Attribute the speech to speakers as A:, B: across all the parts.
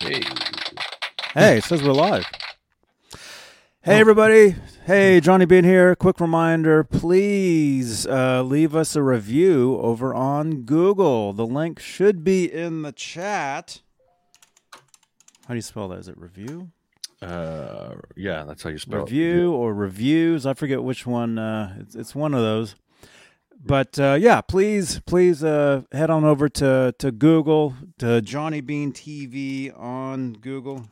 A: Hey.
B: Hey, it says we're live. Hey, everybody. Hey, Johnny Bean here. Quick reminder please uh, leave us a review over on Google. The link should be in the chat. How do you spell that? Is it review?
A: Uh, yeah, that's how you spell it.
B: review or reviews. I forget which one. Uh, it's, it's one of those. But uh, yeah, please, please uh, head on over to, to Google, to Johnny Bean TV on Google.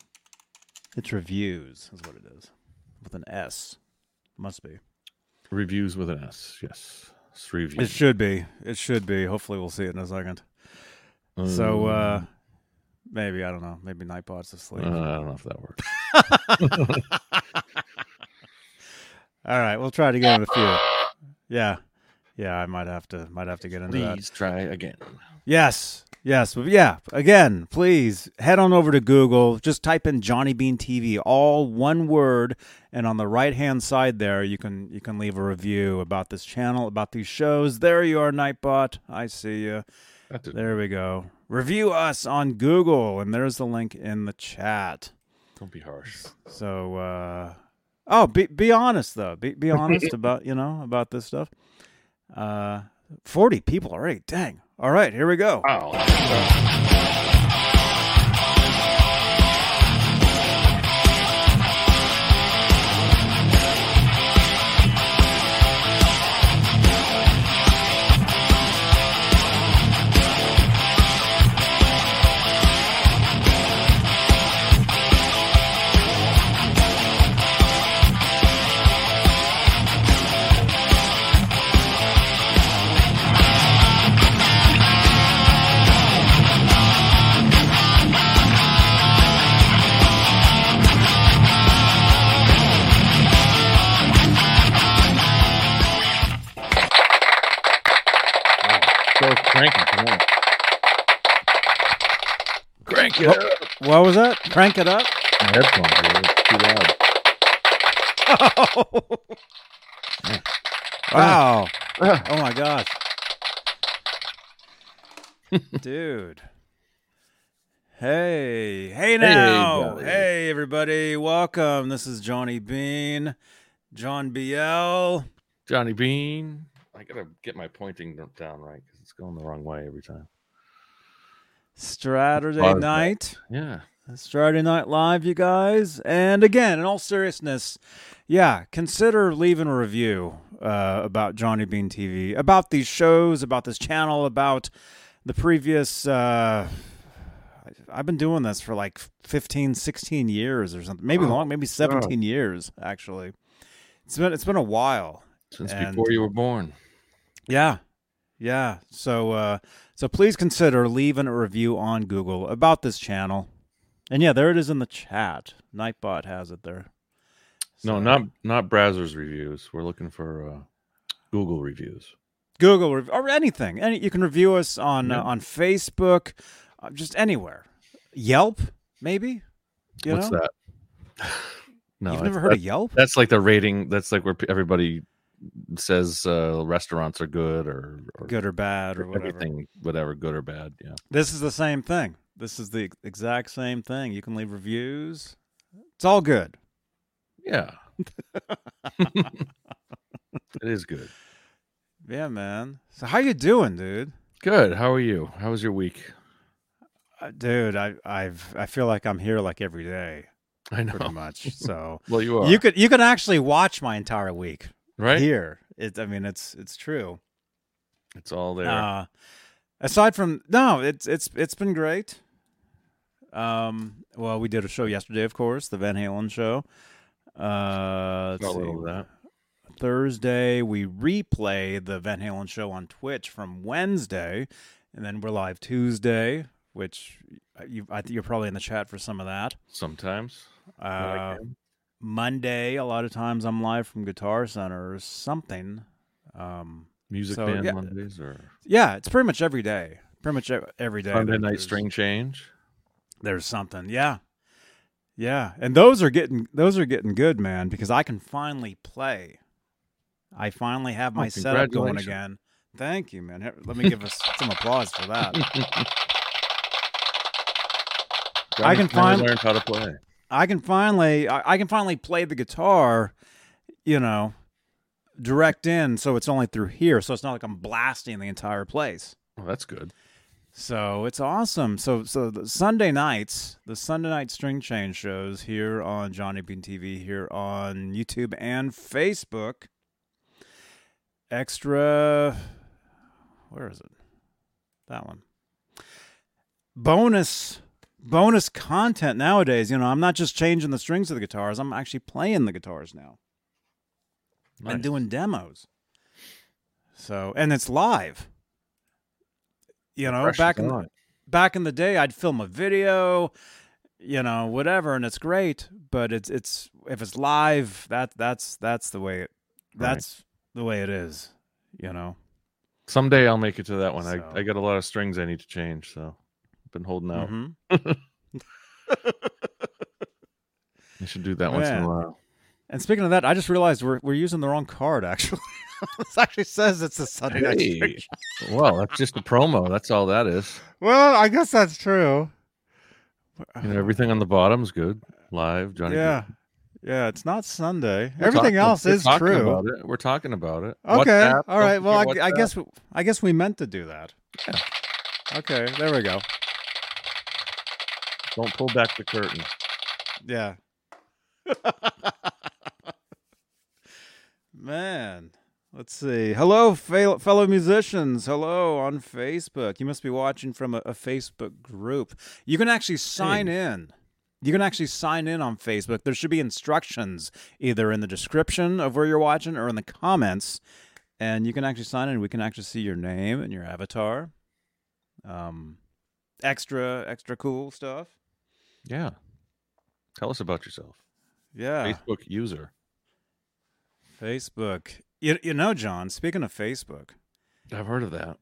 B: It's reviews, is what it is, with an S. Must be.
A: Reviews with an S. Yes. It's
B: It
A: reviews.
B: should be. It should be. Hopefully, we'll see it in a second. So uh, maybe I don't know. Maybe Nightbot's
A: Uh, I
B: asleep.
A: don't know if that works.
B: All right, we'll try to get in a few. Yeah, yeah. I might have to. Might have to get into that.
A: Please try again.
B: Yes. Yes. But yeah. Again, please head on over to Google. Just type in Johnny Bean TV, all one word, and on the right hand side there, you can you can leave a review about this channel, about these shows. There you are, Nightbot. I see you.
A: That did-
B: There we go. Review us on Google, and there's the link in the chat.
A: Don't be harsh.
B: So, uh, oh, be be honest though. Be be honest about you know about this stuff. Uh, Forty people already. Dang. All right, here we go.
A: Wow. Go crank it. Come on. Crank it. up.
B: What was that? Crank it up.
A: Oh, My headphones are too loud.
B: Wow.
A: Ah.
B: Oh my gosh. Dude. Hey. Hey now.
A: buddy.
B: Hey, everybody. Welcome. This is Johnny Bean. John BL.
A: Johnny Bean. I gotta get my pointing down right because it's going the wrong way every time.
B: Saturday
A: Buzz.
B: night.
A: Yeah.
B: Saturday Night Live, you guys. And again, in all seriousness, yeah, consider leaving a review uh, about Johnny Bean TV, about these shows, about this channel, about the previous. Uh, I've been doing this for like 15, 16 years or something. Maybe long, maybe 17 years, actually. It's been, it's been a while.
A: Since
B: And-
A: before you were born.
B: Yeah. Yeah. So uh so please consider leaving a review on Google about this channel. And yeah, there it is in the chat. Nightbot has it there.
A: No,
B: So-
A: not not browsers reviews. We're looking for uh, Google reviews.
B: Google rev- or anything. Any you can review us on
A: Yeah.
B: uh, on Facebook, uh, just anywhere. Yelp maybe? You
A: What's
B: know?
A: that? no,
B: You've
A: it's-
B: never heard
A: that-
B: of Yelp?
A: That's like the rating. That's like where p- everybody says uh, restaurants are good or, or
B: Good or bad or whatever.
A: everything, whatever, good or bad. Yeah,
B: This is the same thing. This is the ex- exact same thing. You can leave reviews. It's all good.
A: yeah. it is good.
B: Yeah, man. So how you doing, dude?
A: Good. How are you? How was your week?
B: Uh, dude i i've i feel like i'm here like every day
A: I
B: pretty
A: know.
B: much so
A: Well, you are.
B: you could you can actually watch my entire week
A: right.
B: here it i mean it's it's true
A: It's all there.
B: uh aside from no it's it's it's been great um well we did a show yesterday of course the van halen show uh let's
A: Got a
B: see.
A: little of that.
B: thursday we replay the van halen show on twitch from wednesday and then we're live tuesday which uh, you, I, think you're probably in the chat for some of that
A: Sometimes. I
B: uh,
A: like them.
B: Monday, a lot of times I'm live from Guitar Center or something. Um,
A: Music
B: so,
A: band
B: yeah.
A: Mondays or
B: yeah, it's pretty much every day. Pretty much ev- every day.
A: Sunday
B: there-
A: night
B: there's-
A: string change.
B: There's something. Yeah, yeah, and those are getting those are getting good, man. Because I can finally play. I finally have
A: Oh,
B: my setup going
A: congratulations.
B: again. Thank you, man. Here, Let me give us some applause for that. I can
A: finally
B: find-
A: learned how to play.
B: I can finally I, I can finally play the guitar, you know, direct in so it's only through here, so it's not like I'm blasting the entire place.
A: Oh, that's good.
B: So it's awesome. So so the Sunday nights, the Sunday night string change shows here on Johnny Bean TV, here on YouTube and Facebook. Extra where is it? That one. Bonus bonus content nowadays. You know, I'm not just changing the strings of the guitars, I'm actually playing the guitars now.
A: Nice.
B: And doing demos. So and it's live. You know,
A: Pressure's
B: back in the
A: on.
B: back in the day I'd film a video, you know, whatever, and it's great. But it's it's if it's live, that that's that's the way it
A: Right.
B: that's the way it is, you know.
A: Someday I'll make it to that one.
B: So-
A: I, I got a lot of strings I need to change, so I've been holding out.
B: Mhm.
A: I should do that once in
B: Yeah.
A: a while.
B: And speaking of that, I just realized we're we're using the wrong card actually. this actually says it's a Sunday night.
A: Hey. well, that's just a promo. That's all that is.
B: Well, I guess that's true.
A: You know, everything on the bottom's good. Live, Johnny.
B: Uh-huh. yeah. Yeah, it's not Sunday.
A: We're
B: Everything
A: talking-
B: else
A: we're
B: is
A: talking
B: true.
A: about it. We're talking about it.
B: Okay.
A: WhatsApp,
B: All right.
A: don't
B: Well,
A: forget
B: I, I
A: WhatsApp.
B: guess w- I guess we meant to do that. Okay. There we go.
A: don't pull back the curtain.
B: Yeah. Man, let's see. Hello, fel- fellow musicians. Hello on Facebook. You must be watching from a, a Facebook group. You can actually sign in. You can actually sign in on Facebook. There should be instructions either in the description of where you're watching or in the comments. And you can actually sign in. We can actually see your name and your avatar. Um, extra, extra cool stuff.
A: Yeah. Tell us about yourself.
B: Yeah.
A: Facebook user.
B: Facebook. You, you know, John, speaking of Facebook,
A: I've heard of that.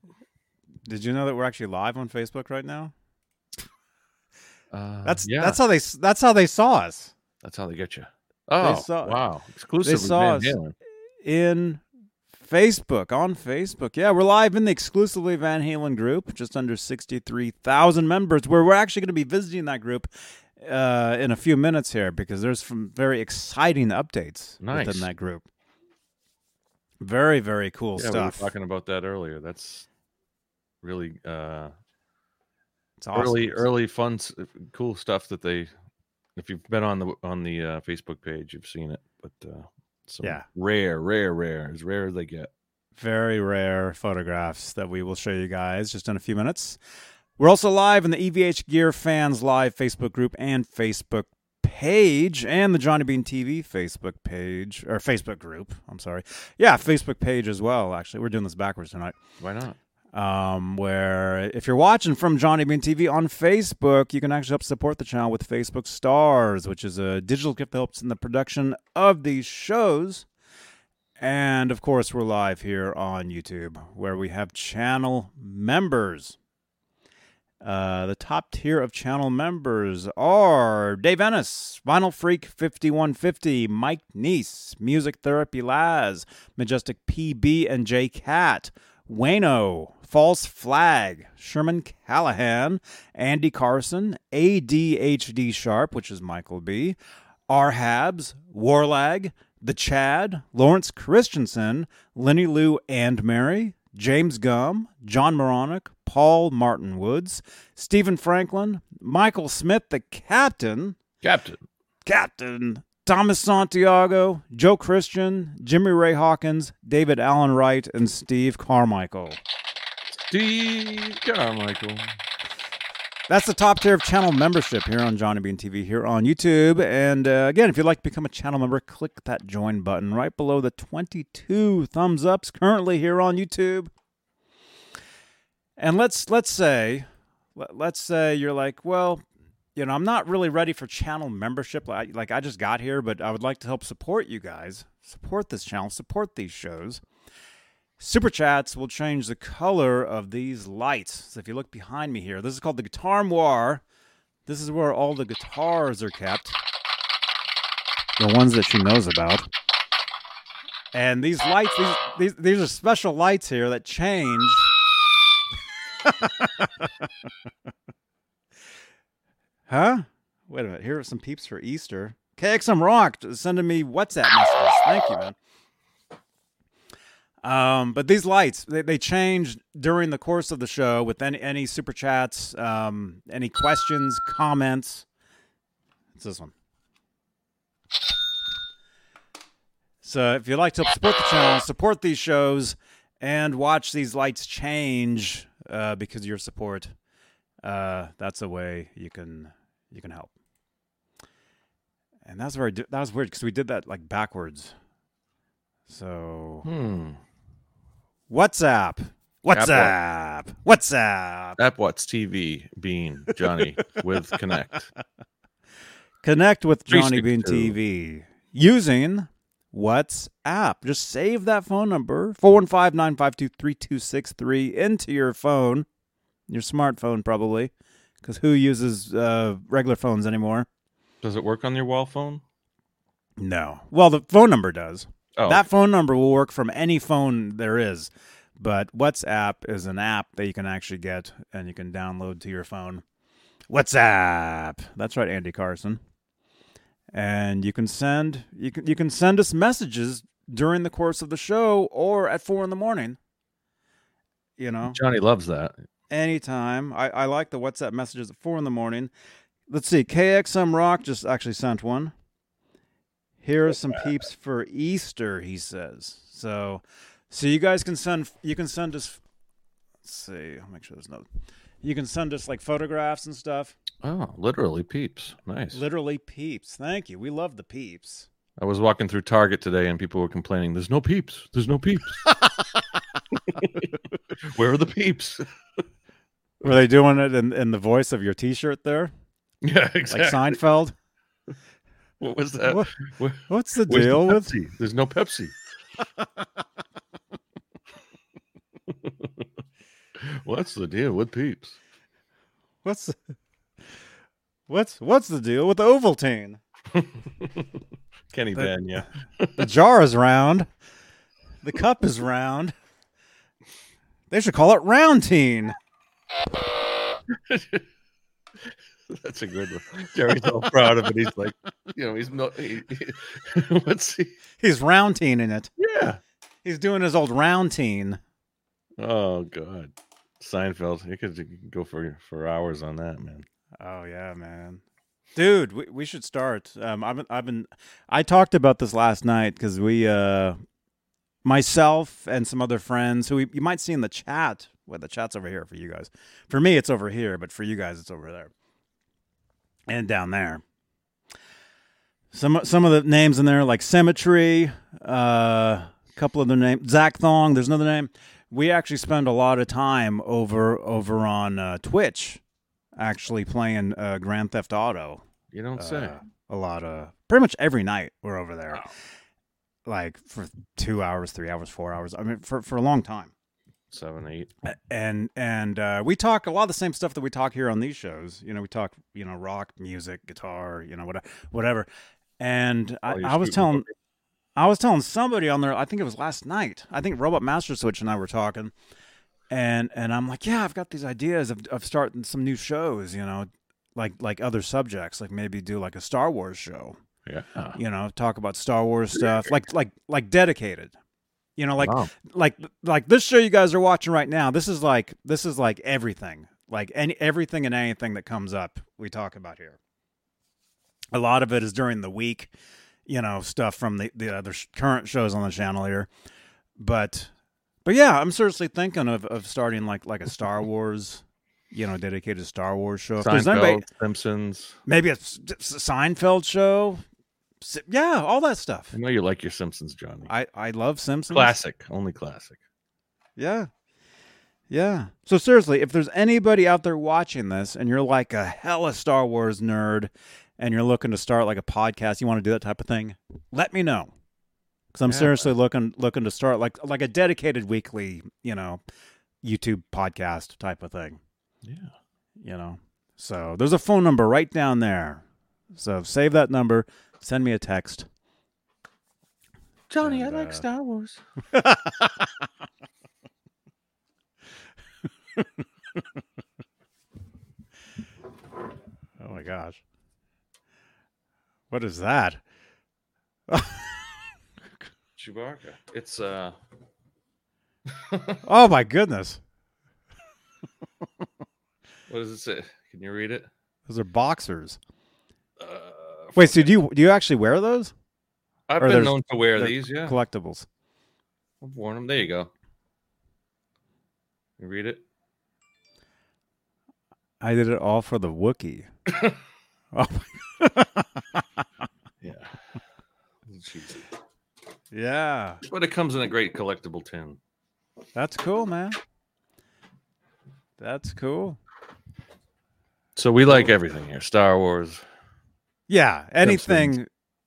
B: did you know that we're actually live on Facebook right now?
A: Uh,
B: That's
A: yeah.
B: that's how they s- that's how they saw us
A: That's how they get you. Oh
B: saw-
A: wow! Exclusive. with Van
B: saw us.
A: Halen.
B: in Facebook on Facebook. Yeah, we're live in the exclusively Van Halen group, just under 63,000 members where we're actually going to be visiting that group uh, in a few minutes here because there's some very exciting updates
A: Nice.
B: within that group. Very very cool
A: Yeah, we were
B: stuff.
A: talking about that earlier. That's really uh,
B: it's awesome.
A: early, early fun, s- uh, cool stuff that they. If you've been on the on the uh, Facebook page, you've seen it. But uh, some
B: Yeah.
A: rare, rare, rare, as rare as they get.
B: very rare photographs that we will show you guys just in a few minutes. We're also live in the EVH Gear Fans Live Facebook group and Facebook page and the Johnny Bean TV Facebook page or Facebook group. I'm sorry. Yeah, Facebook page as well, actually. We're doing this backwards tonight
A: Why not?
B: um, where if you're watching from Johnny Bean TV on Facebook, you can actually help support the channel with Facebook Stars, which is a digital gift that helps in the production of these shows. And of course, we're live here on YouTube, where we have channel members. Uh, the top tier of channel members are Dave Ennis, Vinyl Freak 5150, Mike Neese, Music Therapy Laz, Majestic PB and J Cat, Wayno, False Flag, Sherman Callahan, Andy Carson, ADHD Sharp, which is Michael B, R Habs, Warlag, The Chad, Lawrence Christensen, Lenny Lou and Mary, James Gum, John Moronic, Paul Martin Woods, Stephen Franklin, Michael Smith, the captain,
A: Captain.
B: Captain Thomas Santiago, Joe Christian, Jimmy Ray Hawkins, David Allen Wright, and Steve Carmichael.
A: Steve Carmichael.
B: That's the top tier of channel membership here on Johnny Bean TV here on YouTube. And uh, again, if you'd like to become a channel member, click that join button right below the 22 thumbs ups currently here on YouTube. And let's let's say let- let's say you're like, well, you know, I'm not really ready for channel membership. Like, like I just got here, but I would like to help support you guys, support this channel, support these shows. Super chats will change the color of these lights. So if you look behind me here, this is called the Guitar Moir. This is where all the guitars are kept. The ones that she knows about. And these lights, these these, these are special lights here that change. Huh? Wait a minute. Here are some peeps for Easter. KXM Rock sending me WhatsApp messages. Thank you, man. Um, but these lights, they, they changed during the course of the show with any, any super chats, um, any questions, comments. It's this one. So if you'd like to help support the channel, support these shows, and watch these lights change uh, because of your support, uh, that's a way you can you can help. And that's very that was weird because we did that like backwards. So
A: Hmm.
B: WhatsApp, WhatsApp, WhatsApp.
A: AppWatch TV Bean Johnny with Connect.
B: Connect with Johnny Bean
A: 362.
B: TV using WhatsApp. Just save that phone number, 415 952 3263, into your phone, your smartphone probably, because who uses uh, regular phones anymore?
A: Does it work on your wall phone?
B: No. Well, the phone number does.
A: Oh,
B: That phone number will work from any phone there is. But WhatsApp is an app that you can actually get and you can download to your phone. WhatsApp. That's right, Andy Carson. And you can send you can you can send us messages during the course of the show or at four in the morning. You know
A: Johnny loves that.
B: anytime. I, I like the WhatsApp messages at four in the morning. Let's see. KXM Rock just actually sent one. Here are some peeps for Easter, he says. So, so you guys can send you can send us. Let's see. I'll make sure there's no. You can send us like photographs and stuff.
A: Oh, literally peeps. Nice.
B: Literally peeps. Thank you. We love the peeps.
A: I was walking through Target today and people were complaining, there's no peeps. There's no peeps. Where are the peeps?
B: Were they doing it in, in the voice of your T-shirt there,
A: Yeah,
B: like
A: exactly.
B: Seinfeld?
A: what was that?
B: What-
A: Where-
B: What's the
A: where's the
B: deal with?
A: Pepsi? There's no Pepsi. What's the deal with peeps?
B: What's the- what's what's the deal with Ovaltine?
A: Kenny
B: The-
A: Ben, yeah.
B: The jar is round. The cup is round. They should call it Roundtine.
A: That's a good one. Jerry's all proud of it. He's like, you know, he's not. He, he- what's he?
B: He's Roundtine in it.
A: Yeah.
B: He's doing his old Roundtine.
A: Oh God, Seinfeld. You could, you could go for for hours on that, man.
B: Oh yeah, man. Dude, we, we should start. Um, I've been, I've been, I talked about this last night because we, uh, myself and some other friends who we, you might see in the chat. Well, the chat's over here for you guys. For me, it's over here, but for you guys, it's over there and down there. Some some of the names in there like Cemetery, uh, a couple of the names, Zach Thong. There's another name. We actually spend a lot of time over over on uh, Twitch actually playing uh, Grand Theft Auto.
A: You don't say.
B: uh, a lot of pretty much every night we're over there,
A: Wow.
B: like for two hours, three hours, four hours. I mean, for for a long time.
A: Seven, eight.
B: A- And and uh, we talk a lot of the same stuff that we talk here on these shows. You know, we talk you know rock music, guitar, you know whatever, whatever. And I,
A: While you're
B: I was
A: shooting
B: telling I was telling somebody on there, I think it was last night. I think Robot Master Switch and I were talking, and and I'm like, yeah, I've got these ideas of of starting some new shows, you know, like like other subjects, like maybe do like a Star Wars show,
A: Yeah.
B: you know, talk about Star Wars stuff, like like like dedicated, you know, like
A: Wow.
B: like like this show you guys are watching right now. This is like this is like everything, like any everything and anything that comes up, we talk about here. A lot of it is during the week, you know, stuff from the the other sh- current shows on the channel here, but but yeah, I'm seriously thinking of of starting like like a Star Wars. You know, dedicated Star Wars show. If there's
A: Seinfeld,
B: anybody-
A: Simpsons.
B: maybe a S- S- Seinfeld show. S- Yeah, all that stuff.
A: I know you like your Simpsons, Johnny.
B: I I love Simpsons.
A: classic, only classic.
B: Yeah. Yeah. So seriously, if there's anybody out there watching this and you're like a hella Star Wars nerd and you're looking to start like a podcast, you want to do that type of thing, let me know. Cuz I'm
A: Yeah.
B: seriously looking looking to start like like a dedicated weekly, you know, YouTube podcast type of thing
A: Yeah.
B: you know. So there's a phone number right down there. So save that number, send me a text. Johnny, I like
A: Star Wars.
B: Oh my gosh. What is that?
A: Chewbacca. It's uh.
B: Oh my goodness.
A: What does it say? Can you read it?
B: Those are boxers.
A: Uh,
B: Wait, so do you do you actually wear those?
A: I've
B: or
A: been
B: there's-
A: known to wear
B: they're
A: these. Yeah,
B: Collectibles.
A: I've worn them. There you go. You read it.
B: I did it all for the Wookiee. oh
A: Yeah. Cheesy.
B: yeah.
A: But it comes in a great collectible tin.
B: That's cool, man. That's cool.
A: So we like everything here: Star Wars,
B: Yeah. Anything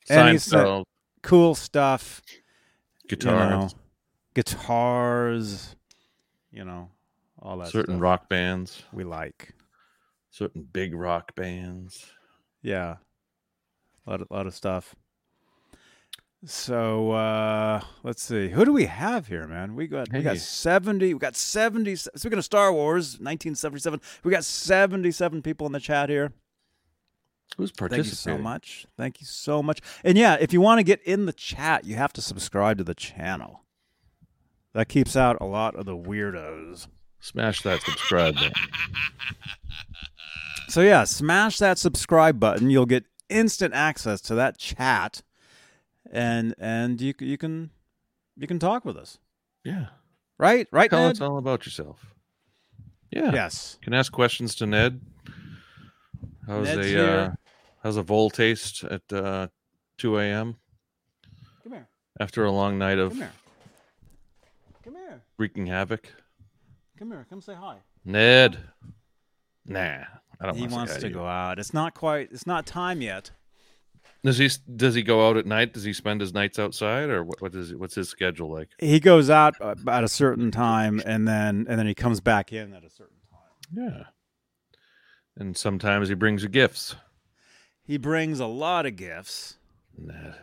B: Any sen-
A: Seinfeld,
B: cool stuff.
A: guitar,
B: You know, guitars, you know, all that
A: certain
B: stuff
A: rock bands,
B: we like.
A: certain big rock bands.
B: Yeah. A lot of, lot of stuff. So uh let's see. Who do we have here, man? We got we got
A: Hey.
B: 70. We got 70 speaking of Star Wars, 1977. We got 77 people in the chat here.
A: Who's
B: Thank you so
A: participating?
B: much. Thank you so much. And yeah, if you want to get in the chat, you have to subscribe to the channel. That keeps out a lot of the weirdos.
A: Smash that subscribe button.
B: So yeah, smash that subscribe button. You'll get instant access to that chat, and and you c- you can you can talk with us.
A: Yeah.
B: Right, right,
A: Tell
B: Ned?
A: us all about yourself. Yeah.
B: Yes.
A: Can ask questions to Ned. How's
B: Ned's
A: a uh,
B: here.
A: how's a vol taste at uh, 2 a.m.
B: Come here.
A: after a long night of
B: Come here. Come here.
A: wreaking havoc?
B: Come here. Come say hi.
A: Ned. Nah, I don't.
B: He
A: wanna say
B: wants
A: hi
B: to
A: you.
B: go out. It's not quite. It's not time yet.
A: Does he does he go out at night? Does he spend his nights outside, or what, what is what's his schedule like?
B: He goes out uh, at a certain time, and then and then he comes back in at a certain time.
A: Yeah. And sometimes he brings you gifts.
B: He brings a lot of gifts.
A: Ned.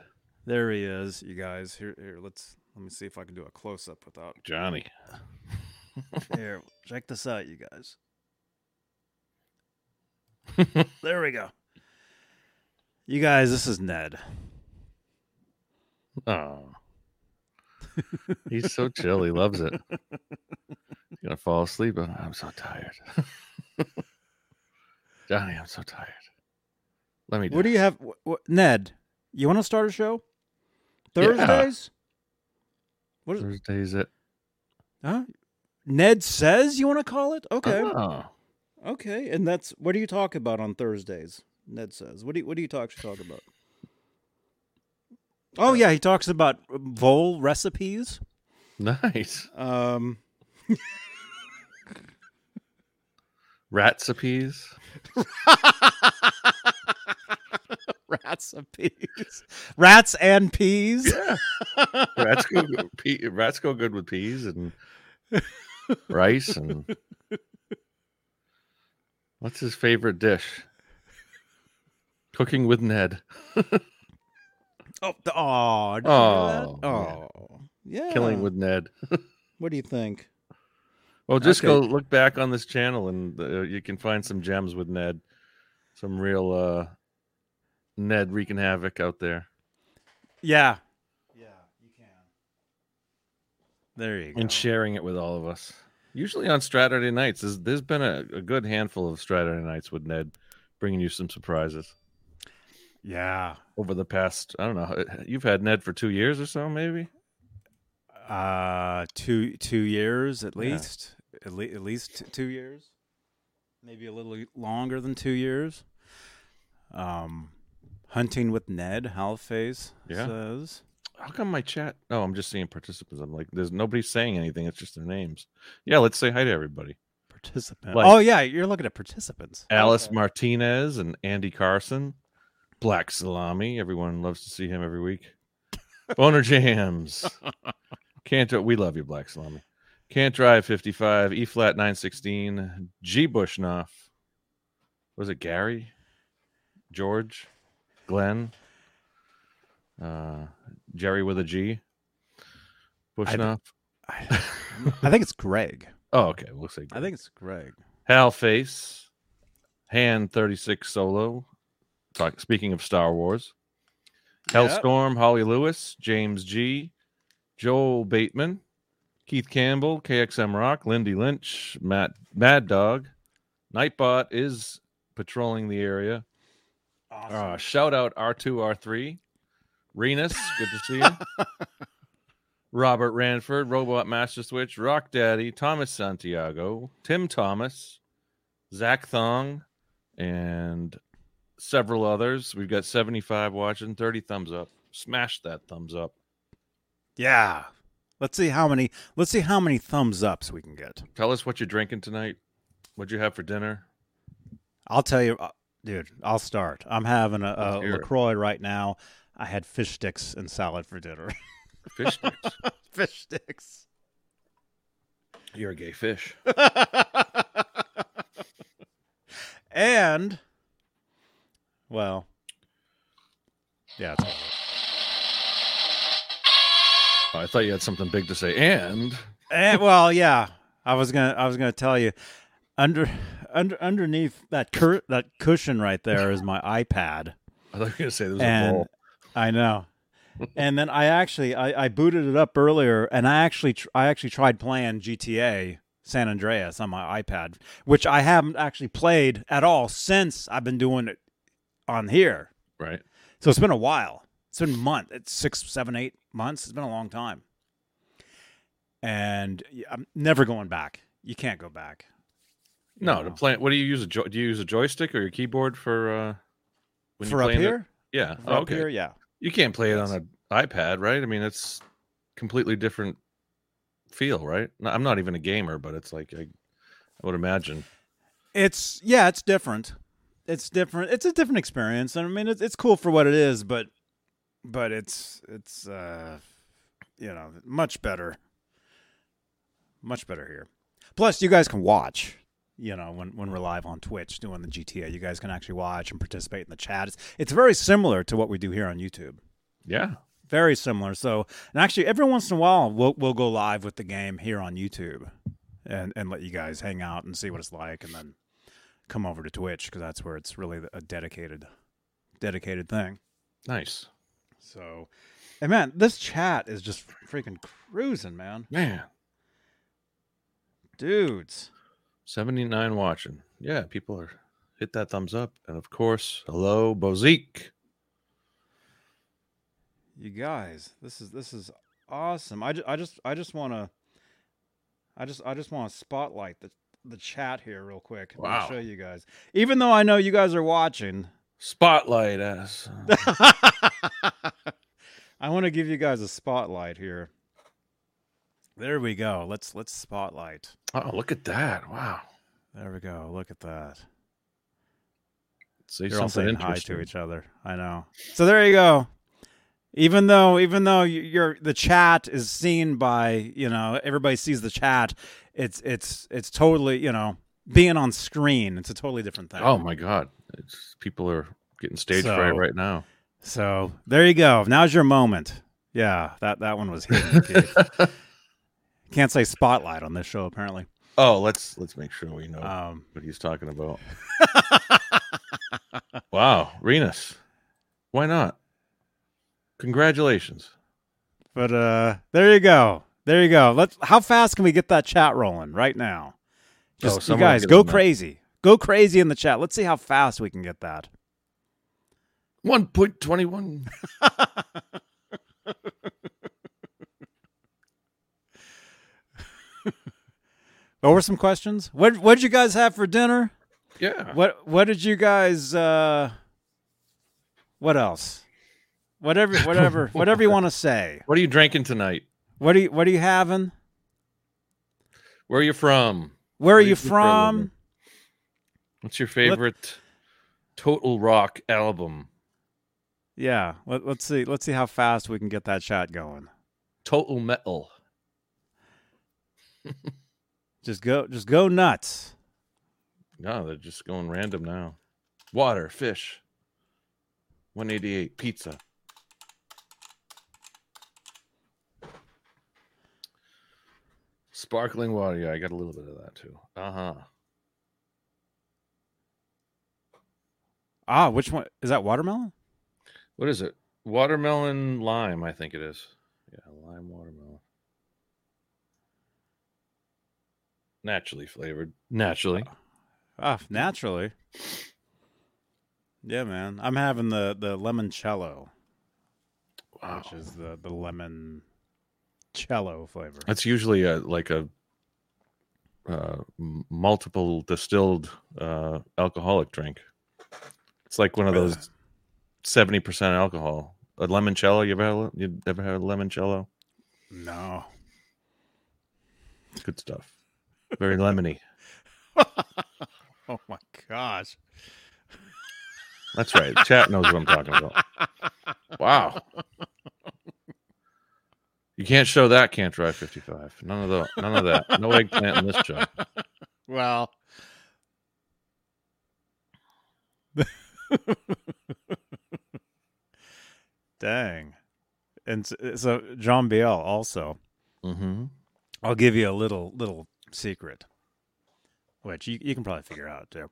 B: There he is, you guys. Here, here. Let's let me see if I can do a close up without
A: Johnny.
B: Here, check this out, you guys. there we go. You guys, this is Ned.
A: Oh. He's so chill. He loves it. He's gonna fall asleep. Oh, I'm so tired. Johnny, I'm so tired. Let me.
B: What do you have, wh- wh- Ned? You want to start a show? Thursdays? What is,
A: Thursdays at
B: huh? Ned says you want to call it? Okay,
A: Oh.
B: okay. And that's what do you talk about on Thursdays? Ned says. What do you, what do you talk talk about? Oh yeah, he talks about vole recipes.
A: Nice.
B: Um,
A: Ratsipes.
B: rats and peas. Rats and peas.
A: Yeah. rats go good, pea, rats go good with peas and rice and what's his favorite dish? Cooking with Ned.
B: Oh, the, oh, did you
A: Oh,
B: hear that? oh, yeah.
A: Killing with Ned.
B: What do you think?
A: Well, just
B: Okay.
A: go look back on this channel and uh, you can find some gems with Ned. Some real uh Ned wreaking havoc out there.
B: Yeah. Yeah, you can. There you go.
A: and sharing it with all of us. Usually on Saturday nights, there's, there's been a, a good handful of Saturday nights with Ned bringing you some surprises
B: yeah.
A: over the past. I don't know. uh, You've had Ned for two years or so, maybe.
B: Uh, two two years at
A: Yeah.
B: least. At, le- at least t- two years. Maybe a little longer than two years. Um, hunting with Ned Halface
A: Yeah.
B: says.
A: How come my chat? Oh, I'm just seeing participants. I'm like, there's nobody saying anything. It's just their names. Yeah, let's say hi to everybody.
B: Participant.
A: Like-
B: oh yeah, you're looking at participants.
A: Alice Martinez and Andy Carson, Black Salami. Everyone loves to see him every week. Boner Jams. Can't dri- we love you, Black Salami? Can't drive 55, E flat 916, G Bushnoff. Was it Gary? George? Glenn? Uh, Jerry with a G? Bushnoff?
B: I, I think it's Greg.
A: Oh, okay. We'll say
B: I think it's Greg.
A: Hal Face, Hand 36 Solo. Talk, speaking of Star Wars, Hellstorm, Holly Lewis, James G, Joel Bateman, Keith Campbell, KXM Rock, Lindy Lynch, Matt Mad Dog, Nightbot is patrolling the area.
B: Awesome.
A: Uh, shout out R2, R3, Renus, good to see you. Robert Ranford, Robot Master Switch, Rock Daddy, Thomas Santiago, Tim Thomas, Zach Thong, and several others. We've got 75 watching, 30 thumbs up. Smash that thumbs up.
B: yeah. Let's see how many. Let's see how many thumbs ups we can get.
A: Tell us what you're drinking tonight. What'd you have for dinner?
B: I'll tell you, uh, dude. I'll start. I'm having a, a
A: Let's hear it.
B: Lacroix right now. I had fish sticks and salad for dinner.
A: Fish sticks.
B: fish sticks.
A: you're a gay fish.
B: and well, yeah. It's
A: Oh, I thought you had something big to say. And
B: Eh, well, yeah, I was gonna, I was gonna tell you, under, under, underneath that cur- that cushion right there is my iPad,
A: I thought you were going to say there was a
B: and
A: bowl.
B: I know. and then I actually, I, I booted it up earlier, and I actually, tr- I actually tried playing GTA San Andreas on my iPad, which I haven't actually played at all since I've been doing it on here.
A: Right.
B: So it's been a while. It's been a month. It's six, seven, eight months. It's been a long time. And y- I'm never going back. You can't go back. You
A: No, to
B: know.
A: play. What do you use? A joy do you use a joystick or your keyboard for uh, when
B: for up
A: playing it?
B: here.
A: Yeah.
B: For
A: Oh,
B: up
A: okay.
B: here, yeah.
A: You can't play it on an iPad, right? I mean, it's completely different feel, right? No, I'm not even a gamer, but it's like I, I would imagine.
B: It's yeah, it's different. It's different. It's a different experience. And I mean, it's it's cool for what it is, but but it's it's uh you know much better, much better here. Plus, you guys can watch. You know, when when we're live on Twitch doing the GTA, you guys can actually watch and participate in the chat. It's it's very similar to what we do here on YouTube.
A: Yeah.
B: Very similar. So, and actually, every once in a while, we'll we'll go live with the game here on YouTube, and and let you guys hang out and see what it's like, and then come over to Twitch because that's where it's really a dedicated, dedicated thing.
A: Nice.
B: So, and man, this chat is just freaking cruising, man,
A: Man,
B: dudes.
A: 79 watching. Yeah, people are hit that thumbs up. And of course, hello, Bozique.
B: you guys this is this is awesome i, ju- I just i just want to i just i just want to spotlight the the chat here real quick and
A: Wow.
B: show you guys even though i know you guys are watching
A: Spotlight uh, us.
B: i want to give you guys a spotlight here there we go let's let's spotlight
A: Oh, look at that. Wow.
B: there we go look at that
A: Say
B: They're all
A: something
B: saying hi
A: interesting.
B: to each other. I know. So there you go. Even though, even though y- your the chat is seen by you know everybody sees the chat, it's it's it's totally you know being on screen. It's a totally different thing.
A: Oh, my God. It's, people are getting stage fright
B: So-
A: right now.
B: So there you go. Now's your moment. Yeah, that that one was hidden. Kate. Can't say spotlight on this show apparently.
A: Oh, let's let's make sure we know
B: Um,
A: what he's talking about. wow, Renus, why not? Congratulations!
B: but uh, there you go. There you go. Let's. How fast can we get that chat rolling right now?
A: Oh,
B: Just you
A: someone
B: guys
A: get
B: go
A: on that.
B: crazy. Go crazy in the chat. Let's see how fast we can get that.
A: One point twenty one.
B: What were some questions? What What did you guys have for dinner?
A: Yeah,
B: What What did you guys? uh What else? Whatever, whatever, whatever you want to say.
A: what are you drinking tonight?
B: What are you What are you having?
A: Where are you from?
B: Where are
A: What do
B: you
A: you do for a living?
B: from?
A: What's your favorite Total Rock album?
B: Yeah. Let, let's see. Let's see how fast we can get that chat going.
A: Total Metal.
B: Just go. Just go nuts.
A: No, they're just going random now. Water, fish. One eighty eight pizza. Sparkling water. Yeah, I got a little bit of that too. Uh huh.
B: Ah, which one is that? Watermelon.
A: What is it? Watermelon lime, I think it is. Yeah, lime watermelon. Naturally flavored. Naturally.
B: Ah, naturally. Yeah, man. I'm having the the limoncello,
A: Wow.
B: which is the the lemon cello flavor.
A: That's usually a like a uh, m- multiple distilled uh, alcoholic drink. It's like one of those seventy percent alcohol. A limoncello. You ever had a, li- you ever had a limoncello?
B: No.
A: It's good stuff. Very lemony.
B: Oh my gosh.
A: That's right. Chat knows what I'm talking about. Wow. You can't show that can't drive 55. None of the none of that. No eggplant in this show.
B: Well. Dang. And s- uh, so John Biel also.
A: Mm-hmm.
B: I'll give you a little little secret, which you, you can probably figure out too.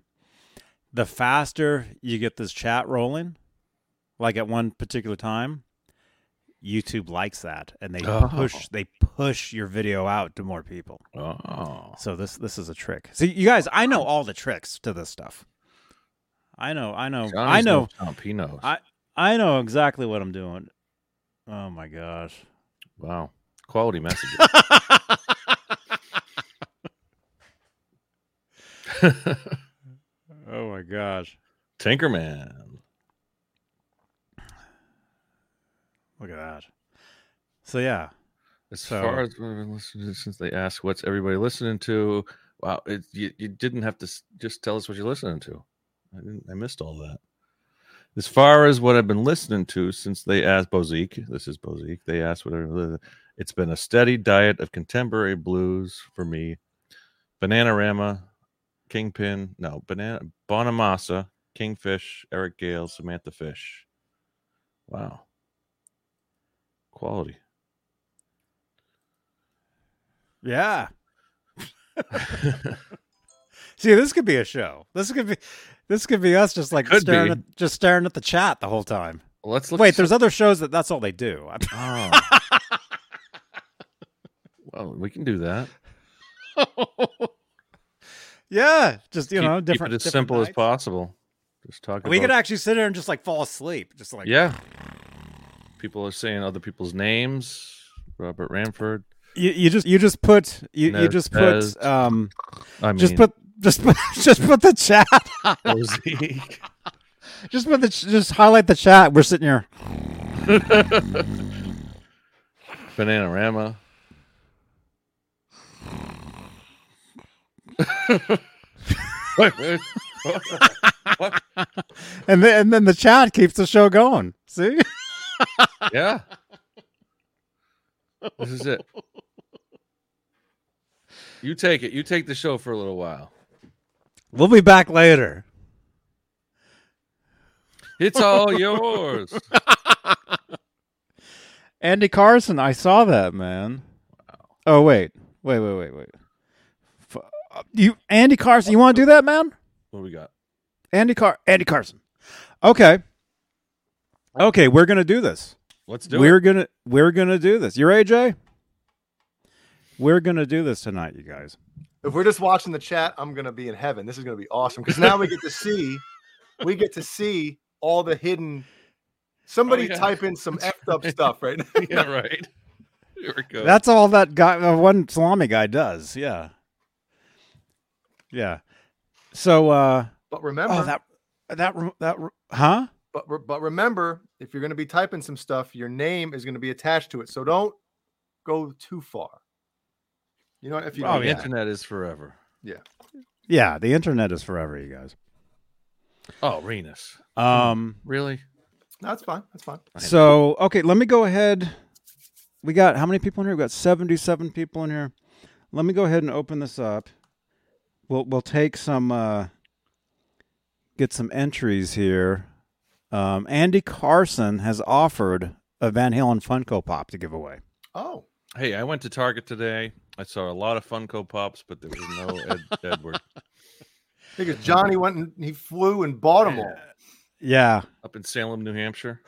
B: The faster you get this chat rolling, like at one particular time, YouTube likes that, and they
A: Oh.
B: push they push your video out to more people.
A: Oh.
B: So this this is a trick. See, you guys, I know all the tricks to this stuff. I know, I know, I
A: Johnny's no
B: know,
A: chump. He knows.
B: I- I know exactly what I'm doing. Oh my gosh.
A: Wow. Quality messages.
B: Oh my gosh.
A: Tinkerman.
B: Look at that. So yeah,
A: As
B: So-
A: far as we've been listening to since they asked what's everybody listening to, wow, it, you, you didn't have to s- just tell us what you're listening to. I didn't, I missed all that. As far as what I've been listening to since they asked Bozique, this is Bozique, they asked whatever. It's been a steady diet of contemporary blues for me. Bananarama, Kingpin, no, Banana, Bonamassa, Kingfish, Eric Gale, Samantha Fish. Wow. Quality.
B: yeah. See, this could be a show. This could be, this could be us just like
A: could
B: staring
A: be.
B: at just staring at the chat the whole time.
A: Let's look
B: Wait,
A: at
B: there's other shows that that's all they do.
A: Oh. well, we can do that.
B: yeah, just you
A: Keep-
B: know, different.
A: keep it as
B: different
A: simple as
B: nights.
A: possible. Just talk.
B: We
A: about,
B: could actually sit here and just like fall asleep, just like
A: yeah. People are saying other people's names. Robert Ramford.
B: You, you just you just put you, you
A: Nez
B: just
A: Perez.
B: put um
A: I mean,
B: just put just put, just put the chat
A: Bozique.
B: just put the ch- just highlight the chat. We're sitting here.
A: Bananarama. Wait, wait.
B: And then, and then the chat keeps the show going. See?
A: yeah. This is it. You take it. You take the show for a little while.
B: We'll be back later.
A: It's all yours.
B: Andy Carson, I saw that, man. Oh, wait. Wait, wait, wait, wait. F- uh, You Andy Carson, you want to do that, man?
A: What we got?
B: Andy Car Andy Carson. Okay. Okay, we're going to do this.
A: Let's do
B: we're
A: it.
B: going to we're going to do this. You're AJ? We're going to do this tonight, you guys.
C: If we're just watching the chat, I'm gonna be in heaven. This is gonna be awesome because now we get to see, we get to see all the hidden. Somebody
A: Oh, yeah.
C: type in some effed up stuff right now.
A: Yeah, right. Here we go.
B: That's all that guy, uh, one salami guy does. Yeah. Yeah. So uh
C: But remember,
B: oh that that re- that re- huh?
C: but re- but remember, if you're gonna be typing some stuff, your name is gonna be attached to it. So don't go too far. You know what? If you
A: oh,
C: don't,
A: the internet is forever.
B: Yeah, the internet is forever, you guys.
A: Oh, Renus.
B: Um
A: Really?
C: that's fine. That's fine.
A: I know.
B: so okay, let me go ahead. We got how many people in here? We got 77 people in here. Let me go ahead and open this up. We'll we'll take some uh get some entries here. Um Andy Carson has offered a Van Halen Funko Pop to give away.
C: Oh,
A: Hey, I went to Target today. I saw a lot of Funko Pops, but there was no Ed, Edward
C: because Johnny went and he flew and bought them all.
B: Yeah.
A: up in Salem, New Hampshire.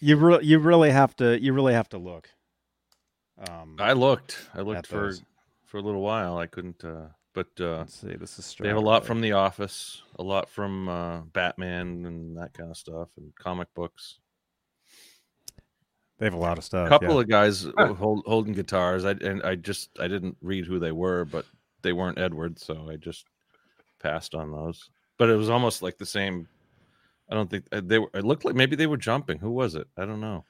B: You re- you really have to you really have to look. Um,
A: I uh, looked. I
B: at
A: looked for
B: those.
A: for a little while. I couldn't. Uh, but uh,
B: Let's see. This is
A: they have a
B: Stroud
A: lot
B: right
A: from The Office, a lot from uh, Batman and that kind of stuff, and comic books.
B: They have a lot of
A: A
B: stuff.
A: couple
B: yeah.
A: of guys hold, holding guitars. I and I just I didn't read who they were, but they weren't Edward, so I just passed on those. But it was almost like the same. I don't think uh, they were. It looked like maybe they were jumping. Who was it? I don't know.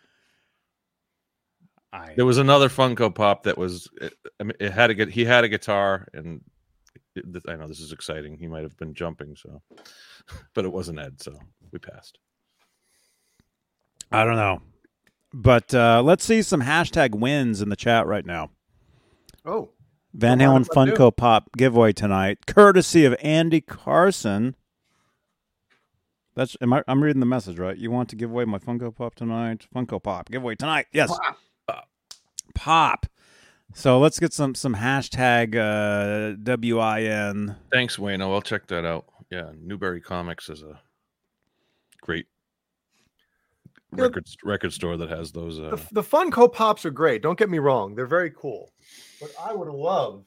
B: I,
A: There was another Funko Pop that was. It, I mean, it had a gu- he had a guitar, and it, th- I know this is exciting. He might have been jumping, so, but it wasn't Ed, so we passed.
B: I don't know, but uh, let's see some hashtag wins in the chat right now.
C: Oh,
B: Van
C: Come on,
B: Halen
C: let's do it.
B: Funko Pop giveaway tonight, courtesy of Andy Carson. That's am I, I'm reading the message right. You want to give away my Funko Pop tonight? Funko Pop giveaway tonight. Yes, pop. So let's get some some hashtag uh, win.
A: Thanks, Wayno. I'll check that out. Yeah, Newberry Comics is a great
C: Yeah.
A: record record store that has those. Uh,
C: the, the Funko Pops are great. Don't get me wrong; they're very cool. But I would love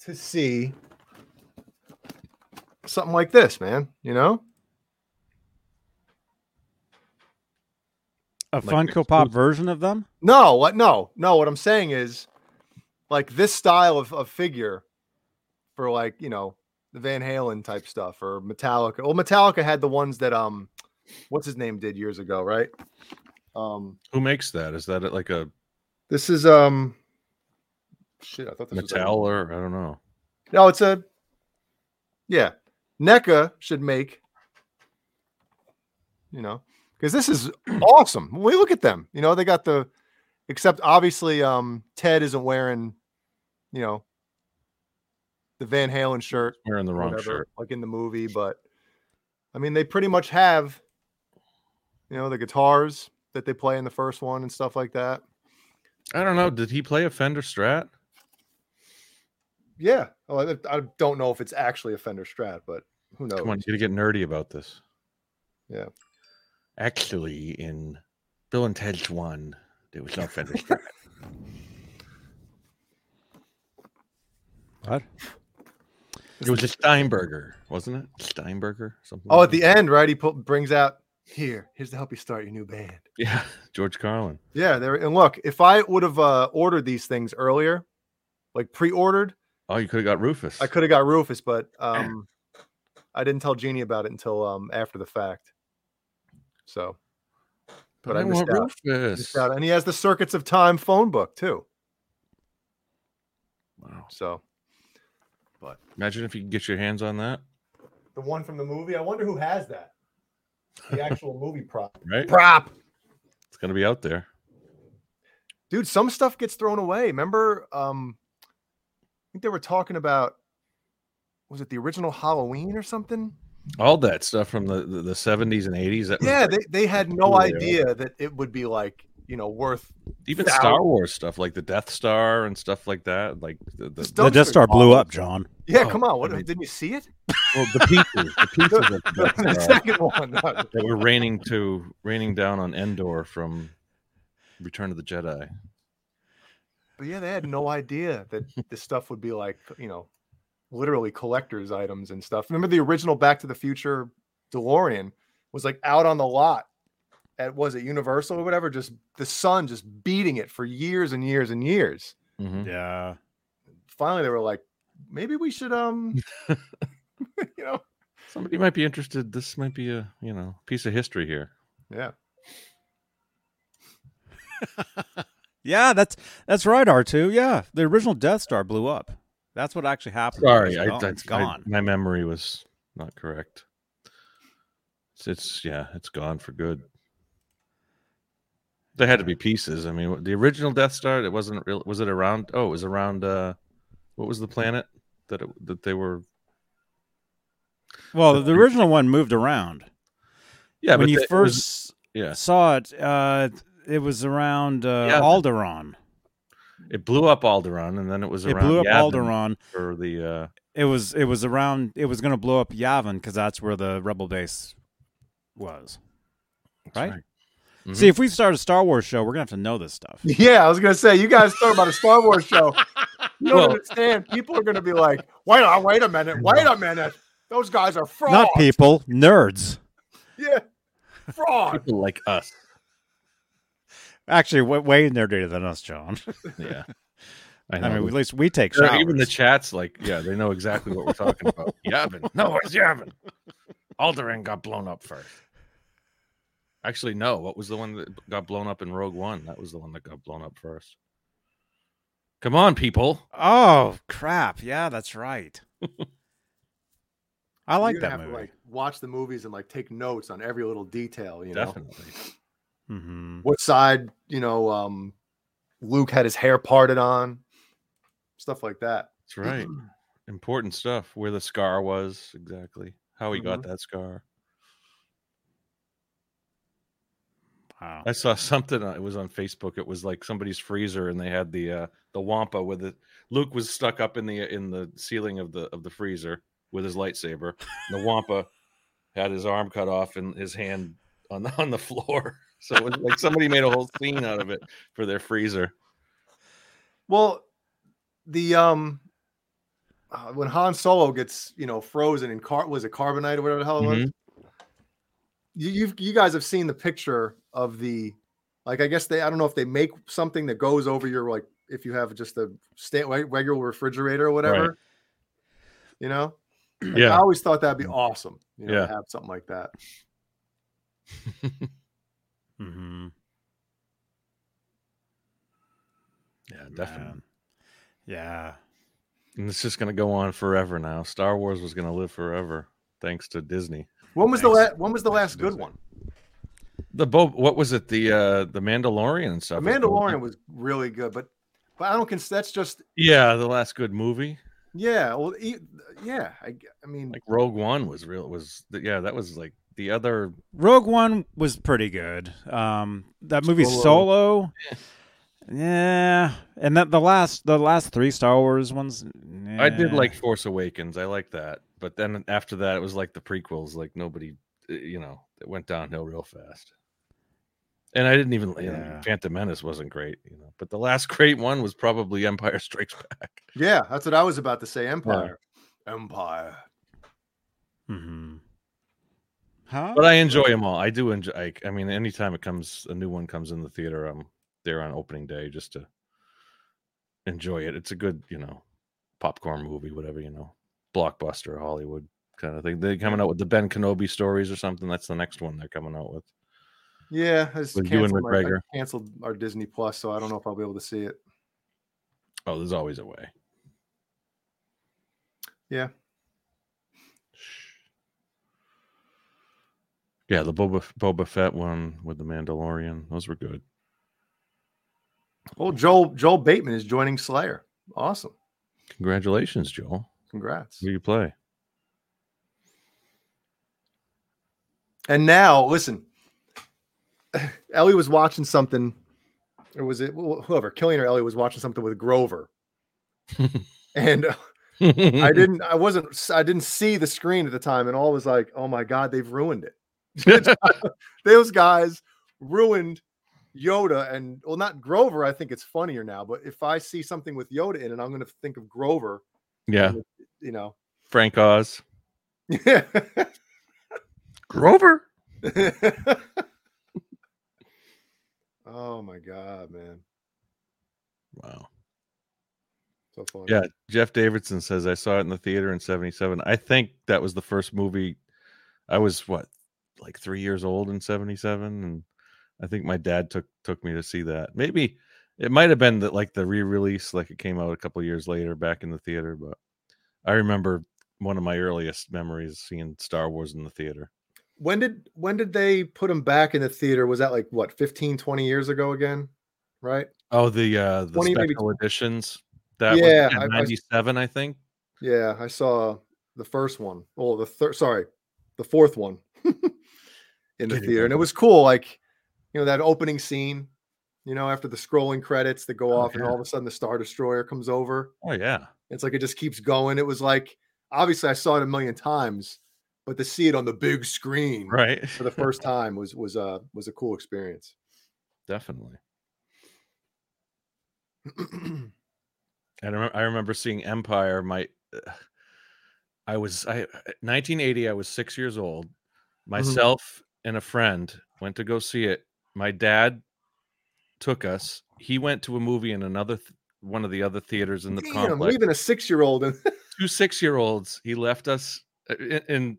C: to see something like this, man. You know,
B: A
A: Like an
B: Funko Pop
A: exclusive.
B: version of them.
C: no, what? No, no. What I'm saying is, like this style of, of figure for like you know the Van Halen type stuff or Metallica. Well, Metallica had the ones that um, what's his name did years ago, right? Um,
A: who makes that? Is that like a
C: this is um, shit. I thought this was like,
A: Mattel or I don't know.
C: No, it's a yeah. NECA should make you know because this is awesome. We look at them. You know, they got the except obviously um Ted isn't wearing, you know, the Van Halen shirt,
A: Wearing the
C: or
A: wrong
C: whatever,
A: shirt.
C: like in the movie, but I mean they pretty much have you know the guitars that they play in the first one and stuff like that.
A: I don't know. Did he play a Fender Strat?
C: Yeah. Oh, I, I don't know if it's actually a Fender Strat, but who knows?
A: Come on, you gotta get nerdy about this.
C: Yeah.
A: Actually, in Bill and Ted's one, there was no Fender Strat.
B: What?
A: it was a Steinberger, wasn't it? Steinberger, something.
C: Oh,
A: like
C: at the
A: that.
C: end, right? He pu- brings out here. Here's to help you start your new band.
A: Yeah, George Carlin.
C: Yeah, there. And look, if I would have uh, ordered these things earlier, like pre-ordered,
A: Oh, you could have got Rufus.
C: I could have got Rufus, but um, I didn't tell Jeannie about it until um, after the fact. So but I missed
A: want
C: out.
A: Rufus.
C: missed out. and he has the Circuits of Time phone book too.
A: Wow.
C: So
A: Imagine if you could get your hands on that,
C: the one from the movie. I wonder who has that. The actual movie prop.
A: right?
C: Prop.
A: It's gonna be out there.
C: dude some stuff gets thrown away remember um i think they were talking about was it the original halloween or something
A: All that stuff from the the, the 70s and 80s. That was
C: yeah
A: great.
C: they, they had no
A: totally are.
C: idea that it would be like you know worth
A: even
C: thou-
A: Star Wars stuff, like the Death Star and stuff like that. Like the, the,
C: Just
A: the,
B: The
C: don't- Dumpster
B: Death Star blew
C: bombs.
B: up, John.
C: yeah
A: Oh,
C: come on
A: I
C: what
A: mean-
C: didn't you see it
A: well, the pieces, the pieces of the
C: the
A: Death Star
C: second one no.
A: that were raining to raining down on Endor from Return of the Jedi.
C: but yeah they had no idea that this stuff would be like you know literally collectors items and stuff remember the original back to the future delorean was like out on the lot at was it universal or whatever just the sun just beating it for years and years and years
B: uh,
A: Mhm.
B: Yeah.
C: finally they were like, maybe we should um you know.
A: Somebody might be interested. This might be a you know piece of history here.
C: Yeah.
B: Yeah, that's that's right, R two. Yeah, the original Death Star blew up. That's what actually happened.
A: Sorry,
B: It's
A: I,
B: gone.
A: I-
B: it's
A: I-
B: gone.
A: my memory was not correct. It's, it's- yeah, it's gone for good. There had to be pieces. I mean, the original Death Star. It wasn't real. Was it around? Oh, it was around. uh What was the planet that it, that they were?
B: well, the original one moved around.
A: Yeah,
B: when
A: but
B: you
A: they- it was-
B: first
A: yeah,
B: saw it, uh, it was around uh,
A: Yeah.
B: Alderaan.
A: it blew up Alderaan, and then it was
B: It
A: around.
B: blew up
A: Yavin
B: Alderaan.
A: for the. uh
B: It was it was around. It was going to blow up Yavin because that's where the rebel base was.
A: that's
B: Right?
A: Mhm.
B: See, if we start a Star Wars show, we're gonna have to know this stuff.
C: Yeah, I was gonna say you guys talk about a Star Wars show. You don't
A: Well-
C: understand. People are gonna be like, "Wait, a- wait a minute, wait a minute. Those guys are frauds."
B: Not people, nerds.
C: Yeah, fraud.
A: People like us.
B: Actually, wa- way nerdier than us, John.
A: Yeah. I know.
B: I mean, at least we take
A: They're-
B: showers.
A: even the chat's like, yeah, they know exactly what we're talking about. Yavin. No, it's Yavin. Alderaan got blown up first. Actually, no. What was the one that got blown up in Rogue One? That was the one that got blown up first. Come on, people.
B: oh crap! Yeah, that's right. I like
C: You're
B: that
C: gonna have
B: movie.
C: To, like watch the movies and like take notes on every little detail. You know
A: Definitely.
B: hmm
C: what side you know um, Luke had his hair parted on, stuff like that.
A: That's right. Important stuff. Where the scar was, exactly. How he got
B: Mm-hmm.
C: Mhm.
A: that scar.
B: Wow.
A: I saw something. uh, It was on Facebook. It was like somebody's freezer, and they had the uh, the Wampa with it. Luke was stuck up in the uh, in the ceiling of the of the freezer with his lightsaber. And the Wampa had his arm cut off and his hand on the on the floor. So it was like somebody made a whole scene out of it for their freezer.
C: Well, the um, uh, when Han Solo gets you know frozen in car was it carbonite or whatever the hell it was.
A: Mm-hmm.
C: You you've, you guys have seen the picture of the, like I guess they I don't know if they make something that goes over your like if you have just a sta- like, regular refrigerator or whatever. You know, Like, I
A: Yeah, Mm.
C: always thought that'd be awesome. You know,
A: Yeah.
C: to have something like that.
B: hmm
A: yeah, definitely.
B: Man. Yeah.
A: And it's just gonna go on forever now. Star Wars was gonna live forever thanks to Disney.
C: When was the
B: Thanks.
C: last? When was the
A: Thanks
C: last
A: for
C: good
A: doing
C: one?
A: The Bob, what was it? The uh the Mandalorian and
C: The
A: stuff.
C: Mandalorian was really good, but but I don't consider that's just
A: Yeah, the last good movie.
C: yeah. Well, e- yeah. I, g- I mean,
A: like Rogue One was real was the, yeah that was like the other
B: Rogue One was pretty good. Um, that movie
C: Solo.
B: Solo. Yeah, and that the last the last three Star Wars ones.
A: I did
B: nah.
A: like Force Awakens I like that but then after that it was like the prequels like nobody uh, you know it went downhill real fast and I didn't even you know,
B: Yeah.
A: Phantom Menace wasn't great you know but the last great one was probably Empire Strikes Back
C: yeah. That's what I was about to say. Empire, Empire.
B: Mhm. Huh?
A: but I enjoy them all I do enjoy I, I mean anytime it comes a new one comes in the theater I'm there on opening day just to enjoy it it's a good you know popcorn movie, whatever you know, blockbuster Hollywood kind of thing. They're coming out with the Ben Kenobi stories or something. That's the next one they're coming out with.
C: Yeah, I just
A: With Ewan
C: canceled, my, I
A: McGregor.
C: canceled our Disney Plus, so I don't know if I'll be able to see it.
A: Oh, there's always a way.
C: Yeah.
A: Shh. Yeah, the Boba Boba Fett one with the Mandalorian. Those were good.
C: Well, Joel Joel Bateman is joining Slayer. Awesome.
A: Congratulations, Joel.
C: Congrats.
A: Who do you play?
C: And now, listen, Ellie was watching something, or was it wh- whoever, Killian or Ellie was watching something with Grover. and uh, I didn't, I wasn't, s- I didn't see the screen at the time. And all was like, oh my God, they've ruined it. Those guys ruined Yoda and, well, not Grover. I think it's funnier now, but if I see something with Yoda in it, I'm going to think of Grover,
A: yeah,
C: you know.
A: Frank Oz.
C: Yeah.
A: Grover.
C: oh my God, man.
A: Wow.
C: So funny.
A: Yeah, Jeff Davidson says I saw it in the theater in '77. I think that was the first movie. I was what, like three years old in '77, and I think my dad took took me to see that. Maybe it might have been that like the re-release, like it came out a couple years later back in the theater. But I remember one of my earliest memories seeing Star Wars in the theater.
C: when did when did they put him back in the theater was that like what 15 20 years ago again right
A: Oh, the uh the
C: 20, maybe
A: special editions. That
C: Yeah, I- I-
A: was '97, I think.
C: yeah i saw the first one oh the third sorry the fourth one in the
A: Get it
C: theater and it
A: done.
C: was cool like you know that opening scene you know after the scrolling credits that go
A: Oh,
C: off and
A: yeah.
C: all of a sudden the star destroyer comes over
A: Oh yeah.
C: it's like it just keeps going it was like obviously i saw it a million times but to see it on the big screen
A: Right.
C: for the first time was was uh was a cool experience.
A: Definitely. And I remember, I remember seeing Empire. My, I was I 1980. I was six years old.
C: Mm-hmm.
A: Myself and a friend went to go see it. My dad took us. He went to a movie in another th- one of the other theaters in the
C: Damn,
A: complex.
C: leaving a six year old and
A: Two six year olds. He left us. uh, And, and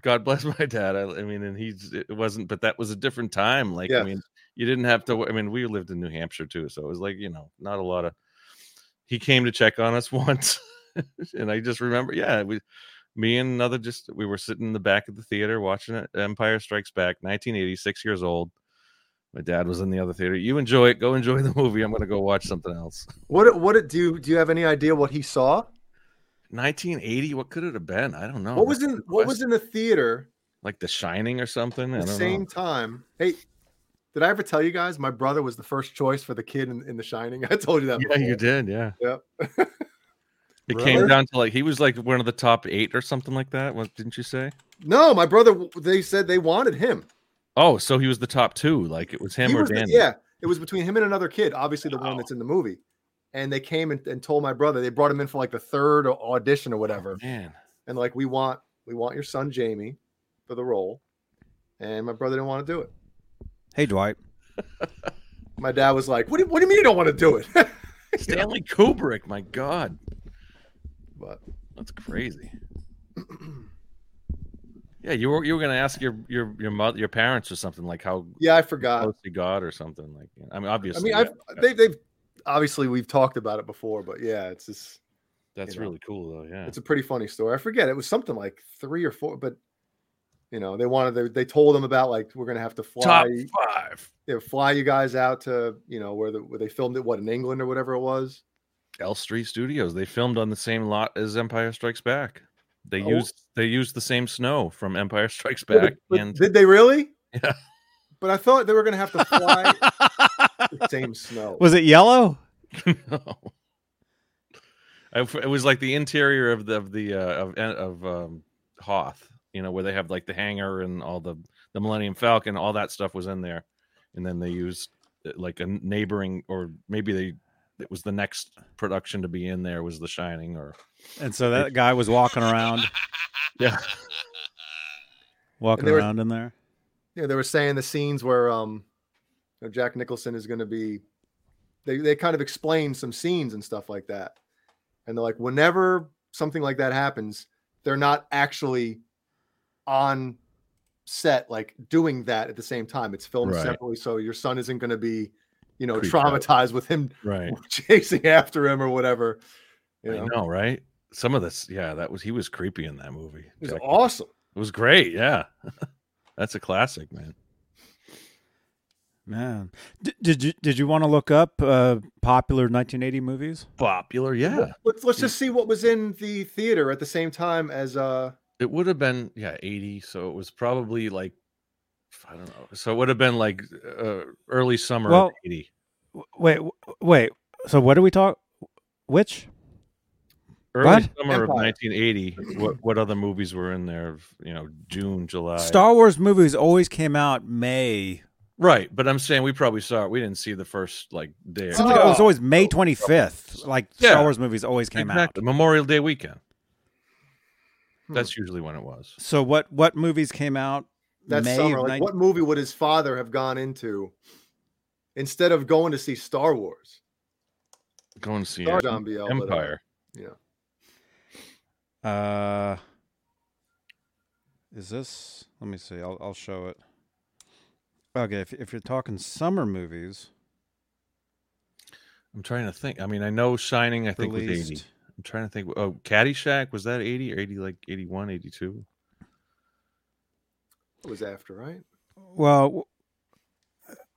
A: God bless my dad. I, I mean, and he's it wasn't, but that was a different time. Like I
C: Yes.
A: mean, you didn't have to. I mean, we lived in New Hampshire too, so it was like you know, not a lot of. He came to check on us once, and I just remember, yeah, we, me and another, just we were sitting in the back of the theater watching it, Empire Strikes Back, 1986 years old. My dad was in the other theater. You enjoy it. Go enjoy the movie. I'm going to go watch something else.
C: what what it- do you do you have any idea what he saw?
A: 1980. What could it have been? I don't know.
C: what was
A: Oh, That's a
C: in
A: good
C: what was
A: question.
C: in the theater
A: like The Shining or something? I
C: at
A: don't
C: the
A: know.
C: same time? Hey, did I ever tell you guys my brother was the first choice for the kid in, in The Shining? I told you that.
A: Yeah, you did. Yeah.
C: Yep.
A: It
C: Really?
A: came down to like he was like one of the top eight or something like that. What didn't you say?
C: No, my brother. They said they wanted him.
A: Oh, so he was the top two. Like it was him
C: He
A: or
C: was the-
A: Danny.
C: yeah, it was between him and another kid, obviously the one
A: Wow.
C: that's in the movie. And they came and, and told my brother they brought him in for like the third au- audition or whatever,
A: Man,
C: and like we want we want your son Jamie for the role, and my brother didn't want to do it.
B: Hey, Dwight.
C: My dad was like, "What do, what do you mean you don't want to do it?"
A: Stanley Kubrick. My God,
C: but
A: that's crazy. Yeah, you were you were gonna ask your your your mother your parents or something like how
C: yeah, I forgot.
A: close they got or something like. I mean,
C: I
A: obviously,
C: mean,
A: yeah,
C: I've, they, they've obviously we've talked about it before, but yeah, it's just
A: that's
C: you know,
A: really cool though. Yeah,
C: it's a pretty funny story. I forget it was something like three or four, but you know they wanted they, they told them about like we're gonna have to fly
A: top five.
C: you know, fly you guys out to you know where the where they filmed it, what in England or whatever it was.
A: Elstree Studios. They filmed on the same lot as Empire Strikes Back. They
C: Oh.
A: used they used the same snow from Empire Strikes
C: But-
A: Back
C: but
A: and
C: did they really?
A: Yeah.
C: But I thought they were gonna have to fly the same snow.
B: Was it yellow?
A: no. I f- It was like the interior of the of the uh, of en- of um, Hoth, you know, where they have like the hangar and all the the Millennium Falcon, all that stuff was in there, and then they used uh, like a neighboring, or maybe they it was the next production to be in there was The Shining, or
B: And so that guy was walking around,
A: yeah,
B: walking
C: They were-
B: around in there.
C: yeah, they were saying the scenes where um you know, Jack Nicholson is gonna be they they kind of explain some scenes and stuff like that. And they're like, whenever something like that happens, they're not actually on set like doing that at the same time. It's filmed
A: Right.
C: separately, so your son isn't gonna be, you know,
A: Creeped out.
C: traumatized with him
A: right.
C: chasing after him or whatever. You
A: I
C: know,
A: know, right? Some of this, yeah, that was he was creepy in that movie.
C: it was
A: Jack-
C: awesome.
A: It was great, yeah. That's a classic, man.
B: Man, D- did you did you want to look up uh, popular 1980 movies?
A: Popular, yeah.
C: Let's let's just see what was in the theater at the same time as uh
A: It would have been yeah, 80, so it was probably like I don't know. So it would have been like uh, early summer of
B: Well-
A: 80.
B: W- Wait, w- wait. So what do we talk? Which?
A: Early
B: what?
A: summer of
C: Empire.
A: 1980. What what other movies were in there, of, you know, June, July?
B: Star Wars movies always came out May.
A: Right, but I'm saying we probably saw it. We didn't see the first like day. or
B: It
C: Oh,
B: seems like it was always May 25th. Like
A: Yeah.
B: Star Wars movies always came out.
A: Exactly, Memorial Day weekend.
C: Hmm.
A: That's usually when it was.
B: So what what movies came out
C: that
B: May
C: summer.
B: of
C: Like,
B: nine-
C: what movie would his father have gone into instead of going to see Star Wars?
A: Going to see
C: Star
A: it.
C: John Biel, but, uh,
A: Empire.
B: Uh, is this? Let me see. I'll I'll show it. Okay, if if you're talking summer movies,
A: I'm trying to think. I mean, I know Shining, I think, was 80.
B: released.
A: I'm trying to think. Oh, Caddyshack, was that 80 or 80, like 81, 82?
C: it was after, right?
B: Well, w-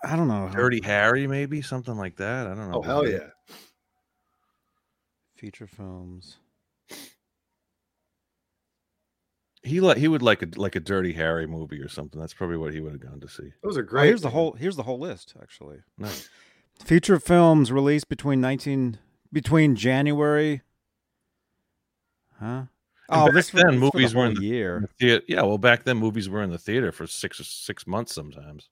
B: I don't know. how-
A: Dirty Harry, maybe? Something like that. I don't know.
C: Oh hell yeah!
B: Feature films. Oh,
A: He like he would like a like a Dirty Harry movie or something. That's probably what he would have gone to see.
C: Those are great.
B: Oh, here's the
C: man.
B: whole here's the whole list actually.
A: Nice.
B: Feature films released between 19 between January. Huh? Oh,
A: back
B: this
A: then,
B: was for
A: movies
B: the whole
A: were in the-
B: year.
A: Yeah, yeah, well, back then movies were in the theater for six or six months sometimes,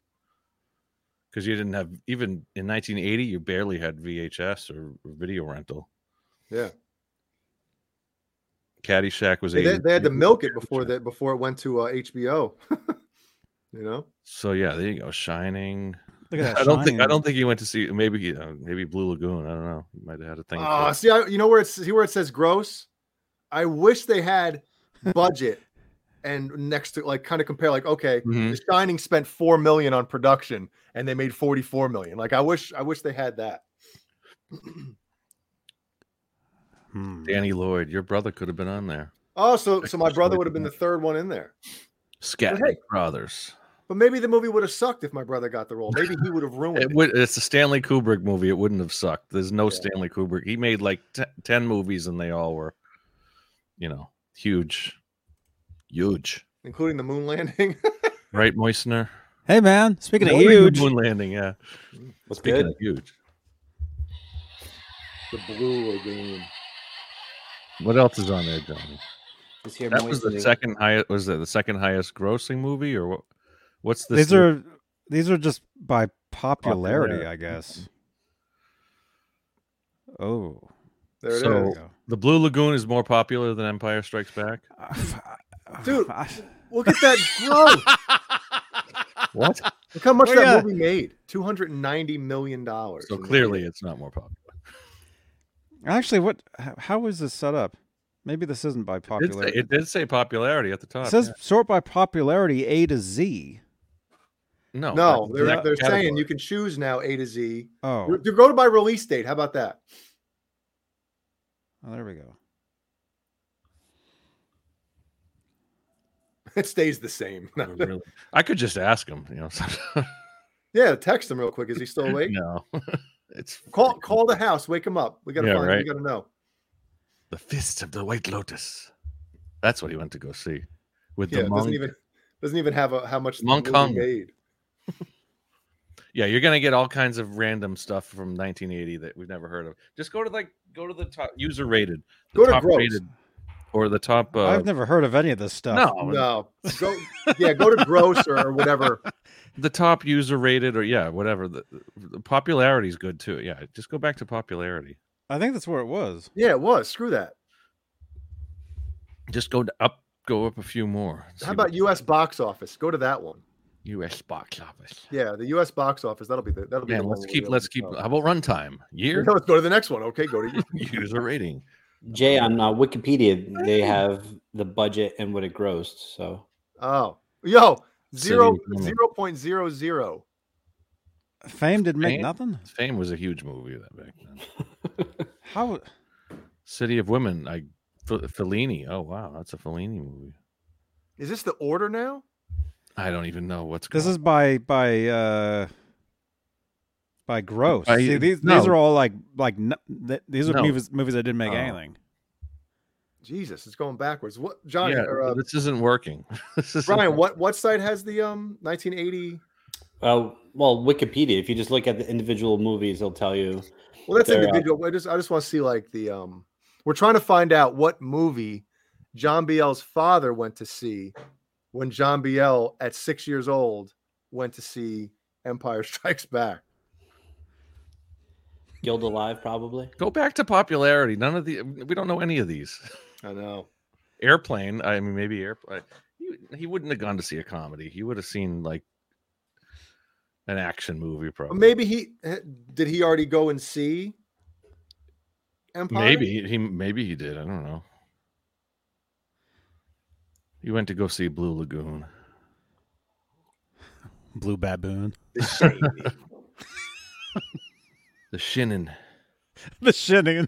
A: because you didn't have even in 1980 you barely had VHS or video rental.
C: Yeah.
A: Caddyshack was
C: They,
A: 80.
C: they had to milk it before that before it went to uh, HBO. you know,
A: So yeah, there you go. Shining.
B: Look at that.
A: I don't think I
B: shine.
A: don't think he went to see maybe he- uh, maybe Blue Lagoon. I don't know. He might have had a thing. for
C: Ah,
A: it.
C: see, I, you know where it's see where it says gross. I wish they had budget and next to like kind of compare like okay,
A: Mhm.
B: Mm-hmm.
C: The Shining spent four million on production and they made forty four million. Like I wish I wish they had that.
B: Hmm.
A: Danny Lloyd, your brother could have been on there.
C: Oh, so so my
A: Actually,
C: brother
A: they
C: would have been the
A: didn't.
C: third one in there.
A: Scat
C: hey.
A: Brothers.
C: But maybe the movie would have sucked if my brother got the role. Maybe he would have ruined
A: It
C: it.
A: would. It's a Stanley Kubrick movie. It wouldn't have sucked. There's no
C: Yeah.
A: Stanley Kubrick. He made like t- ten movies, and they all were, you know, huge, huge.
C: including the moon landing.
A: Right, Moistener.
B: Hey, man. Speaking of
A: Moon-
B: huge,
A: moon landing. Yeah,
D: What's
A: speaking
D: good?
A: of huge.
D: The Blue Lagoon.
A: What else is on there, Johnny?
D: Just hear
A: That was the
D: moistening.
A: second highest. Was that the second highest grossing movie, or what? What's this?
B: these
A: year-
B: are these are just by popularity, I
A: Mm-hmm.
B: guess. Oh,
C: There it is.
A: So-
B: there we go.
A: the Blue Lagoon is more popular than Empire Strikes Back.
C: Dude,
B: I-
C: Look at that growth.
A: What?
C: Look how much
B: Look
C: that
B: at-
C: movie made. Two hundred and ninety million dollars.
A: Oh, So clearly, it's not more popular.
B: actually, what? h- How is this set up? Maybe this isn't by
A: It did,
B: popularity.
A: say, it did say popularity at the top.
B: It says
A: yeah.
B: sort by popularity A to Z.
A: no.
C: No,
A: that's
C: they're,
A: exact
C: they're saying
A: category.
C: you can choose now A to Z.
B: Oh,
C: You go to by release date. How about that?
B: oh, there we go.
C: It stays the same.
A: Oh, really? I could just ask him, you know.
C: yeah, text him real quick. Is he still awake?
A: no, it's
C: Call call the house. Wake him up. We gotta
A: Yeah,
C: find him.
A: right.
C: We gotta know.
A: the fist of the White Lotus. That's what he went to go see with
C: Yeah,
A: the
C: it
A: monk.
C: doesn't even doesn't even have a how much the
A: Monk
C: movie
A: hung.
C: made.
A: Yeah, you're gonna get all kinds of random stuff from 1980 that we've never heard of. Just go to like go to the top user rated, the
C: Go to
A: top
C: gross.
A: or the top. Uh,
B: I've never heard of any of this stuff.
A: no,
C: No, go yeah, go to gross or whatever.
A: the top user rated or yeah, whatever. The, the popularity is good too. Yeah, just go back to popularity.
B: I think that's where it was.
C: Yeah, it was. Screw that.
A: Just go to up, go up a few more. and see
C: How about
A: what-
C: U.S. box office? Go to that one.
A: U.S. box office?
C: Yeah, the U.S. box office. That'll be the that'll be.
A: Man,
C: the
A: let's
C: one
A: keep let's keep. How about runtime? Year
C: Let's go to the next one. Okay, go to.
A: user rating.
D: Jay on uh, Wikipedia, they have the budget and what it grossed. So
C: Oh, yo, zero
A: City Limit.
C: zero point zero zero.
B: Fame didn't make
A: Fame?
B: nothing.
A: Fame was a huge movie that back then.
B: How?
A: City of Women. I F- Fellini. Oh wow, that's a Fellini movie.
C: Is this the order now?
A: I don't even know what's
B: This
A: going-
B: is by by uh by gross.
A: By-
B: See, these
A: no.
B: these are all like like n- th- these are
A: No.
B: movies movies that didn't make
A: Oh.
B: anything.
C: Jesus, it's going backwards. What, Johnny
A: yeah,
C: or uh,
A: this isn't working. this isn't
C: Brian?
A: working.
C: What what site has the um 1980?
D: Uh, well, Wikipedia. If you just look at the individual movies, they'll tell you.
C: Well, that's
D: They're, uh,
C: individual. I just I just want to see like the um. We're trying to find out what movie John Biel's father went to see when John Biel at six years old went to see Empire Strikes Back.
D: Guild Alive, probably.
A: Go back to popularity. None of the we don't know any of these.
C: I know.
A: Airplane. I mean, maybe airplane. He, he wouldn't have gone to see a comedy. He would have seen like an action movie,
C: But
A: probably.
C: maybe he eh, did. He already go and see Empire.
A: Maybe he maybe he did. I don't know. He went to go see Blue Lagoon.
B: Blue baboon.
C: The Shady.
A: The Shinnin.
B: the shitting.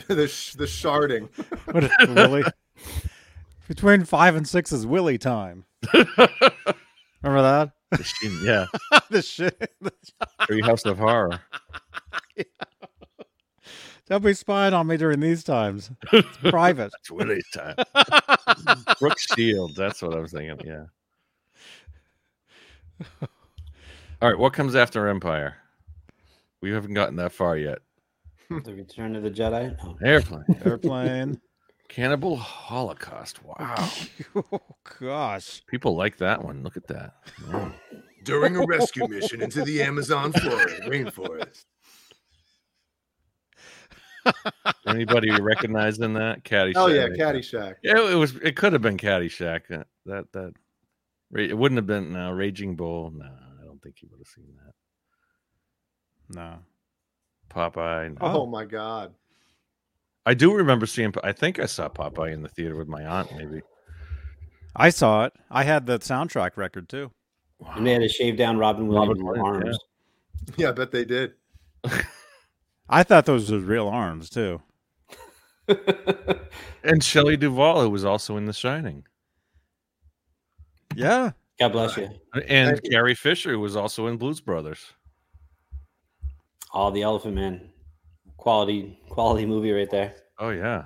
C: the, the, sh- the sharding.
B: What is it, Willy? Between five and six is Willy time. Remember
A: The Shin, yeah.
B: that? the shit.
A: Treehouse of Horror.
B: Don't be spying on me during these times. It's private.
A: It's Willie's time. Brooke Shields. That's what I was thinking. Yeah. All right. What comes after Empire? We haven't gotten that far yet.
D: the Return of the Jedi. Oh, No.
A: Airplane.
B: Airplane.
A: Cannibal Holocaust. Wow.
B: oh gosh.
A: People like that one. Look at that. Wow.
E: During a rescue mission into the Amazon forest, rainforest.
A: Anybody recognizing that? Caddy.
C: Oh yeah, Caddyshack.
A: Yeah, it was. It could have been Caddyshack. Uh, That that. ra- It wouldn't have been no Raging Bull. No, I don't think he would have seen that.
B: No.
A: Popeye. no.
C: Oh my god.
A: I do remember seeing. I think I saw Popeye in the theater with my aunt. Maybe.
B: I saw it. I had the soundtrack record too.
A: Wow.
D: And they had to shave down Robin Williams'
A: Robin Williams,
D: arms.
C: Yeah, I bet they did.
B: I thought those were real arms too.
A: And Shelley Duvall, who was also in The Shining,
B: Yeah.
D: God bless you.
A: and
C: Thank you.
A: Carrie Fisher, who was also in Blues Brothers.
D: Oh, the Elephant Man. Quality, quality movie right there.
A: Oh yeah,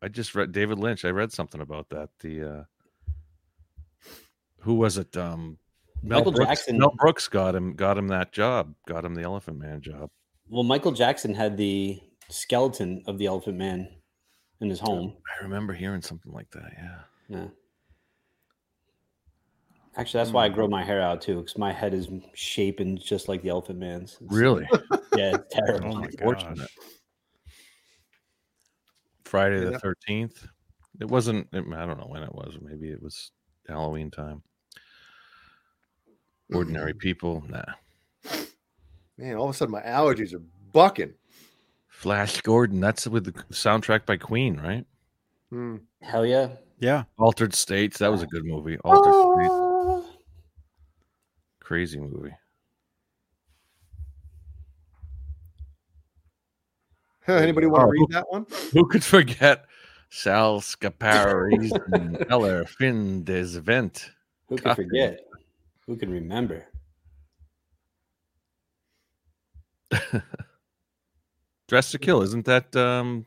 A: I just read David Lynch. I read something about that. The uh who was it? Um, Mel
D: Michael
A: Brooks,
D: Jackson.
A: Mel Brooks got him. Got him that job. Got him the Elephant Man job.
D: Well, Michael Jackson had the skeleton of the Elephant Man in his home.
A: I remember hearing something like that. Yeah.
D: Yeah. Actually, that's why I grow my hair out too, because my head is shapen just like the Elephant Man's. It's-
A: Really?
D: Yeah, it's
B: Oh
D: terrible.
B: my
A: Unfortunate.
B: gosh.
A: Friday
C: Yeah,
A: the
C: that-
A: thirteenth. It wasn't. I don't know when it was. Maybe it was Halloween time. Ordinary people. Nah.
C: Man, all of a sudden my allergies are bucking.
A: Flash Gordon. That's with the soundtrack by Queen, right?
C: Hmm.
D: Hell yeah.
B: Yeah.
A: Altered States. That was a good movie. Altered States. Crazy movie.
C: Anybody want
A: Oh.
C: to read that one?
A: Who could forget Sal Scapari's and Eller Finn des Vent?
D: Who
A: God.
D: can forget? Who can remember?
A: Dress to Kill. Isn't that um?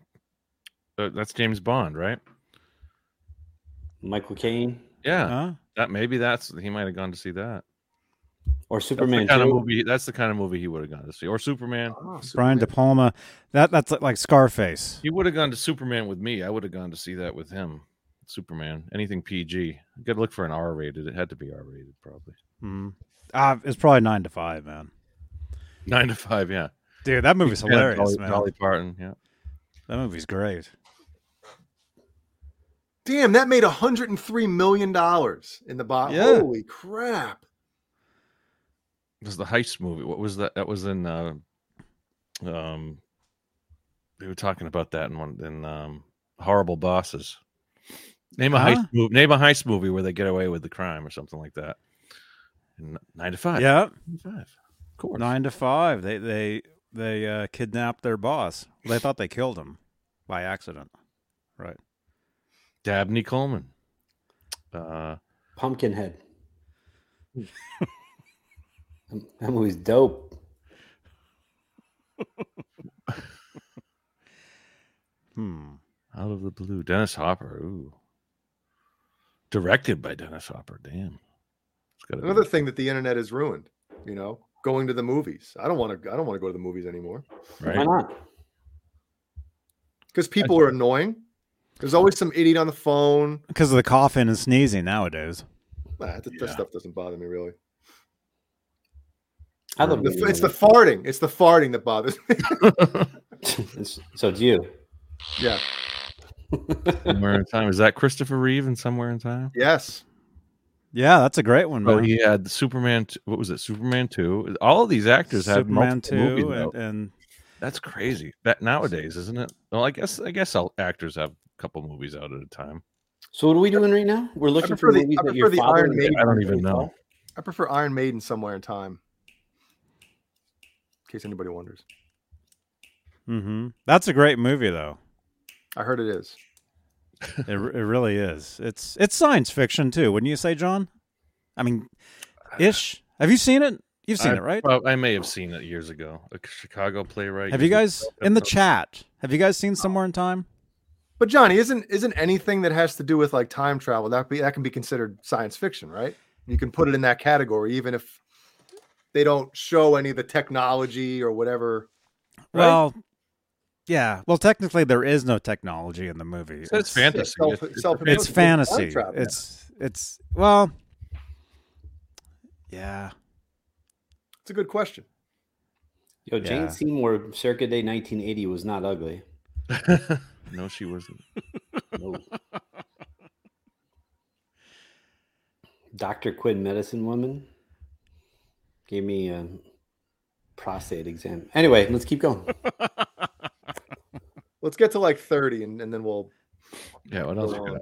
A: Uh, that's James Bond, right?
D: Michael Caine
A: Yeah.
B: Huh?
A: That maybe that's he might have gone to see that.
D: or
A: That's the
D: Superman
A: kind of
D: 2?
A: movie. That's the kind of movie he would have gone to see, or Superman.
C: Oh,
B: Brian De Palma. That that's like, like Scarface.
A: He would have gone to Superman with me. I would have gone to see that with him. Superman. Anything PG. Got to look for an R rated. It had to be R rated, probably.
B: Mm. Uh, it's probably nine to five, man.
A: Nine to five. Yeah.
B: Dude, that movie's
A: Yeah,
B: hilarious,
A: Dolly,
B: man.
A: Dolly Parton. Yeah.
B: That movie's great.
C: Damn, that made 103 million dollars in the box.
B: Yeah.
C: Holy crap.
A: It was the heist movie. What was that? That was in. Uh, um, they were talking about that in one in um, horrible bosses. Name a
B: Huh?
A: heist movie. Name a heist movie where they get away with the crime or something like that. And nine to five.
B: Yeah.
A: Five. Of course.
B: Nine to five. They they they uh, kidnapped their boss. They thought they killed him by accident. Right.
A: Dabney Coleman. Uh,
D: Pumpkinhead. that movie's dope.
B: Hmm.
A: out of the blue. Dennis Hopper. Ooh. Directed by Dennis Hopper. Damn. It's got
C: Another thing that the internet has ruined, you know, going to the movies. I don't want to I don't want to go to the movies anymore
D: Why
A: right?
D: not?
C: because people are annoying. There's always some idiot on the phone.
B: Because of the coughing and sneezing nowadays.
C: Nah, that, that
A: Yeah.
C: stuff doesn't bother me really.
D: I love
C: The
D: movie
C: f- it's the
D: movies.
C: farting. It's the farting that bothers me.
D: It's- so it's you.
C: yeah.
A: Somewhere in time. Is that Christopher Reeve in Somewhere in Time?
C: Yes.
B: Yeah, that's a great one,
A: Oh,
B: man.
A: he had Superman. t- What was it? Superman two. All of these actors have
B: Superman
A: multiple movies.
B: two and,
A: out.
B: and
A: That's crazy. That nowadays, isn't it? Well, I guess I guess all actors have a couple movies out at a time.
D: So what are we doing right now? We're looking for
C: prefer the-
D: movies
C: I
D: that your
C: prefer the
D: father
C: Iron
D: and
C: Maiden.
A: I don't even know.
C: I prefer Iron Maiden somewhere in time. In case anybody wonders.
B: hmm That's a great movie, though.
C: I heard it is.
B: It, r- it really is. It's it's science fiction too, wouldn't you say, John? I mean, ish. Have you seen it? You've seen
A: Uh, I,
B: it, right?
A: Well, I may have seen it years ago. A Chicago playwright.
B: have you guys in the
A: chat?
B: chat? Have you guys
A: uh,
B: seen Somewhere in Time?
C: But Johnny, isn't isn't anything that has to do with like time travel that be that can be considered science fiction, right? You can put it in that category, even if they don't show any of the technology or whatever. right?
B: Well, Yeah. Well, technically, there is no technology in the movie.
A: It's fantasy.
C: self-
A: It's- it's-
C: self-hypnosis.
B: it's
C: It's
B: fantasy.
C: time travel.
B: It's it's well, yeah.
C: It's a good question.
D: Yo, Jane
B: Yeah.
D: Seymour, circa day 1980, was not ugly.
A: no, she wasn't.
D: No. Dr. Quinn, medicine woman, gave me a prostate exam. Anyway, let's keep going.
C: Let's get to like 30 and, and then we'll
A: Yeah, what else?
C: go
A: we got?
C: on.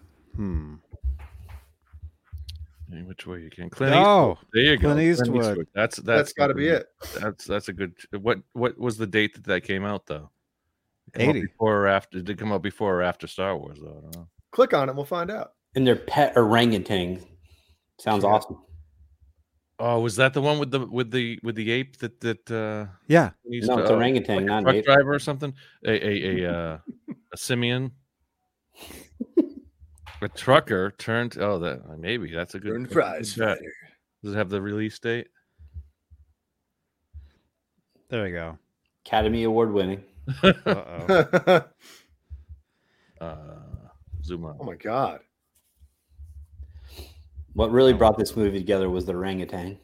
B: Oh. Hmm.
A: Hey, Which way you can? Clint Eastwood.
B: Oh,
A: There you go.
B: Clint Eastwood.
A: That's that's,
C: That's got to be it.
A: That's that's a good. What what was the date that that came out though? It come out
B: 80.
A: before or after? Did it come out before or after Star Wars though? I don't know.
C: Click on it. and We'll find out.
D: And their pet orangutan sounds
C: Yeah.
D: awesome.
A: Oh, was that the one with the with the with the ape that that uh
B: yeah.
A: used
D: No,
A: to-
D: it's
A: oh,
D: orangutan, not
A: truck
D: an ape.
A: driver or something? A a a uh, a simian. A trucker turned. Oh, that maybe that's a good.
E: Burn
A: that's a
E: fries.
A: good bet.
E: fritter.
A: Does it have the release date?
B: There we go.
D: Academy Award winning.
B: Uh-oh.
C: oh
A: Uh, zoom out.
C: my God.
D: What really brought this movie together was the orangutan.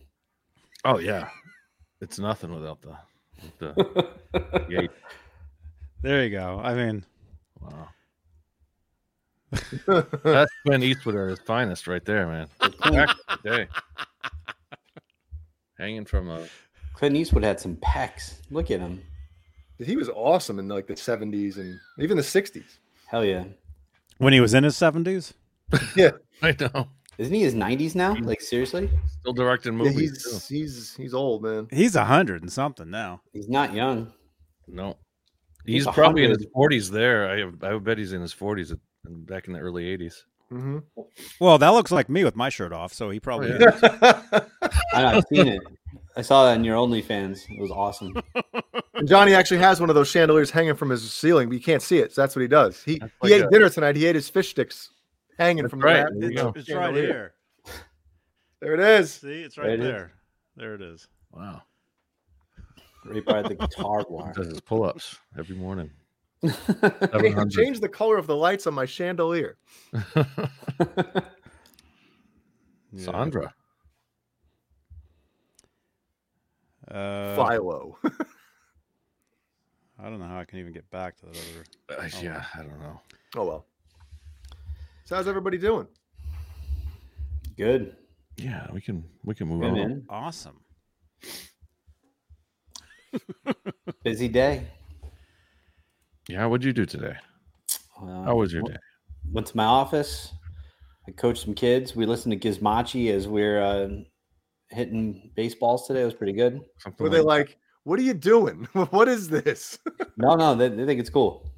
A: Oh yeah, it's nothing without the. with the the ape.
B: there you go. I mean,
A: Wow. That's Clint Eastwood at his finest, right there, man. Back in the day. Hanging from a
D: Clint Eastwood had some pecs. Look at him.
C: He was awesome in like the 70s and even the 60s.
D: Hell yeah.
B: when he was in his seventies.
A: I know,
D: Isn't he his 90s now? Like, seriously?
A: still directing
C: Yeah,
A: movies. too.
C: he's, he's, he's old, man.
B: He's a hundred and something now.
D: He's not young.
A: No,
D: He's
A: he's, probably in
D: 100.
A: his forties. There, I I bet he's in his forties back in the early eighties.
C: Mm-hmm.
B: Well, that looks like me with my shirt off, so he probably
A: yeah.
B: is.
D: I know, I've seen it. I saw that in your OnlyFans. It was awesome.
C: And Johnny actually has one of those chandeliers hanging from his ceiling, but you can't see it. So that's what he does. He,
A: That's
C: he
A: like
C: ate
A: a-
C: dinner tonight. He ate his fish sticks hanging
A: That's
C: from
A: right.
C: the
A: There you
B: It's,
A: go.
B: it's right
C: Chandelier.
B: here.
C: There it is.
B: See, it's
D: There
B: right
D: it is.
B: there. There it is.
A: Wow,
D: Right by the guitar bar.
A: does his pull ups every morning.
C: Hey,
A: 700.
C: change the color of the lights on my chandelier.
A: Sandra,
B: Uh,
C: Philo.
B: I don't know how I can even get back to that other.
A: Uh, yeah, I don't know.
C: oh, well. So how's everybody doing?
D: Good.
A: Yeah, we can we can move
D: Good,
A: on.
D: man.
B: Awesome.
D: Busy day.
A: Yeah, what'd you do today?
D: Uh,
A: How was your
D: w-
A: day?
D: Went to my office. I coached some kids. We listened to Gizmachi as we're uh, hitting baseballs today. It was pretty good.
A: Something
C: Were they like, what are you doing? what is this?
D: No, no, they, they think it's cool.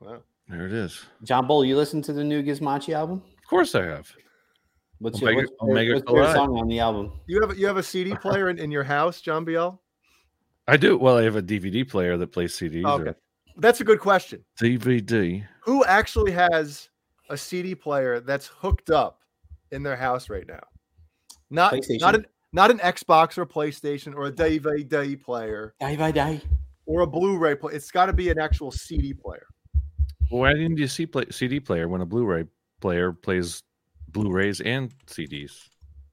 C: Wow.
A: there it is.
D: John Bull, you listen to the new Gizmachi album?
A: Of course, I have.
D: What's
A: Omega-
D: your, what's
A: Omega
D: your, what's your
A: Collide.
D: song on the album?
C: You have you have a CD player in, in your house, John Biel?
A: I do. Well, I have a DVD player that plays CDs.
C: Oh, Okay.
A: Or
C: That's a good question.
A: DVD.
C: Who actually has a CD player that's hooked up in their house right now? Not
D: PlayStation.
C: not an not an Xbox or PlayStation or a DVD player
D: Die by die.
C: or a Blu-ray player. It's got to be an actual CD player.
A: Well, why didn't you see play- CD player when a Blu-ray player plays Blu-rays and CDs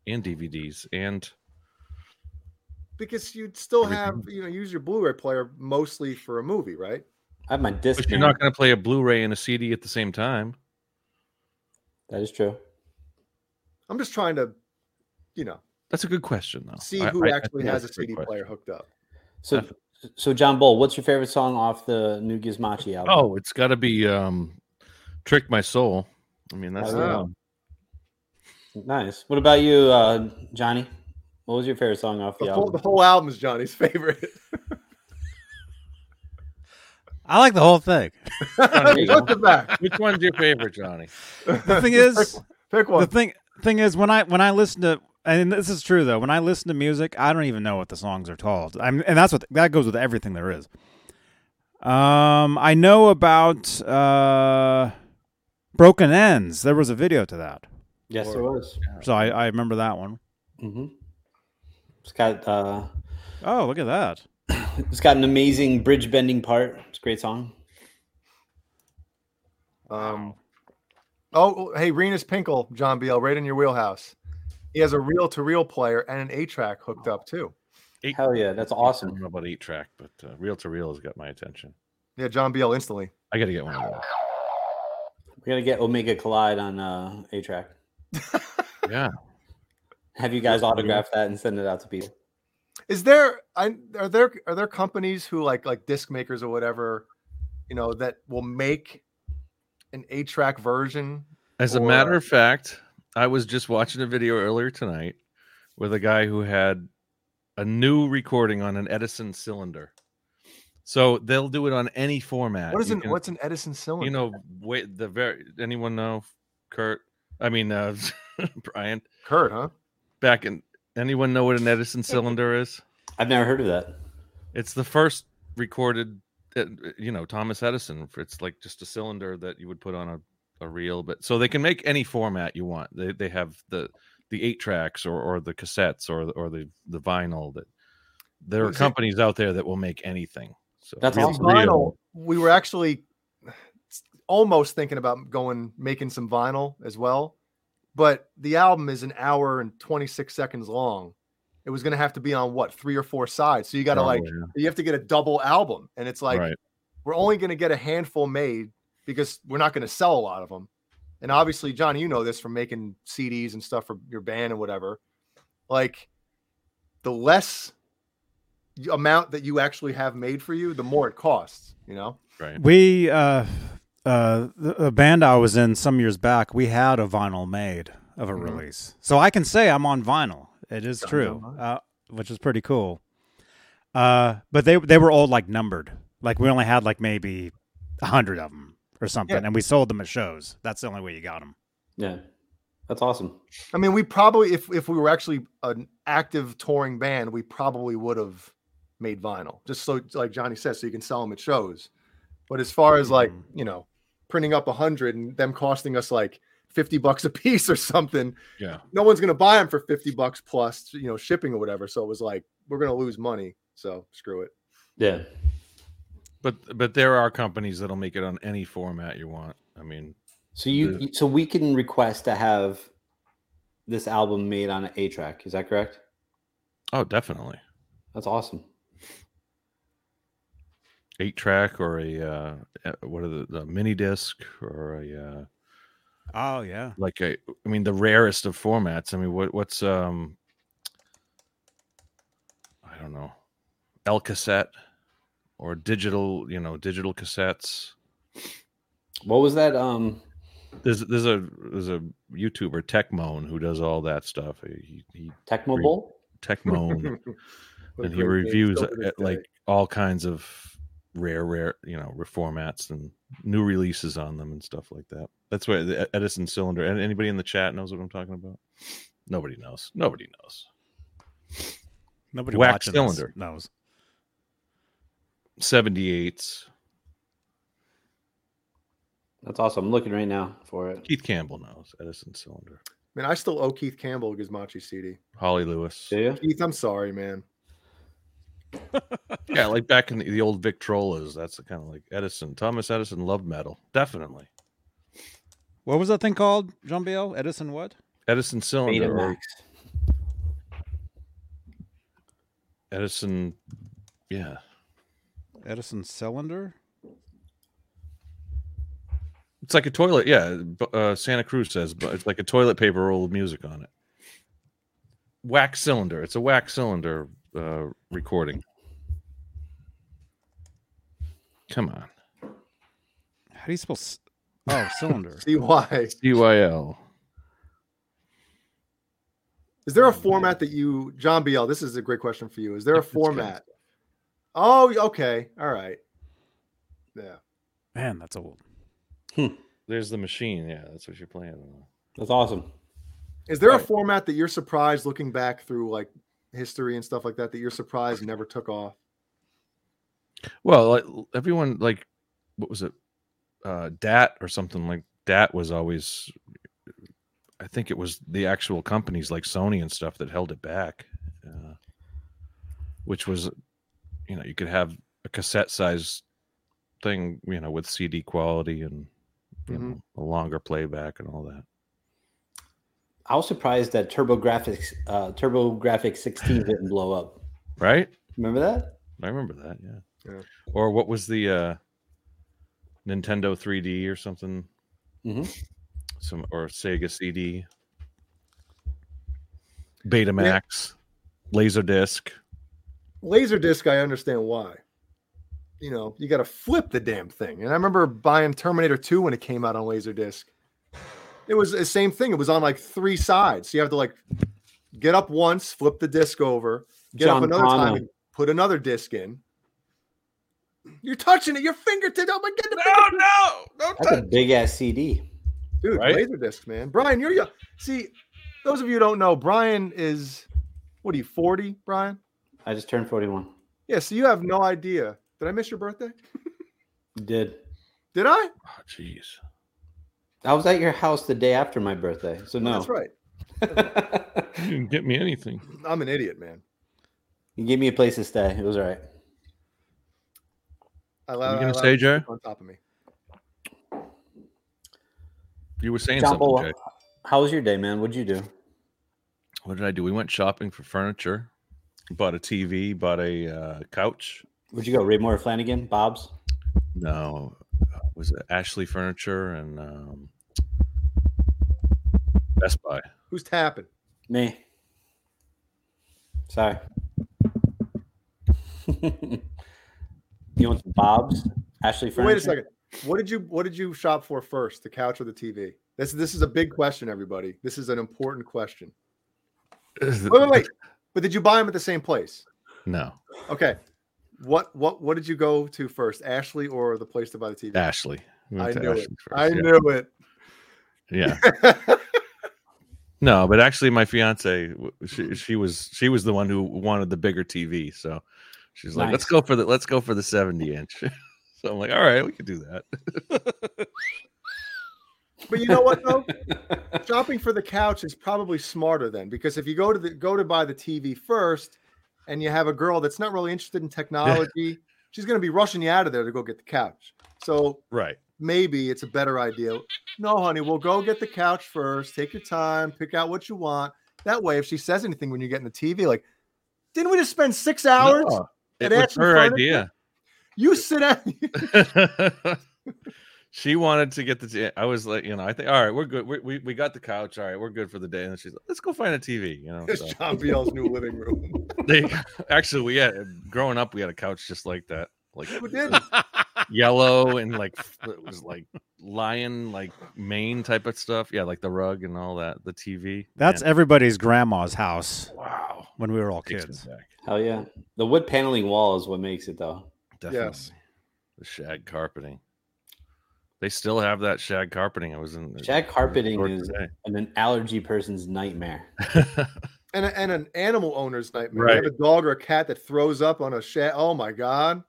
A: and DVDs and
C: Because you'd still have,
A: Everything.
C: you know, use your Blu-ray player mostly for a movie, right?
D: I have my disc.
A: but you're
D: man.
A: not going to play a Blu-ray and a CD at the same time.
D: That is true.
C: I'm just trying to, you know,
A: That's a good question, though.
C: see
A: Oh, I-
C: who
A: I- I
C: actually
A: think
C: has a
A: that's good
C: CD
A: question.
C: player hooked up.
D: So, so John Bull, what's your favorite song off the new Gizmachi album?
A: Oh, it's got to be um, "Trick My Soul." I mean, that's
D: Oh,
A: the
D: yeah.
A: one.
D: nice. What about you, uh, Johnny? What was your favorite song off the
C: The whole, the
D: album?
C: whole album is Johnny's favorite.
B: I like the whole thing.
A: There you go.
C: Front to back.
A: Which one's your favorite, Johnny?
B: The thing is,
C: Pick
B: the
C: one.
B: thing thing is when I when I listen to and this is true though when I listen to music I don't even know what the songs are called I'm and that's what that goes with everything there is. Um, I know about uh, broken ends. There was a video to that,
D: Yes, there was.
B: so I, I remember that one.
D: Mm-hmm. It's got uh,
B: Oh, look at that!
D: It's got an amazing bridge bending part. It's a great song.
C: Um, oh, hey, Renus Pinkle, John Beal, right in your wheelhouse. He has a reel to reel player and an A track hooked up too.
A: Eight-
D: Hell yeah, that's
A: I don't
D: awesome.
A: know about eight track, but uh, reel to reel has got my attention.
C: Yeah, John Beal instantly.
A: I got to get one of those.
D: We gotta get Omega Collide on uh, A Track.
A: Yeah,
D: Have you guys autograph that and send it out to people?
C: Is there I, are there are there companies who like like disc makers or whatever, you know, that will make an A track version?
A: As a
C: or-
A: matter of fact, I was just watching a video earlier tonight with a guy who had a new recording on an Edison cylinder. So they'll do it on any format.
C: What is
A: You
C: an
A: can-
C: what's an Edison cylinder?
A: you know wait the very anyone know Kurt? I mean uh, Brian
C: Kurt, huh?
A: back in anyone know what an Edison cylinder is?
D: I've never heard of that.
A: It's the first recorded uh, you know Thomas Edison. It's like just a cylinder that you would put on a a reel, but so they can make any format you want. They they have the the eight tracks or or the cassettes or the- or the the vinyl that there are
C: Is it-
A: companies out there that will make anything. So
D: That's
A: reel
D: awesome.
A: to reel.
C: vinyl. We were actually almost thinking about going making some vinyl as well, but the album is an hour and 26 seconds long. It was going to have to be on what three or four sides, so you got to like
A: Probably,
C: you have to get a double album, and it's like
A: right.
C: we're only going to get a handful made because we're not going to sell a lot of them. And obviously, Johnny, you know this from making CDs and stuff for your band and whatever. Like, the less y- amount that you actually have made for you, the more it costs. You know,
A: right.
B: We, uh, uh, the, the band I was in some years back, we had a vinyl made of a
C: Mhm.
B: release. So I can say I'm on vinyl. It is
C: Sounds
B: true,
C: on vinyl.
B: uh, which is pretty cool. Uh, but they they were all like numbered. Like we only had like maybe a hundred of them or something,
C: Yeah.
B: and we sold them at shows. That's the only way you got them.
D: Yeah, that's awesome.
C: I mean, we probably if if we were actually an active touring band, we probably would have made vinyl, just so like Johnny says, so you can sell them at shows. But as far as like
A: Mm-hmm.
B: Mhm.
C: you know, printing up a hundred and them costing us like fifty bucks a piece or something,
A: Yeah.
C: no one's gonna buy them for fifty bucks plus you know shipping or whatever. So it was like we're gonna lose money, so screw it.
D: Yeah,
A: But but there are companies that'll make it on any format you want. I mean,
D: So you, you- so we can request to have this album made on an A track. Is that correct?
A: oh, definitely
D: That's awesome.
A: eight track or a uh, uh, what are the, the mini disc or a uh,
B: Oh yeah,
A: like a I mean the rarest of formats. I mean, what what's um I don't know L cassette or digital you know digital cassettes.
D: What was that? Um,
A: There's there's a there's a YouTuber Techmoan who does all that stuff. He, he
D: Tecmo Bowl.
A: Techmoan.
C: What a
A: and he
C: great name
A: reviews
C: still to this
A: uh, like
C: day.
A: all kinds of rare rare you know reformats and new releases on them and stuff like that that's why the E- edison cylinder and anybody in the chat knows what i'm talking about nobody knows nobody knows
B: nobody
A: Wax
B: watching
A: cylinder.
B: this knows.
A: 78s
D: That's awesome. I'm looking right now for it.
A: keith campbell knows edison cylinder
C: man, I still owe Keith Campbell a Gizmachi CD.
A: holly lewis
D: Do you?
C: Keith, I'm sorry, man.
A: yeah like back in the, the old victrolas that's the kind of like edison thomas edison loved metal definitely
B: What was that thing called, Jean Biel? Edison what?
A: edison cylinder or
D: Betamax.
A: edison yeah
B: Edison cylinder?
A: It's like a toilet. Yeah, b- uh, Santa Cruz says, but it's like a toilet paper roll with music on it. Wax cylinder. It's a wax cylinder uh, recording. Come on,
B: How do you spell? C- oh, cylinder.
C: See why?
A: DYL.
C: Is there a format that you, John BL? This is a great question for you. Is there
A: Oh,
C: a
A: It's good.
C: format? Oh, okay. All right. Yeah.
B: Man, that's old.
A: There's the machine. Yeah, that's what you're playing. on.
D: That's awesome.
C: Is there a
A: Right.
C: format that you're surprised looking back through like history and stuff like that that you're surprised never took off?
A: Well, like, everyone like, what was it? Uh, DAT or something like DAT was always. I think it was the actual companies like Sony and stuff that held it back, uh, which was, you know you could have a cassette size thing you know with cd quality and you
C: Mhm.
A: know a longer playback and all that
D: I was surprised that TurboGrafx uh, TurboGrafx 16 didn't blow up.
A: right
D: Remember that?
A: i remember that yeah,
C: Yeah.
A: or what was the uh nintendo 3d or something
D: Mhm.
A: some or sega cd betamax laserdisc
C: Laserdisc, I understand why. You know, you got to flip the damn thing. And I remember buying Terminator 2 when it came out on Laserdisc. It was the same thing. It was on like three sides. So you have to like get up once, flip the disc over, get up
D: John
C: another time,
D: Connor.
C: and put another disc in. You're touching it. Your fingertip. Oh my goodness.
A: no don't
D: That's a big ass CD.
C: Dude,
A: Right?
C: Laserdisc, man. Brian, you're young. See, those of you who don't know, Brian is, what are you, 40, Brian?
D: I just turned 41.
C: Yeah, so you have no idea. Did I miss your birthday?
D: You Did
C: Did I?
A: Oh, jeez.
D: I was at your house the day after my birthday, so no.
C: That's right.
A: You didn't get me anything.
C: I'm an idiot, man.
D: you gave me a place to stay. It was all right.
C: I
A: What
C: allow,
A: are you
C: I
A: going to
C: allow
A: say,
C: you
A: Jay?
C: on top of me.
A: You were saying
D: John
A: something,
D: Paul,
A: Jay.
D: how was your day, man? What'd you do?
A: What did I do? We went shopping for furniture, bought a TV, bought a uh, couch.
D: Where'd you go? Raymore Flanagan, Bob's.
A: No, uh, was it Ashley Furniture and um, Best Buy?
C: Who's tapping?
D: Me. Sorry. you want some Bob's? Ashley Furniture?
C: Wait a second. What did you What did you shop for first? The couch or the TV? This This is a big question, everybody. This is an important question. Wait, wait, wait. But did you buy them at the same place?
A: No,
C: Okay. What What What did you go to first, Ashley or the place to buy the TV?
A: Ashley. We
C: I
A: went to
C: knew it.
A: Ashley first,
C: I
A: yeah.
C: knew it.
A: Yeah. No, but actually, my fiance, w- she, she was she was the one who wanted the bigger TV. So she's like, "Let's
D: Nice.
A: go for the let's go for the seventy inch." so I'm like, "All right, we can do that."
C: But you know what though? Shopping for the couch is probably smarter then because if you go to the go to buy the TV first and you have a girl that's not really interested in technology, she's gonna be rushing you out of there to go get the couch. So
A: Right.
C: maybe it's a better idea. No, honey, we'll go get the couch first, take your time, pick out what you want. That way, if she says anything when you get in the TV, like, didn't we just spend six hours?
A: No, it
C: at
A: was
C: Ashley
A: her
C: Furniture?
A: idea.
C: You sit down.
A: she wanted to get the. T- I was like, you know, I think, all right, we're good. We, we we got the couch. All right, we're good for the day. And then she's like, let's go find a TV. You know,
C: It's
A: so
C: John Biel's new living room.
A: they actually we had growing up, we had a couch just like that, like
C: Who didn't?
A: yellow and like f- it was like lion like mane type of stuff. Yeah, like the rug and all that. The TV.
B: That's
A: Man,
B: everybody's grandma's house
A: wow.
B: when we were all
A: Takes me
B: kids.
A: back.
D: Hell yeah. The wood paneling wall is what makes it, though.
A: Definitely.
C: Yes.
A: The shag carpeting. They still have that shag carpeting. I was in I
D: Shag
A: was in
D: carpeting
A: store
D: is-
A: today.
D: And an allergy person's nightmare.
C: And, a, and an animal owner's nightmare. You
A: Right.
C: have a dog or a cat that throws up on a shed. Oh my God.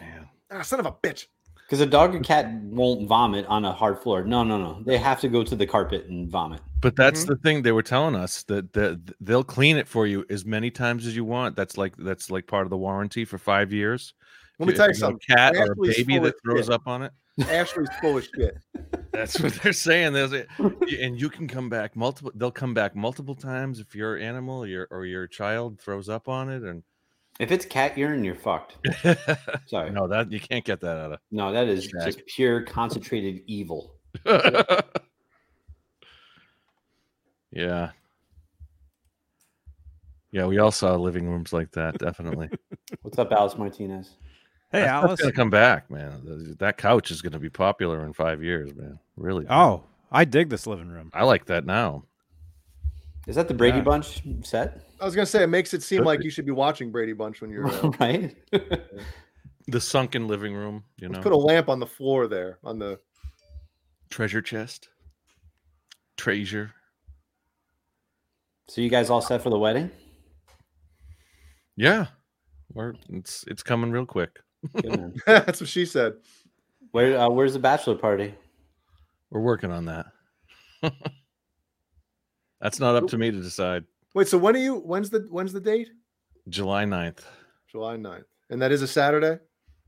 A: Man.
C: Ah, son of a bitch.
D: Because a dog or cat won't vomit on a hard floor. No, no, no. They have to go to the carpet and vomit.
A: But that's
C: Mm-hmm.
A: the thing they were telling us that that th- they'll clean it for you as many times as you want. That's like that's like part of the warranty for five years.
C: Let me
A: If
C: tell
A: you
C: you
A: have
C: something.
A: A cat or a
C: Ashley's
A: baby
C: full
A: that
C: of
A: throws
C: shit.
A: up on it.
C: Ashley's full of shit.
A: That's what they're saying. There's a, and you can come back multiple. They'll come back multiple times if your animal or your or your child throws up on it. And
D: If it's cat urine, you're fucked. Sorry. No,
A: no, that you can't get that out of.
D: that is
A: Shag.
D: just pure concentrated evil.
A: yeah. Yeah, we all saw living rooms like that. Definitely,
D: What's up, Alice Martinez?
B: Hey,
A: That stuff's
B: Alice.
A: gonna come back, man. Th- That couch is gonna be popular in five years, man. Really?
B: Oh, I dig this living room.
A: I like that now.
D: Is that the Brady
A: Yeah.
D: Bunch set?
C: I was gonna say it makes it seem
A: Could
C: like
A: be.
C: you should be watching Brady Bunch when you're. Uh,
D: right?
A: The sunken living room, you
C: let's
A: know,
C: put a lamp on the floor there on the
A: treasure chest, treasure.
D: so you guys all set for the wedding?
A: Yeah, we're it's it's coming real quick.
D: Good man.
C: That's what she said.
D: Where uh, where's the bachelor party?
A: We're working on that. That's not up to me to decide.
C: Wait, so when are you? When's the when's the date?
A: July 9th.
C: July 9th. and that is a Saturday.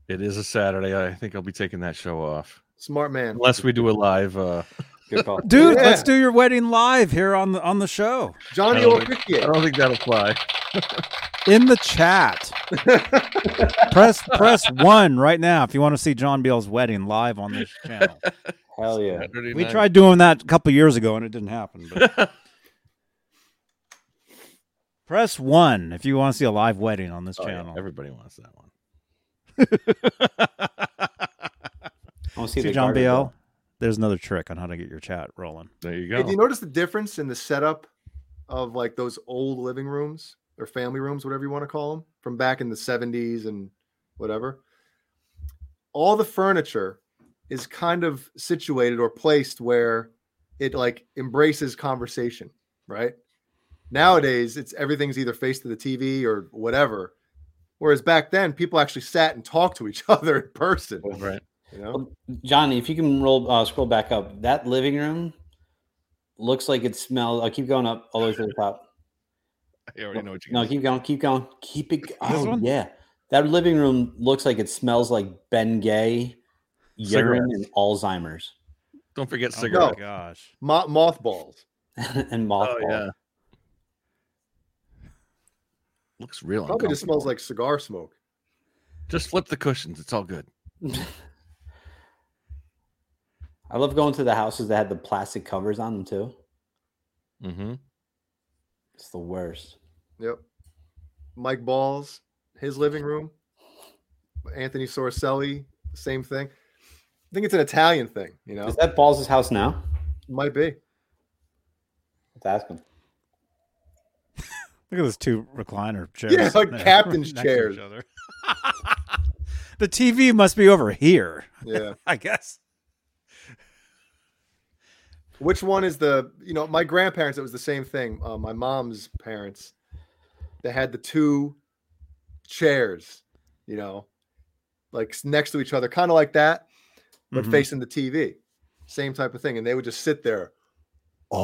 A: It is a Saturday. I think I'll be taking that show off
C: Smart man.
A: unless we do a live. Uh,
D: Good call.
B: Dude,
C: Yeah.
B: let's do your wedding live here on the on the show
C: Johnny
A: I don't- I
C: Olivia.
A: don't think that'll fly.
B: in the chat. press press one right now if you want to see John Beale's wedding live on this channel.
D: Hell yeah.
A: Saturday
B: We
A: night.
B: tried doing that a couple years ago and it didn't happen. But press one if you want to see a live wedding on this
A: Oh, yeah,
B: channel.
A: Everybody wants that one.
D: I want to see,
B: see
D: the
B: John
D: garter
B: Beale.
D: ball.
B: There's another trick on how to get your chat rolling.
A: There you go.
C: Hey, do you notice the difference in the setup of like those old living rooms or family rooms, whatever you want to call them, from back in the 70s and whatever? All the furniture is kind of situated or placed where it like embraces conversation, right? Nowadays, it's everything's either face to the TV or whatever. Whereas back then, people actually sat and talked to each other in person.
A: Right.
C: You know?
D: Well, Johnny, if you can roll, uh, scroll back up. That living room looks like it smells. I keep going up all the way to the top.
A: I already know what you
D: No, keep going, keep going, keep it. g- Oh
B: one?
D: yeah, that living room looks like it smells like Ben Gay, urine, and Alzheimer's,
A: Don't forget
B: Oh
A: cigarette.
B: my gosh.
C: Mo- mothballs.
D: and
A: Oh,
D: mothball.
A: yeah. Looks real.
C: Probably just smells
A: uncomfortable.
C: like cigar smoke.
A: Just flip the cushions. It's all good.
D: I love going to the houses that had the plastic covers on them too.
A: Mm-hmm.
D: It's the worst.
C: Yep. Mike Balls, his living room. Anthony Sorcelli, same thing. I think it's an Italian thing, you know.
D: Is that Balls' house now?
C: Might be.
D: Let's ask him.
B: Look at those two recliner chairs.
C: Yeah, like
B: sitting there
C: captain's
B: next to
C: chairs.
B: each other. the TV must be over here,
C: Yeah.
B: I guess.
C: Which one is the, you know, my grandparents, it was the same thing. Uh, my mom's parents, they had the two chairs, you know, like s- next to each other, kind of like that, but
B: Mhm.
C: facing the TV. Same type of thing. And they would just sit there.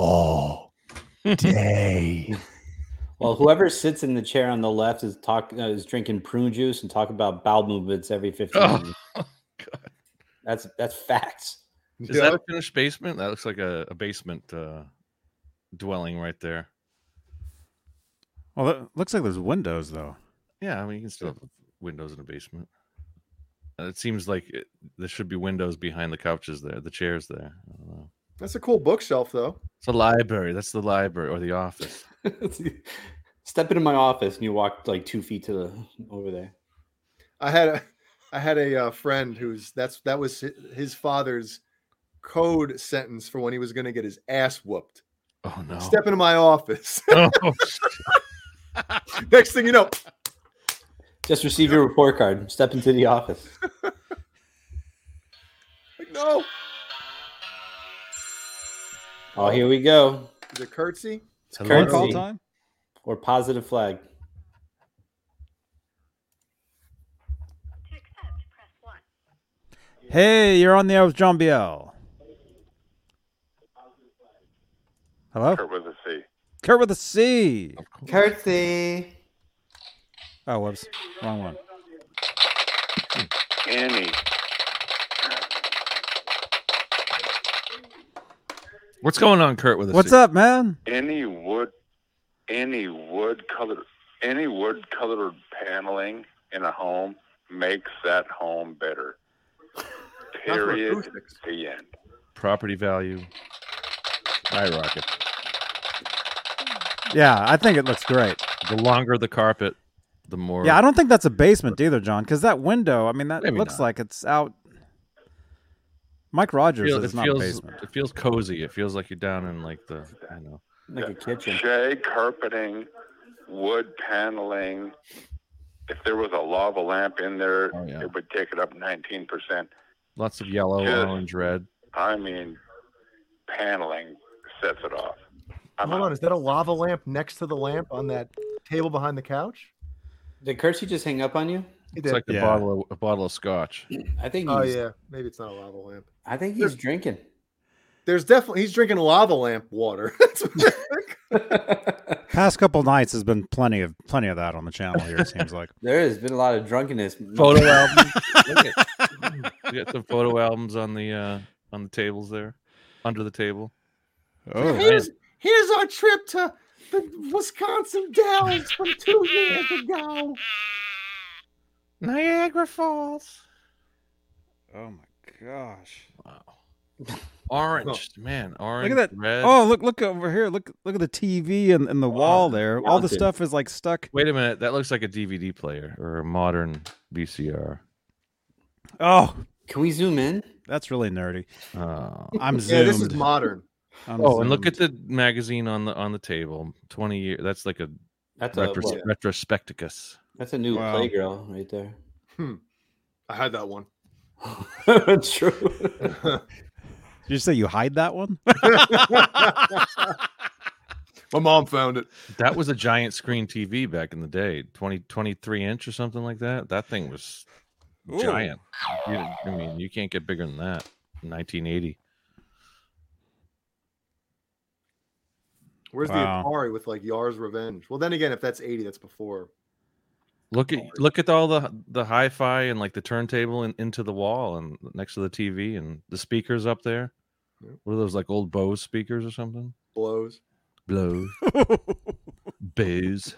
D: Well, whoever sits in the chair on the left is talk uh, is drinking prune juice and talk about bowel movements every fifteen.
A: Oh,
D: minutes. That's that's facts.
A: Is
C: you
A: that
C: know?
A: a finished basement? That looks like a, a basement uh, dwelling right there.
B: Well, it looks like there's windows though.
A: Yeah, I mean, you can still have windows in a basement. Uh, It seems like it, there should be windows behind the couches there, the chairs there. I don't know.
C: That's a cool bookshelf, though.
A: It's a library. That's the library or the office.
D: Step into my office and you walk like two feet to the over there.
C: I had a I had a uh, friend who's that's that was hi- his father's code sentence for when he was going to get his ass whooped.
A: Oh no!
C: Step into my office.
A: Oh,
C: Next thing you know,
D: Just receive your report card. Step into the office.
C: like, no,
D: Oh, here we go.
C: is it curtsy?
D: It's
A: Hello.
B: Phone call
D: currency
B: time.
D: or positive flag.
F: To accept, press 1.
B: Hey, you're on the air with John Biel. Hello,
G: Kurt with a C.
B: Kurt with a C.
D: Currency.
B: Oh, whoops, wrong one.
G: Annie.
A: what's going on, Kurt? With us?
B: What's up, man?
G: Any wood, any wood color, any wood colored paneling in a home makes that home better.
C: Not for
G: Period.
C: acoustics.
G: The end.
A: property value? Skyrocket.
B: Yeah, I think it looks great.
A: The longer the carpet, the more.
B: Yeah, I don't think that's a basement either, John, because that window. I mean, that
A: Maybe
B: looks
A: not.
B: like it's out. Mike Rogers
A: feel-
B: is
A: it
B: not
A: feels
B: a basement.
A: it feels cozy. It feels like you're down in like the I know.
D: Like a kitchen.
G: Shea carpeting, wood paneling. If there was a lava lamp in there,
A: Oh, yeah.
G: it would take it up 19%.
A: Lots of yellow,
G: Yeah.
A: orange, red.
G: I mean, paneling sets it off. I'm
C: Hold
G: out.
C: on, is that a lava lamp next to the lamp on that table behind the couch?
D: Did Curtsy just hang up on you?
C: He
A: It's
C: did.
A: like the
B: Yeah.
A: bottle of, a bottle of scotch.
D: I think he's.
C: oh yeah, maybe it's not a lava lamp.
D: I think he's drinking.
C: There's definitely he's drinking lava lamp water. That's what-
B: Past couple nights has been plenty of plenty of that on the channel here. It seems like
D: There has been a lot of drunkenness.
A: Photo album. Look at, you got some photo albums on the uh, on the tables there, under the table.
B: oh,
E: Here's here's our trip to the Wisconsin Dells from two years ago.
A: Niagara Falls.
B: oh my gosh!
A: Wow. Orange, man, orange.
B: that.
A: Red.
B: Oh look look over here! Look look at the TV and, and the wall there. All the
D: Mountain.
B: stuff is like stuck.
A: Wait a minute. That looks like a DVD player or a modern VCR.
B: Oh,
D: Can we zoom in?
B: that's really nerdy.
A: Oh.
B: I'm zoomed.
C: Yeah, this is modern.
B: I'm
A: Oh, and look
B: zoomed.
A: at the magazine on the on the table. Twenty year. That's like a
D: That's a
A: retros-
D: what?
A: retrospecticus.
D: that's a new
B: Wow.
D: playgirl right there.
C: I had that one.
D: That's true.
B: Did you say you hide that one?
C: My mom found it.
A: That was a giant screen TV back in the day, 20, 23 inch or something like that. That thing was giant. You, I mean, you can't get bigger than that. Nineteen eighty.
C: Where's
B: Wow.
C: the Atari with like Yar's Revenge? Well, then again, if that's 80, that's before.
A: Look at look at all the the hi-fi and like the turntable and into the wall and next to the TV and the speakers up there.
C: Yep.
A: What are those like old Bose speakers or something?
C: Blows.
A: Blow Bose.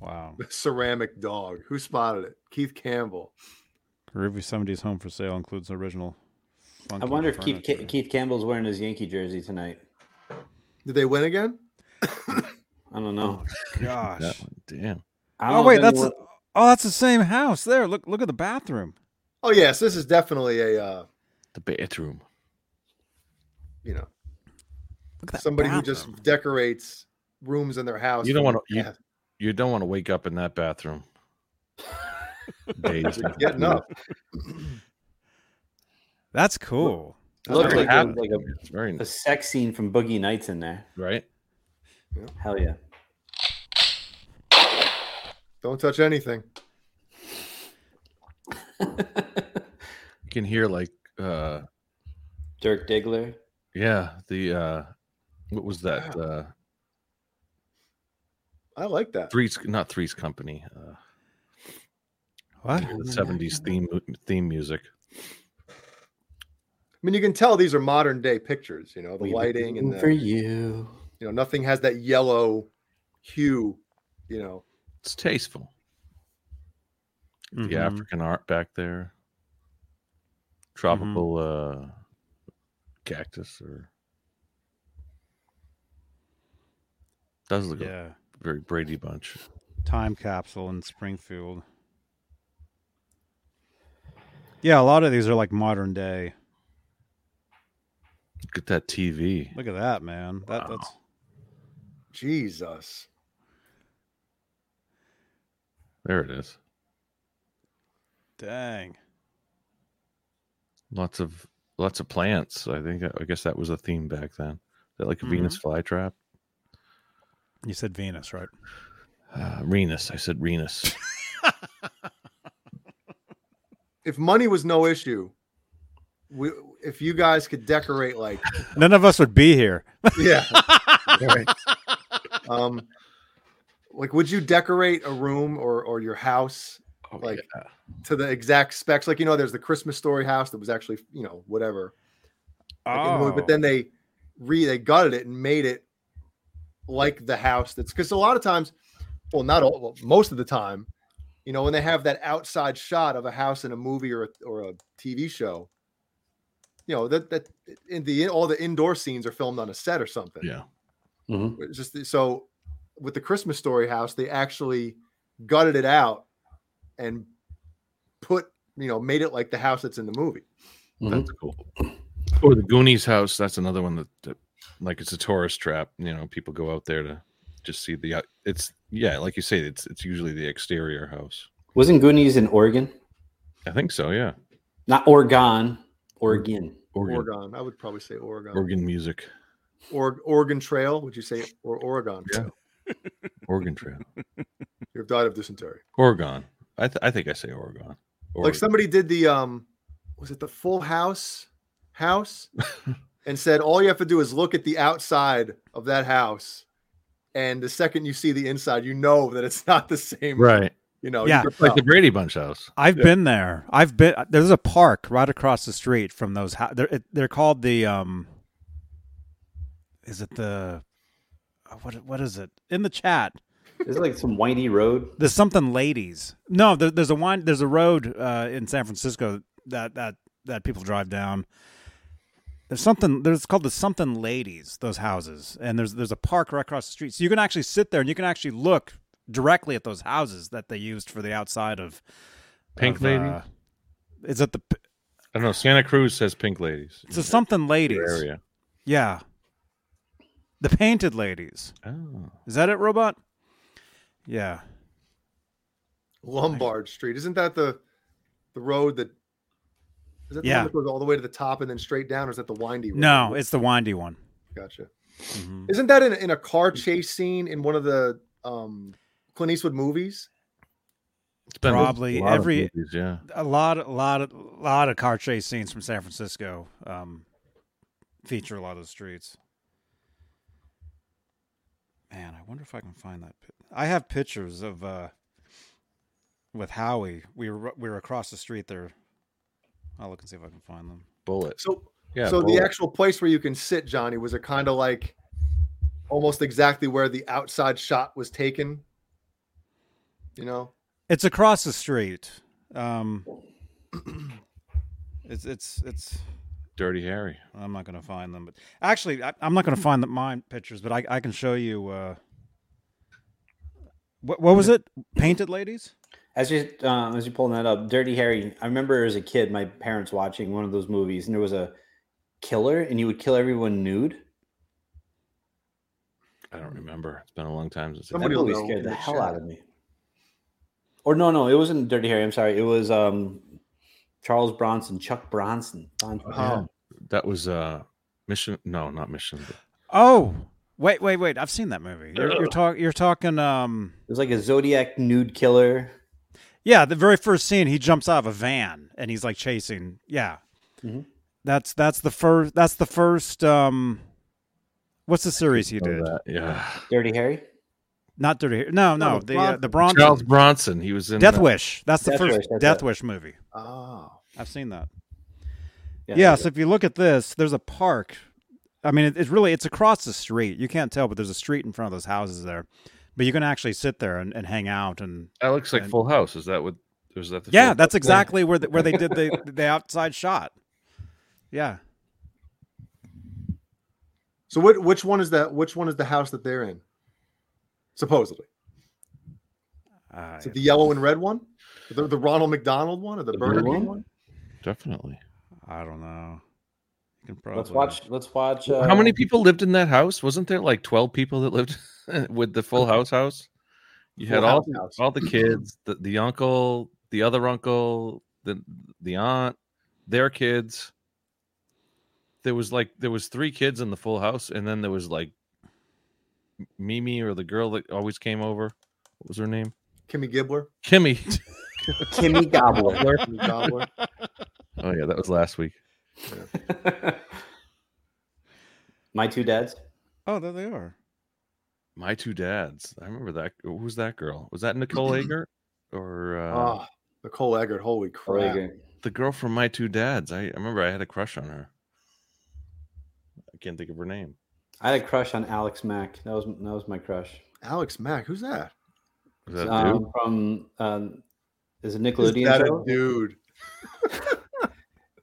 B: wow.
C: The ceramic dog. Who spotted it? Keith Campbell.
B: Groovy 70s home for sale includes original.
D: I
B: funky
D: wonder if Keith,
B: furniture.
D: Keith Campbell's wearing his Yankee jersey tonight.
C: Did they win again?
D: I don't know.
B: Gosh.
A: That one, damn.
D: I don't
B: Oh
D: know
B: wait,
D: if
B: that's
D: anyone-
B: oh that's the same house there. Look look at the bathroom.
C: Oh, yes. This is definitely a, uh,
A: The bedroom.
C: you know,
B: Look at that
C: somebody who
B: bathroom.
C: just decorates rooms in their house.
A: You don't
C: for-
A: wanna- you-
C: Yeah,
A: You don't want to wake up in that bathroom. Dazed.
C: getting up.
B: That's cool.
D: Looked
A: That's
D: like
A: very nice.
D: it was like a-
A: It's very
D: a
A: nice,
D: sex scene from Boogie Nights in there.
A: right?
D: Hell yeah.
C: Don't touch anything.
A: You can hear like uh
D: Dirk Diggler.
A: yeah, the uh what was that? Uh
C: I like that.
A: Three's not Three's Company. Uh
B: What?
A: the 70s theme uh, theme music.
C: I mean, you can tell these are modern day pictures, you know, the
D: We were
C: lighting and
D: looking
C: the,
D: for you.
C: you know, nothing has that yellow hue, you know.
A: It's tasteful.
B: Mhm.
A: The African art back there.
B: Mm-hmm.
A: Tropical uh cactus or does look a
B: Yeah.
A: very Brady bunch.
B: Time capsule in Springfield. Yeah, a lot of these are like modern day.
A: Look at that TV.
B: Look at that, man. That,
A: Wow.
B: That's
C: Jesus.
A: There it is.
B: dang.
A: lots of lots of plants i think i guess that was a theme back then Is that like a
B: Mhm.
A: venus flytrap
B: You said Venus, right?
A: uh, renus i said renus
C: If money was no issue, we, if you guys could decorate like
B: None of us would be here.
C: yeah um like would you decorate a room or or your house
A: oh,
C: Like-
A: yeah.
C: to the exact specs like you know there's the christmas story house that was actually you know whatever like, in the
B: Oh.
C: movie,
A: Oh.
C: but then they re they gutted it and made it like the house that's because a lot of times well not all well, most of the time you know when they have that outside shot of a house in a movie or a, or a tv show you know that that in the all the indoor scenes are filmed on a set or something
A: yeah
D: Mhm.
C: it's just so with the Christmas story house, they actually gutted it out and put you know made it like the house that's in the movie.
D: Mhm.
A: that's cool Mm-hmm. or the goonies house that's another one that, that like it's a tourist trap you know people go out there to just see the out- it's yeah like you say it's it's usually the exterior house
D: Wasn't Goonies in Oregon?
A: i think so yeah
D: Not Oregon. Oregon.
A: oregon oregon,
C: Oregon, I would probably say Oregon.
A: music
C: Or Oregon Trail, would you say, or Oregon?
A: Yeah.
C: Trail?
A: oregon trail
C: You've died of dysentery.
A: oregon i, th- I think i say oregon, oregon.
C: Like somebody did the um, was it the Full House house? and said all you have to do is look at the outside of that house, and the second you see the inside, you know that it's not the same.
A: Right.
C: You know.
B: Yeah.
C: You can
A: Like the
C: tell.
A: Brady Bunch house.
B: I've been there. I've been there's a park right across the street from those. hou- They're it- they're called the um. Is it the, uh, what what is it in the chat?
D: Is it like some windy road?
B: There's something ladies. No, there, there's a wine. There's a road uh, in San Francisco that that that people drive down. There's something. There's called the something ladies. Those houses, and there's there's a park right across the street, so you can actually sit there and you can actually look directly at those houses that they used for the outside of
A: Pink
B: of,
A: lady?
B: uh, is it the? p-
A: I don't know. Santa Cruz says pink ladies.
B: It's a something ladies.
A: Your area.
B: Yeah. The painted ladies.
A: Oh.
B: Is that it, robot? Yeah.
C: Lombard Street. Isn't that the the road that? Is that the
B: Yeah.
C: one that goes all the way to the top and then straight down, or is that the windy road?
B: No, it's the windy one.
C: Gotcha.
B: Mhm.
C: Isn't that in, in a car chase scene in one of the um, Clint Eastwood movies?
A: It's been a
B: Probably
A: lot of
B: every-
A: movies, yeah.
B: a lot, a lot, of, lot of car chase scenes from San Francisco um, feature a lot of the streets. Man, I wonder if I can find that. pi- I have pictures of uh, with Howie. We were we were across the street there. I'll look and see if I can find them.
A: Bullet.
C: So,
A: Yeah.
C: so the
A: Bullet.
C: actual place where you can sit, Johnny, was it kind of like almost exactly where the outside shot was taken? You know,
B: It's across the street. Um, it's it's it's.
A: Dirty Harry.
B: I'm not going to find them, but actually, I, I'm not going to find the, mine pictures, but I, I can show you. Uh, what, what was it? Painted ladies?
D: As you um, as you're pulling that up, Dirty Harry. I remember as a kid, my parents watching one of those movies, and there was a killer, and he would kill everyone nude.
A: I don't remember. It's been a long time since.
D: That
A: I've-
C: Somebody- will
D: movie
C: know
D: scared
C: in
D: the
C: the
D: hell
C: chat.
D: out of me. Or no, no, it wasn't Dirty Harry. I'm sorry, it was um, Charles Bronson, Chuck Bronson. Bronson.
C: Oh.
A: That was uh Mission. No, not Mission. but-
B: Oh, wait, wait, wait! I've seen that movie. You're, you're talking. You're talking. Um,
D: It was like a Zodiac nude killer.
B: yeah, the very first scene, he jumps out of a van and he's like chasing. Yeah,
D: Mhm.
B: that's that's the first. That's the first. Um, what's the series he
A: Oh,
B: did?
A: that, Yeah.
D: Dirty Harry.
B: Not Dirty. Harry- No, no,
C: No,
B: the uh,
A: Bronson.
B: the Bronson.
A: Charles Bronson. He was in
B: Death
A: uh,
B: Wish. That's the
D: Death
B: first
D: Wish, that's
B: Death
D: it.
B: Wish movie.
C: oh,
B: I've seen that.
D: Yeah,
B: yeah so if you look at this there's a park i mean it, it's really it's across the street you can't tell but there's a street in front of those houses there but you can actually sit there and, and hang out and
A: That looks like
B: And-
A: Full House. Is that what? Was that the?
B: yeah
A: Full-
B: that's exactly where the, where they did the the outside shot yeah
C: so what? Which one is that? Which one is the house that they're in? Supposedly,
B: uh,
C: is it the yellow and red one, the, the Ronald McDonald one, or the,
D: The
C: Burger
D: blue
C: King
D: one?
C: one?
A: definitely.
B: i don't know you can probably
D: Let's watch. Let's watch. Uh,
A: How many people lived in that house? Wasn't there like twelve people that lived with the Full House house? You had
C: Full
A: all
C: House
A: the-
C: house.
A: all the kids, the, the uncle, the other uncle, the the aunt, their kids. There was like there was three kids in the Full House, and then there was like Mimi or the girl that always came over. What was her name?
C: Kimmy Gibbler.
A: Kimmy.
D: uh, Kimmy Gobbler.
C: Kimmy Gobbler.
A: Oh yeah, that was last week.
D: my two dads.
B: oh there they are
A: My two dads. I remember that. Who was that girl? Was that Nicole Eggert or uh,
C: Oh, Nicole Eggert. Holy crap!
A: the girl from My Two Dads? I, I remember I had a crush on her. I can't think of her name.
D: I had a crush on Alex Mack. That was that was my crush.
C: Alex Mack. Who's that?
A: Was that a dude?
D: um, from um, is it
C: Is
D: Nickelodeon?
C: that a
D: show?
C: dude?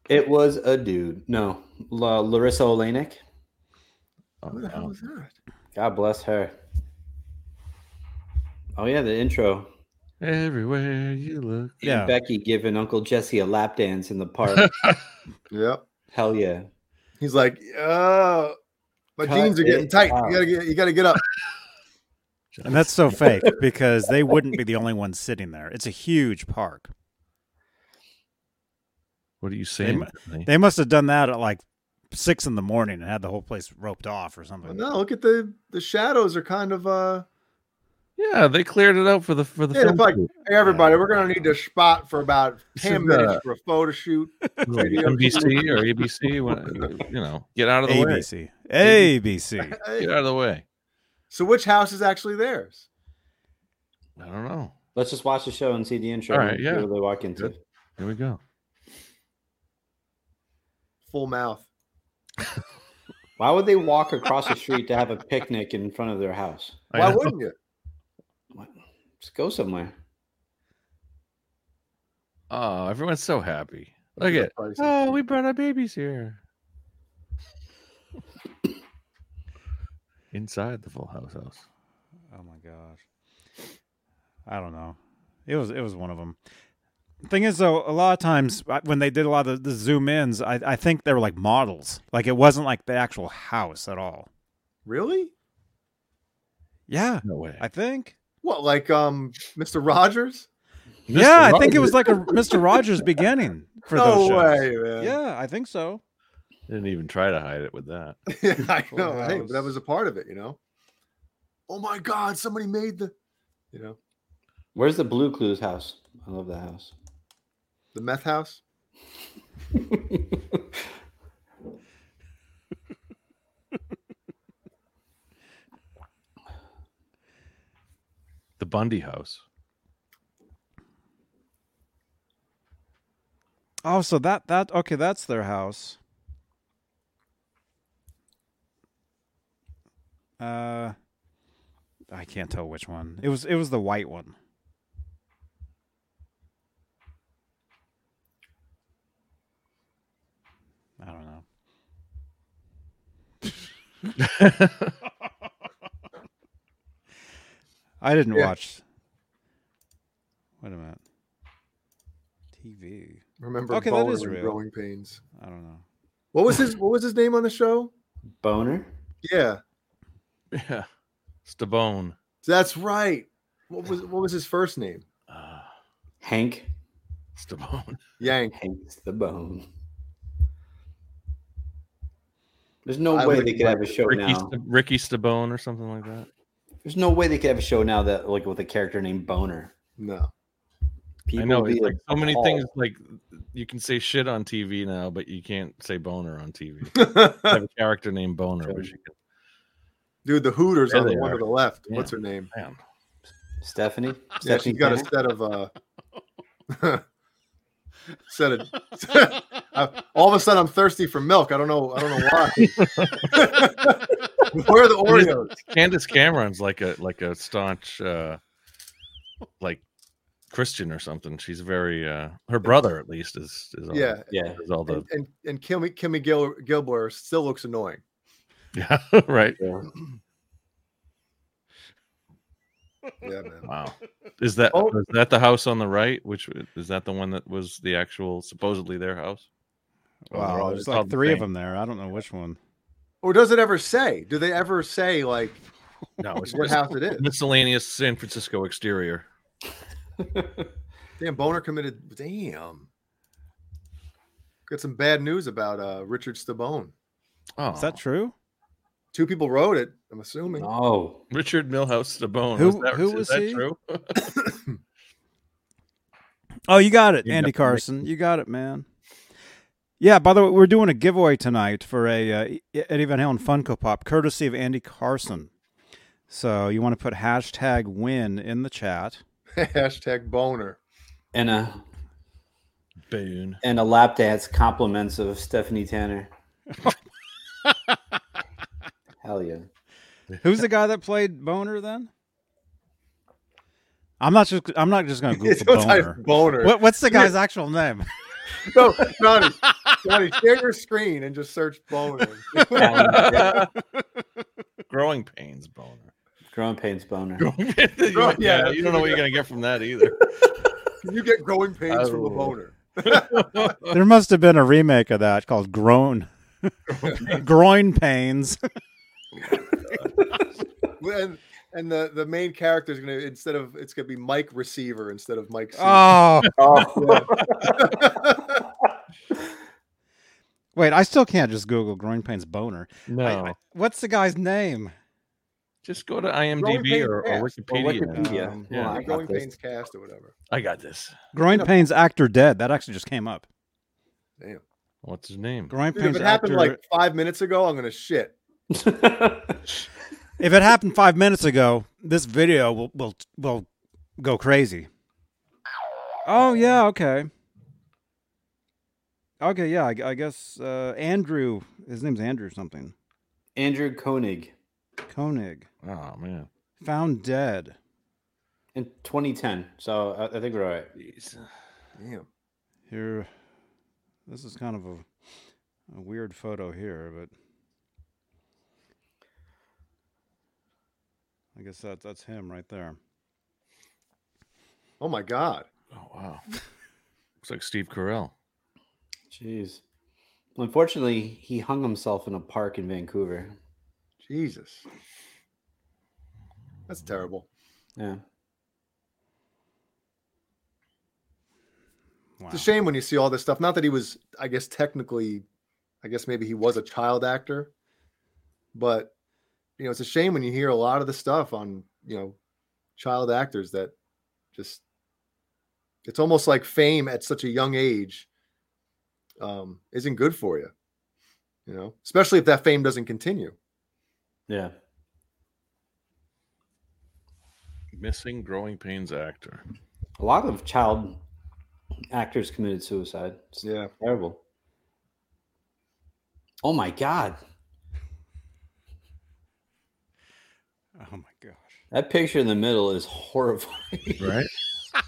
D: It was a dude. No, La- Larissa Olenek.
A: Oh,
C: Who the hell
A: wow.
C: is that?
D: God bless her. Oh yeah, the intro.
A: Everywhere you look.
B: Yeah.
D: Becky giving Uncle Jesse a lap dance in the park.
C: Yep.
D: Hell yeah.
C: He's like, oh, my
D: Cut
C: jeans are getting
D: it
C: tight.
D: out."
C: You gotta get, you gotta get up.
B: and that's so fake because they wouldn't be the only ones sitting there it's a huge park
A: What are you saying?
B: mu-
A: Tiffany?
B: they must have done that at like six in the morning and had the whole place roped off or
C: But
B: something
C: no, look at the the shadows are kind of uh
A: Yeah, they cleared it out for the for the
C: Yeah,
A: film.
C: it's like,
A: crew.
C: Hey, everybody, we're going to need a spot for about This 10 is, minutes uh, for a photo shoot.
A: Like NBC or ABC, when- you know, get out of the way.
B: ABC. ABC.
A: Get out of the way.
C: So, which house is actually theirs?
A: I don't know.
D: Let's just watch the show and see the intro.
A: All right,
D: and see
A: yeah.
D: what they walk into.
A: Here we go.
C: Full mouth.
D: Why would they walk across the street to have a picnic in front of their house?
A: I
C: Why
A: know.
C: wouldn't you?
D: What? Just go somewhere.
A: Oh, everyone's so happy. Look at
C: Prices.
A: oh, we brought our babies here. Inside the Full House house.
B: Oh my gosh. I don't know. It was it was one of them. Thing is, though, a lot of times uh, when they did a lot of the zoom ins, I, I think they were like models. Like it wasn't like the actual house at all.
C: Really?
B: Yeah,
A: No way.
B: I think.
C: What, like um, Mr. Rogers?
B: Yeah, I think it was like a Mr. Rogers beginning for
C: no
B: those shows.
C: way, man.
B: Yeah, I think so.
A: Didn't even try to hide it with that.
C: Yeah, I
B: Full
C: know. Hey, but that
B: House.
C: was a part of it, you know. Oh my God! Somebody made the, you know,
D: Where's the Blue Clues house? I love that house.
C: the meth house.
A: The Bundy house.
B: Oh, so that that okay, that's their house. Uh I can't tell which one. It was it was the white one. I don't know. I didn't
C: Yeah.
B: watch. Wait a minute. TV.
C: Remember
B: Okay, that
C: Boner
B: is
C: and
B: real.
C: growing pains.
B: I don't know.
C: What was his What was his name on the show?
D: Boner?
C: Yeah,
A: Yeah. Stabone.
C: that's right. What was What was his first name?
A: Uh,
D: Hank?
A: Stabone.
C: Yank.
D: Hank's the bone. There's no
C: I
D: way
C: would
D: they could have a show
A: Ricky,
D: now.
A: Sta- Ricky Stabone or something like that.
D: There's no way they could have a show now that like with a character named Boner.
C: No.
D: People
A: I know
D: would be, "Oh,
A: it's like so many things
D: appalled.
A: like you can say shit on TV now, but you can't say boner on TV. I
C: Dude,
A: have a character named Boner, which you can
C: the Hooters
A: There
C: on the
A: they
C: one
A: are.
C: to the left.
A: Yeah.
C: What's her name?
A: man.
D: Stephanie.
C: Yeah,
D: Stephanie
C: she's got a
D: Tanner?
C: set of uh set of I- all of a sudden I'm thirsty for milk. I don't know I don't know why. Where are the Oreos?
A: Candace Cameron's like a like a staunch uh like Christian or something. She's very uh her brother at least is is all,
C: Yeah.
D: yeah.
A: is all the
C: And and, and Kimmy Kimmy Gil, Gilbert still looks annoying.
A: yeah right.
D: yeah.
C: Yeah, man.
A: Wow. Is that
C: Oh.
A: is that the house on the right? Which is that the one that was the actual supposedly their house? Or they're
B: Wow,
A: all-
B: there's
A: it's all
B: like
A: the
B: three of
A: same?
B: them there. I don't know which one.
C: Or does it ever say? Do they ever say like
A: No, it's
C: what
A: just
C: house it is?
A: miscellaneous San Francisco exterior.
C: Damn, Boner committed. Damn. Got some bad news about uh, Richard Stabone.
A: Oh,
B: Is that true?
C: Two people wrote it. I'm assuming.
D: No.
A: Richard Milhouse Stabone.
B: Who-
A: was that,
B: who
A: is
B: was
A: that
B: he?
A: true?
B: Oh, you got it,
A: You definitely-
B: Andy Carson. You got it, man. Yeah. By the way, we're doing a giveaway tonight for a uh, E- Eddie Van Halen Funko Pop, courtesy of Andy Carson. So you want to put hashtag win in the chat?
C: Hashtag Boner.
D: And a
A: Boone.
D: and a lap dance compliments of Stephanie Tanner. Hell yeah.
B: Who's the guy that played Boner then? I'm not just. I'm not just going to
C: It's
B: Google Boner.
C: boner.
B: What, what's the guy's actual name?
C: No, Johnny, Johnny, share your screen and just search boner.
A: Growing pains boner.
D: Growing pains boner.
A: yeah,
C: yeah,
A: you don't know what you're gonna get from that either.
C: Can you get growing pains from a
D: Oh.
C: boner?
B: There must have been a remake of that called Groan. Groin pains.
C: And and the, the main character is gonna instead of it's gonna be Mike Receiver instead of Mike. Seaver.
D: Ah.
B: Oh,
C: Yeah.
B: wait. I still can't just Google groin pains boner.
A: No, Oh.
B: I- I- what's the guy's name?
A: Just go to
C: Growing
A: IMDb
C: Pains
A: or, or
C: Cast or
D: Or
A: Wikipedia.
D: Wikipedia.
C: Um,
A: yeah.
D: Hold on, I got
C: Growing
D: this.
C: Pains cast or whatever.
A: I got this.
B: Growing
C: Yeah.
B: pains actor dead. That actually just came up.
A: What's his name?
B: Growing
C: Dude,
B: pains
C: if it happened
B: actor.
C: like five minutes ago, I'm gonna shit.
B: if it happened five minutes ago, this video will will will go crazy. Oh yeah, okay. Okay, yeah, I, gu- I guess uh, Andrew. His name's Andrew something.
D: Andrew Koenig
B: Koenig
A: Oh man.
B: found dead.
D: in 2010. So I, I think we're all right.
C: Damn.
B: Here, this is kind of a, a weird photo here, but I guess that that's him right there.
C: Oh my god.
A: Oh wow. Looks like Steve Carell.
D: Jeez. Unfortunately, he hung himself in a park in Vancouver.
C: Jesus. That's terrible.
D: Yeah.
B: Wow.
C: It's a shame when you see all this stuff. Not that he was, I guess, technically, I guess maybe he was a child actor, but you know, it's a shame when you hear a lot of the stuff on you know child actors that just it's almost like fame at such a young age um, isn't good for you. You know, especially if that fame doesn't continue.
D: Yeah.
A: Missing growing pains actor.
D: A lot of child actors committed suicide. It's
C: Yeah.
D: terrible. Oh my God.
B: Oh my gosh.
D: That picture in the middle is horrifying.
A: Right?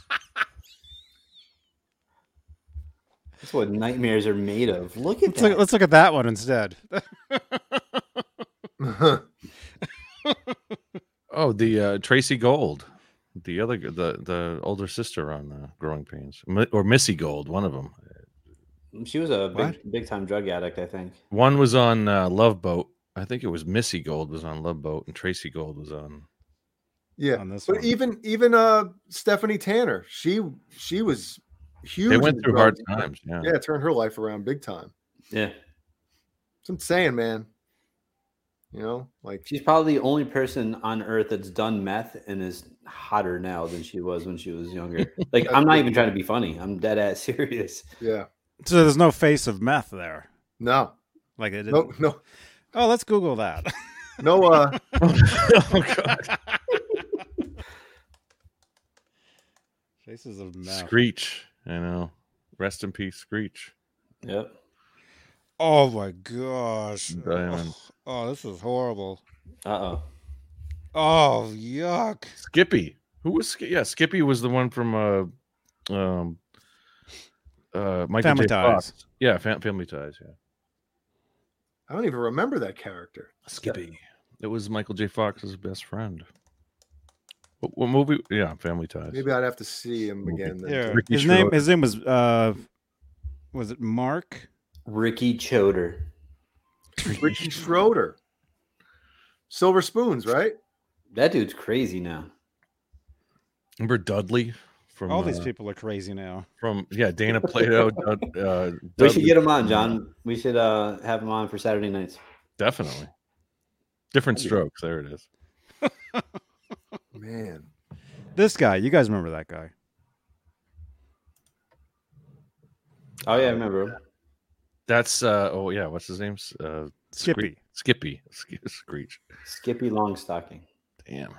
D: That's what nightmares are made of. Look at
B: Let's look,
D: that.
B: let's look at that one instead.
A: Oh, the uh, Tracy Gold, the other the the older sister on uh, Growing Pains, Mi- or Missy Gold, one of them.
D: She was a big,
B: What?
D: big time drug addict, I think.
A: One was on uh, Love Boat. I think it was Missy Gold was on Love Boat, and Tracy Gold was on.
C: yeah.
B: on this
C: But
B: one.
C: even even uh Stephanie Tanner, she she was huge.
A: They
C: in
A: went
C: the
A: through hard
C: drugs.
A: times. Yeah.
C: Yeah, turned her life around big time.
D: Yeah.
C: That's what I'm saying, man. You know, like
D: She's probably the only person on earth that's done meth and is hotter now than she was when she was younger. Like, I'm not even trying to be funny. I'm dead ass serious.
C: yeah,
B: So there's no face of meth there.
C: no,
B: Like it.
C: no, no,
B: Oh, let's Google that.
C: no. Uh,
A: oh God.
B: Faces of meth.
A: Screech. I know. Rest in peace, Screech.
D: Yep.
B: oh my gosh.
A: Diamond.
B: Oh, this is horrible.
D: Uh oh.
B: Oh yuck.
A: Skippy. Who was? Sk- yeah, Skippy was the one from uh, um, uh, Michael
B: Family
A: J. Fox. Yeah, fam- Family Ties. Yeah,
C: I don't even remember that character.
A: Skippy. It was Michael J. Fox's best friend. What, what movie? Yeah, Family Ties.
C: Maybe I'd have to see him again. Then.
B: Yeah.
C: Yeah.
A: Ricky
B: His name.
A: Schroeder.
B: His name was. uh Was it Mark?
D: Ricky Choder.
C: Ricky Schroeder, Silver Spoons, right?
D: That dude's crazy now.
A: Remember Dudley from
B: All these
A: uh,
B: people are crazy now.
A: from yeah Dana Plato. Dud, uh,
D: We should
A: Dudley.
D: get him on, John. We should uh, have him on for Saturday nights.
A: Definitely. Different strokes. There it is.
C: Man,
B: This guy. You guys remember that guy?
D: Oh yeah, I remember him.
A: That's uh oh yeah. What's his name? S- Uh,
B: Skippy.
A: Skippy. Sk- Screech.
D: Skippy Longstocking.
A: Damn.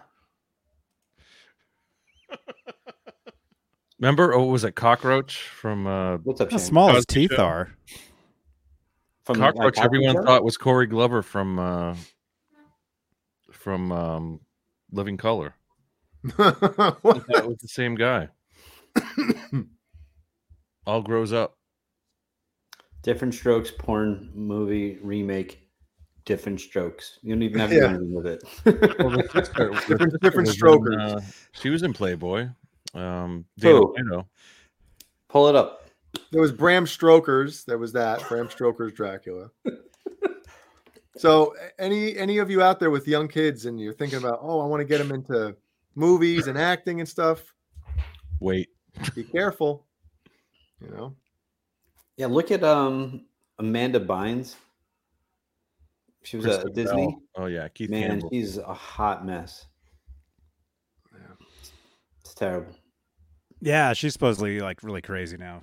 A: Remember? Oh, was it cockroach from uh,
D: What's up,
B: How
D: Shane?
B: small his
A: Cosby
B: teeth
A: Show.
B: are.
D: From uh,
A: cockroach?
D: Cosby
A: everyone
D: Show?
A: thought was Corey Glover from uh, from um, Living Color.
C: What?
A: That was the same guy. All grows up.
D: Different Strokes porn movie remake. Different Strokes. You don't even have
C: Yeah.
D: to do anything with it.
C: different, different
A: was in,
C: strokers.
A: uh, she was in Playboy. Um, Dana
D: Who?
A: Plato.
D: Pull it up.
C: There was Bram Stoker's. There was that Bram Stoker's Dracula. So a- any any of you out there with young kids and you're thinking about, oh, I want to get them into movies and acting and stuff,
A: Wait,
C: be careful. You know,
D: Yeah, look at um Amanda Bynes. She was at
C: Kristen
D: Disney.
C: Bell.
A: Oh yeah, Keith
D: Man,
A: Campbell.
D: she's a hot mess. It's- It's terrible.
B: Yeah, she's supposedly like really crazy now.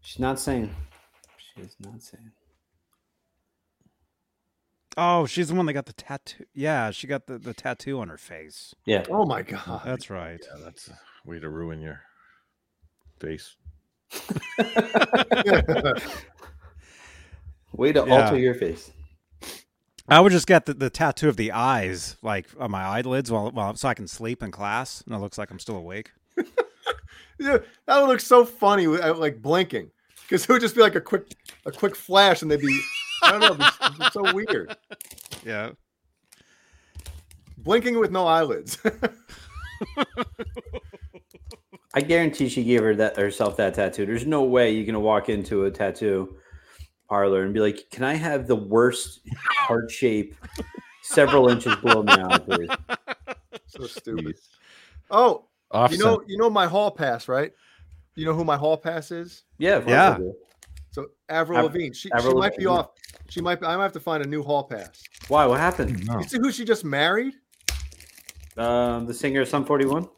D: She's not saying. She's not saying.
B: Oh, she's the one that got the tattoo. Yeah, she got the, the tattoo on her face.
D: Yeah.
C: Oh my god.
B: That's right.
A: Yeah, that's a way to ruin your face.
D: Way to
B: Yeah.
D: alter your face.
B: I would just get the, the tattoo of the eyes, like on my eyelids, while, while so I can sleep in class, and it looks like I'm still awake.
C: Yeah, that would look so funny without like blinking because it would just be like a quick, a quick flash, and they'd be, I don't know, it'd be- it'd be so weird.
B: Yeah.
C: Blinking with no eyelids.
D: I guarantee she gave her that herself that tattoo. There's no way you're gonna walk into a tattoo parlor and be like, "Can I have the worst heart shape, several inches below my eye, please?"
C: so stupid. Oh,
A: Off.
C: you know, you know my hall pass, right? You know who my hall pass is?
D: Yeah, of course
B: Yeah.
D: I do.
C: So Avril
D: Av-
C: Lavigne. She, she
D: Avril
C: might be
D: Lavigne.
C: off. She might. Be, I might have to find a new hall pass.
D: Why? What happened?
B: Oh.
C: You see who she just married?
D: Um, the singer of Sum 41.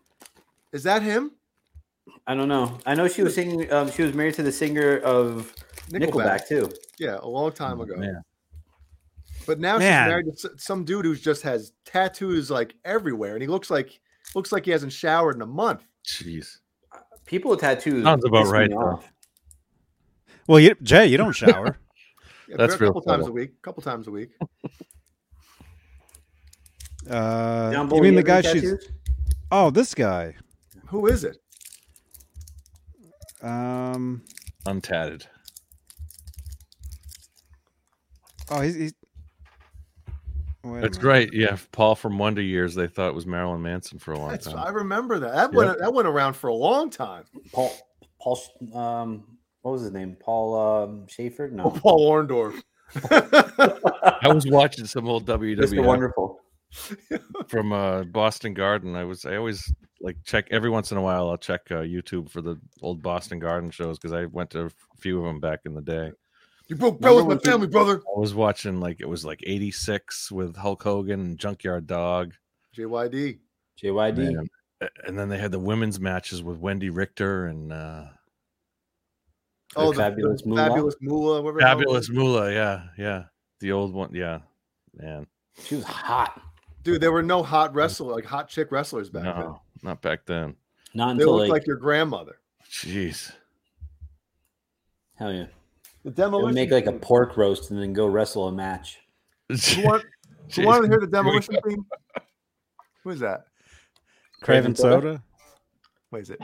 C: Is that him?
D: I don't know. I know she was singing. Um, she was married to the singer of Nickelback, too.
C: Yeah, a long time ago.
A: man.
C: But now
B: Man.
C: she's married to s- some dude who just has tattoos like everywhere, and he looks like looks like he hasn't showered in a month.
A: Jeez.
D: People with tattoos
A: Sounds about
D: piss me
A: right, though.
D: off.
B: Well, you, Jay, you don't shower.
C: Yeah,
A: That's
C: a
A: real
C: couple times a
A: subtle.
C: week. couple times a week.
B: uh,
D: John
B: you
D: Boy,
B: mean the
D: have
B: guy
D: any
B: she's?
D: tattoos?
B: Oh, this guy.
C: Who is it?
B: Um.
A: Untatted.
B: Oh, he's. he's... Wait a
A: That's
B: minute.
A: great. Yeah, Paul from Wonder Years. They thought was Marilyn Manson for a long
C: That's,
A: time.
C: I remember that. That went that went around for a long time.
D: Paul. Paul. Sch- Um, what was his name? Paul um, Schaefer?
C: Oh,
D: No.
C: Paul Orndorff.
A: I was watching some old
D: Mr.
A: WWF
D: Wonderful.
A: from uh, Boston Garden. I was I always like check every once in a while. I'll check uh, YouTube for the old Boston Garden shows because I went to a few of them back in the day.
C: you broke bread
A: Remember
C: with my
A: when we-
C: family, brother.
A: I was watching like it was like '86 with Hulk Hogan and Junkyard Dog.
C: JYD.
D: JYD.
A: Man. A- And then they had the women's matches with Wendy Richter and uh,
C: Oh, the,
D: Fabulous
C: fabulous Moolah. Fabulous Moolah.
D: Moolah.
C: whatever the hell it
A: Fabulous
C: was.
A: Moolah. Yeah, yeah, the old one. Yeah, man.
D: She was hot.
C: Dude, there were no hot wrestler, like hot chick wrestlers back then.
A: No, not back then.
D: Not
C: They
D: until
C: looked
D: like,
C: like your grandmother.
A: Jeez.
D: hell yeah.
C: The
D: They would
C: demolition.
D: make like a
C: Team.
D: pork roast and then go wrestle a match.
C: Who want- who wanted to hear the demolition
A: go.
C: theme? Who is that?
B: Craven
D: Craven soda?
B: soda.
C: What is it?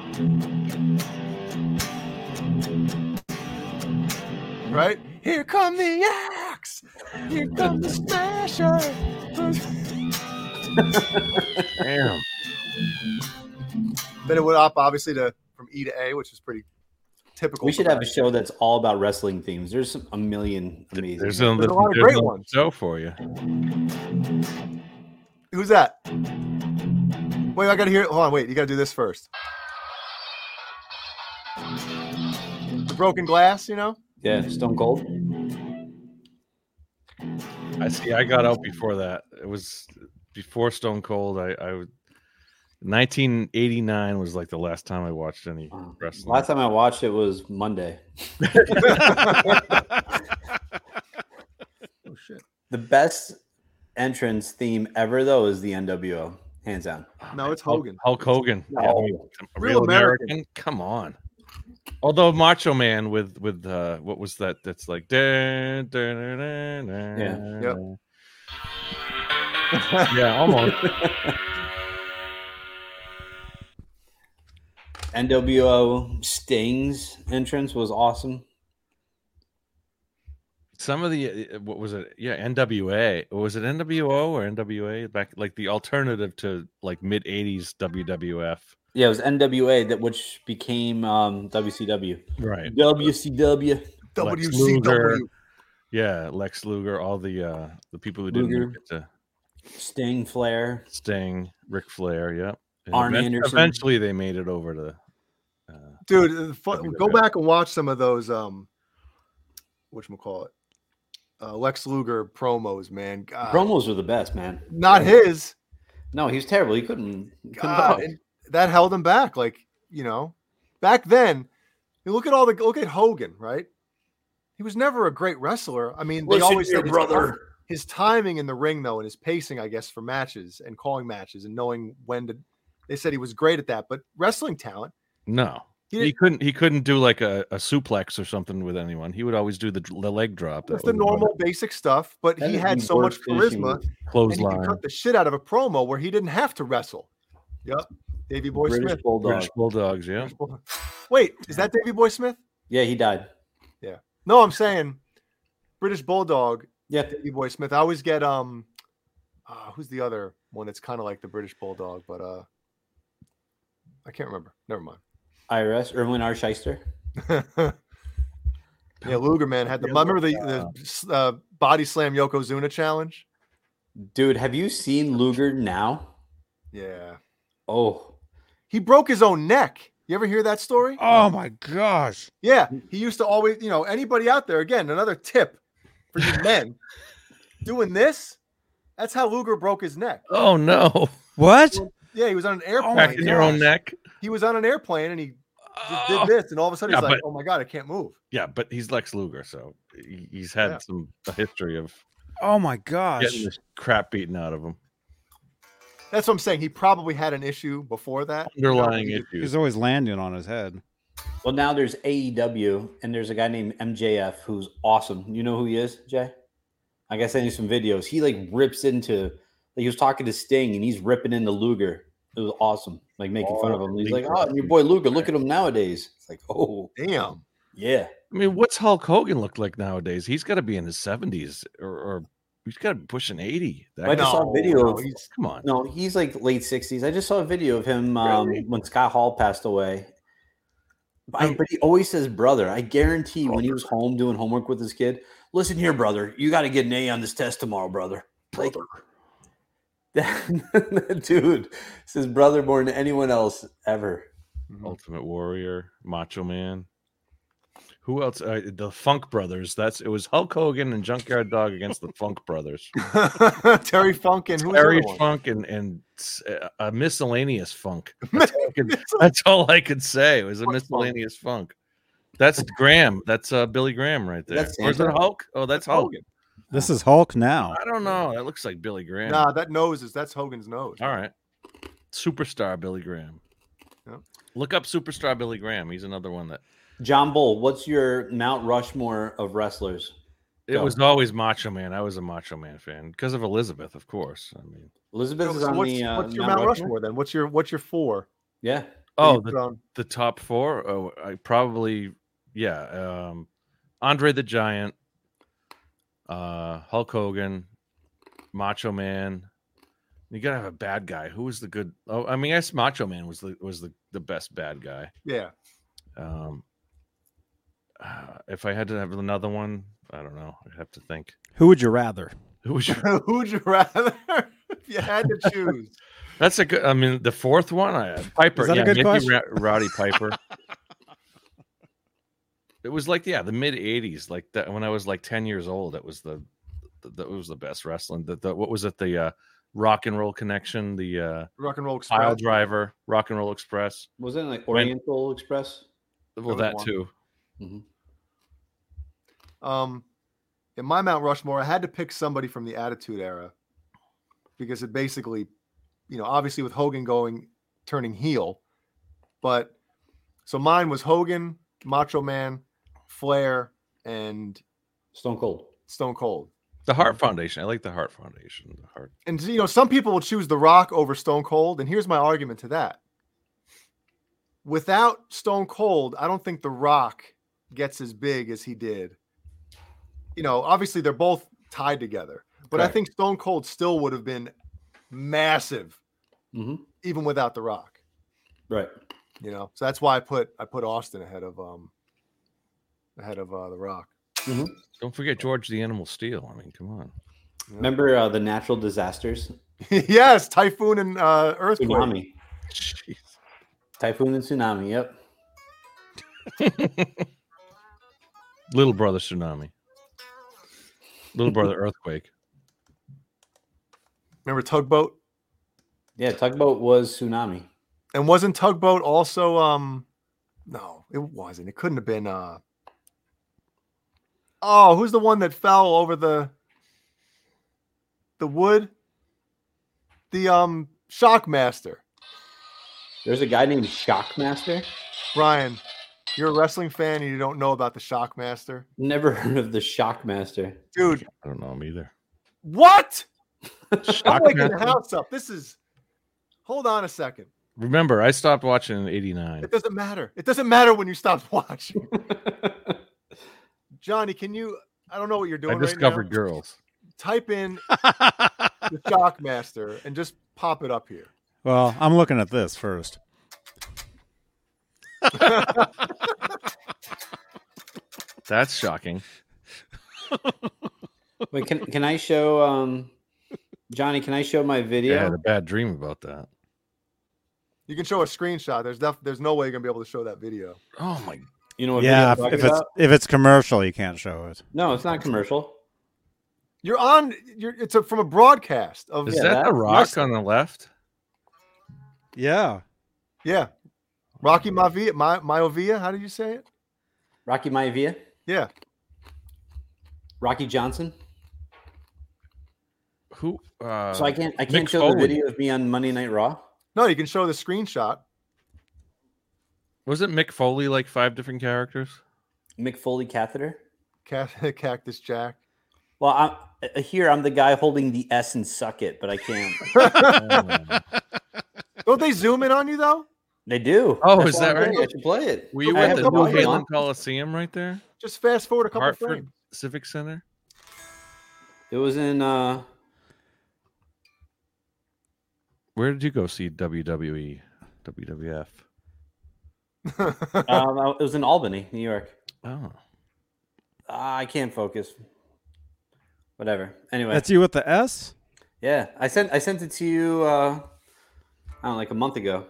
C: Right? Here come the axe. Here come the smasher.
A: Damn.
C: Then it went up obviously to from E to A, which is pretty typical.
D: We
C: for
D: should have a
C: that.
D: show that's all about wrestling themes. There's some- a million amazing.
A: There's, a,
C: There's a lot of great ones.
A: Show for you.
C: Who's that? Wait, I gotta hear it. Hold on, wait. You gotta do this first. The broken glass, you know.
D: yeah, Stone Cold.
A: I see. I got out before that. It was before Stone Cold. I, I would. 1989 was like the last time I watched any
D: Wow.
A: wrestling.
D: Last time I watched it was Monday.
C: Oh shit.
D: The best entrance theme ever, though, is the NWO, hands down.
C: No, it's
A: Hulk-
C: Hogan.
A: Hulk Hogan. Yeah,
D: No.
A: I mean, a
C: Real
A: real American. Come on. Although Macho Man with with uh, what was that? That's like dun, dun, dun, dun, dun,
D: Yeah.
C: Yep.
A: dun. yeah, almost.
D: NWO Sting's entrance was awesome.
A: Some of the uh, what was it? Yeah, NWA. Was it NWO or NWA back like the alternative to like mid '80s WWF?
D: Yeah, it was NWA that which became um, WCW.
A: Right.
D: WCW.
A: Lex
C: WCW.
A: Luger. Yeah, Lex Luger, all the uh the people who didn't
D: Luger.
A: get to
D: Sting Flair.
A: Sting, Ric Flair, yep. And
D: Arn
A: event-
D: Anderson.
A: Eventually, they made it over to. Uh,
C: dude. the fu-
A: That'd be
C: go
A: good.
C: back and watch some of those. Um, which call it? uh, Lex Luger promos, man. God,
D: Promos are the best, man.
C: not his.
D: No, he was terrible. He couldn't. he couldn't
C: God,
D: talk.
C: and that held him back. Like you know, back then, you look at all the look at Hogan, right? He was never a great wrestler. I mean, they always said his tough- His timing in the ring, though, and his pacing, I guess, for matches and calling matches and knowing when to. They said he was great at that, but wrestling talent.
A: No.
C: He
A: He
C: didn't-
A: couldn't. He couldn't do like a, a suplex or something with anyone. He would always do the, dr- the leg drop.
C: It's
A: That's
C: the normal basic stuff, but
D: Oh, That
C: he
D: is
C: had
D: the
C: so much
D: worst
C: charisma
D: finishing move.
C: and he could
A: clothesline.
C: cut the shit out of a promo where he didn't have to wrestle. Yep, Davy Boy
D: British
C: Smith.
D: Bulldog.
A: British bulldogs. Yeah.
C: Wait, is that Davy Boy Smith?
D: Yeah, he died.
C: No, I'm saying British Bulldog,
D: Yeah,
C: Davy Boy Smith. I always get um, uh, who's the other one that's kind of like the British Bulldog, but uh, I can't remember. Never mind.
D: IRS. Erwin R. Shyster.
C: yeah, Luger man had the. I remember the, the uh, body slam Yokozuna challenge.
D: Dude, have you seen Luger now?
C: Yeah,
D: Oh,
C: he broke his own neck. You ever hear that story?
B: Oh my gosh.
C: Yeah, he used to always, you know, anybody out there, again, another tip for you men doing this. That's how Luger broke his neck.
A: Oh no!
B: What?
C: Yeah, he was on an airplane.
A: Oh Back in your own neck.
C: He was on an airplane and he just
A: Oh.
C: did this, and all of a sudden
A: Yeah,
C: he's like,
A: but-
C: "Oh my god, I can't move."
A: Yeah, but he's Lex Luger, so he- he's had
C: Yeah.
A: some a history of
B: Oh my gosh.
A: getting this crap beaten out of him.
C: That's what I'm saying. He probably had an issue before that.
A: Underlying
C: he-
A: issues.
B: He's always landing on his head.
D: well, now there's AEW, and there's a guy named MJF who's awesome. You know who he is, Jay? I guess I need some videos. He like rips into, like he was talking to Sting, and he's ripping into Luger. It was awesome, like making fun of him. He's like, "Oh, and your boy Luger, look at him nowadays." It's like, oh
C: Damn.
D: yeah,
A: I mean, what's Hulk Hogan look like nowadays? He's got to be in his seventies, or, or he's got to be pushing eighty. That
D: I
A: guy-
D: just saw a video
C: no,
D: of-
C: he's-
A: come on,
D: No, he's like late sixties. I just saw a video of him um, when Scott Hall passed away. But, I-
A: Um,
D: but he always says brother. I guarantee when he was home doing homework with his kid, listen here, brother, you got to get an A on this test tomorrow, brother. Like, that, that dude says brother more than anyone else ever.
A: Ultimate Warrior, Macho Man. Who else? Uh, the Funk Brothers. That's it was Hulk Hogan and Junkyard Dog against the Funk Brothers.
C: Terry Funk and who was the
A: Terry
C: other one?
A: Funk and and s- uh, a miscellaneous funk. That's all, I could, that's all I could say. It was a
C: What funk?
A: miscellaneous funk. That's Graham. That's uh, Billy Graham right there.
D: That's
A: Or is it
D: Santa.
A: Hulk? Oh, that's Hulk.
B: This is Hulk now.
A: I don't know. That looks like Billy Graham.
C: Nah, that nose is that's Hogan's nose.
A: All right. Superstar Billy Graham.
C: Yep.
A: Look up Superstar Billy Graham. He's another one that
D: John Bull, what's your Mount Rushmore of wrestlers?
A: it
D: Go.
A: was always Macho Man. I was a Macho Man fan because of Elizabeth, of course. I mean,
D: Elizabeth
C: So
D: is on
C: what's,
D: the uh,
C: what's your Mount Rushmore, then? What's your what's your four?
D: Yeah,
C: that you
A: oh, the
C: put on?
A: the top four oh, I probably yeah um andre the giant uh hulk hogan macho man you gotta have a bad guy who was the good oh i mean i guess macho man was the was the, the best bad guy
C: yeah.
A: um uh, if i had to have another one i don't know i'd have to think
B: Who would you rather?
A: who was your
C: Who'd you rather? if you had to choose,
A: That's a good. I mean, the fourth one, I uh, Piper.
B: Is that a
A: yeah,
B: good
A: Mickey
B: question?
A: Ra- Rowdy Piper. it was like yeah, the mid '80s, like that when I was like 10 years old. It was the that was the best wrestling. The, the what was it? The uh, Rock and Roll Connection, the uh,
C: Rock and Roll
A: Pile
C: Express.
A: Driver, Rock and Roll Express.
D: wasn't it like Oriental Express?
A: Well,
C: was
A: that
C: one.
A: too.
C: Um, in my Mount Rushmore, I had to pick somebody from the Attitude Era because it basically, you know, obviously with Hogan going turning heel, but so mine was Hogan, Macho Man, Flair, and
D: Stone Cold.
C: Stone Cold.
A: The Heart
B: Mm-hmm.
A: Foundation. I like the Heart Foundation. The Heart.
C: And you know, some people will choose The Rock over Stone Cold, and here's my argument to that. Without Stone Cold, I don't think The Rock gets as big as he did. You know, obviously they're both tied together, but I
A: Correct.
C: think Stone Cold still would have been massive
D: hmm
C: even without The Rock.
D: Right.
C: You know, so that's why I put I put Austin ahead of um ahead of uh, The Rock.
A: Don't
B: Oh.
A: forget George the Animal Steel. I mean, come on.
D: Remember uh, the natural disasters?
C: yes, Typhoon and uh, Earthquake.
D: Tsunami.
A: Jeez.
D: Typhoon and tsunami. Yep.
A: Little Brother Tsunami. Little Brother Earthquake.
C: Remember Tugboat?
D: Yeah, tugboat was tsunami.
C: And wasn't Tugboat also um no, it wasn't. It couldn't have been uh Oh, who's the one that fell over the the wood? The um Shockmaster.
D: There's a guy named Shockmaster.
C: Brian, you're a wrestling fan and you don't know about the Shockmaster.
D: Never heard of the Shockmaster.
C: Dude,
A: I don't know him either.
C: what? I'm waking the
A: Shockmaster.
C: house up. This is hold on a second.
A: Remember, I stopped watching in '89.
C: It doesn't matter. It doesn't matter when you stop watching. Johnny, can you I don't know what you're doing
A: I discovered
C: right now.
A: girls.
C: Type in the Shockmaster and just pop it up here.
B: Well, I'm looking at this first.
A: That's shocking.
D: Wait, can can I show um Johnny? Can I show my
A: I
D: video?
A: had a bad dream about that.
C: You can show a screenshot. There's def- there's no way you're gonna be able to show that video.
A: Oh my!
D: You know what?
B: yeah,
D: video I'm
B: if, if
D: talking
B: it's
D: about?
B: if it's commercial, you can't show it.
D: no, it's not commercial.
C: You're on. You're it's a, from a broadcast of
A: Is
D: Yeah,
A: that
D: that
A: the rock on the left?
B: Yeah.
C: yeah, Rocky Maivia. My Maivia. How do you say it?
D: Rocky Maivia,
C: Yeah,
D: Rocky Johnson.
A: Who? Uh,
D: So I can't I can't
A: Mick
D: show
A: Foley.
D: the video of me on Monday Night Raw.
C: no, you can show the screenshot.
A: was it Mick Foley like five different characters?
D: Mick Foley catheter.
C: Cac- Cactus Jack.
D: Well, I'm uh, here. I'm the guy holding the S and suck it, but I can't.
A: Oh,
C: Don't they zoom in on you though?
D: they do.
A: Oh,
D: That's
A: is
D: why
A: that
D: I'm
A: right?
D: saying I should play it.
A: Were you
D: I
A: at
D: have
A: the
D: the
A: New
D: movie
A: Haven
D: on.
A: Coliseum right there?
C: Just fast forward a couple
A: Hartford
C: frames.
A: Civic Center.
D: It was in. uh
A: Where did you go see E, WWE, WWF?
D: um, It was in Albany, New York.
A: Oh,
D: Ah, I can't focus. Whatever. Anyway,
B: That's you with the S?
D: yeah, I sent I sent it to you. Uh, I don't know, like a month ago.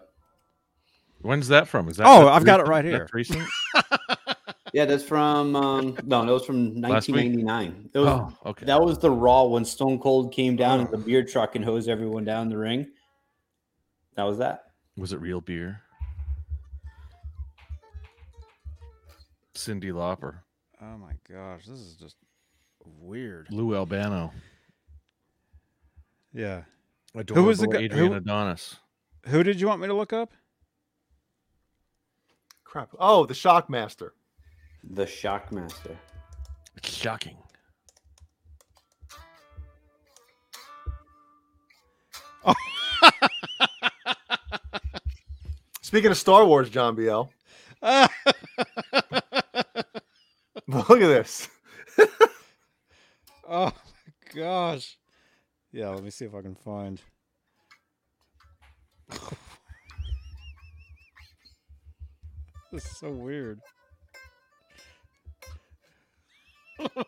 A: when's that from? Is that
B: Oh,
A: that's
B: I've got it
A: recent?
B: right
A: That's
B: here.
A: recent?
D: Yeah, that's from um, no, that was from
A: Last week?
D: 1999. It was,
A: Oh, okay. Oh.
D: That was the Raw when Stone Cold came down in the beer truck and hosed everyone down the ring. That was that.
A: Was it real beer? Cindy Lauper,
B: Oh my gosh, this is just weird.
A: Lou Albano.
B: Yeah.
A: Adorable
B: was the guy- who-
A: Adrian Adonis?
B: Who did you want me to look up?
C: Crap. Oh, the Shockmaster.
D: The Shockmaster.
A: It's shocking.
C: Speaking of Star Wars, John BL. Look at this.
B: Oh my gosh. Yeah, let me see if I can find. this is so weird.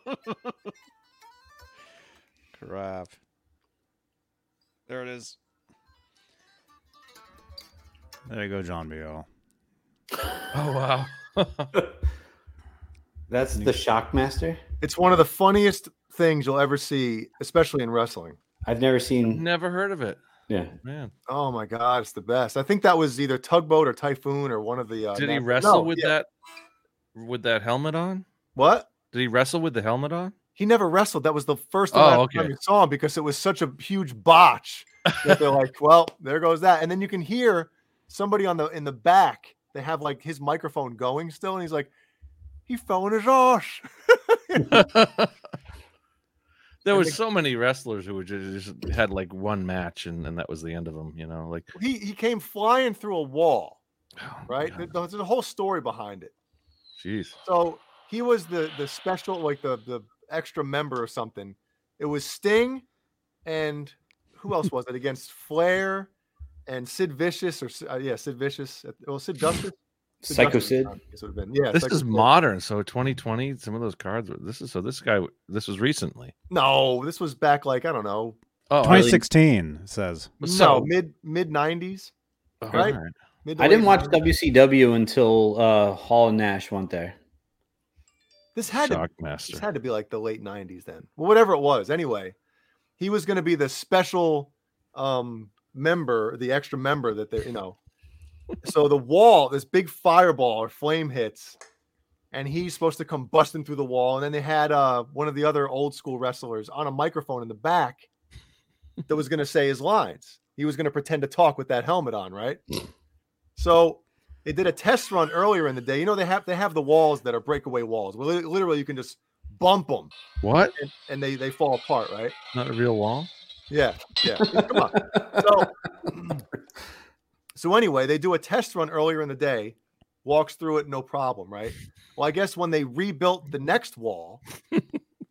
B: Crap. There it is. There you go, John B.O.
A: Oh wow!
D: That's the Shockmaster.
C: It's one of the funniest things you'll ever see, especially in wrestling.
D: I've never seen.
A: Never heard of it,
D: Yeah,
A: man.
C: Oh my god, it's the best. I think that was either Tugboat or Typhoon or one of the. Uh,
A: Did he
C: nat-
A: wrestle
C: No,
A: with
C: yeah.
A: that? With that helmet on?
C: What?
A: Did he wrestle with the helmet on?
C: He never wrestled. That was the first and
A: Oh,
C: last
A: okay.
C: time you saw him because it was such a huge botch that they're like, "Well, there goes that." And then you can hear somebody on the in the back. They have like his microphone going still, and he's like, "He fell in his arse."
A: There were so many wrestlers who would ju- just had like one match and, and that was the end of them. You know, like
C: He he came flying through a wall.
A: oh,
C: Right?
A: God,
C: There- There's a whole story behind it.
A: Jeez.
C: So he was the the special, like the the extra member or something. It was Sting, and who else was it against Flair and Sid Vicious or Sid- uh, yeah, Sid Vicious. uh, Well, Sid Justice. Sid
D: Psycho
C: Justice,
D: Sid.
C: I guess it would have been. Yeah,
A: This
C: Psycho
A: is
C: Sid.
A: modern. So 2020, some of those cards. were- This is so. This guy. w- This was recently.
C: No, this was back like I don't know.
A: Oh, I-
B: 2016 it says.
C: So
A: so
C: mid mid nineties,
A: all
C: right?
D: I didn't watch WCW until uh, Hall and Nash went there.
C: This had to this
A: Shockmaster.
C: had to be like the late 90s then well, whatever it was anyway he was going to be the special um member the extra member that they you know so the wall this big fireball or flame hits and he's supposed to come busting through the wall and then they had uh one of the other old school wrestlers on a microphone in the back that was going to say his lines he was going to pretend to talk with that helmet on right so they did a test run earlier in the day. You know they have they have the walls that are breakaway walls. Well, li- literally you can just bump them
A: What?
C: and, and they they fall apart, right?
A: Not a real wall?
C: Yeah, yeah. Come on. So, so anyway, they do a test run earlier in the day, walks through it, no problem, right? Well, I guess when they rebuilt the next wall,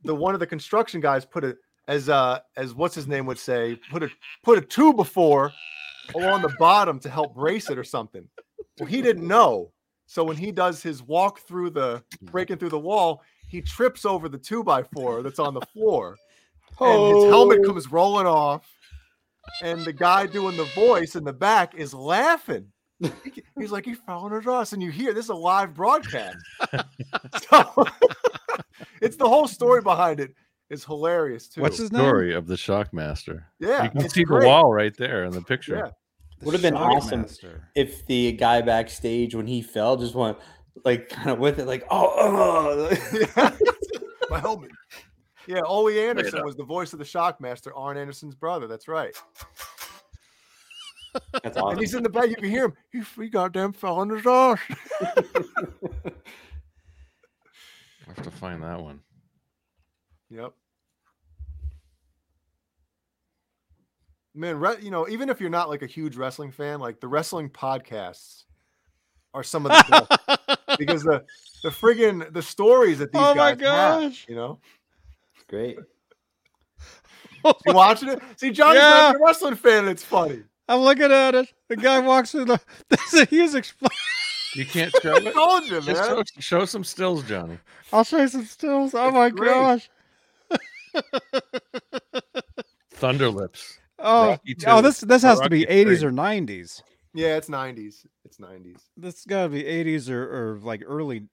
C: the one of the construction guys put a as uh as what's his name would say, put a put a two before along the bottom to help brace it or something. Well, he didn't know. So when he does his walk through the breaking through the wall, he trips over the two by four that's on the floor and his helmet comes rolling off. And the guy doing the voice in the back is laughing. He ca- He's like, "He's following us," Ross," and you hear this is a live broadcast. so it's the whole story behind it is hilarious too.
B: What's his name?
A: Story of the Shockmaster.
C: yeah,
A: you can
C: it's
A: see
C: great.
A: the wall right there in the picture.
C: Yeah.
D: Would have been awesome. if the guy backstage when he fell just went like kind of with it, like oh, oh.
C: My helmet. Yeah, Ole Anderson
G: up.
C: was the voice of the Shockmaster, Arn Anderson's brother. That's right.
D: that's
A: Uh,
C: And he's
D: awesome.
C: in the back. You can hear him. He, he goddamn fell on his ass.
A: I have to find that one.
C: Yep. Man, re- you know, even if you're not like a huge wrestling fan, like the wrestling podcasts are some of the best because the the friggin' the stories that these
A: Oh my
C: guys have,
A: gosh.
C: you know,
D: Great.
C: you watching it. See, Johnny's not even a wrestling fan. and It's funny.
B: I'm looking at it. The guy walks in the. He's explaining.
A: You can't show
C: I
A: it.
C: told you,
A: Just
C: man.
A: show, show some stills, Johnny.
B: I'll show some stills. Oh
C: It's
B: my
C: great.
B: gosh.
A: Thunderlips.
B: Oh,
A: Rocky
B: oh,
A: two.
B: this this has to
A: Rocky
B: be
A: three.
B: 80s or 90s.
C: Yeah, it's '90s. It's '90s.
B: This got to be 80s or, or like early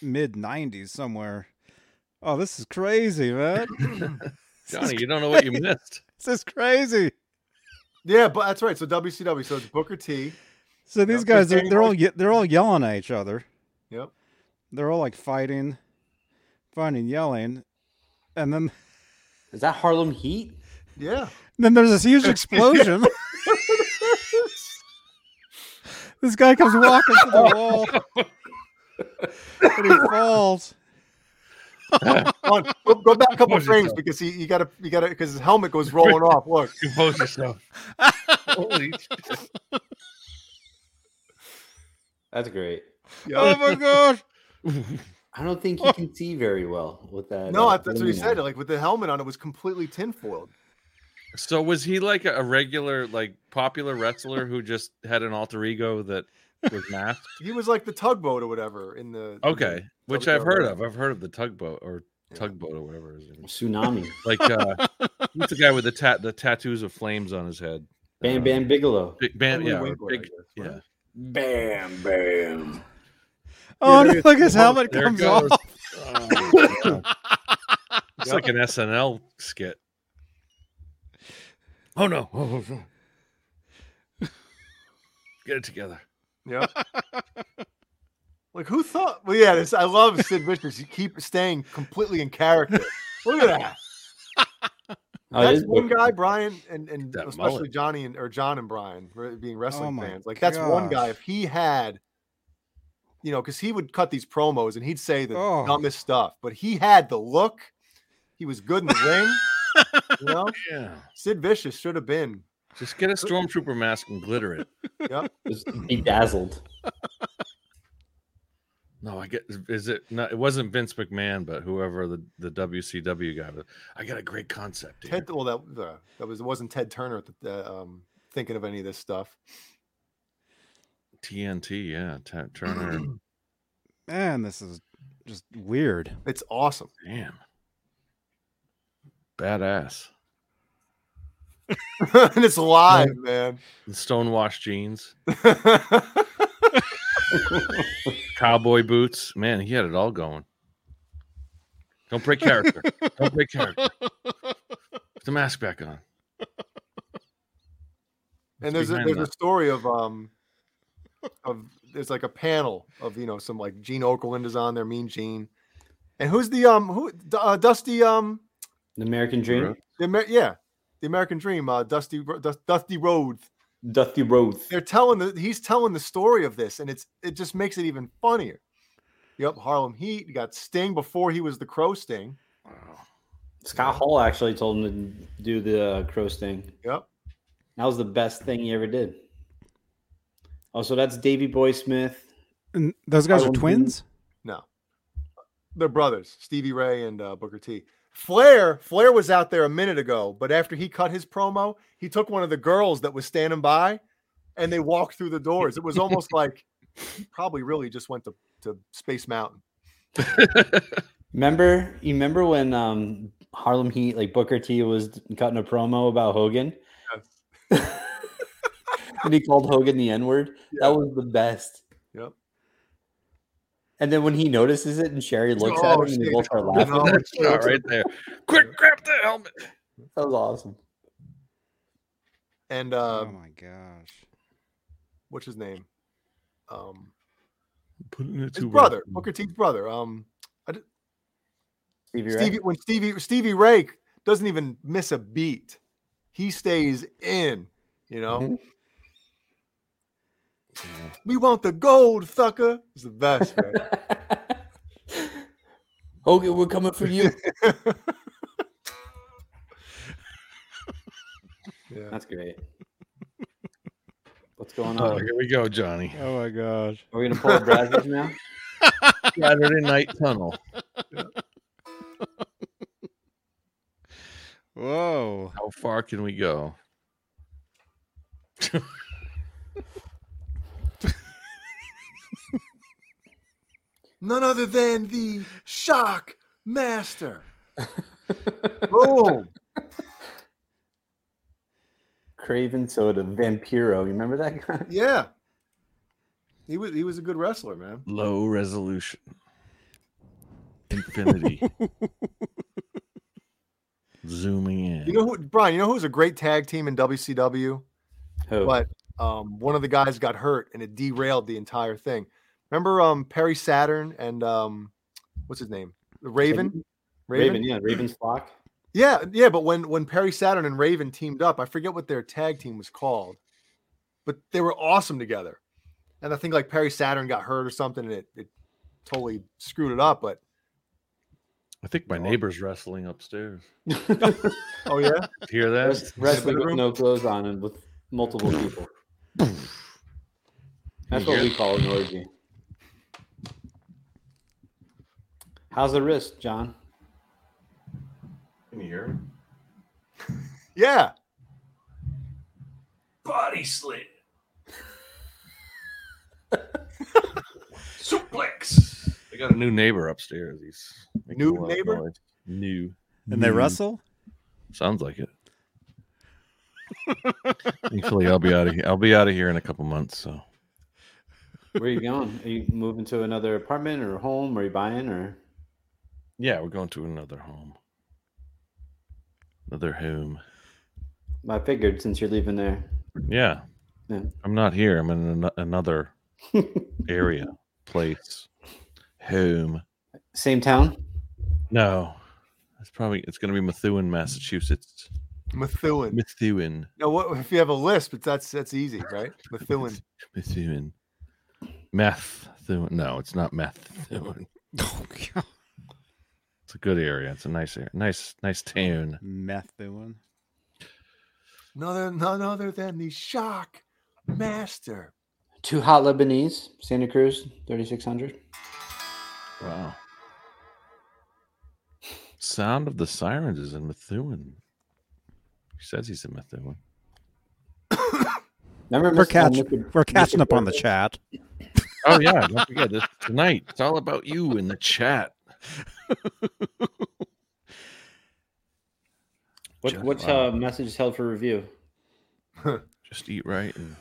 B: mid 90s somewhere. Oh, this is crazy, man. this, is,
A: Johnny, you don't know what you missed.
B: this is crazy.
C: Yeah, but that's right. So WCW. So it's Booker T.
B: So these
C: Yeah,
B: guys are
C: Christine
B: they're all
C: was-
B: ye- they're all yelling at each other.
C: Yep.
B: They're all like fighting, fighting, yelling, and then
D: Is that Harlem Heat?
C: Yeah.
B: then there's this huge explosion. this guy comes walking to the wall, and he falls.
C: Come on, go, go back a couple
A: Compose
C: frames
A: yourself.
C: because he, you gotta you gotta because his helmet goes rolling off. Look.
A: Compose yourself. Holy shit.
D: That's great.
C: Yeah.
B: Oh my gosh!
D: I don't think he can see very well with that.
C: No,
D: uh,
C: I- that's what he
D: aluminum.
C: said. Like with the helmet on, it was completely tinfoiled.
A: So was he like a regular, like popular wrestler who just had an alter ego that was masked?
C: He was like the tugboat or whatever in the. in the-
A: Okay, which
C: Tugboat,
A: I've heard
C: yeah.
A: of. I've heard of the tugboat or
C: Yeah.
A: tugboat or whatever. His name is.
D: Tsunami.
A: Like uh, who's the guy with the tat the tattoos of flames on his head?
D: Bam
A: Uh,
D: Bam Bigelow.
A: Big Bam,
C: Henry
A: yeah, or
C: Winkler, I
A: big,
C: guess, right?
A: yeah.
D: Bam Bam.
B: Oh,
C: there
B: no, look, his helmet
A: There it
B: comes
A: goes.
B: off.
A: Oh, yeah. it's like an SNL skit. Oh no! Get it together.
C: Yep. like who thought? Well, yeah, this, I love Sid Vicious. He keep staying completely in character. Look at that.
D: Oh, it
C: that's
D: is
C: one
D: Booker.
C: guy, Brian, and, and
A: That
C: especially
A: mullet.
C: Johnny and or John and Brian re- being wrestling
B: Oh my
C: fans. Like that's one guy.
B: gosh.
C: If he had, you know, because he would cut these promos and he'd say the
B: Oh.
C: dumbest stuff, but he had the look. He was good in the ring. You know,
A: Yeah.
C: Sid Vicious should have been.
A: Just get a stormtrooper mask and glitter it.
D: Just bedazzled.
A: No, I get. Is it? No, it wasn't Vince McMahon, but whoever the, the WCW guy. was. I got a great concept. Here.
C: Ted. Well, that the, that was it wasn't Ted Turner at the, uh, um, thinking of any of this stuff.
A: TNT. Yeah, Ted Turner.
B: Man, this is just weird.
C: It's awesome.
A: Damn. Badass.
C: and it's live, man.
A: The stonewashed jeans, cowboy boots. Man, he had it all going. Don't break character. Don't break character. Put the mask back on.
C: and
A: It's
C: there's a,
A: behind
C: there's a
A: that.
C: story of um of there's like a panel of you know some like Gene Okerlund is on there, Mean Gene, and who's the um who D- uh, Dusty um
D: The American Dream,
C: the Amer- yeah the American Dream uh Dusty Ro- Dust- Dusty Rhodes.
D: Dusty Road.
C: They're telling the he's telling the story of this, and it's it just makes it even funnier. Yep, Harlem Heat you got Sting before he was the Crow Sting.
D: Scott Hall actually told him to do the uh, crow sting.
C: Yep,
D: That was the best thing he ever did. Oh, so that's Davy Boy Smith.
B: And those guys are
D: Harlem Heat.
B: twins.
C: no, they're brothers, Stevie Ray and uh, Booker T. Flair, Flair was out there a minute ago, but after he cut his promo, he took one of the girls that was standing by, and they walked through the doors. It was almost like he probably really just went to, to Space Mountain.
D: Remember, you remember when um, Harlem Heat, like Booker T, was cutting a promo about Hogan, and he called Hogan the N word.
C: Yeah.
D: That was the best.
C: Yep.
D: And then when he notices it, and Sherry looks
C: Oh,
D: at him, and
C: shit.
D: they both start
C: No,
D: laughing.
C: it's-
A: All right there. Quick, grab the helmet.
D: That was awesome.
C: And uh,
B: oh my gosh.
C: what's his name? Um,
A: Putting it Uh,
C: his brother, Booker T's brother. Um,
D: Stevie Ray.
C: Stevie when Stevie Stevie Ray doesn't even miss a beat. He stays in, you know.
D: Mhm.
C: We want the gold, sucker. It's the best. man.
D: Hogan, we're coming for you.
C: yeah.
D: That's great. What's going
A: Oh,
D: on?
A: here we go, Johnny.
B: Oh my gosh.
D: Are we gonna pull a Brazzers now?
A: Saturday Night Tunnel.
B: Whoa.
A: How far can we go?
C: None other than the shock master. Boom.
D: Craven Soda, Vampiro. You remember that guy?
C: Yeah. He was he was a good wrestler, man.
A: Low resolution. Infinity. Zooming in.
C: You know who Brian, you know who was a great tag team in WCW?
D: Who?
C: But um one of the guys got hurt and it derailed the entire thing. Remember um Perry Saturn and um what's his name? Raven?
D: Raven? yeah, Raven's flock.
C: Yeah, yeah, but when when Perry Saturn and Raven teamed up, I forget what their tag team was called, but they were awesome together. And I think like Perry Saturn got hurt or something, and it, it totally screwed it up. But
A: I think my neighbor's wrestling upstairs.
C: oh yeah,
A: Hear that?
D: Wrest- Wrestling
C: Room?
D: with no clothes on and with multiple people. That's what we call an orgy. How's the wrist, John?
A: Can you hear it?
C: yeah,
E: Body slam. Suplex.
A: I got a new neighbor upstairs. He's making
C: New
A: a lot of
C: neighbor?
A: noise. New.
B: And they
A: New.
B: wrestle?
A: Sounds like it. Thankfully, I'll be out of here. I'll be out of here in a couple months. So
D: Where are you going? Are you moving to another apartment or home? Are you buying or
A: yeah, we're going to another home. Another home.
D: I figured since you're leaving there.
A: Yeah.
D: Yeah.
A: I'm not here. I'm in an- another area, place, home.
D: Same town?
A: No, it's probably it's going to be Methuen, Massachusetts.
C: Methuen.
A: Methuen,
C: No, what if you have a lisp? It's that's that's easy, right? Methuen.
A: Methuen, Methuen. No, it's not Methuen.
B: Oh god.
A: It's a good area. It's a nice area. Nice, nice town.
B: Meth doing.
C: None other, none other than the shock master.
D: Two hot Lebanese, Santa Cruz, 3,600.
A: Wow. Sound of the sirens is in Methuen. He says he's in Methuen.
D: Remember,
B: We're,
D: Mr.
B: catch,
D: Mr.
B: we're catching
D: Mr.
B: up on the
D: Perfect?
B: chat.
A: Oh yeah, don't forget this tonight. It's all about you in the chat.
D: What, what's uh, message is held for review?
A: Just eat right and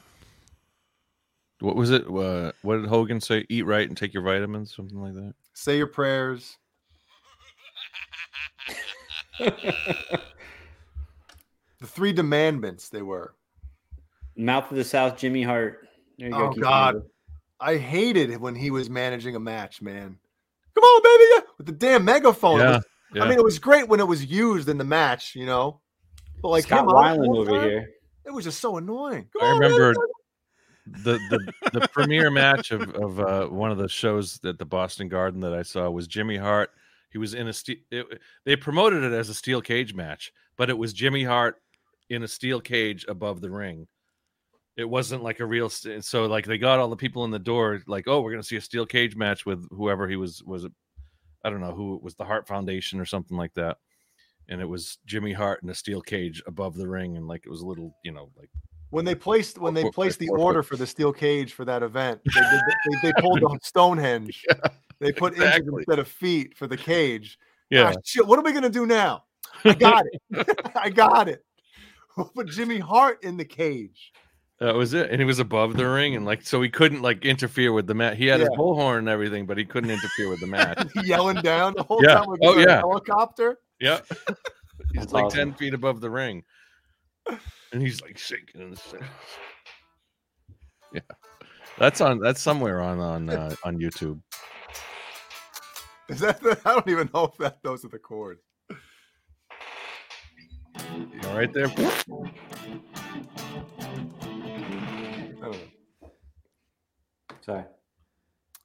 A: what was it? Uh, what did Hogan say? Eat right and take your vitamins, something like that.
C: Say your prayers. The three demandments they were.
D: Mouth of the South, Jimmy Hart. There you
C: Oh,
D: go. Keith
C: God.
D: Lee.
C: I hated it when he was managing a match, man. Come on, baby, yeah, with the damn megaphone. Oh, It
A: Yeah,
C: was-
A: yeah.
C: I mean, it was great when it was used in the match, you know. But like
D: Scott
C: him all the
D: Weiland
C: whole
D: over
C: time,
D: here.
C: it was just so annoying. Come
A: I
C: on, baby,
A: remember
C: yeah.
A: the the the premiere match of of uh, one of the shows at the Boston Garden that I saw was Jimmy Hart. He was in a steel. They promoted it as a steel cage match, but it was Jimmy Hart in a steel cage above the ring. It wasn't like a real. St- so like they got all the people in the door, like, oh, we're gonna see a steel cage match with whoever he was was. I don't know who it was, the Hart Foundation or something like that. And it was Jimmy Hart in a steel cage above the ring, and like it was a little, you know, like.
C: when they placed when they
A: Four foot by
C: placed the
A: four foot.
C: order for the steel cage for that event, they did the, they, they pulled the Stonehenge. They put inches
A: exactly.
C: instead of feet for the cage. Ah, shit, what are we gonna do now?
A: I
C: Got it. I got it. We'll put Jimmy Hart in the cage.
A: That Uh, was it. And he was above the ring. And like, so he couldn't like interfere with the match. He had his
C: Yeah.
A: bullhorn and everything, but he couldn't interfere with the match.
C: Yelling down the whole
A: Yeah.
C: time with
A: Oh,
C: the
A: yeah.
C: helicopter.
A: yeah. He's
D: That's
A: like
D: awesome.
A: 10 feet above the ring. And he's like shaking. In the center. Yeah. That's on, that's somewhere on, on, uh, on YouTube.
C: Is that the, I don't even know if that those are the chords.
A: You know, right there.
C: I don't know.
D: Sorry.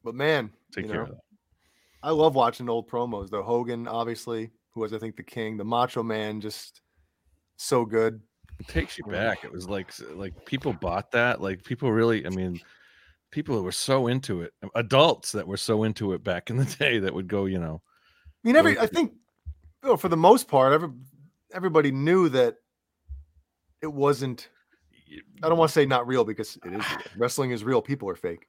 C: But man,
A: Take
C: you
A: care
C: know,
A: of that.
C: I love watching old promos. The Hogan, obviously, who was I think the king, the Macho Man, just so good.
A: It takes you back. It was like, s- like people bought that. Like people really, I mean, people who were so into it, adults that were so into it back in the day that would go, you know,
C: I mean, every I think you know, for the most part, every, everybody knew that it wasn't. I don't want to say not real because it is real. wrestling is real. People are fake,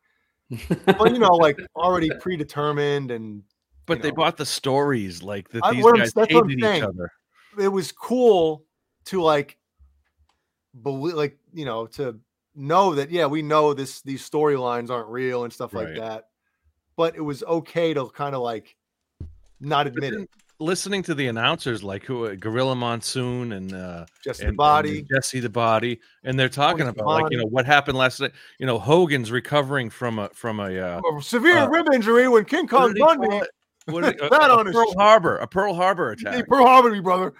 C: but you know, like already predetermined, and
A: But
C: you
A: they
C: know.
A: bought the stories like that.
C: I-
A: These
C: what I'm-
A: guys
C: that's what I'm
A: hated each
C: saying.
A: other.
C: it was cool to like believe, like you know, to know that yeah, we know this these storylines aren't real and stuff
A: Right.
C: like that. But it was okay to kind of like not
A: But
C: admit
A: then
C: it.
A: listening to the announcers, like who uh, Gorilla Monsoon and uh,
C: Just
A: and-
C: the
A: and
C: body.
A: Jesse the body, and they're talking
C: Tony
A: about like you know what happened last night. You know Hogan's recovering from a from a uh,
C: A Oh, severe
A: uh,
C: rib injury when King
A: what
C: Kong
A: did he call
C: Bundy
A: it? What did he- a,
C: That
A: a
C: on his
A: Pearl
C: shirt.
A: Harbor, a Pearl Harbor
C: Hey,
A: attack.
C: Pearl Harbor, me brother.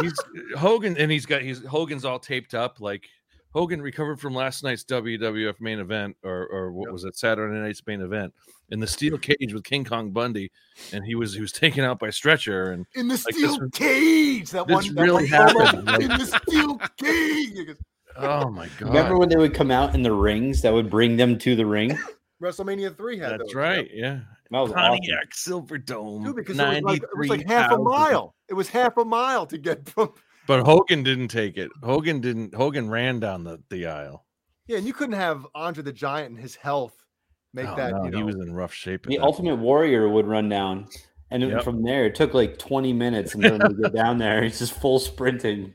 A: he's uh, Hogan, and he's got he's Hogan's all taped up. Like Hogan recovered from last night's WWF main event, or or what
C: Yep.
A: was it Saturday night's main event in the steel cage with King Kong Bundy, and he was he was taken out by stretcher, and
C: In the
A: Like, this
C: steel
A: was-
C: cage. That one
A: this
C: that
A: really
C: one promo,
A: happened.
C: In
A: Like,
C: the steel cage. You guys-
A: oh my god,
D: Remember when they would come out in the rings that would bring them to the ring?
C: WrestleMania three had
A: that's
C: those, yeah.
A: right, yeah.
D: That was awesome.
A: Pontiac
C: Dude,
A: Silverdome,
C: because it was, like, it was like half a
A: 93,000.
C: mile. It was half a mile to get from
A: But Hogan didn't take it. Hogan didn't. Hogan ran down the, the aisle.
C: Yeah, and you couldn't have Andre the Giant and his health make
A: Oh,
C: that.
A: no,
C: you
A: he
C: know,
A: was in rough shape. at
D: The
A: that
D: Ultimate Warrior would run down. And then
A: Yep.
D: from there, it took like 20 minutes and then to get down there. He's just full sprinting.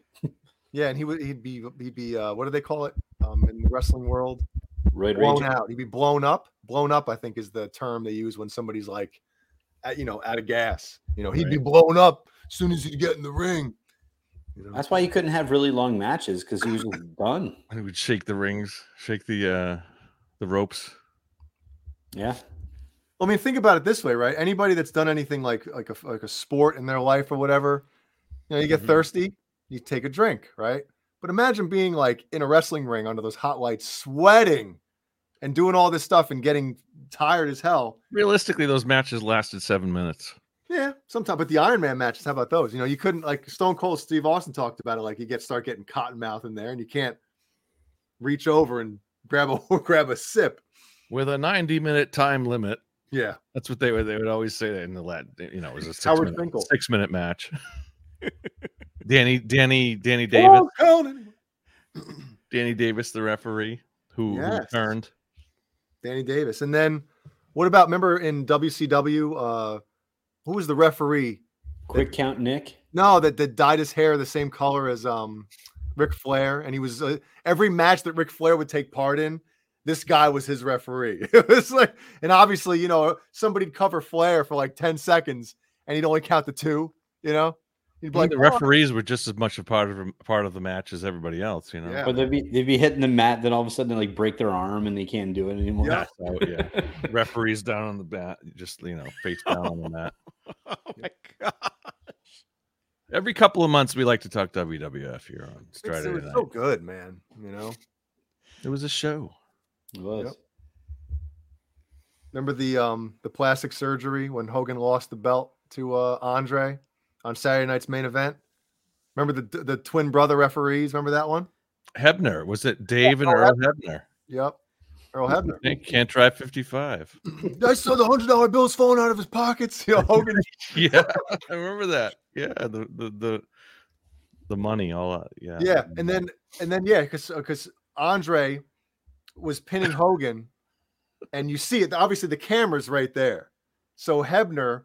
C: yeah, and he would he'd be he'd be uh, what do they call it um, in the wrestling world?
D: Roid
C: Blown
D: Rage.
C: out. He'd be blown up. Blown up, I think, is the term they use when somebody's like, at, you know, out of gas. You know, he'd be blown up as soon as he'd get in the ring. You know,
D: That's why you couldn't have really long matches because he was just done.
A: point. He would shake the rings, shake the uh the ropes.
D: Yeah.
C: I mean, think about it this way, right? Anybody that's done anything like like a like a sport in their life or whatever, you know, you get
A: Mhm.
C: thirsty, you take a drink, right? But imagine being like in a wrestling ring under those hot lights, sweating, and doing all this stuff and getting tired as hell.
A: Realistically, those matches lasted seven minutes.
C: Yeah, sometimes. But the Iron Man matches, how about those? You know, you couldn't like Stone Cold Steve Austin talked about it. Like you get start getting cotton mouth in there, and you can't reach over and grab a grab a sip.
A: with a 90 minute time limit.
C: Yeah,
A: That's what they would they would always say in the lat you know, it was a six
C: Howard
A: minute
C: Finkel.
A: six minute match. Danny Danny Danny Davis
C: Oh, Conan.
A: Danny Davis the referee who, who
C: Yes.
A: returned.
C: Danny Davis. And then what about remember in WCW? Uh who was the referee?
D: Quick count, Nick.
C: No, that, that dyed his hair the same color as um Ric Flair. And he was uh, every match that Ric Flair would take part in, this guy was his referee. it was like, and obviously, you know, somebody'd cover Flair for like 10 seconds and he'd only count the two, you know. He'd be
A: Like,
C: like,
A: the
C: "Oh,
A: referees were just as much a part of part of the match as everybody else, you know.
C: Yeah.
D: But they'd be they'd be hitting the mat, then all of a sudden they like break their arm and they can't do it anymore.
C: Yeah.
A: So yeah, referees down on the bat, just you know, face down on the mat.
H: Oh my god!
A: Every couple of months, we like to talk WWF here on
C: it's-
A: Friday
C: it was
A: night.
C: so good, man. You know,
A: it was a show.
D: It was.
C: Yep. remember the um the plastic surgery when Hogan lost the belt to uh Andre on Saturday night's main event. Remember the the twin brother referees? Remember that one?
A: Hebner was it Dave and
C: Oh,
A: Earl Hebner?
C: Yep. Earl Hebner.
A: They can't drive fifty five.
C: I saw the hundred dollar bills falling out of his pockets. You know, Hogan
A: Yeah, I remember that. Yeah, the the the, the money all out. Yeah, I
C: yeah and
A: remember
C: then and then yeah because because andre was pinning hogan and you see it obviously the camera's right there so hebner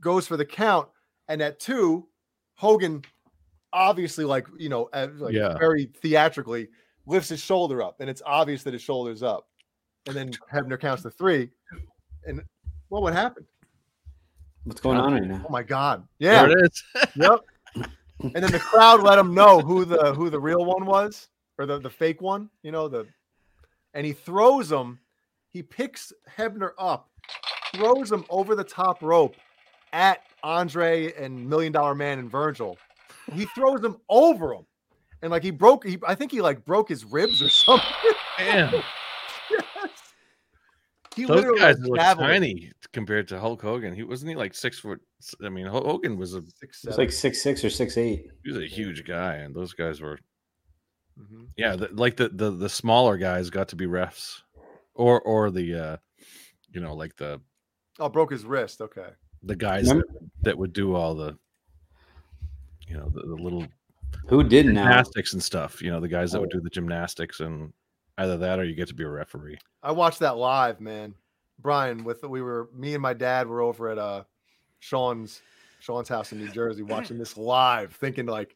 C: goes for the count and at two hogan obviously like you know uh, like
A: Yeah.
C: very theatrically lifts his shoulder up and it's obvious that his shoulder's up and then hebner counts to three and what would happen
D: What's going on right now?
C: oh my god
A: that.
C: yeah
A: There it is.
C: Yep. And then the crowd let him know who the who the real one was or the, the fake one, you know, the and he throws him, he picks Hebner up, throws him over the top rope at Andre and Million Dollar Man and Virgil. He throws him over him. And like he broke he, I think he like broke his ribs or something.
A: Damn,
C: He
A: those guys
C: like,
A: look
C: javelin
A: tiny compared to Hulk Hogan. He wasn't he like six foot. s- I mean, Hulk Hogan was a
C: Six,
D: It's
C: seven.
D: like six six or six eight.
A: he was a huge guy, and those guys were
C: Mhm.
A: yeah the, like the, the the smaller guys got to be refs or or the uh you know like the
C: Oh, broke his wrist. Okay.
A: the guys that,
D: Remember-
A: that would do all the you know the, the little
D: Who didn't now?
A: gymnastics and stuff you know the guys that
C: Oh.
A: would do the gymnastics and either that or you get to be a referee
C: I watched that live, man. Brian, with we were me and my dad were over at uh Sean's Sean's house in New Jersey watching this live, thinking like,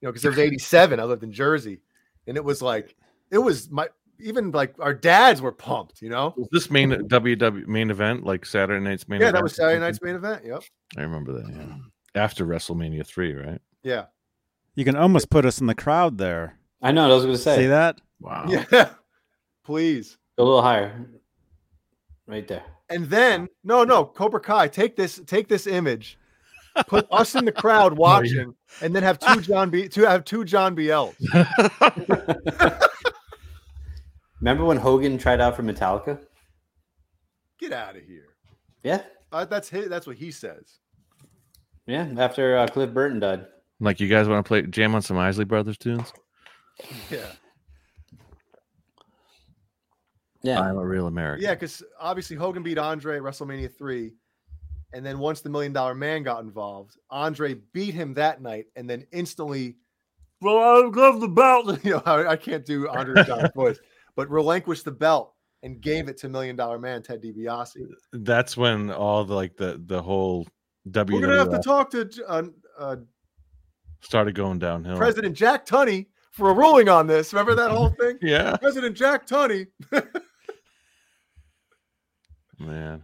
C: you know, because there was 87. I lived in Jersey, and it was like it was my even like our dads were pumped, you know.
A: was this main ww main event like saturday night's main
C: Yeah,
A: event
C: that was
A: or
C: Saturday
A: something?
C: night's main event. Yep.
A: i remember that yeah after wrestlemania 3 right
C: Yeah.
B: You can almost put us in the crowd there.
D: I know. I was gonna
B: See
D: say
B: that?
A: wow
C: Yeah. Please.
D: Go a little higher, right there.
C: And then no, no, Cobra Kai, take this, take this image, put us in the crowd watching, and then have two John B two have two John BLs.
D: Remember when Hogan tried out for Metallica?
C: Get out of here.
D: Yeah,
C: Uh, that's his, that's what he says.
D: yeah. After uh, Cliff Burton died,
A: like you guys want to play jam on some isley brothers tunes
C: Yeah,
D: yeah.
A: i'm a real american
C: yeah, because obviously Hogan beat Andre at WrestleMania three, and then once the Million Dollar Man got involved, Andre beat him that night, and then instantly, well, I love the belt. you know, I, I can't do Andre John's voice, but relinquished the belt and gave it to Million Dollar Man Ted DiBiase.
A: that's when all the like the the whole
C: We're gonna have to
A: wwf
C: talk to uh, uh,
A: started going downhill
C: President Jack Tunney for a ruling on this. Remember that whole thing?
A: yeah
C: President Jack Tunney.
A: Man,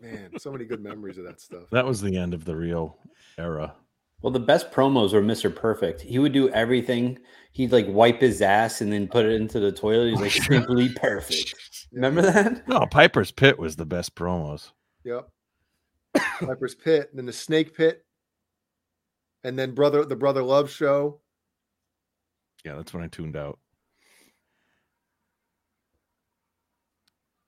C: Man, so many good memories of that stuff.
A: that was the end of the real era.
D: Well, the best promos were Mr. Perfect. He would do everything. He'd like wipe his ass and then put it into the toilet. He's like simply perfect. Remember that?
A: No, Piper's Pit was the best promos.
C: Yep. Piper's Pit, and then the Snake Pit, and then brother the Brother Love Show.
A: Yeah, that's when I tuned out.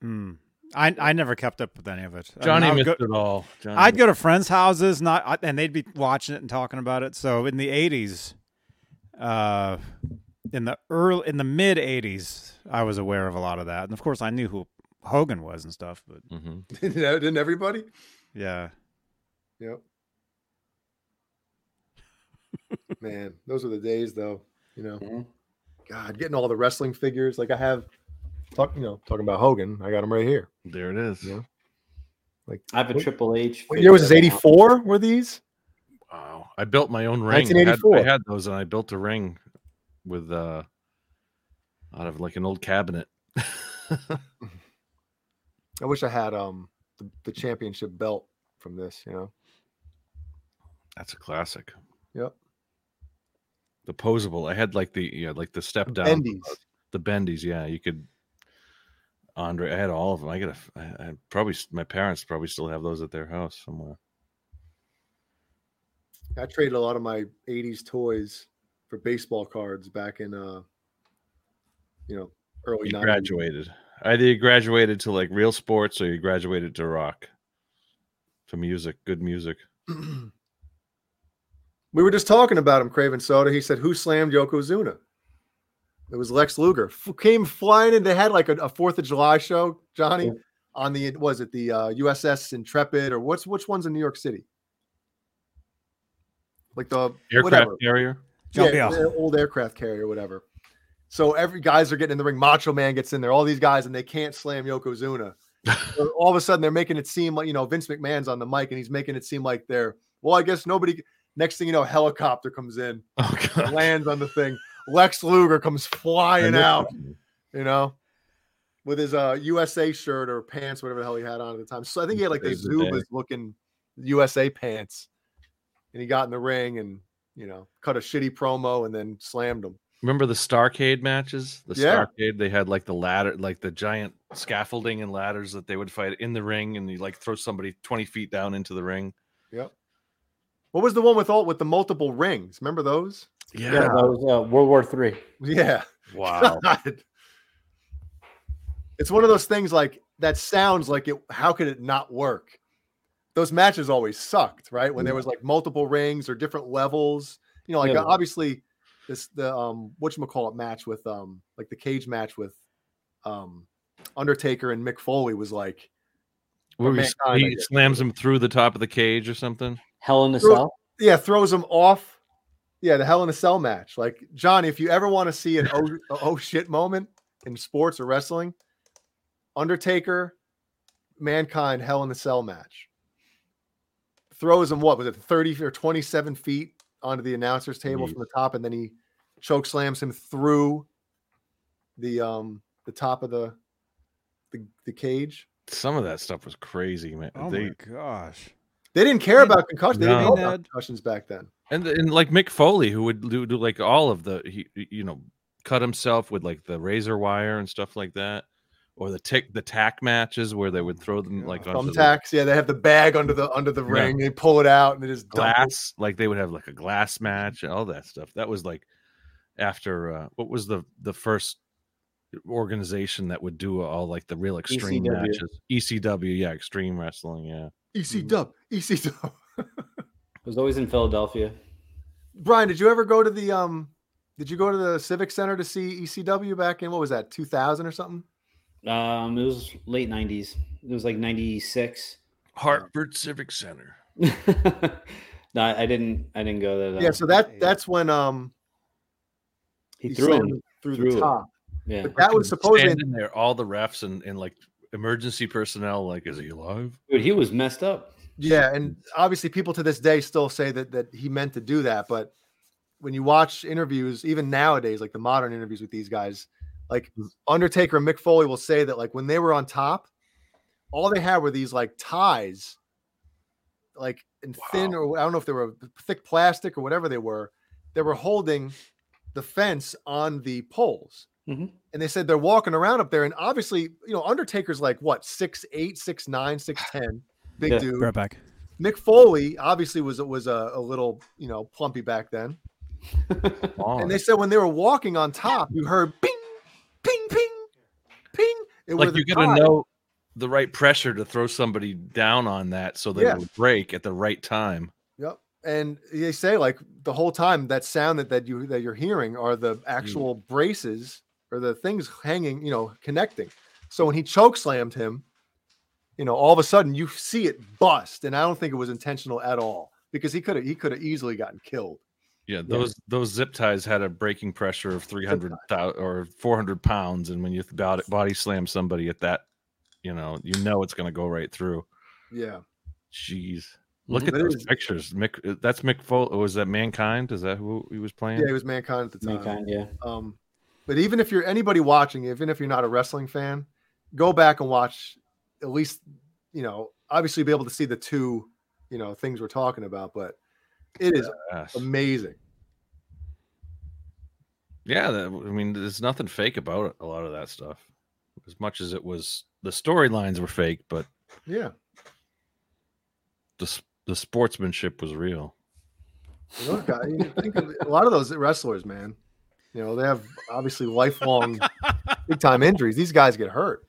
B: Hmm. I I never kept up with any of it. I mean,
A: Johnny
B: I would
A: missed
B: go-
A: it all. Johnny
B: I'd go to friends' houses, not I- and they'd be watching it and talking about it. So in the eighties, uh, in the early in the mid eighties, I was aware of a lot of that, and of course, I knew who Hogan was and stuff. But
A: Mhm.
C: Didn't e, didn't everybody?
B: yeah,
C: Yep. Man, those were the days though, you know.
D: Mhm.
C: God, getting all the wrestling figures. Like I have talk, you know, talking about Hogan. I got him right here.
A: There it is.
C: Yeah.
D: I have a Triple H.
C: What year was
D: figure
C: this?
D: that I
C: 84 were these?
A: Wow. I built my own ring. I had,
C: 1984.
A: I had those and I built a ring with uh out of like an old cabinet.
C: I wish I had um the, the championship belt from this, you know.
A: That's a classic.
C: Yep.
A: The posable. I had like the yeah, like the step down
C: Bendies.
A: the bendies. Yeah, you could. Andre, I had all of them. I got a. I, I probably my parents probably still have those at their house somewhere.
C: I traded a lot of my '80s toys for baseball cards back in, uh you know, early
A: You
C: '90s.
A: graduated. Either you graduated to like real sports, or you graduated to rock, to music, good music.
C: We were just talking about him, Craven Soda. He said, "Who slammed Yokozuna?" It was Lex Luger. F- came flying in. They had like a, a Fourth of July show, Johnny,
A: Oh.
C: on the was it the uh, USS Intrepid or what's which one's in New York City? Like the
A: Aircraft
C: whatever.
A: carrier.
B: Jump
C: yeah,
B: out.
C: the old aircraft carrier, whatever. So every guys are getting in the ring. Macho Man gets in there. All these guys, and they can't slam Yokozuna. So all of a sudden, they're making it seem like you know Vince McMahon's on the mic, and he's making it seem like they're well. I guess nobody. Next thing you know, helicopter comes in,
A: Oh god.
C: lands on the thing. Lex Luger comes flying out, you know, with his uh USA shirt or pants, whatever the hell he had on at the time. So I think he had like the
A: Saves the day.
C: Zubas looking USA pants, and he got in the ring and you know cut a shitty promo and then slammed him.
A: Remember the Starcade matches? The
C: Yeah.
A: Starcade, they had like the ladder, like the giant scaffolding and ladders that they would fight in the ring, and you like throw somebody 20 feet down into the ring.
C: What was the one with all with the multiple rings? Remember those?
A: Yeah.
D: Yeah, that was uh, World War Three.
C: Yeah.
A: Wow.
C: God. It's one of those things like that sounds like it. How could it not work? Those matches always sucked, right? When there was like multiple rings or different levels. You know, like
D: Yeah.
C: obviously this the um whatchamacallit match with um like the cage match with um Undertaker and Mick Foley was like
A: Where he,
C: Mankind, I
A: he
C: guess.
A: slams him through the top of the cage or something.
D: Hell in a
C: Sure.
D: Cell.
C: yeah, throws him off. Yeah, the Hell in a Cell match. Like Johnny, if you ever want to see an oh, oh shit moment in sports or wrestling, Undertaker, Mankind, Hell in a Cell match. Throws him what was it, thirty or twenty-seven feet onto the announcer's table
A: Jeez.
C: from the top, and then he choke slams him through the um the top of the the, the cage.
A: Some of that stuff was crazy, man.
B: Oh
A: they
B: my gosh.
C: They didn't care about concussions. They didn't
A: No.
C: know about concussions back then.
A: and and like Mick Foley, who would do, do like all of the he you know cut himself with like the razor wire and stuff like that, or the tick the tack matches where they would throw them like onto the
C: thumbtacks. Yeah, they have the bag under the under the
A: Yeah.
C: ring. They pull it out and they just dump it. Mm-hmm.
A: glass like they would have like a glass match and all that stuff that was like after uh what was the the first organization that would do all like the real extreme
C: E
D: ECW.
A: matches ecw yeah extreme wrestling yeah
C: EC E dub, EC dub.
D: It was always in Philadelphia.
C: Brian, did you ever go to the um? Did you go to the Civic Center to see ECW back in what was that, two thousand or something?
D: Um, it was late '90s. It was like '96.
A: hartford civic center
D: no, I I didn't. I didn't go there. Though.
C: Yeah, so that that's when um
D: he threw
C: slammed
D: him.
C: through
D: Threw
C: the
D: him.
C: top.
D: Yeah.
C: But that was supposedly
A: standing there all the refs and, and like emergency personnel like is he alive
D: Dude, he was messed up.
C: Yeah, and obviously people to this day still say that that he meant to do that, but when you watch interviews, even nowadays, like the modern interviews with these guys, like Undertaker and Mick Foley will say that like when they were on top, all they had were these like ties, like and thin or I don't know if they were thick plastic or whatever they were, they were holding the fence on the poles.
D: Mhm.
C: And they said they're walking around up there, and obviously, you know, Undertaker's like what six eight, six nine, six ten, big
D: Yeah.
C: dude.
B: Right back.
C: Mick Foley obviously was was a, a little you know plumpy back then, and they said when they were walking on top, you heard ping, ping, ping, ping. It
A: like
C: were
A: you
C: the
A: gotta
C: ties.
A: know the right pressure to throw somebody down on that so that
C: Yeah.
A: it would break at the right time
C: Yep. And they say like the whole time that sound that, that you that you're hearing are
A: Mm.
C: the actual braces or the things hanging, you know, connecting. So when he choke slammed him, you know, all of a sudden you see it bust, and I don't think it was intentional at all because he could have he could have easily gotten killed.
A: Yeah, those those zip ties had a breaking pressure of three hundred or four hundred pounds, and when you body, body slam somebody at that, you know, you know it's going to go right through.
C: Yeah.
A: Jeez, look
C: Mhm.
A: at
C: That
A: those
C: is-
A: pictures. Mick, uh, that's Mick Foley. Was that Mankind? Is that who he was playing?
C: Yeah, he was mankind at the time.
D: Mankind, yeah.
C: Um, but even if you're anybody watching, even if you're not a wrestling fan, go back and watch at least, you know, obviously be able to see the two, you know, things we're talking about. But It is
A: Yes.
C: amazing.
A: Yeah, that, I mean, there's nothing fake about it, a lot of that stuff. As much as it was, the storylines were fake, but
C: Yeah.
A: the s- the sportsmanship was real.
C: You know, guy- you think of a lot of those wrestlers, man. You know, they have obviously lifelong big time injuries. These guys get hurt.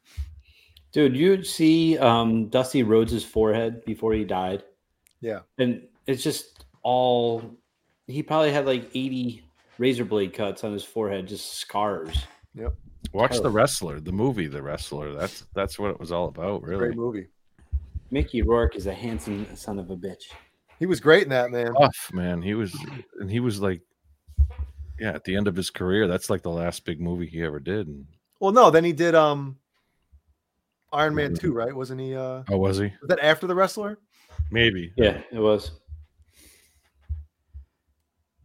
D: Dude, you see um, Dusty Rhodes' forehead before he died.
C: Yeah.
D: And it's just all he probably had like 80 razor blade cuts on his forehead, just scars.
A: Watch
D: Oh.
A: the wrestler, the movie, the wrestler. That's that's what it was all about,
C: Great
A: really.
C: movie.
D: Mickey Rourke is a handsome son of a bitch.
C: He was great in that, man.
A: Tough man, he was, and he was like, yeah, at the end of his career, that's like the last big movie he ever did. And,
C: Well, no, then he did um Iron Man 2, right? Wasn't he uh
A: oh, was he?
C: was that after the wrestler?
A: Maybe
D: Yeah, it was.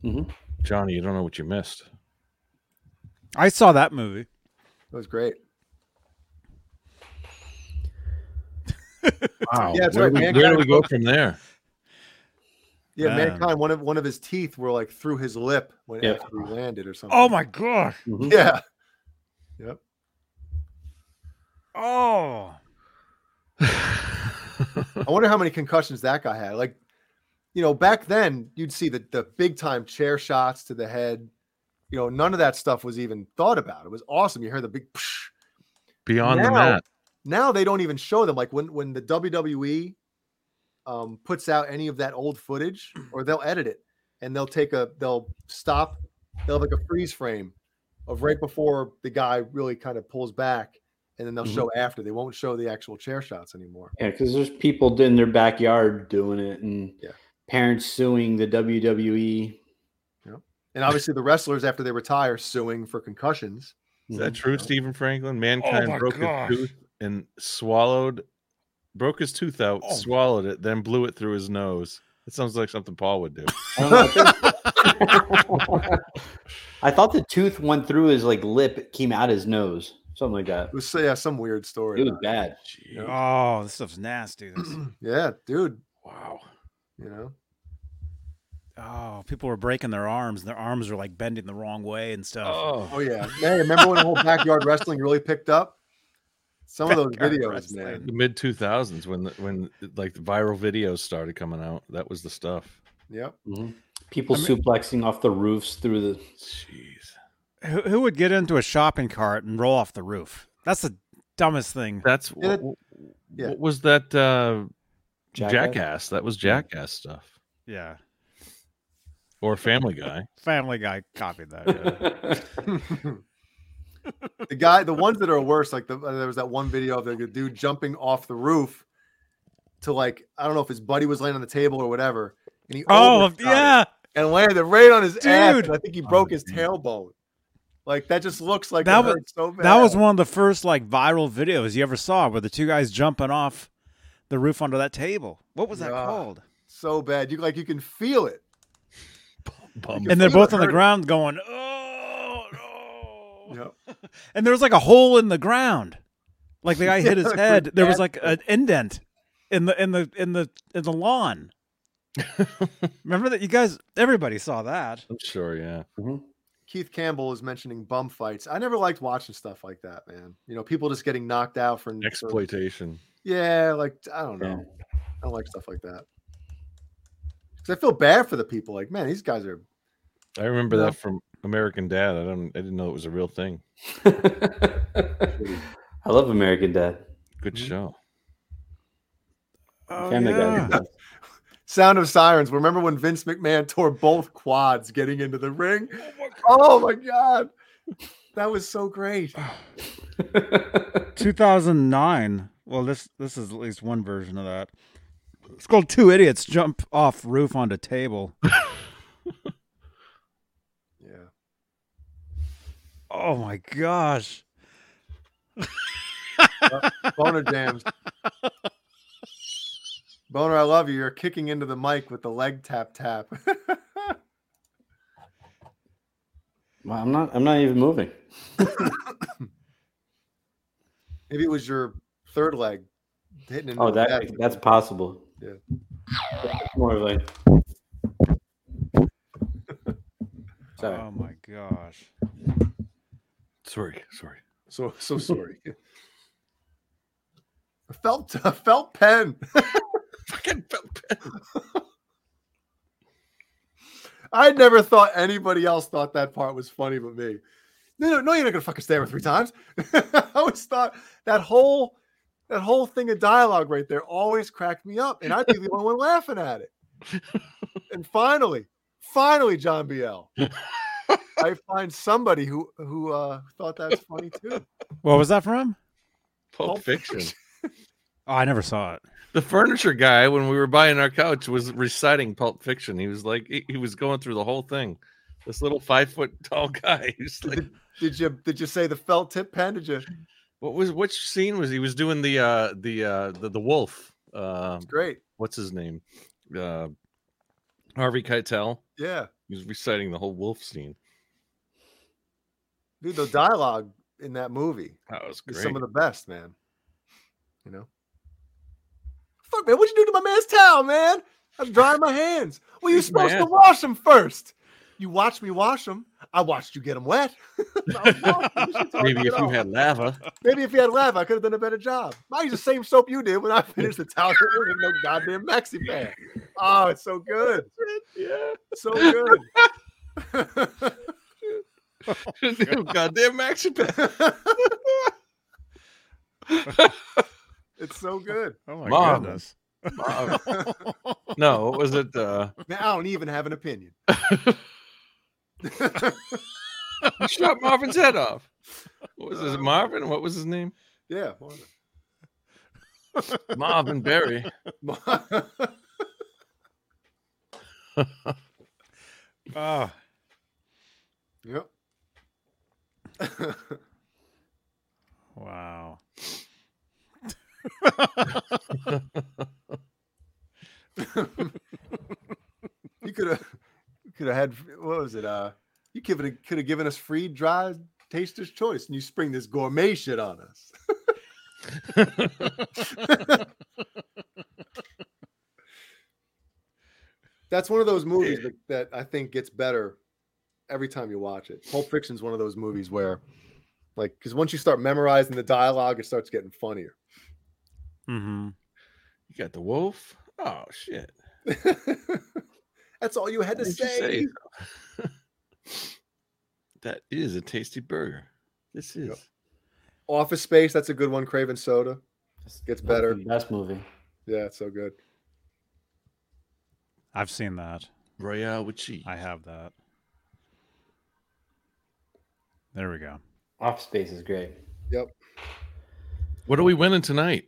D: hmm
A: Johnny, you don't know what you missed.
B: I saw that movie.
C: It was great.
A: Wow,
C: Yeah, that's
A: where, do
C: right,
A: we,
C: man.
A: where do we go from there?
C: Yeah,
B: Man.
C: mankind. One of one of his teeth were like through his lip when
D: Yeah.
C: after he landed or something.
B: Oh my gosh.
C: Yeah,
B: Oh.
C: I wonder how many concussions that guy had. Like, you know, back then you'd see the the big time chair shots to the head. You know, none of that stuff was even thought about. It was awesome. You hear the big. Psh.
A: Beyond the
C: Now-
A: mat,
C: Now they don't even show them. Like when when the WWE um, puts out any of that old footage, or they'll edit it and they'll take a they'll stop. They'll have like a freeze frame of right before the guy really kind of pulls back, and then they'll
B: Mm-hmm.
D: Mhm.
C: show after. They won't show the actual chair shots anymore.
D: Yeah, because there's people in their backyard doing it and
C: Yeah.
D: parents suing the E. WWE.
C: And obviously, the wrestlers after they retire suing for concussions.
A: is that true? Stephen Franklin, mankind
B: Oh, my
A: broke
B: gosh.
A: his tooth and swallowed, broke his tooth out,
B: Oh.
A: swallowed it, then blew it through his nose. It sounds like something Paul would do.
D: I don't know, I think- I thought the tooth went through his like lip, it came out his nose, something like that.
C: It was yeah, some weird story.
D: It was
C: about
D: bad.
B: Oh, this stuff's nasty. This.
C: it. yeah, dude.
A: Wow.
C: You know,
B: oh, people were breaking their arms and their arms were like bending the wrong way and stuff.
A: Oh,
C: oh yeah. Hey, remember when the whole backyard wrestling really picked up? Some of those
B: Backyard
C: videos,
B: wrestling.
C: man.
A: the mid two thousands when the, when like the viral videos started coming out, that was the stuff.
C: Yep.
D: Mhm. People suplexing off the roofs through the.
A: Jeez,
B: Who, who would get into a shopping cart and roll off the roof? That's the dumbest thing.
A: that's
C: Yeah,
A: what,
C: yeah.
A: what was that uh, jackass?
D: Jackass?
A: That was jackass stuff
B: Yeah.
A: or Family Guy.
B: Family Guy copied that. yeah.
C: the guy, the ones that are worse, like the, uh, there was that one video of the dude jumping off the roof to like I don't know if his buddy was laying on the table or whatever, and he
B: oh,
C: overshot it
B: yeah.
C: and landed right on his ass.
B: Dude.
C: and I think he broke his tailbone. Like that just looks like
B: That
C: it
B: was-
C: hurt so bad.
B: That was one of the first like viral videos you ever saw where the two guys jumping off the roof onto that table. What was that
C: Yeah.
B: called?
C: so bad. You like you can feel it.
A: Bum.
B: And they're
C: feel it
B: both on the
C: hurting.
B: ground going, oh, no.
C: Yep.
B: and there was like a hole in the ground. Like the guy hit his head. There was like an indent in the in the in the in the lawn. Remember that you guys everybody saw that.
A: I'm sure, yeah.
C: Keith Campbell is mentioning bum fights. I never liked watching stuff like that, man. You know, people just getting knocked out for for-
A: Exploitation.
C: Yeah, like I don't
D: Yeah.
C: know. I don't like stuff like that. Cause I feel bad for the people. Like, man, these guys are.
A: I remember that from American Dad. I don't. I didn't know it was a real thing.
D: I love American Dad.
A: Good show.
D: Family
B: Oh, yeah.
D: Guy.
C: Sound of sirens. Remember when Vince McMahon tore both quads getting into the ring? Oh my god, that was so great.
B: 2009. Well, this this is at least one version of that. It's called Two Idiots Jump Off Roof Onto Table.
C: Yeah.
B: Oh my gosh.
C: Boner jams. Boner, I love you. You're kicking into the mic with the leg tap tap.
D: Well, I'm not. I'm not even moving.
C: Maybe it was your third leg hitting into
D: Oh,
C: the
D: that
C: back.
D: that's possible.
C: Yeah.
D: More of like Sorry.
B: Oh my gosh.
A: Sorry, sorry.
C: So so sorry. A felt a felt pen.
A: Fucking felt pen.
C: I never thought anybody else thought that part was funny but me. No, no, no, you're not gonna fucking stab her three times. I always thought that whole that whole thing of dialogue right there always cracked me up, and I'd be the only one laughing at it. And finally, finally, John BL. I find somebody who who uh, thought that was funny too.
B: What was that from?
A: Pulp
C: Pulp
A: Fiction.
B: Oh, I never saw it.
A: The furniture guy, when we were buying our couch, was reciting Pulp Fiction. He was like, he, he was going through the whole thing. This little five foot tall guy. He's like,
C: Did you did you say the felt tip pen? Did you?
A: what was which scene was he was doing the uh the uh the, the wolf uh
C: It's great.
A: what's his name uh Harvey Keitel.
C: Yeah.
A: He was reciting the whole wolf scene.
C: Dude, the dialogue in that movie
A: That was
C: is
A: great.
C: some of the best, man. You know? Fuck, man, what'd you do to my man's towel, man? I'm drying my hands. Well, you're
A: It's my
C: supposed to
A: ass.
C: wash them first. You watched me wash them. I watched you get them wet. I was wrong. You oh, should talk
A: Maybe
C: it
A: if you
C: off.
A: had lava.
C: Maybe if you had laugh, I could have done a better job. I use the same soap you did when I finished the towel. There wasn't no goddamn maxi pad. Oh, it's so good.
A: Yeah.
C: So good.
A: Goddamn maxi pad.
C: it's so good.
B: Oh my
A: Mom.
B: goodness.
A: no, what was it? Uh,
C: Man, I don't even have an opinion.
A: you shot Marvin's head off. What was
C: Oh.
A: his Marvin? What was his name?
C: Yeah. why not?
A: Marvin Berry.
B: Oh,
C: yep.
B: wow.
C: You could have could have had what was it? Uh you could have could have given us free dry taster's choice and you spring this gourmet shit on us. That's one of those movies that, that I think gets better every time you watch it. Pulp Fiction's one of those movies where like because once you start memorizing the dialogue, it starts getting funnier.
B: Mm-hmm.
A: You got the wolf. Oh shit!
C: That's all you had to
A: What'd you
C: say.
A: say? that is a tasty burger. This is.
C: Office Space, that's a good one. Craven Soda. Gets better.
D: The best movie.
C: Yeah, it's so good.
B: I've seen that.
A: Royale with cheese.
B: I have that. There we go.
D: Off Space is great.
C: Yep.
A: What are we winning tonight?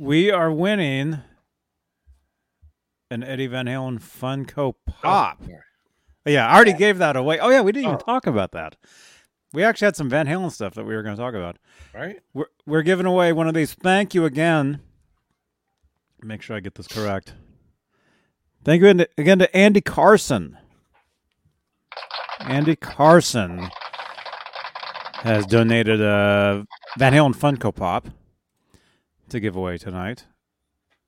B: We are winning an Eddie Van Halen Funko
A: Oh,
B: Pop. Yeah, I already gave that away. Oh yeah, we didn't even talk about that. We actually had some Van Halen stuff that we were going to talk about.
A: Right?
B: We're we're giving away one of these. Thank you again. Make sure I get this correct. Thank you and- again to Andy Carson. Andy Carson has donated a Van Halen Funko Pop to give away tonight.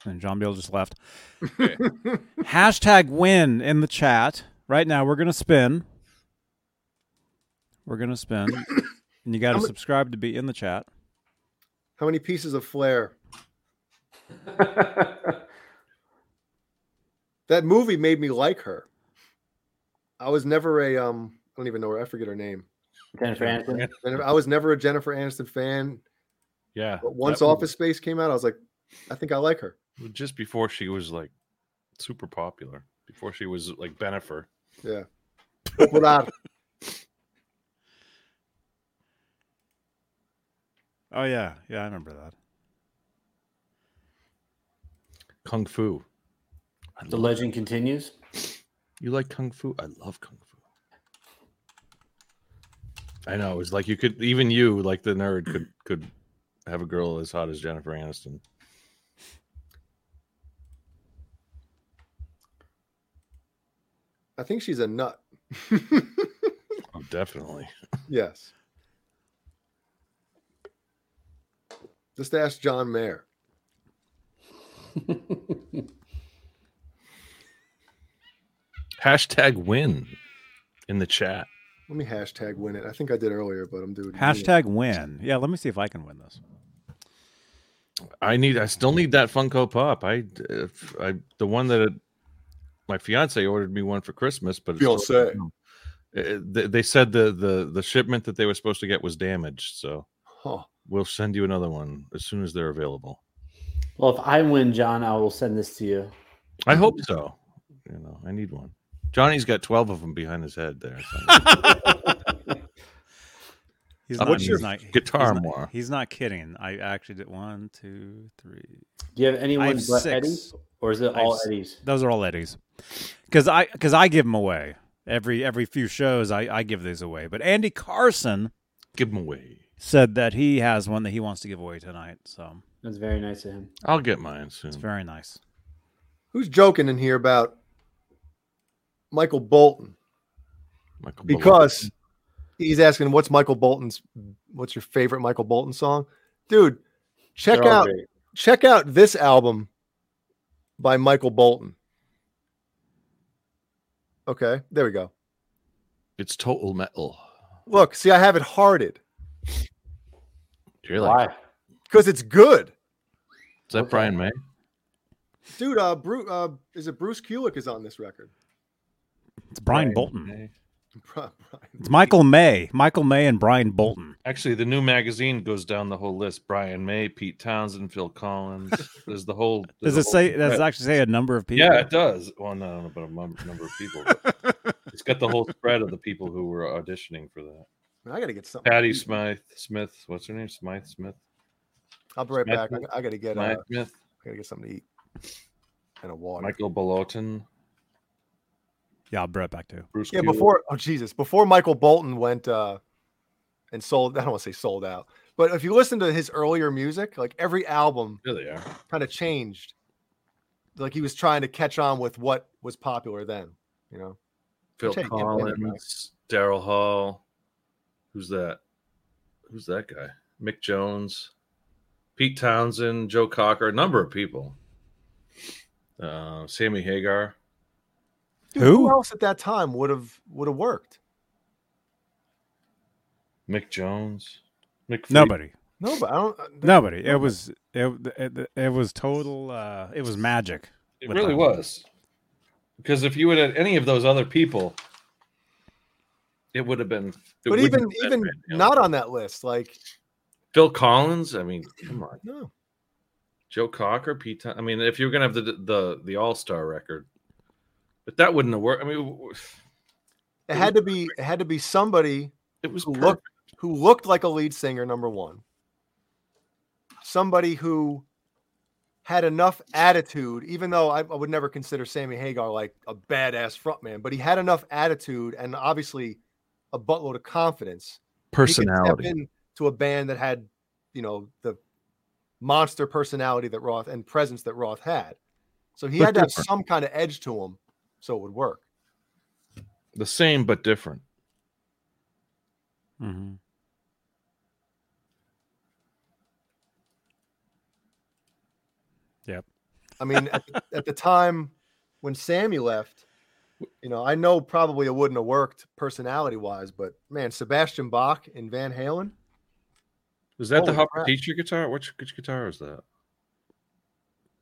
B: And John Beale just left. Hashtag win in the chat. Right now, we're going to spin. We're going to spin. And you got to subscribe to be in the chat.
C: How many pieces of flair? That movie made me like her. I was never a um I don't even know her, I forget her name.
D: Jennifer Aniston.
C: And I was never a Jennifer Aniston fan,
A: Yeah.
C: but once
A: that was-
C: Office Space came out, I was like, I think I like her.
A: just before she was like super popular, before she was like Benifer.
C: Yeah. Popular.
B: Oh yeah, yeah, I remember that.
A: Kung Fu. I
D: The
A: love-
D: legend continues.
A: you like Kung Fu? I love Kung Fu. I know. It was like you could, even you, like the nerd, could could have a girl as hot as Jennifer Aniston.
C: I think she's a nut.
A: Oh, definitely.
C: Yes. Just ask John Mayer.
A: Hashtag win in the chat.
C: Let me hashtag win it. I think I did earlier, but I'm doing
B: Hashtag win. Yeah, let me see if I can win this.
A: I need. I still need that Funko Pop. I, uh, I the one that my fiance ordered me one for Christmas, but it's still-
C: Fiancé.
A: Uh, They, they said the the the shipment that they were supposed to get was damaged, so
C: Huh.
A: we'll send you another one as soon as they're available.
D: Well, if I win, John, I will send this to you.
A: I hope so. You know, I need one. Johnny's got twelve of them behind his head there. so-
B: He's
A: Uh, What's
B: not,
A: your
B: he's not,
A: guitar
B: he's not,
A: more?
B: He's not kidding. I actually did one, two, three.
D: Do you have
B: I
D: anyone
B: have
D: but
B: six.
D: Eddie's, or is it all
B: I've-
D: Eddie's?
B: Those are all Eddie's. Because I because I give them away every every few shows. I I give these away. But Andy Carson
A: Give them away.
B: said that he has one that he wants to give away tonight. So
D: That's very nice of him.
A: I'll get mine soon.
B: it's very nice.
C: Who's joking in here about Michael Bolton?
A: Michael Bolton.
C: Because he's asking, what's Michael Bolton's? What's your favorite Michael Bolton song, dude? Check
D: They're all
C: out
D: great.
C: check out this album by Michael Bolton. Okay, there we go.
A: it's total metal.
C: Look, see, I have it hearted
A: You're like,
D: Why?
C: because it's good,
A: is that
D: Okay.
A: Brian May?
C: dude. Uh, Bruce, uh, is it Bruce Kulick is on this record?
B: It's Brian Bolton.
C: Brian-
B: It's Michael May. Michael May and Brian Bolton.
A: Actually, the new magazine goes down the whole list: Brian May, Pete Townsend, Phil Collins. There's the whole.
B: Does
A: there's
B: it
A: a whole-
B: say? Does it
A: Yeah.
B: actually say a number of people?
A: Yeah, it does. Well, no, I don't know about a mum- number of people. but it's got the whole spread of the people who were auditioning for that.
C: I gotta get something.
A: Patty Smythe, Smith, what's her name? Smythe Smith.
C: I'll be right back.
A: Smith-
C: I, I gotta get. Uh,
A: Smythe Smith.
C: I gotta get something to eat and a water.
A: Michael Bolton.
B: Yeah, I'll bring it back too.
A: Bruce.
C: yeah,
A: Kulick.
C: before oh Jesus, before Michael Bolton went uh and sold. I don't want to say sold out, but if you listen to his earlier music, like every album
A: There they are.
C: kind of changed. Like he was trying to catch on with what was popular then, you know.
A: Phil
C: Check it, bring it back.
A: Collins, Daryl Hall. Who's that? Who's that guy? Mick Jones, Pete Townsend, Joe Cocker, a number of people. Uh, Sammy Hagar.
C: Dude, who?
B: Who?
C: else at that time would have would have worked?
A: Mick Jones. Mick Fleet.
B: Nobody.
C: No, but I don't. uh,
B: Nobody. It was it it, it was total. Uh, it was magic.
A: It
B: with
A: really
B: that.
A: was. Because if you would have any of those other people, it would have been. it
C: But
A: wouldn't
C: even
A: have been
C: even
A: Van Halen.
C: not on that list. Like
A: Phil Collins. I mean, come on.
C: no,
A: Joe Cocker, Pete. Town- I mean, if you're gonna have the the the All Star record, but that wouldn't have worked. I mean, w- w-
C: it had to be it had to be somebody
A: it was
C: who
A: perfect.
C: looked who looked like a lead singer. Number one, somebody who had enough attitude. Even though I, I would never consider Sammy Hagar like a badass frontman, but he had enough attitude and obviously a buttload of confidence he could step in to a band that had, you know, the monster personality that Roth and presence that Roth had. So he
A: But
C: had to have
A: different.
C: some kind of edge to him, so it would work.
A: The same but different.
B: Mhm.
C: I mean, at, the- at the time when Sammy left, you know, I know probably it wouldn't have worked personality wise, but man, Sebastian Bach and Van Halen,
A: Is that the
C: Holy
A: Hopper
C: crap.
A: Teacher guitar? Which which guitar is that?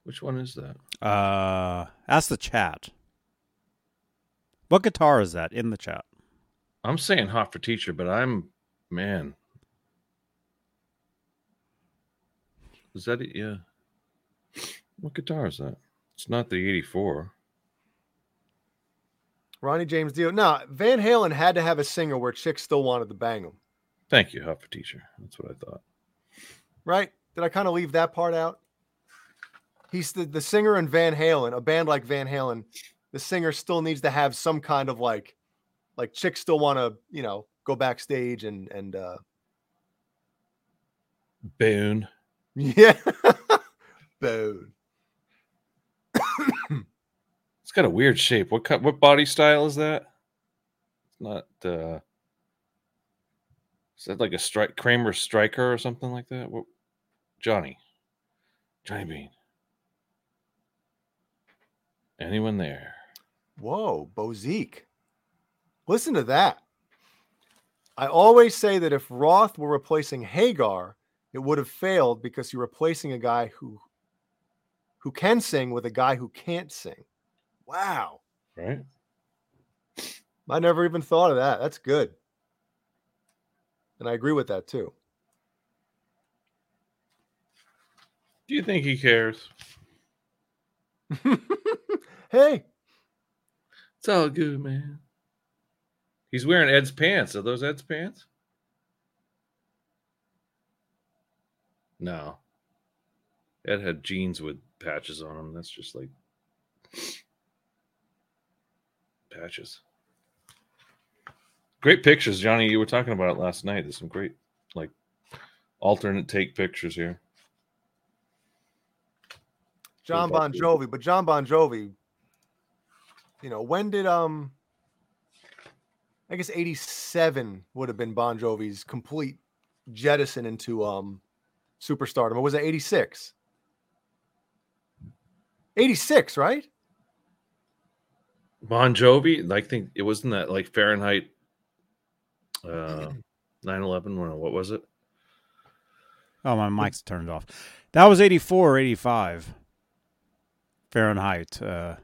A: Which one is that?
B: Uh, ask the chat. What guitar is that in the chat?
A: I'm saying Hop for Teacher, but I'm man. Is that it? Yeah. What guitar is that? It's not the '84.
C: Ronnie James Dio. Now, Van Halen had to have a singer where chicks still wanted to bang him,
A: Thank you, Hop for Teacher. That's what I thought.
C: right? Did I kind of leave that part out? He's the, the singer in Van Halen, a band like Van Halen, the singer still needs to have some kind of like like chicks still want to, you know, go backstage and and uh
A: Boone.
C: yeah. Bone.
A: It's got a weird shape. What cut? What body style is that? It's not. Uh, is that like a strike Kramer striker or something like that? What? Johnny, Johnny Bean. Anyone there?
C: Whoa, Bozique. Listen to that. I always say that if Roth were replacing Hagar, it would have failed because you're replacing a guy who who can sing with a guy who can't sing. Wow.
A: right?
C: I never even thought of that. That's good. And I agree with that too.
H: Do you think he cares?
C: Hey,
H: It's all good, man.
A: He's wearing Ed's pants. Are those Ed's pants? No. Ed had jeans with patches on them. That's just like patches. Great pictures, Johnny. You were talking about it last night. There's some great, like, alternate take pictures here.
C: John Bon Jovi, but John Bon Jovi, you know, when did um I guess 87 would have been Bon Jovi's complete jettison into um superstardom. Or was it 86? 86, right?
A: Bon Jovi, I think it wasn't that like Fahrenheit uh 911 when what was it?
B: Oh, my mic's turned off. That was 84 or 85 Fahrenheit. Uh,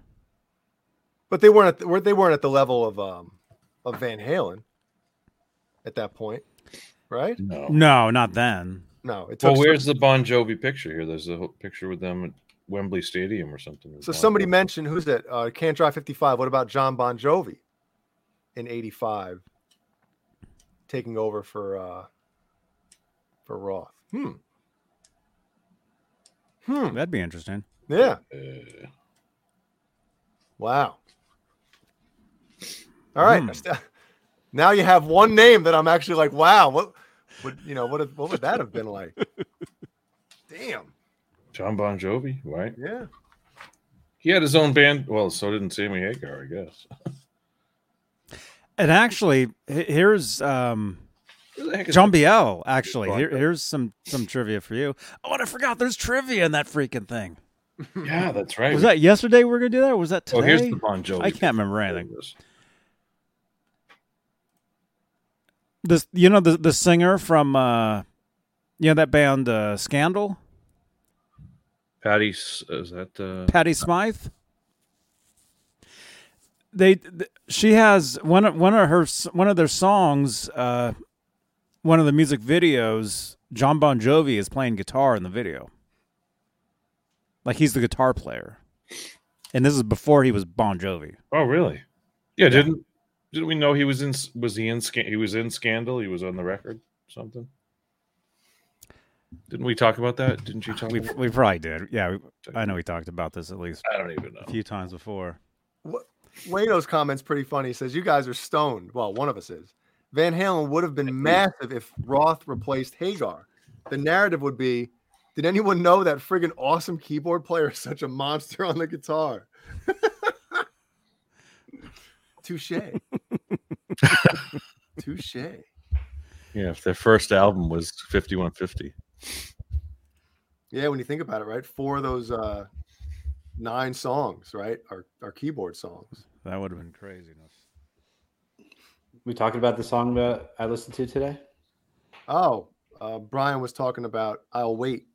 C: But they weren't at the, were- they weren't at the level of um of Van Halen at that point, right?
A: No.
B: no, not then.
C: No, it took
A: Well,
C: some-
A: where's the Bon Jovi picture here? There's a whole picture with them at Wembley Stadium or something. with
C: So
A: Bon
C: somebody
A: Jovi.
C: mentioned who's that? Uh, Can't Drive 55. What about John Bon Jovi in 85 taking over for uh for Roth? Hmm. Hmm.
B: That'd be interesting.
C: Yeah.
A: Uh,
C: Wow. All right.
B: Hmm.
C: I st- Now you have one name that I'm actually like, wow, what would you know, what if- what would that have been like? Damn.
A: John Bon Jovi, right?
C: Yeah.
A: He had his own band. Well, so didn't Sammy Hagar, I guess.
B: And actually, h- here's um,
A: Where the heck is
B: John Biel. Actually,
A: Bon
B: here,
A: Jovi.
B: here's some some trivia for you. Oh, and I forgot there's trivia in that freaking thing.
A: Yeah, that's right.
B: Was that yesterday we were gonna do that? Or was that
A: oh,
B: today?
A: here's the Bon Jovi.
B: I can't remember
A: picture.
B: anything. This, you know, the the singer from uh, you know that band uh, Scandal,
A: Patty, S- is that? Uh,
B: Patty Smythe. They, th- she has one of one of her s- one of their songs, uh, one of the music videos. John Bon Jovi is playing guitar in the video, like he's the guitar player, and this is before he was Bon Jovi.
A: oh, really? Yeah, didn't didn't we know he was in? s- Was he in? Sca- He was in Scandal. He was on the record. Something. Didn't we talk about that? Didn't you talk?
B: We
A: about
B: we probably did, yeah. We, I know we talked about this at least
A: I don't even know.
B: a few times before.
C: Wato's comments pretty funny. He says, "You guys are stoned." Well, one of us is. Van Halen would have been massive if Roth replaced Hagar. The narrative would be, "Did anyone know that friggin' awesome keyboard player is such a monster on the guitar?" Touche. Touche.
A: Yeah, if their first album was 5150.
C: Yeah, when you think about it, right? Four of those uh, nine songs, right, are, are keyboard songs.
B: That would have been craziness.
D: We talking about the song that I listened to today?
C: Oh, uh, Brian was talking about I'll wait.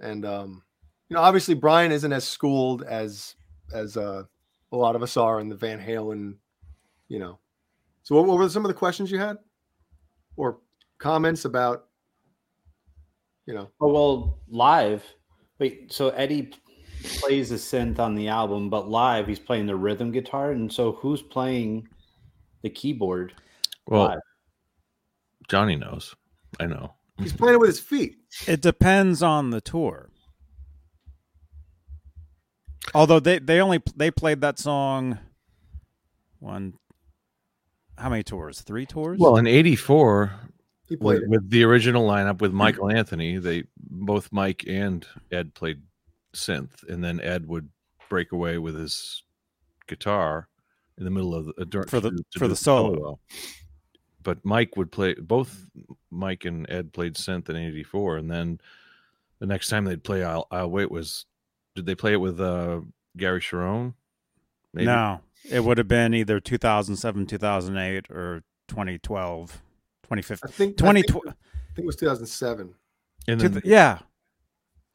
C: And um, you know, obviously Brian isn't as schooled as as uh, a lot of us are in the Van Halen, you know. So what, what were some of the questions you had or comments about you know,
D: Oh well, live. Wait, so Eddie plays the synth on the album, but live he's playing the rhythm guitar, and so who's playing the keyboard?
A: Well,
D: Live.
A: Johnny knows. I know.
C: he's playing it with his feet.
B: It depends on the tour. Although they they only they played that song one how many tours? 3 tours?
A: Well, in '84,
C: He played
A: with,
C: it.
A: with the original lineup
B: Mm.
A: with Michael Anthony, they both Mike and Ed played synth, and then Ed would break away with his guitar in the middle of the uh, dur-
B: For the-
A: to- to
B: for
A: do
B: the solo.
A: But Mike would play both. Mike and Ed played synth in '84, and then the next time they'd play "I'll, I'll Wait" was did they play it with uh, Gary Sharon?
B: no. It would have been either 2007, 2008, or 2012, 2015.
E: I think I think-
B: 2012.
E: I think it was 2007.
A: And
B: two
A: then
B: th- yeah,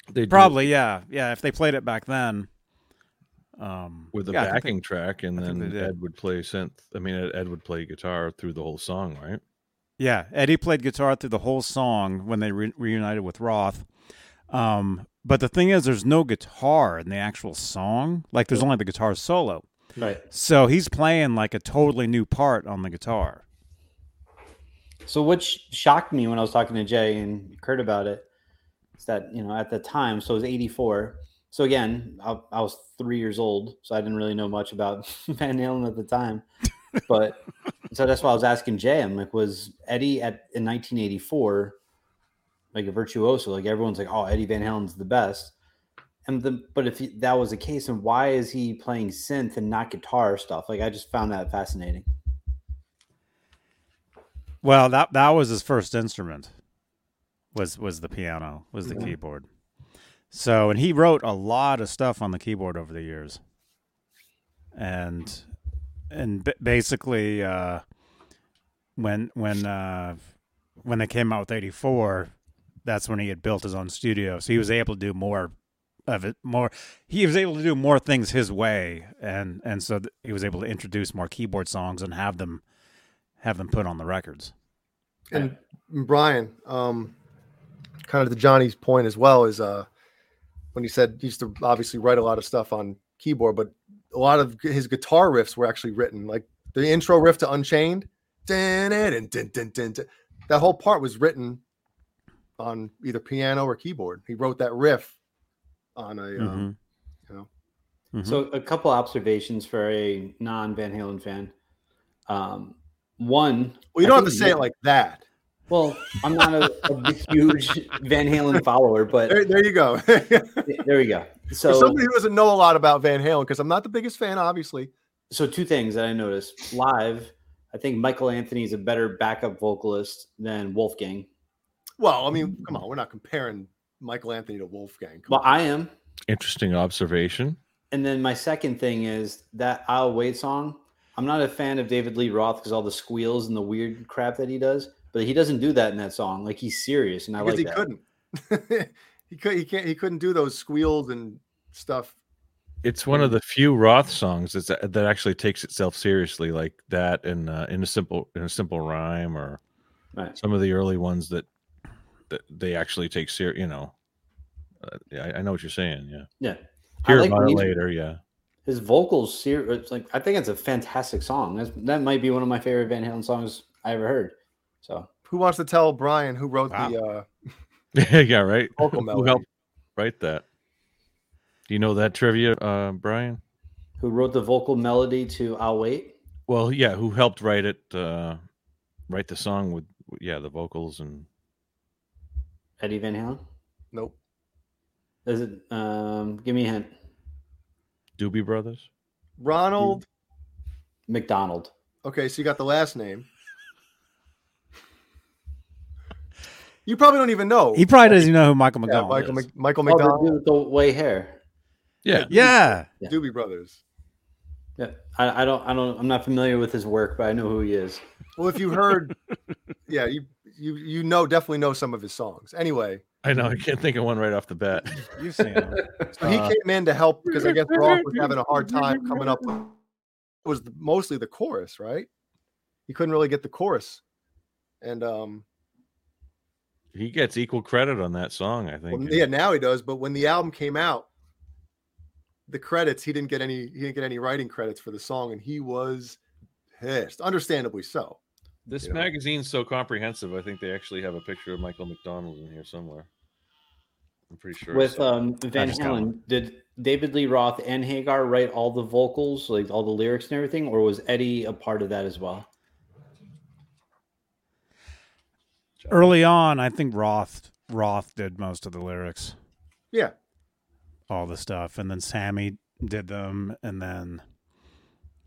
A: they do
B: probably. Yeah, yeah. If they played it back then, um,
A: with a
B: yeah, I think they-
A: backing track, and
B: I think
A: then
B: they did.
A: Ed would play synth. I mean, Ed- Ed would play guitar through the whole song, right?
B: Yeah, Eddie played guitar through the whole song when they re- reunited with Roth. Um, but the thing is, there's no guitar in the actual song. Like, there's only the guitar solo.
D: Right.
B: So he's playing like a totally new part on the guitar.
D: So what sh- shocked me when I was talking to Jay and Kurt about it is that you know at the time, so it was '84. So again, I, I was three years old, so I didn't really know much about Van Halen at the time. But so that's why I was asking Jay. I'm like, was Eddie at in 1984 like a virtuoso? Like everyone's like, oh, Eddie Van Halen's the best. And the but if he, that was the case, then why is he playing synth and not guitar stuff? Like I just found that fascinating.
B: Well, that that was his first instrument. Was was the piano? Was the keyboard? So, and he wrote a lot of stuff on the keyboard over the years. And and b- basically, uh, when when uh, when they came out with '84, that's when he had built his own studio, so he was able to do more of it. More, he was able to do more things his way, and and so th- he was able to introduce more keyboard songs and have them have them put on the records.
C: and Brian, um, kind of to Johnny's point as well is uh, when he said he used to obviously write a lot of stuff on keyboard, but a lot of his guitar riffs were actually written, like the intro riff to Unchained, dun, dun, dun, dun, dun, dun, dun. that whole part was written on either piano or keyboard. He wrote that riff on a
D: Mm-hmm.
C: um,
B: Mhm.
C: Mm-hmm.
D: So a couple observations for a non Van Halen fan. Um, one,
C: well, you
D: I
C: don't have to
D: think
C: say it
D: Mick-
C: like that.
D: Well, I'm not a, a huge Van Halen follower, but
C: There, there you go. For
D: there we go. So,
C: somebody who doesn't know a lot about Van Halen, because I'm not the biggest fan, obviously.
D: so two things that I noticed live. I think Michael Anthony is a better backup vocalist than Wolfgang.
C: Well, I mean, come on, we're not comparing Michael Anthony to Wolfgang. Come
D: Mm. Well,
C: on.
D: I am.
A: Interesting observation.
D: And then my second thing is that "I'll Wait" song. I'm not a fan of David Lee Roth because all the squeals and the weird crap that he does, but he doesn't do that in that song. Like he's serious, and I
C: because
D: like
C: he
D: that.
C: couldn't. he could. He can't. He couldn't do those squeals and stuff.
A: It's one of the few Roth songs that's, uh, that actually takes itself seriously, like that, and uh, in a simple in a simple rhyme, or
D: Right.
A: some of the early ones that that they actually take ser You know, uh, yeah, I, I know what you're saying. Yeah,
D: Yeah. I
A: hear
D: like
A: about
D: when
A: it
D: he's-
A: later. Yeah,
D: his vocals ser- it's like i think it's a fantastic song That's, that might be one of my favorite van halen songs i ever heard so
C: Who wants to tell Brian who wrote the uh,
A: yeah, yeah, right.
C: vocal
A: Who
C: melody?
A: helped write that? Do you know that trivia, uh, Brian?
D: who wrote the vocal melody to i'll wait
A: Well, yeah, who helped write it? Uh, write the song with yeah the vocals and
D: eddie van halen
C: Nope.
D: is it um give me a hint
A: Doobie Brothers.
C: Ronald.
D: mcdonald
C: Okay, so you got the last name. You probably don't even know.
B: He probably doesn't even know who Michael
C: yeah,
B: McDonald
C: Michael
B: is.
C: Mc, Michael
D: oh, the
C: McDonald,
D: dude with the white hair
A: Yeah,
B: yeah,
D: yeah.
C: Doobie Brothers.
D: yeah I, I don't i don't i'm not familiar with his work but i know who he is
C: Well, if you heard, yeah, you you you know definitely know some of his songs. Anyway,
A: I know. I can't think of one right off the bat.
B: you've seen him.
C: So he
A: Uh,
C: came in to help because I guess Roth was having a hard time coming up. with It was mostly the chorus, right? He couldn't really get the chorus, and um,
A: He gets equal credit on that song, I
C: well,
A: think.
C: yeah, now he does. But when the album came out, the credits he didn't get any. He didn't get any writing credits for the song, and he was pissed, understandably so.
A: This
C: Yeah.
A: magazine's so comprehensive. I think they actually have a picture of Michael McDonald in here somewhere. I'm pretty sure. I
D: with
C: uh,
A: saw it.
D: um van
B: just got
D: halen did david lee roth and hagar write all the vocals like all the lyrics and everything or was eddie a part of that as well
B: Early on, I think Roth Roth did most of the lyrics,
C: Yeah,
B: all the stuff, and then Sammy did them, and then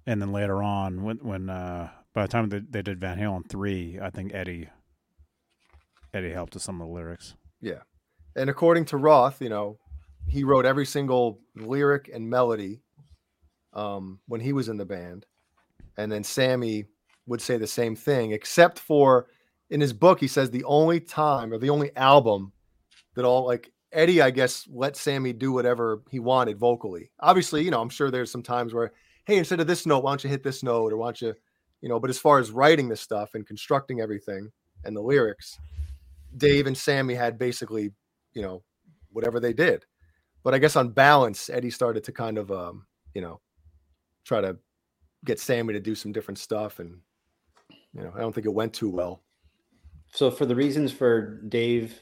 B: and then later on, when when uh, by the time they, they did Van Halen three, I think Eddie Eddie helped with some of the lyrics.
C: and according to Roth, you know, he wrote every single lyric and melody um, when he was in the band, and then Sammy would say the same thing, except for in his book he says the only time or the only album that all like Eddie, I guess, let Sammy do whatever he wanted vocally. Obviously, you know, I'm sure there's some times where, hey, instead of this note, why don't you hit this note, or why don't you, you know? But as far as writing this stuff and constructing everything and the lyrics, Dave and Sammy had basically, you know, whatever they did. But I guess on balance, Eddie started to kind of, um, you know, try to get Sammy to do some different stuff, and you know, I don't think it went too well.
D: So for the reasons for Dave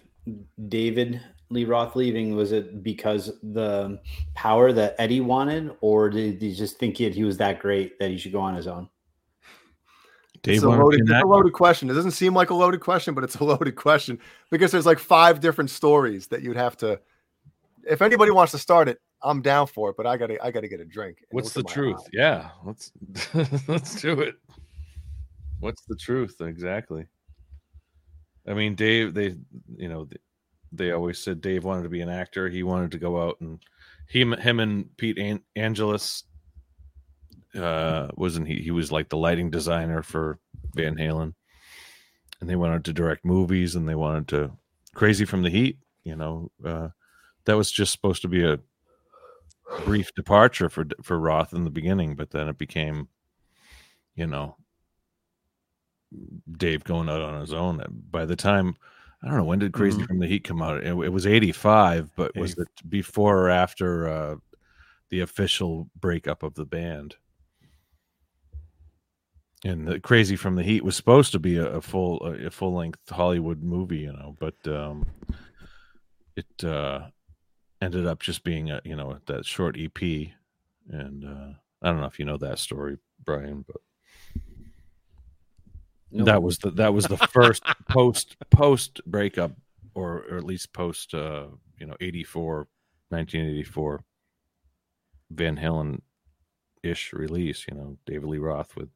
D: David Lee Roth leaving, was it because the power that Eddie wanted, or did he just think he, had, he was that great that he should go on his own?
A: Dave
C: it's a
A: wanted to
C: loaded,
A: be in
C: it's
A: that
C: a loaded question. It doesn't seem like a loaded question, but it's a loaded question because there's like five different stories that you'd have to. If anybody wants to start it, I'm down for it, but I gotta, I gotta get a drink. and
A: What's the
C: look at my
A: truth?
C: eye.
A: Yeah, let's let's do it. What's the truth exactly? I mean, Dave. They, you know, th- they always said Dave wanted to be an actor. He wanted to go out and he, him, and Pete An- Angelus. Uh, wasn't he? He was like the lighting designer for Van Halen, and they wanted to direct movies, and they wanted to Crazy from the Heat. You know, uh, that was just supposed to be a brief departure for for Roth in the beginning, but then it became, you know, Dave going out on his own. By the time, I don't know when did Crazy from the Heat come out. It, it was eighty five, but was it before or after uh, the official breakup of the band? And the Crazy from the Heat was supposed to be a, a full a full length Hollywood movie, you know, but um, it. Uh, ended up just being a you know that short EP, and uh, I don't know if you know that story, Brian, but
D: No.
A: that was the that was the first post post breakup, or or at least post uh, you know 84, 1984 Van Halen ish release. You know David Lee Roth with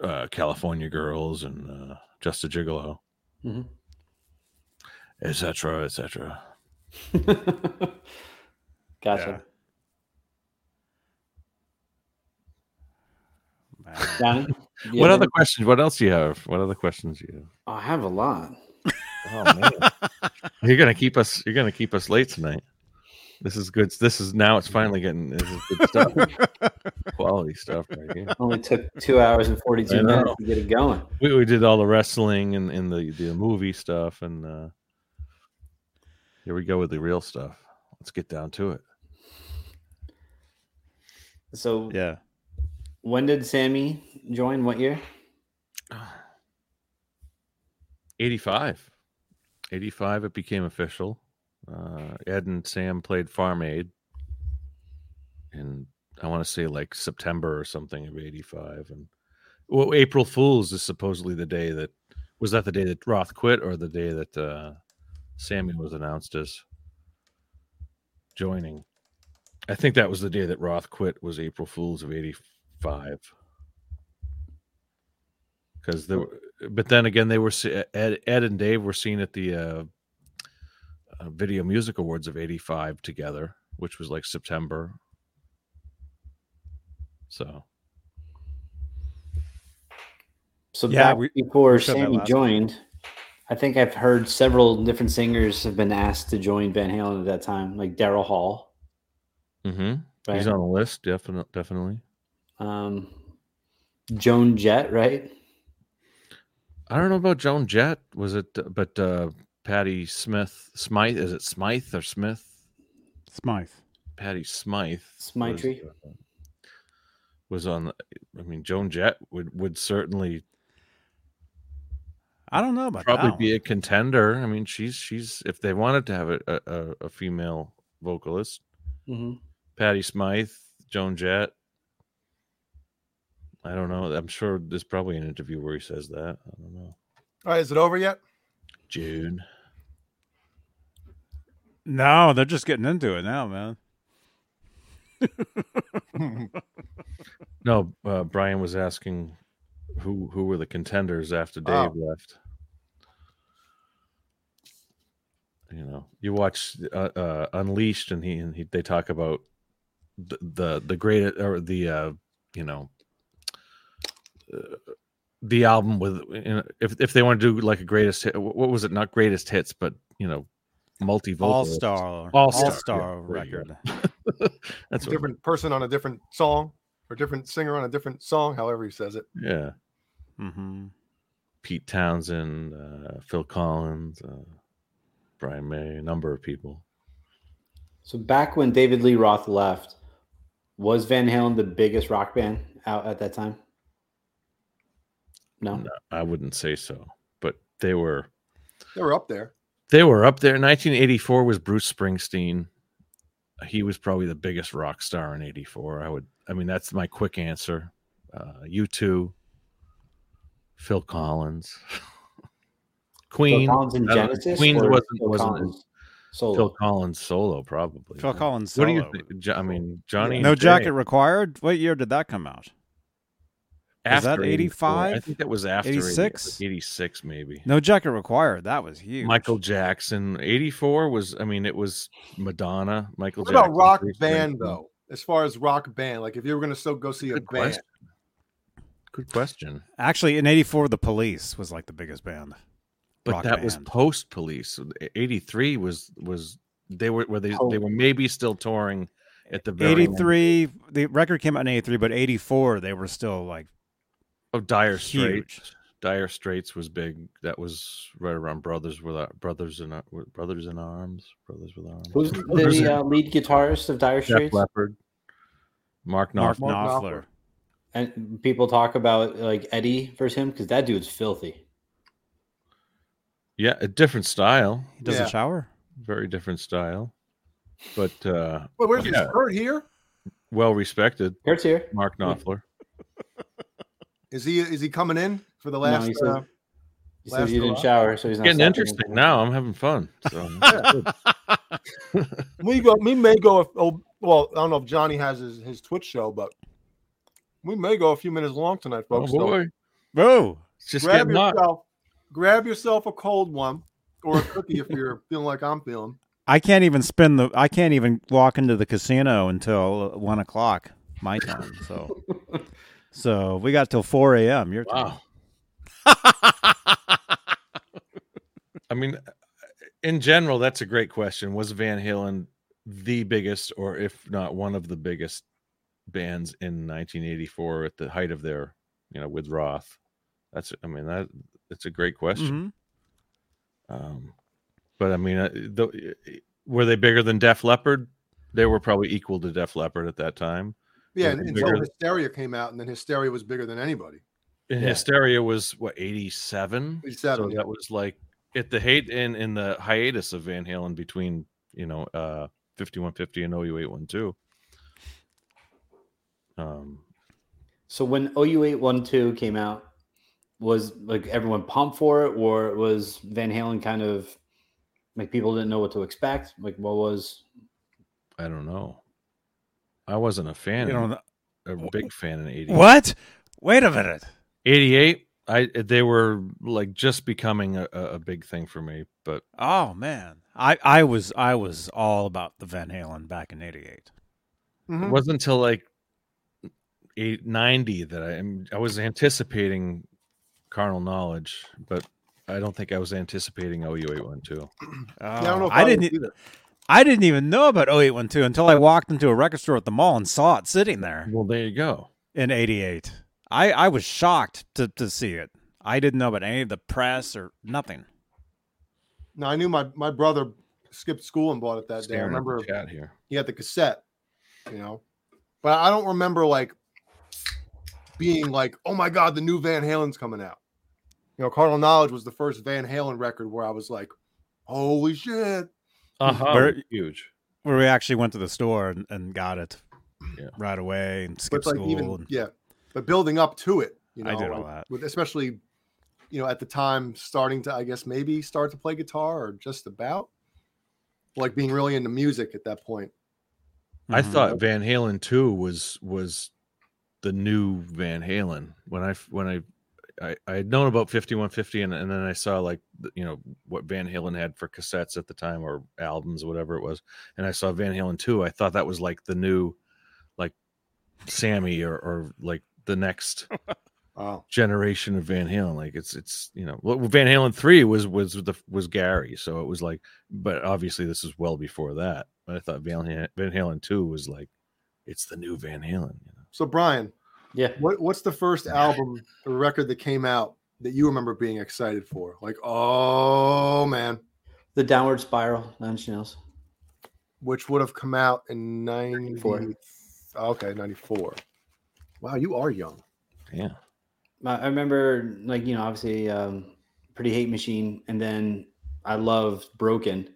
A: uh, California Girls and uh, Just a Gigolo, Mm-hmm.
D: Mhm.
A: etc., etc.
D: gotcha. Donnie, do you
A: what
D: have
A: other
D: any-
A: questions? What else do you have? What other questions do you
D: I have a lot.
A: have? Oh man. you're gonna keep us you're gonna keep us late tonight. This is good. This is now it's finally getting this is good stuff. Quality stuff right here.
D: Only took two hours and forty
A: I
D: two
A: know.
D: minutes to get it going.
A: We, we did all the wrestling and, and the, the movie stuff and uh here we go with the real stuff. Let's get down to it.
D: So
B: Yeah.
D: when did Sammy join? What year?
A: 85 85 it became official uh, ed and sam played farm aid in i want to say like september or something of 85 and well april fools is supposedly the day that was that the day that roth quit or the day that uh, sammy was announced as joining i think that was the day that roth quit was april fools of 85 because there were but then again, they were se- Ed, Ed and Dave were seen at the uh, uh, Video Music Awards of '85 together, which was like September. So
D: So
B: Yeah,
D: back
B: we-
D: before
B: we said that
D: Sammy
B: last
D: joined, I think I've heard several different singers have been asked to join Van Halen at that time, like Daryl Hall.
A: mm-hmm.
D: Right.
A: he's on the list, definitely. Definitely,
D: Um, Joan Jett, right?
A: I don't know about Joan Jett. Was it? But uh, Patty Smith Smythe is it Smythe or Smith?
B: Smythe.
A: Patty Smythe was,
D: Smitry.
A: uh, was on. the- I mean, Joan Jett would would certainly
B: I don't know about
A: probably
B: that
A: be
B: one.
A: a contender. I mean, she's she's if they wanted to have a a- a, a female vocalist, Mm-hmm.
D: Mhm.
A: Patty Smythe, Joan Jett. I don't know. I'm sure there's probably an interview where he says that. I don't know.
C: All right, is it over yet?
A: June.
B: No, they're just getting into it now, man.
A: No, uh, Brian was asking who who were the contenders after Dave
C: Oh.
A: left. You know, you watch uh, uh, Unleashed, and he and he, they talk about the the, the great or the uh, you know uh, the album with you know, if if they want to do like a greatest hit, what was it? Not greatest hits, but you know, multi
B: All star,
A: All-star,
B: star
A: yeah, there you go.
B: record.
A: That's what,
C: different person on a different song or different singer on a different song, however he says it.
A: yeah.
B: hmm
A: Pete Townsend, uh, Phil Collins, uh, Brian May, a number of people.
D: So back when David Lee Roth left, was Van Halen the biggest rock band out at that time? No.
A: No. I wouldn't say so, but they were
C: They were up there.
A: they were up there. 1984 was Bruce Springsteen. He was probably the biggest rock star in '84. I would, I mean, that's my quick answer. Uh, you two, Phil Collins, Queen,
D: Phil Collins and
A: I don't-
D: Genesis.
A: Uh, Queen
D: or
A: wasn't-
D: Phil
A: wasn't-
D: Collins solo.
A: Phil Collins solo, probably.
B: Phil Collins.
A: What do
B: Solo.
A: you think? Jo- I mean, Johnny.
B: No
A: and Jay.
B: jacket required. What year did that come out? Was that
A: After 84. I
B: 85?
A: think that was after
B: 86?
A: 86, 86 maybe.
B: No jacket required. That was huge.
A: Michael Jackson, 84 was, I mean, it was Madonna, Michael
C: What
A: Jackson.
C: about rock
A: Bruce
C: band
A: Springsteen.
C: though? As far as rock band, like if you were gonna still go see a
A: Good
C: band,
A: question. Good question.
B: Actually, in '84, the Police was like the biggest band.
A: But
B: Rock
A: that was
B: band.
A: post police. 83 was, was, they were, were they, they
D: Oh.
A: were maybe still touring at the very end
B: '83, the record came out in '83, but '84 they were still like
A: of Oh, Dire
B: huge.
A: Straits. Dire Straits was big. That was right around Brothers with Brothers in Ar- Brothers in Arms. Brothers with Arms.
D: Who's
A: Brothers in-
D: the uh, lead guitarist of Dire
A: Jeff
D: Straits?
A: Leppard, Mark
B: Mark
A: Knopfler.
B: Knopfler.
D: And people talk about like Eddie versus him because that dude's filthy.
A: Yeah, a different style,
B: He doesn't
C: Yeah.
B: shower.
A: very different style, but uh,
C: Wait, where's
A: Yeah.
C: this hurt here?
A: well respected.
D: Kurt's here.
A: Mark Knopfler.
C: Is he is he coming in for the
D: No,
C: last?
D: he said-
C: uh,
D: He
C: Last
D: says he didn't
C: hurrah.
D: shower, so he's not
A: Getting
D: stopping
A: interesting
D: anything.
A: now. I'm having fun. So oh
C: we go. We may go. If, oh, well, I don't know if Johnny has his, his Twitch show, but we may go a few minutes long tonight,
A: oh
C: folks. so
A: boy,
B: Whoa.
A: it's just
C: grab
A: getting
C: yourself,
A: hot.
C: grab yourself a cold one or a cookie if you're feeling like I'm feeling.
B: I can't even spend the. I can't even walk into the casino until one o'clock my time. So, so we got till four a.m. Your time.
A: Wow. I mean, in general, that's a great question. Was Van Halen the biggest, or if not one of the biggest bands in 1984 at the height of their, you know, with Roth? That's, I mean, that it's a great question.
B: Mhm.
A: Um, but I mean, uh, the, were they bigger than Def Leppard? They were probably equal to Def Leppard at that time.
C: Yeah,
A: Is it
C: until
A: bigger-
C: Hysteria came out, and then Hysteria was bigger than anybody.
A: And
D: Yeah.
A: Hysteria was what 87?
C: 87,
A: So
C: yeah.
A: that was like at the hate in in the hiatus of Van Halen between, you know, uh 5150 and OU812. Um
D: So when OU812 came out, was like everyone pumped for it, or was Van Halen kind of like people didn't know what to expect? Like, what was
A: I don't know. I wasn't a fan,
B: You
A: in-
B: know,
A: a big fan in 88.
B: what? Wait a minute.
A: 88, I they were like just becoming a, a a big thing for me, but
B: Oh man, I I was I was all about the Van Halen back in '88.
A: it
C: Mhm.
A: wasn't until like eight ninety that I am I was anticipating carnal knowledge, but I don't think I was anticipating OU eight one two.
C: Yeah, I don't know. If
B: I didn't.
C: would either.
B: I didn't even know about 0812 until I walked into a record store at the mall and saw it sitting there
A: Well, there you go.
B: in 88. I, I was shocked to, to see it. I didn't know about any of the press or nothing.
C: No, I knew my my brother skipped school and bought it that day. I
A: Staring at the
C: Uh, remember
A: chat here.
C: he had the cassette, you know, but I don't remember like being like, oh my god, the new Van Halen's coming out. You know, Carnal Knowledge was the first Van Halen record where I was like, holy shit.
A: Uh-huh.
B: Where-
A: huge.
B: Where we actually went to the store and, and got it
A: Yeah.
B: right away and
C: But
B: skipped
C: it's like
B: school.
C: even
B: and-
C: yeah, but building up to it, you know,
B: I did all
C: like,
B: that.
C: With, especially, you know, at the time starting to, I guess maybe start to play guitar or just about, like being really into music at that point.
A: I
B: Mhm.
A: thought Van Halen two was was the new Van Halen when I f- when I. I, I had known about 5150 and, and then I saw like th- you know what Van Halen had for cassettes at the time or albums whatever it was and I saw Van Halen 2 I thought that was like the new Sammy or, or like the next
C: Oh,
A: generation of Van Halen. Like it's it's you know well, Van Halen three was was the was Gary, so it was like, but obviously this is well before that. But I thought Van Halen, Van Halen two was like, it's the new Van Halen. You know?
C: so Brian,
D: Yeah.
C: what what's the first album or record that came out that you remember being excited for? Like, oh man,
D: The downward spiral, nine inch nails.
C: which would have come out in ninety four. Okay, ninety four. Wow, you are young.
A: Yeah,
D: I I remember, like you know, obviously, um, pretty hate machine, and then I loved broken.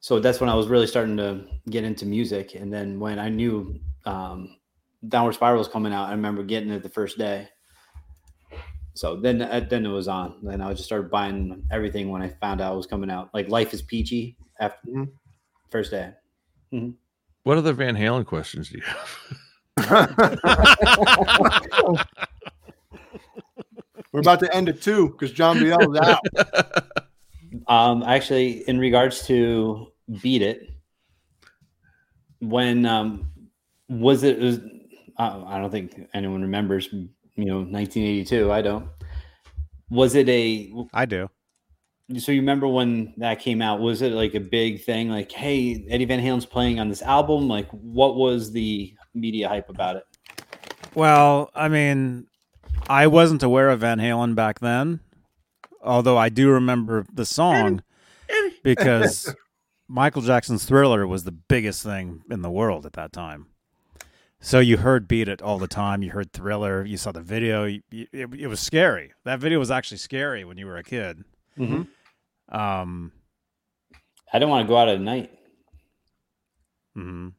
D: So that's when I was really starting to get into music. And then when I knew um, downward spiral was coming out, I remember getting it the first day. So then, uh, then it was on. Then I just started buying everything when I found out it was coming out. Like Life is Peachy after
C: Mhm.
D: first day.
A: what other Van Halen questions do you have?
C: We're about to end it too because John Biel is out.
D: Um, actually, in regards to beat it, when um, was it? it was, uh, I don't think anyone remembers. You know, 1982. I don't. Was it a?
B: I do.
D: So you remember when that came out? Was it like a big thing? Like, hey, Eddie Van Halen's playing on this album. Like, what was the media hype about it?
B: Well, I mean, I wasn't aware of Van Halen back then, although I do remember the song because Michael Jackson's Thriller was the biggest thing in the world at that time. So you heard Beat It all the time. You heard Thriller. You saw the video. You, you- it, it was scary. That video was actually scary when you were a kid.
D: Mhm.
B: Um,
D: I don't want to go out at night.
B: mhm.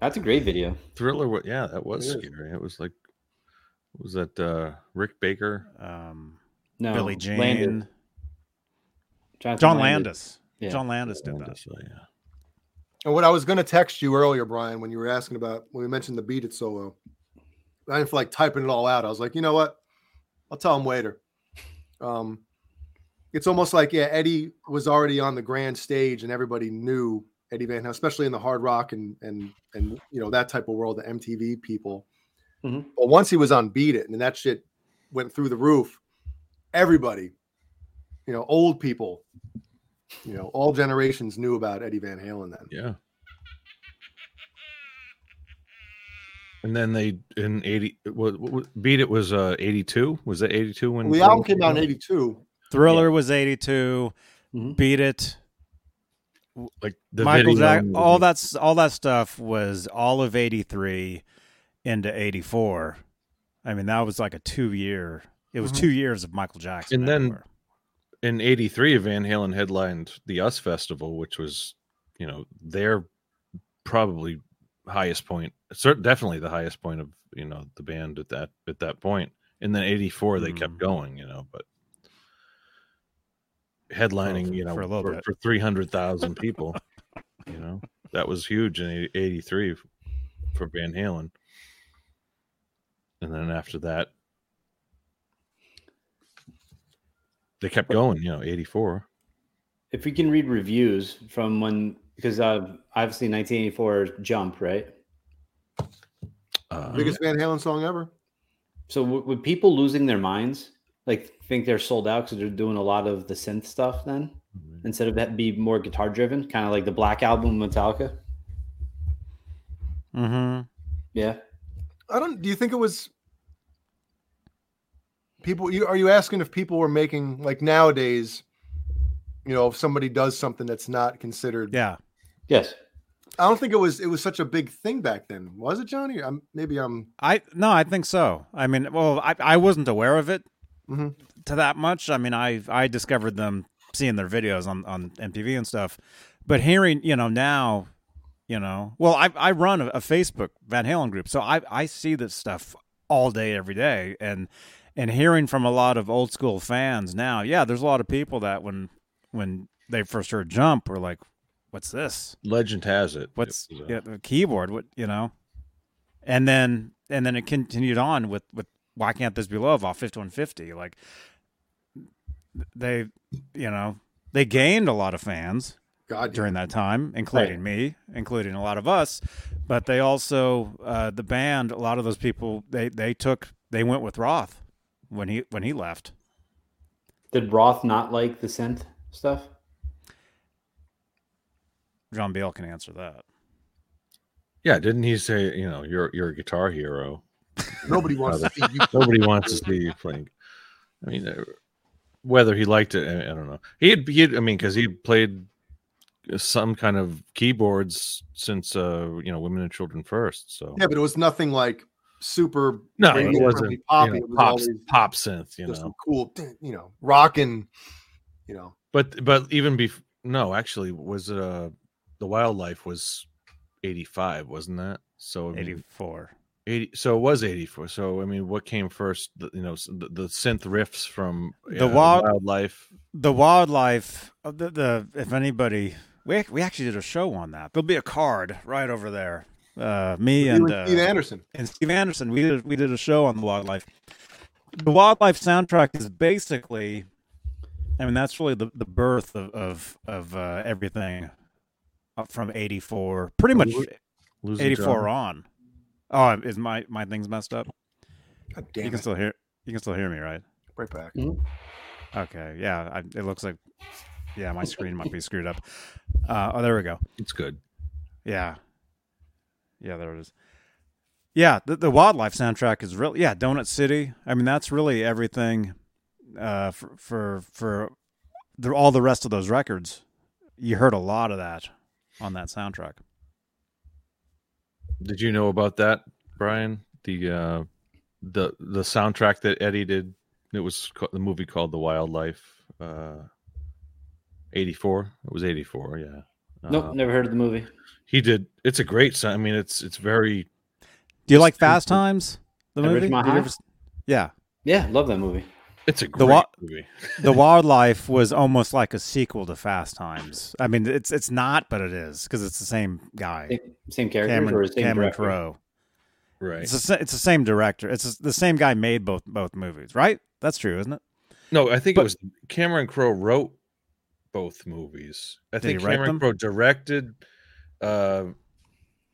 D: That's a great video.
A: Thriller, wa- yeah, that was
C: It is.
A: scary. It was like, was that uh Rick Baker?
B: um,
D: No,
B: Billy Jean.
D: Landis. Jonathan
B: John Landis.
D: Yeah.
B: John Landis did that.
A: So, yeah.
C: And what I was going to text you earlier, Brian, when you were asking about when we mentioned the beat it solo, I didn't feel like typing it all out. I was like, you know what? I'll tell him later. Um, it's almost like yeah, Eddie was already on the grand stage, and everybody knew Eddie Van Halen, especially in the hard rock and and and you know that type of world, the MTV people.
D: Mhm.
C: But once he was on Beat It, and that shit went through the roof, everybody, you know, old people, you know, all generations knew about Eddie Van Halen then.
A: Yeah. And then they in eighty what, what, what- beat it was uh eighty two was that eighty two when
C: Well, the album came out in '82.
B: Thriller was 82.
D: Mhm.
B: Beat It
A: like the
B: Michael
A: video
B: Jack,
A: and the-
B: all that's all that stuff was all of '83 into '84. I mean, that was like a two year. It was
C: Mhm.
B: two years of Michael Jackson.
A: Mm-hmm. And then-
B: everywhere.
A: in eighty three Van Halen headlined the US Festival which was you know their probably highest point cer- definitely the highest point of you know the band at that at that point and then eighty four they kept
B: Mhm.
A: going you know but headlining
B: for-
A: you know
B: Oh, for a little
A: for,
B: bit.
A: for three hundred thousand people you know that was huge in '83 for Van Halen, and then after that, they kept going. You know, '84.
D: if we can read reviews from when because uh, obviously 1984 is jump right
B: Uh-huh.
A: Uh,
C: Biggest Van Halen song ever.
D: so w- would people losing their minds like think they're sold out because they're doing a lot of the synth stuff then instead of that be more guitar driven kind of like the black album metallica
B: Mhm.
D: yeah
C: I don't. Do you think it was people? You are you asking if people were making like nowadays? You know, if somebody does something that's not considered,
B: yeah,
D: yes
C: I don't think it was. It was such a big thing back then, was it, Johnny? I'm, maybe I'm.
B: I no, I think so. I mean, well, I I wasn't aware of it
C: Mhm.
B: to that much. I mean, I I discovered them seeing their videos on on MTV and stuff, but hearing you know now. You know, well, I, I run a, a Facebook Van Halen group, so I, I see this stuff all day, every day, and and hearing from a lot of old school fans now, yeah, there's a lot of people that when when they first heard Jump were like, "What's this?
A: Legend has it.
B: What's
A: it was, uh,
B: yeah, the keyboard? What you know?" And then and then it continued on with with Why Can't This Be Love off 5150. Like they, you know, they gained a lot of fans
C: God,
B: during that time, including me, including a lot of us. But they also uh, the band. A lot of those people they they took they went with Roth when he when he left.
D: Did Roth not like the synth stuff?
B: John Beale can answer that.
A: Yeah, didn't he say, you know, you're you're a guitar hero.
C: nobody wants to see you.
A: Nobody wants to see you playing. I mean, uh, whether he liked it, I I don't know. He had, he had I mean, because he had played some kind of keyboards since, uh, you know, women and children first. So
C: Yeah, but it was nothing like super.
A: no, it
C: radio-friendly
A: wasn't you know,
C: poppy. It was
A: pop
C: always
A: pop synth, you
C: just
A: know.
C: cool, you know, rocking, you know.
A: But but even before, no, actually, was uh, the wildlife was eighty five, wasn't that? So I mean,
B: Eighty four.
A: 80 so it was 84 so i mean what came first the, you know s- the, the synth riffs from
B: The wild-
A: wildlife
B: the wildlife uh, the, the if anybody we, ac- we actually did a show on that there'll be a card right over there uh me
C: You
B: and
C: and Steve
B: uh,
C: Anderson.
B: and steve anderson we did we did a show on the wildlife the wildlife soundtrack is basically i mean that's really the, the birth of of, of uh, everything up from 84 pretty much
A: Losing
B: 84
A: John.
B: on oh is my my thing's messed up
C: God
B: you
C: damn
B: can
C: it!
B: still hear you can still hear me right
C: Right back.
B: Okay, yeah, I, it looks like yeah, my screen might be screwed up. Uh, oh, there we go.
A: it's good
B: Yeah, yeah, there it is. Yeah, the, the wildlife soundtrack is really yeah, Donut City. I mean, that's really everything uh, for for for the, all the rest of those records. You heard a lot of that on that soundtrack.
A: did you know about that brian the uh the the soundtrack that eddie did it was ca- the movie called the wildlife uh 84 it was 84 yeah
B: Uh-huh.
D: Nope,
A: Uh,
D: never heard of the movie.
A: he did it's a great sound i mean it's it's very
B: Do you like Fast Times? The
D: At
B: movie?
D: Ridgemont
B: Did you
D: High?
B: ever s- yeah,
D: Yeah, love that movie.
A: it's a great
B: The wa-
A: movie
B: the wildlife was almost like a sequel to Fast Times. I mean, it's it's not, but it is because it's the same guy.
D: Same, same character or
B: Cameron,
D: same
B: Cameron
D: director?
B: Crowe.
A: right
B: It's the, sa- it's the same director. It's the- the same guy made both both movies, right? That's true, isn't it?
A: No, I think
B: But-
A: it was Cameron Crowe wrote both movies. I
B: Did he
A: think
B: write
A: Cameron
B: them?
A: Crowe directed uh,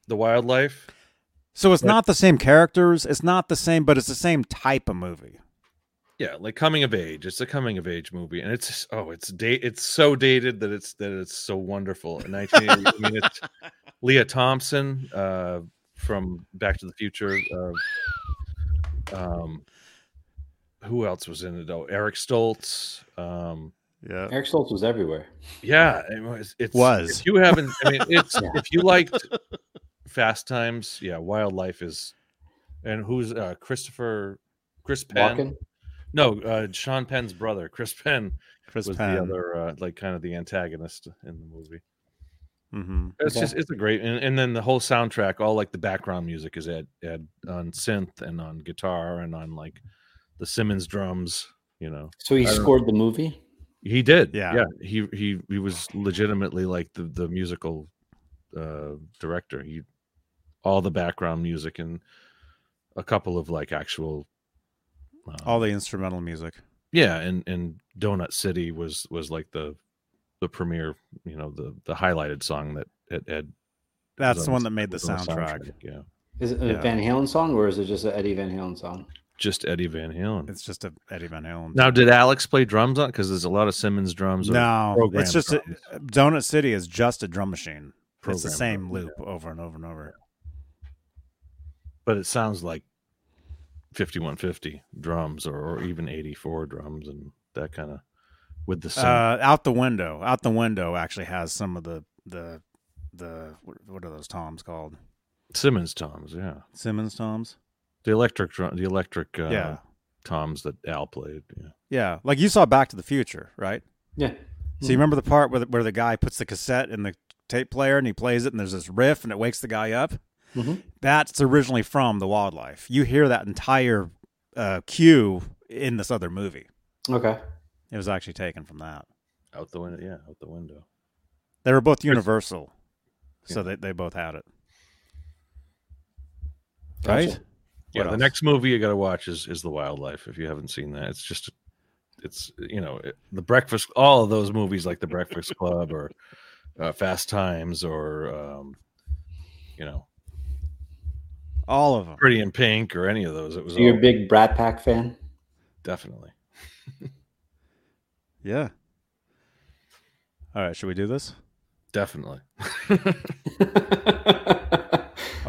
A: the Wildlife.
B: So it's
A: But-
B: not the same characters. It's not the same, but it's the same type of movie.
A: Yeah, like coming of age. It's a coming of age movie, and it's oh, it's date. It's so dated that it's that it's so wonderful. In 1980, I mean, it's Leah Thompson uh, from Back to the Future. Uh, um, who else was in it? Oh, Eric Stoltz. Um,
B: Yeah.
D: Eric Stoltz was everywhere.
A: Yeah, it was. It's,
B: Was.
A: if you haven't? I mean, it's
D: Yeah.
A: if you liked Fast Times, yeah, Wildlife is, and who's uh, Christopher Chris Penn?
D: Walking.
A: No, uh, Sean Penn's brother, Chris Penn,
B: Chris
A: was
B: Penn.
A: the other, uh, like, kind of the antagonist in the movie.
B: hmm
A: It's
D: Okay.
A: just, it's a great, and, and then the whole soundtrack, all like the background music is Ed, Ed on synth and on guitar and on like the Simmons drums. You know,
D: So he
A: I don't know.
D: scored the movie.
A: he did.
B: Yeah.
A: Yeah. He he he was legitimately like the the musical uh director. He all the background music and a couple of like actual uh,
B: All the instrumental music.
A: yeah, and and Donut City was was like the the premiere, you know, the the highlighted song that Ed, Ed
B: That's
A: was
B: the
A: on
B: one that made the
A: was on
B: soundtrack.
A: Yeah.
D: Is it a
B: Yeah.
D: Van Halen song or is it just an Eddie Van Halen song?
A: Just Eddie Van Halen.
B: It's just a Eddie Van Halen.
A: now, did Alex play drums on? Because there's a lot of Simmons drums. or
B: no,
A: programmed
B: it's just a,
A: drums.
B: Donut City is just a drum machine. It's the
A: Programmed
B: same
A: drums,
B: loop over and over and over.
A: but it sounds like 5150 drums or, or even 84 drums and that kind of with the sound.
B: Uh, out the window. Out the window actually has some of the the the what- what are those toms called?
A: Simmons toms, yeah,
B: Simmons toms.
A: the electric drum, the electric uh,
B: yeah,
A: toms that Al played. Yeah.
B: yeah. Like you saw Back to the Future, right?
D: Yeah.
B: So you remember the part where the, where the guy puts the cassette in the tape player and he plays it, and there's this riff, and it wakes the guy up. Mm-hmm.
D: Mhm.
B: That's originally from The Wildlife. You hear that entire uh, cue in this other movie.
D: Okay.
B: It was actually taken from that.
A: Out the window, yeah, out the window.
B: They were both Universal, so they they both had it. Right.
D: Gotcha.
A: Yeah,
B: What
A: the
B: else?
A: next movie you got to watch is is The Wildlife. If you haven't seen that, it's just, it's you know, it, the Breakfast, all of those movies like The Breakfast Club or uh, Fast Times or um, you know
B: All of them.
A: Pretty in Pink or any of those. It was
D: So you're a
A: all-
D: big Brat Pack fan?
A: definitely.
B: Yeah. All right. Should we do this?
A: Definitely.
B: All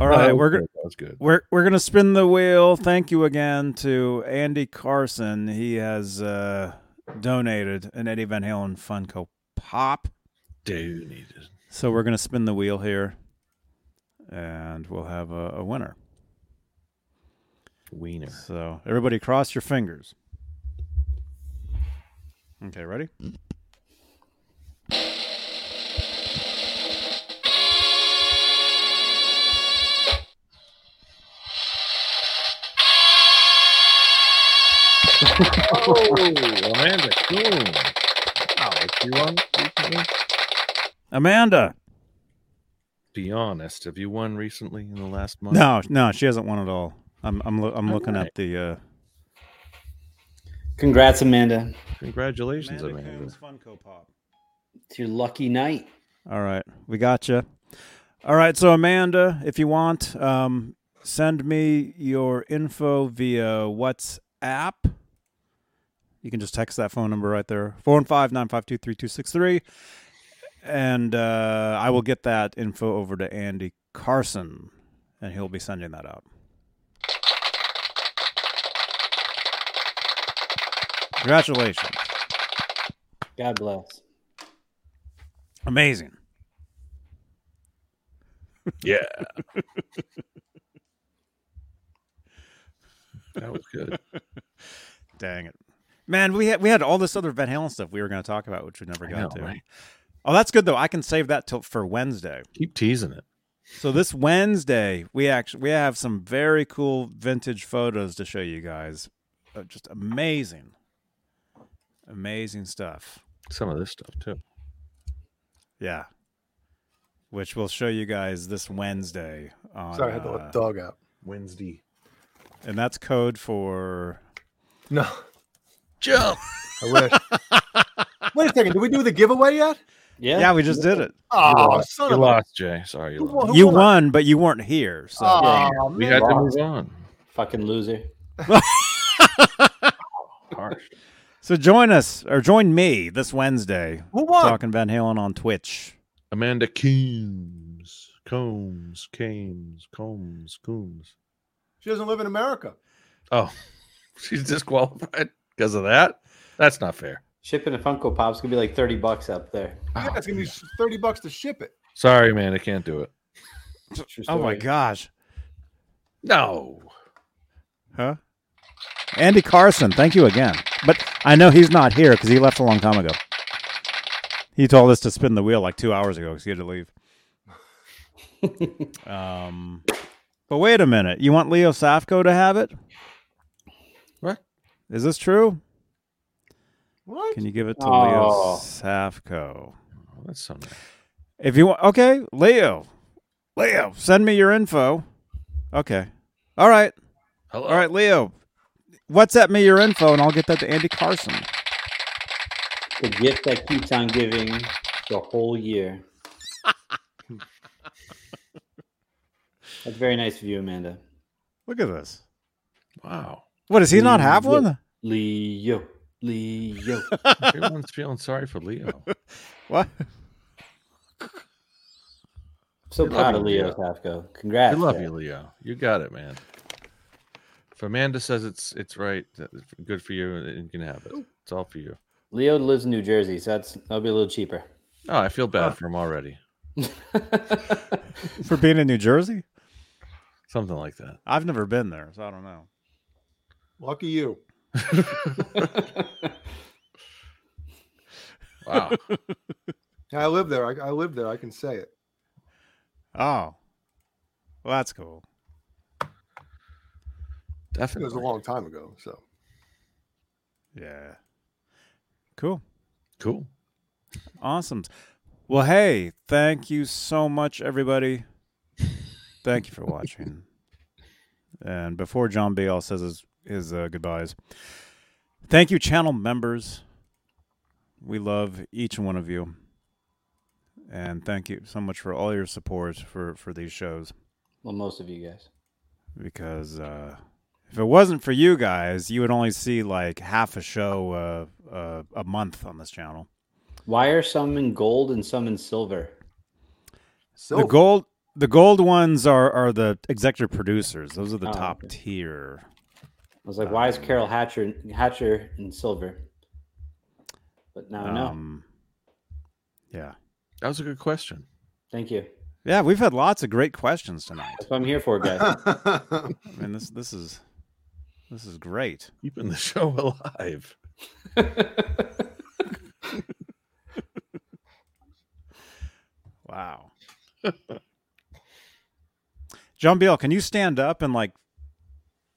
B: right.
A: That was
B: we're go-
A: good. That was good.
B: We're we're gonna spin the wheel. Thank you again to Andy Carson. He has uh, donated an Eddie Van Halen Funko Pop.
A: Day you needed.
B: So we're gonna spin the wheel here, and we'll have a, a winner.
A: Wiener.
B: So everybody, cross your fingers. Okay, ready?
A: Oh, Amanda Coon. Wow, is she won recently?
B: Amanda.
A: Be honest, have you won recently in the last month?
B: No, no, she hasn't won at all. I'm I'm loo- I'm looking
A: right.
B: up the. Uh,
D: Congrats, Amanda.
A: Congratulations, Amanda.
B: Funko Pop.
D: It's your lucky night.
B: All right, we got you. All right, so Amanda, if you want, um, send me your info via WhatsApp. You can just text that phone number right there 415 952 3263. And uh, I will get that info over to Andy Carson, and he'll be sending that out. Congratulations.
D: God bless.
B: Amazing.
A: Yeah. that was good.
B: Dang it, man! We had we had all this other Van Halen stuff we were going to talk about, which we never
A: I
B: got
A: know,
B: to.
A: right?
B: Oh, that's good though. I can save that till for Wednesday.
A: Keep teasing it.
B: So this Wednesday, we actually we have some very cool vintage photos to show you guys. Uh, just amazing, amazing stuff.
A: Some of this stuff too.
B: Yeah, which we'll show you guys this Wednesday. On,
C: Sorry, I had to
B: uh,
C: let the dog out.
A: Wednesday.
B: and that's code for
C: No,
A: Jump.
C: I wish. Wait a second. Did we do the giveaway yet?
D: Yeah.
B: yeah. We just did it.
C: Oh, son
A: You
C: of a.
A: lost, Jay. Sorry, you
C: Oh, Who won?
A: lost.
B: You won, but you weren't here. So
C: Oh,
A: We
C: man.
A: had to move on.
D: Fucking loser.
A: Harsh.
B: So join us or join me this Wednesday
C: Who won?
B: talking Van Halen on Twitch.
A: Amanda Coombs. Combs. Cames. Combs. Coombs.
C: She doesn't live in America.
A: Oh, she's disqualified because of that? That's not fair. Ah.
D: Shipping a Funko Pop's gonna be like thirty bucks up there.
B: Ah,
C: Yeah, it's gonna be thirty bucks to ship it.
A: Sorry, man. I can't do it.
D: True
B: Oh my
D: story.
B: gosh.
A: No.
B: Huh? Andy Carson, thank you again. But I know he's not here because he left a long time ago. He told us to spin the wheel like two hours ago because he had to leave. um, but wait a minute. You want Leo Safko to have it?
A: What?
B: Is this true?
C: What?
B: Can you give it to Leo
D: Oh.
B: Safko?
A: Oh, that's so nice.
B: If you want, okay, Leo, Leo, send me your info. Okay, all right,
A: Hello.
B: all right, Leo, WhatsApp me your info, and I'll get that to Andy Carson.
D: The gift that keeps on giving the whole year. That's very nice of you, Amanda.
B: Look at this.
A: Wow.
B: What does he not have
D: Mm,
B: one?
D: Leo. Leo.
A: Everyone's feeling sorry for Leo.
B: What?
D: So
A: We love
D: proud
A: you,
D: of Leo
A: Leo.
D: Tafko. Congrats.
A: I love
D: guys.
A: you, Leo. You got it, man. If Amanda says it's it's right, th- good for you, and you can have it. It's all for you.
D: Leo lives in New Jersey, so that's that'll be a little cheaper.
A: Oh, I feel bad for him already.
B: For being in New Jersey?
A: Something like that.
B: I've never been there, so I don't know.
C: Lucky you.
A: Wow.
C: I live there. I, I live there. I can say it.
B: Oh, well, that's cool.
C: It was a
A: Definitely.
C: long time ago. So
B: Yeah, cool.
A: Cool.
B: Awesome. Well, hey, thank you so much, everybody. Thank you for watching. and before John B. all says his, his uh, goodbyes, thank you, channel members. We love each one of you. And thank you so much for all your support for, for these shows.
D: Well, most of you guys.
B: because uh, if it wasn't for you guys, you would only see like half a show uh, uh, a month on this channel.
D: Why are some in gold and some in silver?
C: So
B: The gold, the gold ones are are the executive producers. Those are the
D: Oh,
B: top
D: okay.
B: tier.
D: I was like, why is Carol Hatcher Hatcher in silver? But now I know.
B: Um, yeah,
A: That was a good question.
D: Thank you.
B: yeah. We've had lots of great questions tonight.
D: That's what I'm here for, guys.
B: I mean, this this is this is great.
A: Keeping the show alive.
B: Wow. John Beal, can you stand up and like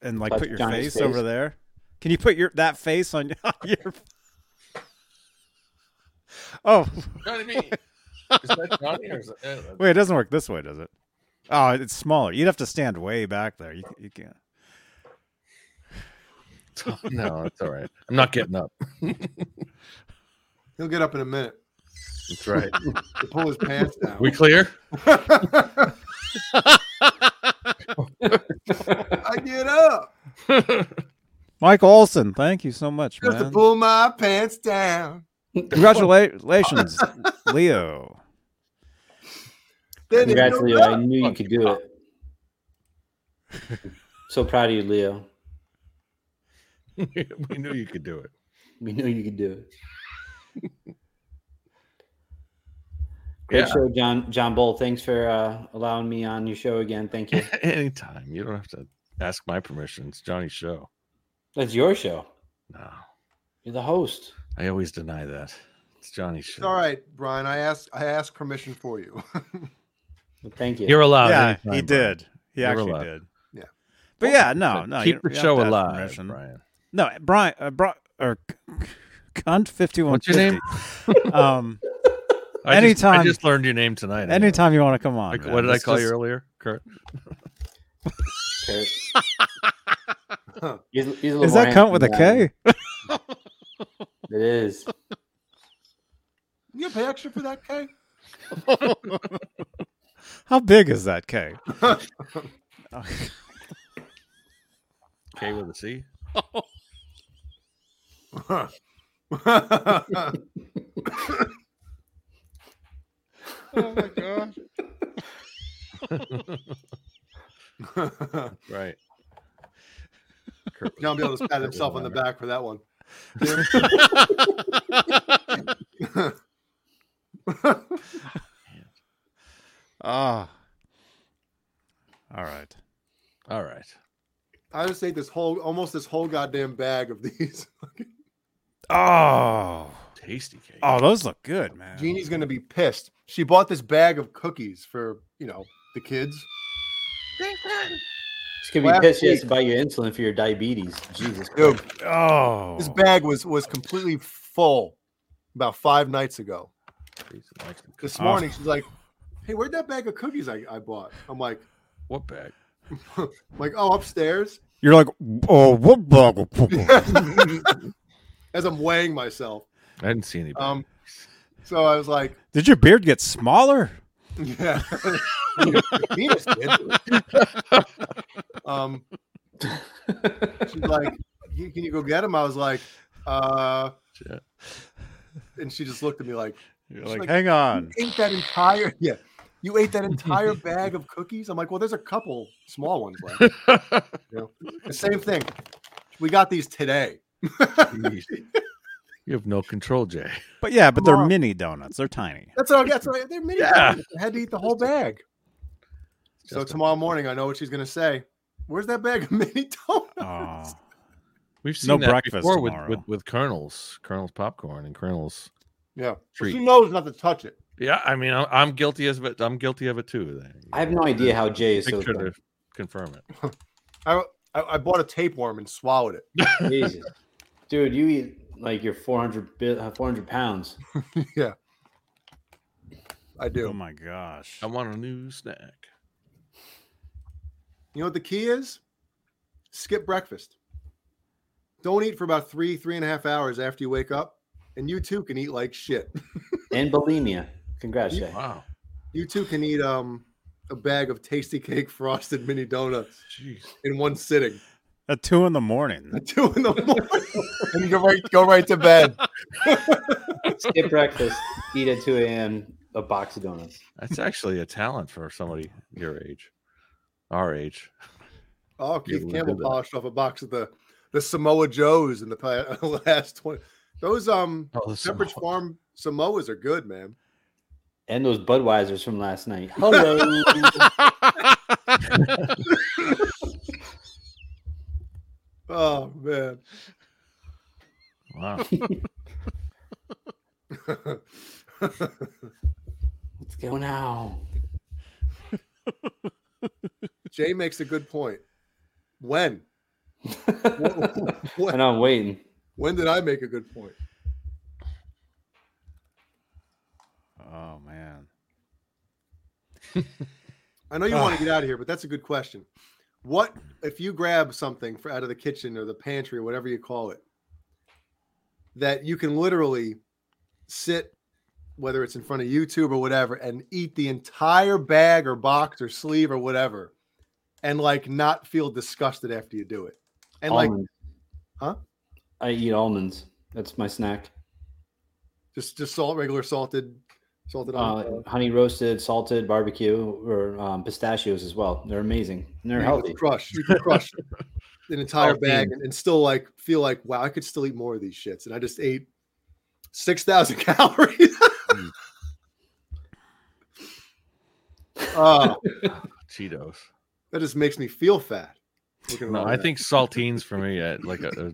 B: and like
D: Touch
B: put your
D: Johnny's
B: face,
D: face?
B: over there? Can you put your that face on, on your Oh,
H: Johnny B. Is that Johnny or is that,
B: wait, it doesn't work this way, does it? Oh, it's smaller. You'd have to stand way back there. You you can't.
A: No, it's all right. I'm not getting up.
C: He'll get up in a minute.
A: That's right.
C: He'll pull his pants down.
A: We clear?
C: I get up.
B: Mike Olson, thank you so much,
C: Just to
B: man.
C: pull my pants down.
B: Congratulations, Leo.
C: Then it
D: Congrats,
C: goes
B: uh,
D: Leo.
C: up.
D: I knew you could do it. So proud of you, Leo.
A: we knew you could do it.
D: We knew you could do it. Great
A: Yeah.
D: show, John John Bull. Thanks for uh, allowing me on your show again. Thank you.
A: Anytime. You don't have to ask my permission. It's Johnny's show.
D: That's your show.
A: No.
D: You're the host.
A: I always deny that. It's Johnny's
C: It's
A: show.
C: All right, Brian. I asked. I asked permission for you.
D: Well, thank you.
A: You're allowed.
B: yeah,
A: Oh, anytime,
B: he
A: Brian.
B: did. He
A: You're
B: actually
A: allowed.
B: did.
C: Yeah.
B: But yeah, no, no. you
A: Keep
B: don't-
A: the
B: you don't
A: show
B: have to ask
A: alive,
B: permission.
A: Brian.
B: No, Brian, uh, Bri or Cunt fifty one.
A: What's your name?
B: um,
A: I just-
B: Anytime-
A: I just learned your name tonight. anyway.
B: anytime you want to come on.
A: Like,
B: man.
A: what did I
B: It's
A: call you
B: just-
A: earlier? Kurt.
D: Kurt. He's- he's a
B: Is
D: little
B: that
D: more
B: Cunt with a
D: handsome than I am.
B: K?
D: It is.
C: you pay extra for that, Kay?
B: How big is that K?
A: K with a C.
C: oh my gosh.
A: Right. Kurt with
C: John Beal just patted himself on the back for that one.
B: Ah. All right.
A: a- All right.
C: I just ate this whole, almost this whole goddamn bag of these.
B: Oh.
A: Tasty cake.
B: Oh, those look good, man.
C: Jeannie's gonna be pissed. She bought this bag of cookies for you know the kids.
D: It's gonna be
C: Last
D: pissed. You
C: week-
D: have to buy your insulin for your diabetes. Jesus
C: Dude,
D: Christ.
B: Oh.
C: this bag was was completely full about five nights ago.
A: Tasty Mexican cookie.
C: This morning she's like, "Hey, where'd that bag of cookies I, I bought?" I'm like,
A: What bag?
C: I'm like, oh, upstairs.
B: You're like, oh, what bug?
C: As I'm weighing myself,
A: I didn't see any. Bag.
C: um, so I was like,
B: Did your beard get smaller?
C: Yeah. Venus did. um, she's like, "You- "Can you go get him?" I was like, "Uh,"
A: Shit.
C: and she just looked at me like,
B: You're
C: It's
B: like,
C: like-
B: hang on.
C: "Ate that entire yeah." You ate that entire bag of cookies. I'm like, well, there's a couple small ones left. You know? The same thing. We got these today.
A: Jeez. you have no control, Jay.
B: But yeah, but they're
C: Tomorrow.
B: mini donuts. They're tiny.
C: That's all. That's all. They're mini.
A: Yeah.
C: donuts. I had to eat the whole bag. So
A: Just a-
C: tomorrow morning, I know what she's gonna say. Where's that bag of mini donuts?
B: Oh.
A: We've seen
B: No
A: that
B: breakfast
A: before with, with
B: tomorrow.
A: with kernels, kernels popcorn, and kernels.
C: Yeah. But
A: Treat.
C: She knows not to touch it.
A: Yeah, I mean, I'm, I'm guilty as of it. I'm guilty of it too. Then
D: I have no idea how Jay is
A: make
D: so
A: sure
D: thin.
A: to confirm it.
C: I, I, I bought a tapeworm and swallowed it.
D: Jesus. Dude, you eat like your 400, bi- uh, 400 pounds.
C: I
B: Oh
A: Mm.
C: do.
B: my gosh.
A: I want a new snack.
C: You know what the key is? Skip breakfast. Don't eat for about three, three and a half hours after you wake up, and you too can eat like shit.
D: And bulimia. Congrats, Jay.
I: Wow.
C: You two can eat um a bag of tasty cake frosted mini donuts
A: Jeez.
C: in one sitting
B: At two in the morning.
C: at two in the morning.
J: And you go right, go right to bed.
D: Skip breakfast. Eat at 2 a.m. A box of donuts.
A: That's actually a talent for somebody your age, our age.
C: Oh,
A: Yeah,
C: Keith
A: we'll
C: Campbell
A: do that.
C: polished off a box of the the Samoa Joes in the pa- last twenty. Those um
A: Oh, this
C: Pepperidge Farm Samoas are good, man.
D: And those Budweisers from last night. Hello.
C: Oh man.
A: Wow.
D: Let's go now.
C: Jay makes a good point. When?
D: and I'm waiting.
C: When did I make a good point?
B: Oh man.
C: I know you want to get out of here, but that's a good question. What if you grab something for out of the kitchen or the pantry or whatever you call it that you can literally sit, whether it's in front of YouTube or whatever, and eat the entire bag or box or sleeve or whatever, and like not feel disgusted after you do it, and like
D: Almonds.
C: Huh?
D: I eat almonds. That's my snack.
C: just just salt regular salted salted
D: Uh,
C: almond
D: honey roasted, salted, barbecue, or um, pistachios as well. They're amazing. And they're
C: You
D: healthy.
C: can crush. You can crush an entire
D: Healthy.
C: bag and, and still like feel like, wow, I could still eat more of these shits. And I just ate six thousand calories.
D: Mm.
C: oh,
A: Cheetos.
C: that just makes me feel fat. looking at
A: No,
C: all
A: I
C: that.
A: think saltines for me, uh, like a, a,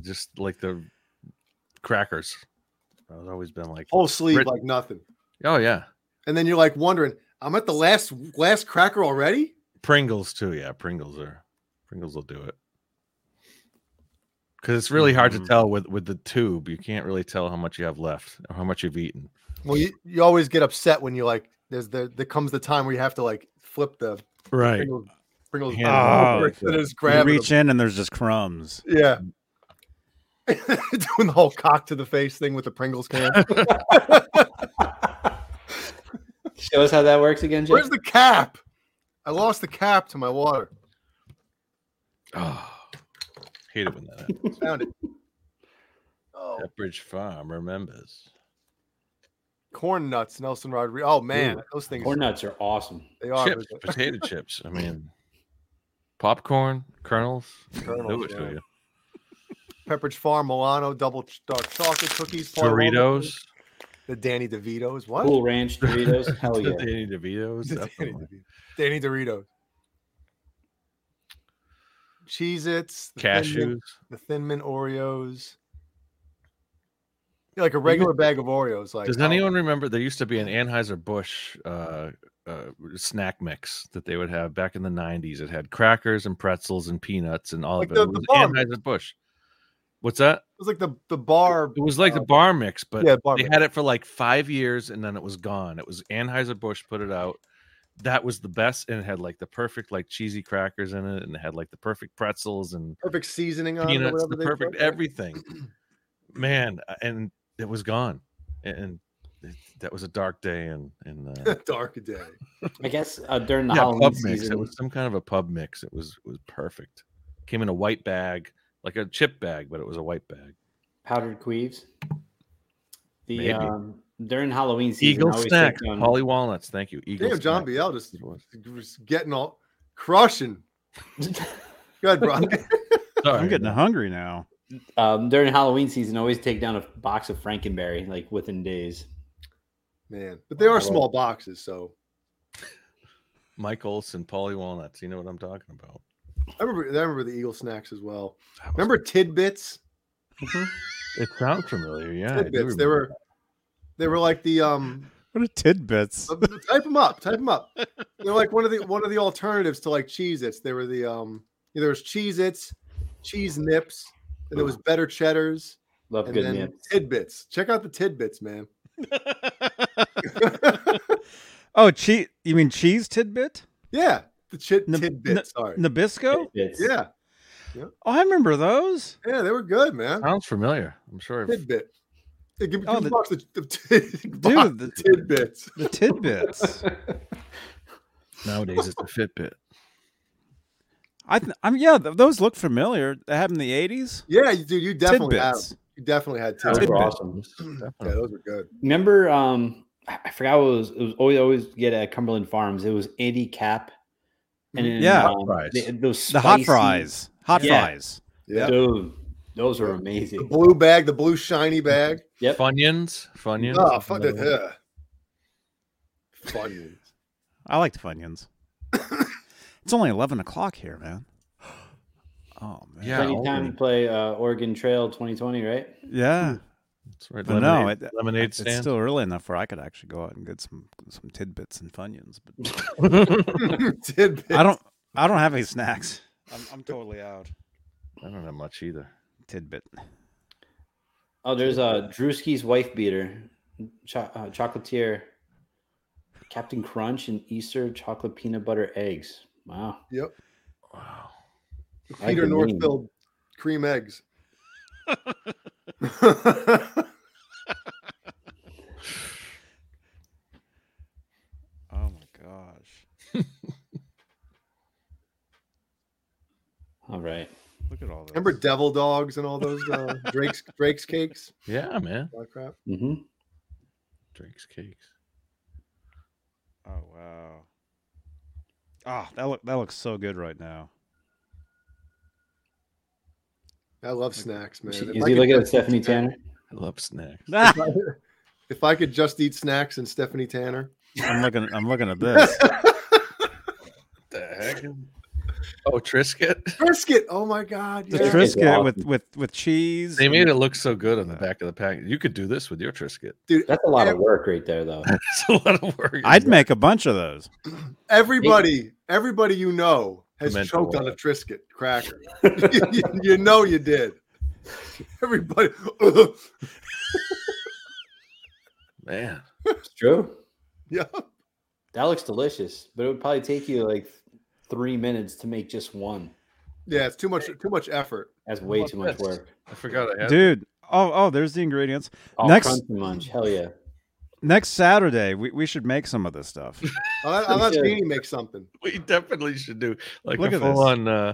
A: just like the crackers. I've Oh, always been like,
C: whole sleeve
A: Rit-
C: like nothing.
A: oh yeah,
C: And then you're like wondering, I'm at the last last cracker already.
A: Pringles too. Yeah, Pringles are Pringles will do it. Because it's really hard to
B: Mhm.
A: tell with with the tube. You can't really tell how much you have left or how much you've eaten.
J: Well, you,
C: You always get upset when you like. There's there there comes the time where you have to like flip the
A: Right.
C: Pringles. Pringles
A: Hand
B: Oh.
C: over and just
B: You
C: grab them.
B: reach in and there's just crumbs.
C: Yeah. Doing the whole cock to the face thing with the Pringles can.
D: Show us how that works again, Jay.
C: Where's the cap? I lost the cap to my water.
A: Oh, hate it when that happens.
C: Found it. Oh,
A: Pepperidge Farm remembers.
C: corn nuts, Nelson Rodriguez. Oh man, those things
D: Corn nuts are awesome.
C: they are
A: chips, potato chips. I mean, popcorn, kernels.
C: Kernels,
A: do it
C: yeah.
A: to you.
C: Pepperidge Farm, Milano, double ch- dark chocolate cookies, Paul Walnuts,
A: Doritos.
C: the Danny DeVitos. What?
D: Cool ranch Doritos. Hell
A: The
D: yeah.
A: Danny DeVito's.
C: The Oh, Danny,
A: definitely.
C: DeVito. Danny Doritos. Cheez Its,
A: Cashews.
C: the Thin Mint Oreos. Yeah, like a regular bag of Oreos. Like
A: Does
C: how-
A: anyone remember there used to be an Anheuser Busch uh, uh, snack mix that they would have back in the '90s? It had crackers and pretzels and peanuts and all
C: Like
A: of it.
C: the-
A: it
C: the
A: was
C: bar
A: Anheuser Busch. What's that?
C: It was like the the bar.
A: It was like
C: uh,
A: the bar mix, but
C: yeah, bar
A: they
C: mix.
A: had it for like five years and then it was gone. It was Anheuser Busch put it out. That was the best, and it had like the perfect like cheesy crackers in it, and it had like the perfect pretzels and
C: perfect seasoning on it or
A: peanuts,
C: whatever
A: the
C: they
A: perfect
C: put.
A: everything. Man, uh, and it was gone, and, and it- that was a dark day in in uh,
C: Dark day.
D: I guess uh, during the
A: yeah,
D: Halloween
A: pub mix.
D: season.
A: It was some kind of a pub mix. It was it was perfect. Came in a white bag, like a chip bag, but it was a white bag.
D: powdered queeves. The
A: Maybe.
D: um, during Halloween season,
A: Eagle
D: I always take
A: snack,
D: down-
A: Holly walnuts. Thank you, Eagle.
C: Damn, John
A: snack.
C: Biel just,
A: It was.
C: just getting all crushing. Good, bro.
A: Sorry,
B: I'm getting hungry now.
D: um, during Halloween season, I always take down a box of Frankenberry like within days.
C: Man, but they are small boxes, so
A: Mike Olson, Polly Walnuts. You know what I'm talking about.
C: I remember. I remember the Eagle snacks as well.
A: That was-
C: Remember tidbits?
A: It sounds familiar. Yeah, I do
C: tidbits. They
A: remember
C: were, they were like the um.
B: What a tidbits.
C: type them up. Type them up. They're like one of the one of the alternatives to like Cheez-Its. They were the um. yeah, there was Cheez-Its, cheese nips, and there was better cheddars,
D: Love
C: and
D: good
C: then
D: nip.
C: tidbits. Check out the tidbits, man.
B: Oh, cheese. You mean cheese tidbit?
C: Yeah, the chit
B: Nib- nib-
C: tidbits. Sorry.
B: Nabisco?
D: It's
C: Yeah,
B: Oh, I remember those.
C: yeah, they were good, man.
A: that. Sounds familiar. I'm sure. I've-
C: Tidbit. Give, give
B: Oh,
C: the,
B: the-
C: box the, the, box
B: the-
C: the tidbits.
B: The tidbits.
A: Nowadays, it's a Fitbit.
B: I, th- I mean, yeah, th- those look familiar. They have in the eighties.
C: Yeah, you- dude, you definitely had
B: Tidbits.
C: them. You definitely had
D: Those
C: tidbits.
D: were awesome.
C: Yeah, those were good.
D: Remember, um, I I forgot what it was. It was always always get at Cumberland Farms. It was Andy Cap, and
B: Mm-hmm.
D: then, um,
B: Yeah.
A: Hot fries.
D: they- those
B: The hot
D: spicy-
B: fries. Hot
D: Yeah.
B: fries.
C: Yeah.
D: Dude, those are
C: The
D: amazing.
C: blue bag, the blue shiny bag.
D: Yep.
A: Funyuns, Funyuns.
C: Oh, fuck that. Ugh. Funyuns.
B: I liked Funyuns. it's only eleven o'clock here, man. Oh man.
A: Yeah.
D: Anytime you play uh, Oregon Trail 2020, right?
B: Yeah.
A: That's right.
B: But
A: Lemonade,
B: no, it-
A: lemonade
B: It's
A: stand.
B: still early enough where I could actually go out and get some some tidbits and Funyuns, but
C: tidbits.
B: I don't. I don't have any snacks. I'm, I'm totally out.
A: I don't have much either.
B: Tidbit.
D: Oh, there's uh, Drewski's wife beater, cho- uh, chocolatier, Captain Crunch, and Easter chocolate peanut butter eggs. Wow.
C: Yep.
A: Wow.
D: I
C: Peter
D: can name.
C: Northfield cream eggs.
B: Oh my gosh!
D: All right.
B: Look at all this.
C: Remember Devil Dogs and all those uh, Drake's Drake's cakes?
A: Yeah, man.
C: All that crap.
D: Mm-hmm.
A: Drake's cakes.
B: oh wow. Ah, that look that looks so good right now.
C: I love snacks, man.
D: Is
C: If
D: he
C: I could
D: looking at
C: just-
D: Stephanie Tanner?
A: I love snacks.
C: If I could just eat snacks and Stephanie Tanner,
B: I'm looking. I'm looking at this.
A: the heck? Oh, Trisket.
C: brisket. Oh my god,
B: The
C: yeah.
D: Triscuit's
B: Triscuit with
D: awesome.
B: with with cheese.
A: They
B: and-
A: made it look so good on the back of the pack. You could do this with your Trisket.
C: dude.
D: That's a lot of work right there, though.
A: It's a lot of work.
B: I'd make a bunch of those.
C: Everybody, everybody you know has
A: Meant to
C: choked on a
A: work.
C: Trisket cracker. you, you know you did. Everybody,
A: man.
D: It's true.
C: yeah.
D: That looks delicious, but it would probably take you like three minutes to make just one.
C: Yeah, it's too much too much effort.
D: That's way
A: about
D: too much
A: this?
D: work.
A: I forgot I had.
B: Dude. Oh, oh, there's the ingredients.
D: All
B: Next-
D: Oh, crunchy munch. Hell yeah.
B: Next Saturday, we, we should make some of this stuff.
C: I'll, let- I'll let
D: Appreciate
C: Beanie make something.
A: We definitely should do like
B: Look
A: a
B: at this.
A: full on uh,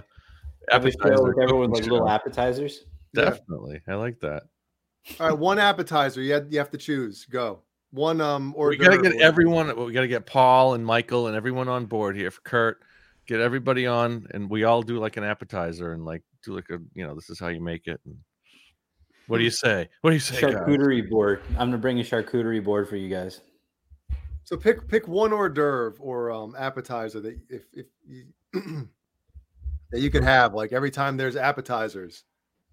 D: Have a show
A: appetizer.
D: with everyone like
A: cooking
D: little
A: show.
D: appetizers.
A: Definitely, I like that.
C: All right, one appetizer. You had, you have to choose. Go one. Um, or
A: we gotta get everyone. We gotta get Paul and Michael and everyone on board here. For Kurt, get everybody on, and we all do like an appetizer and like do like a you know this is how you make it. And what do you say? What do you say, guys?
D: charcuterie board. I'm gonna bring a charcuterie board for you guys.
C: So pick pick one hors d'oeuvre or um appetizer that if if you, that you could have. Like every time there's appetizers,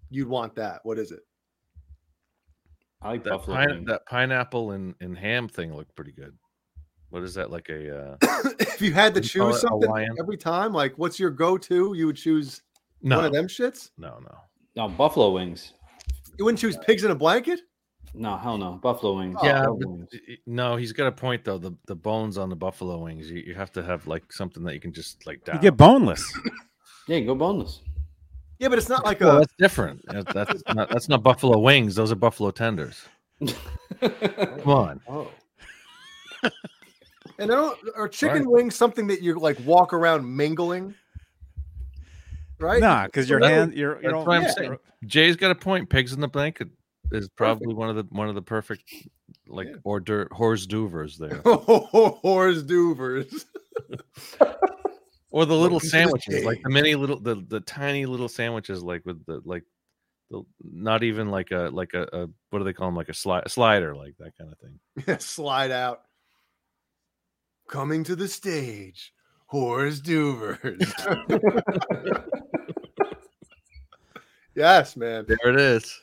C: you'd want that. What is it?
D: I like
A: That,
D: buffalo.
A: pine,
D: wings.
A: that pineapple and, and ham thing looked pretty good. What is that like a? Uh,
C: if you had to
A: Wouldn't call
C: choose
A: it
C: something
A: Hawaiian.
C: every time, like what's your go-to? You would choose
A: no,
C: one of
A: no,
C: them shits.
A: no.
D: No buffalo wings.
C: You wouldn't choose pigs in a blanket.
D: No hell no buffalo wings.
A: Yeah,
D: buffalo
A: but-
D: wings.
A: Y- y- No, he's got a point though. The the bones on the buffalo wings, you, you have to have like something that you can just like down.
B: You get boneless.
D: yeah, go boneless.
C: Yeah, but it's not like
A: Well,
C: a.
A: that's different. That- That's not that's not buffalo wings. Those are buffalo tenders. Come on,
C: Oh. and I don't. Are chicken wings something that you like walk around mingling? Right.
B: Nah, because your
A: Well, that
B: hand, your, your
A: that's
B: own-
A: what I'm
B: yeah.
A: saying. Jay's got a point. Pigs in the blanket is probably one of the one of the perfect like
C: Yeah.
A: hors d'oeuvre- hors d'oeuvres there,
C: Horse doovers.
A: or the little
C: Welcome to the
A: sandwiches, like
C: Jay.
A: the mini little the the tiny little sandwiches, like with the like. the Not even like a like a, a what do they call them like a slide slider like that kind of thing.
C: Slide out. Coming to the stage, Horse doovers. yes, man.
A: There it is.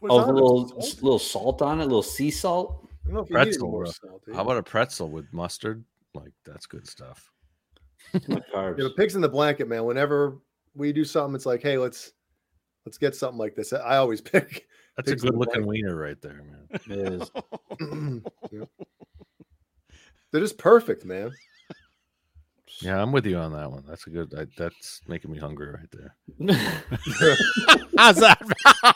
C: What's
D: Oh,
C: on
D: a
C: it?
D: little
C: Salt?
D: little salt on it, a little sea salt.
C: I don't know if you need any
A: pretzel,
C: more
A: bro.
C: salt, dude.
A: How about a pretzel with mustard? Like that's good stuff.
D: Too much carbs.
C: Yeah, but pigs in the blanket, man. Whenever we do something, it's like, hey, let's let's get something like this. I always pick.
A: That's a
C: Pigs in the
A: good looking
C: blanket.
A: wiener right there, man.
D: It is.
C: Yep. They're just perfect, man.
A: Yeah, I'm with you on that one. That's a good. I, that's making me hungry right there.
B: How's that?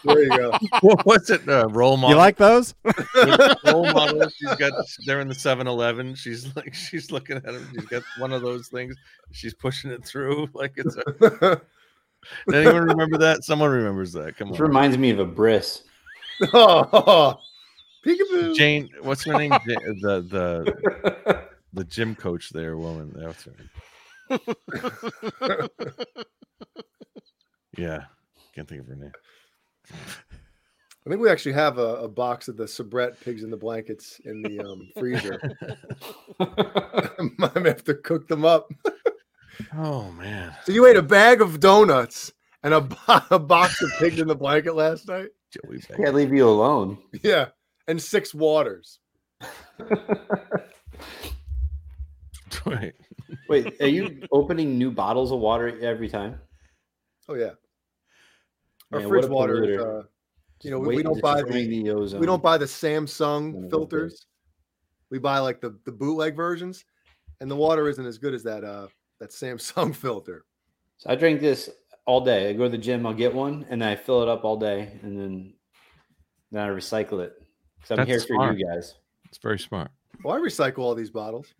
C: There you go.
A: what was it? Uh, role model.
B: You like those?
A: role model. She's got. They're in the 7-Eleven. She's like. She's looking at him. She's got one of those things. She's pushing it through like it's. A, Does anyone remember that? Someone remembers that. Come
D: This
A: on.
D: reminds me of a bris.
C: oh, peekaboo.
A: Jane, what's her name? Ja- the the the gym coach there, woman. That's her. yeah, can't think of her name.
C: I think we actually have a, a box of the Sabret pigs in the blankets in the um, freezer. I'm gonna have to cook them up.
A: Oh man,
C: So you ate a bag of donuts and a, bo- a box of pigs in the blanket last night.
A: Joey Bag.
D: Can't leave you alone.
C: Yeah, and six waters.
A: Right.
D: Wait, are you opening new bottles of water every time?
C: Oh yeah, our
D: Man, what
C: fridge
D: a
C: water. Is,
D: polluter.
C: uh, you know, we,
D: Wait,
C: we don't buy the
D: destroying the ozone.
C: we don't buy the
D: One of
C: Samsung
D: those
C: filters. We buy like the the bootleg versions, and the water isn't as good as that uh that Samsung filter.
D: So I drink this all day. I go to the gym, I'll get one, and I fill it up all day, and then then I recycle it. Because I'm
A: That's
D: here for
A: smart.
D: you guys.
A: It's very smart.
C: Well, I recycle all these bottles.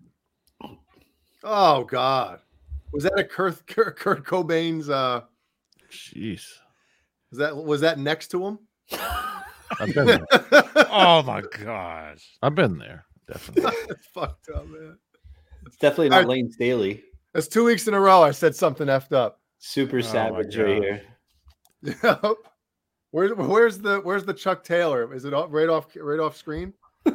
C: Oh God, was that a Kurt Kurt, Kurt Cobain's? uh
A: Jeez.
C: Was that was that next to him?
A: I've been there.
B: Oh my gosh.
A: I've been there. Definitely.
C: That's fucked up, man.
D: It's definitely not
C: I-
D: Lane Staley.
C: That's two weeks in a row. I said something effed up.
A: Oh
D: Super
B: my
D: savage right
B: gosh.
D: here.
C: Yep. Where's where's the where's the Chuck Taylor? Is it off, right off right off screen?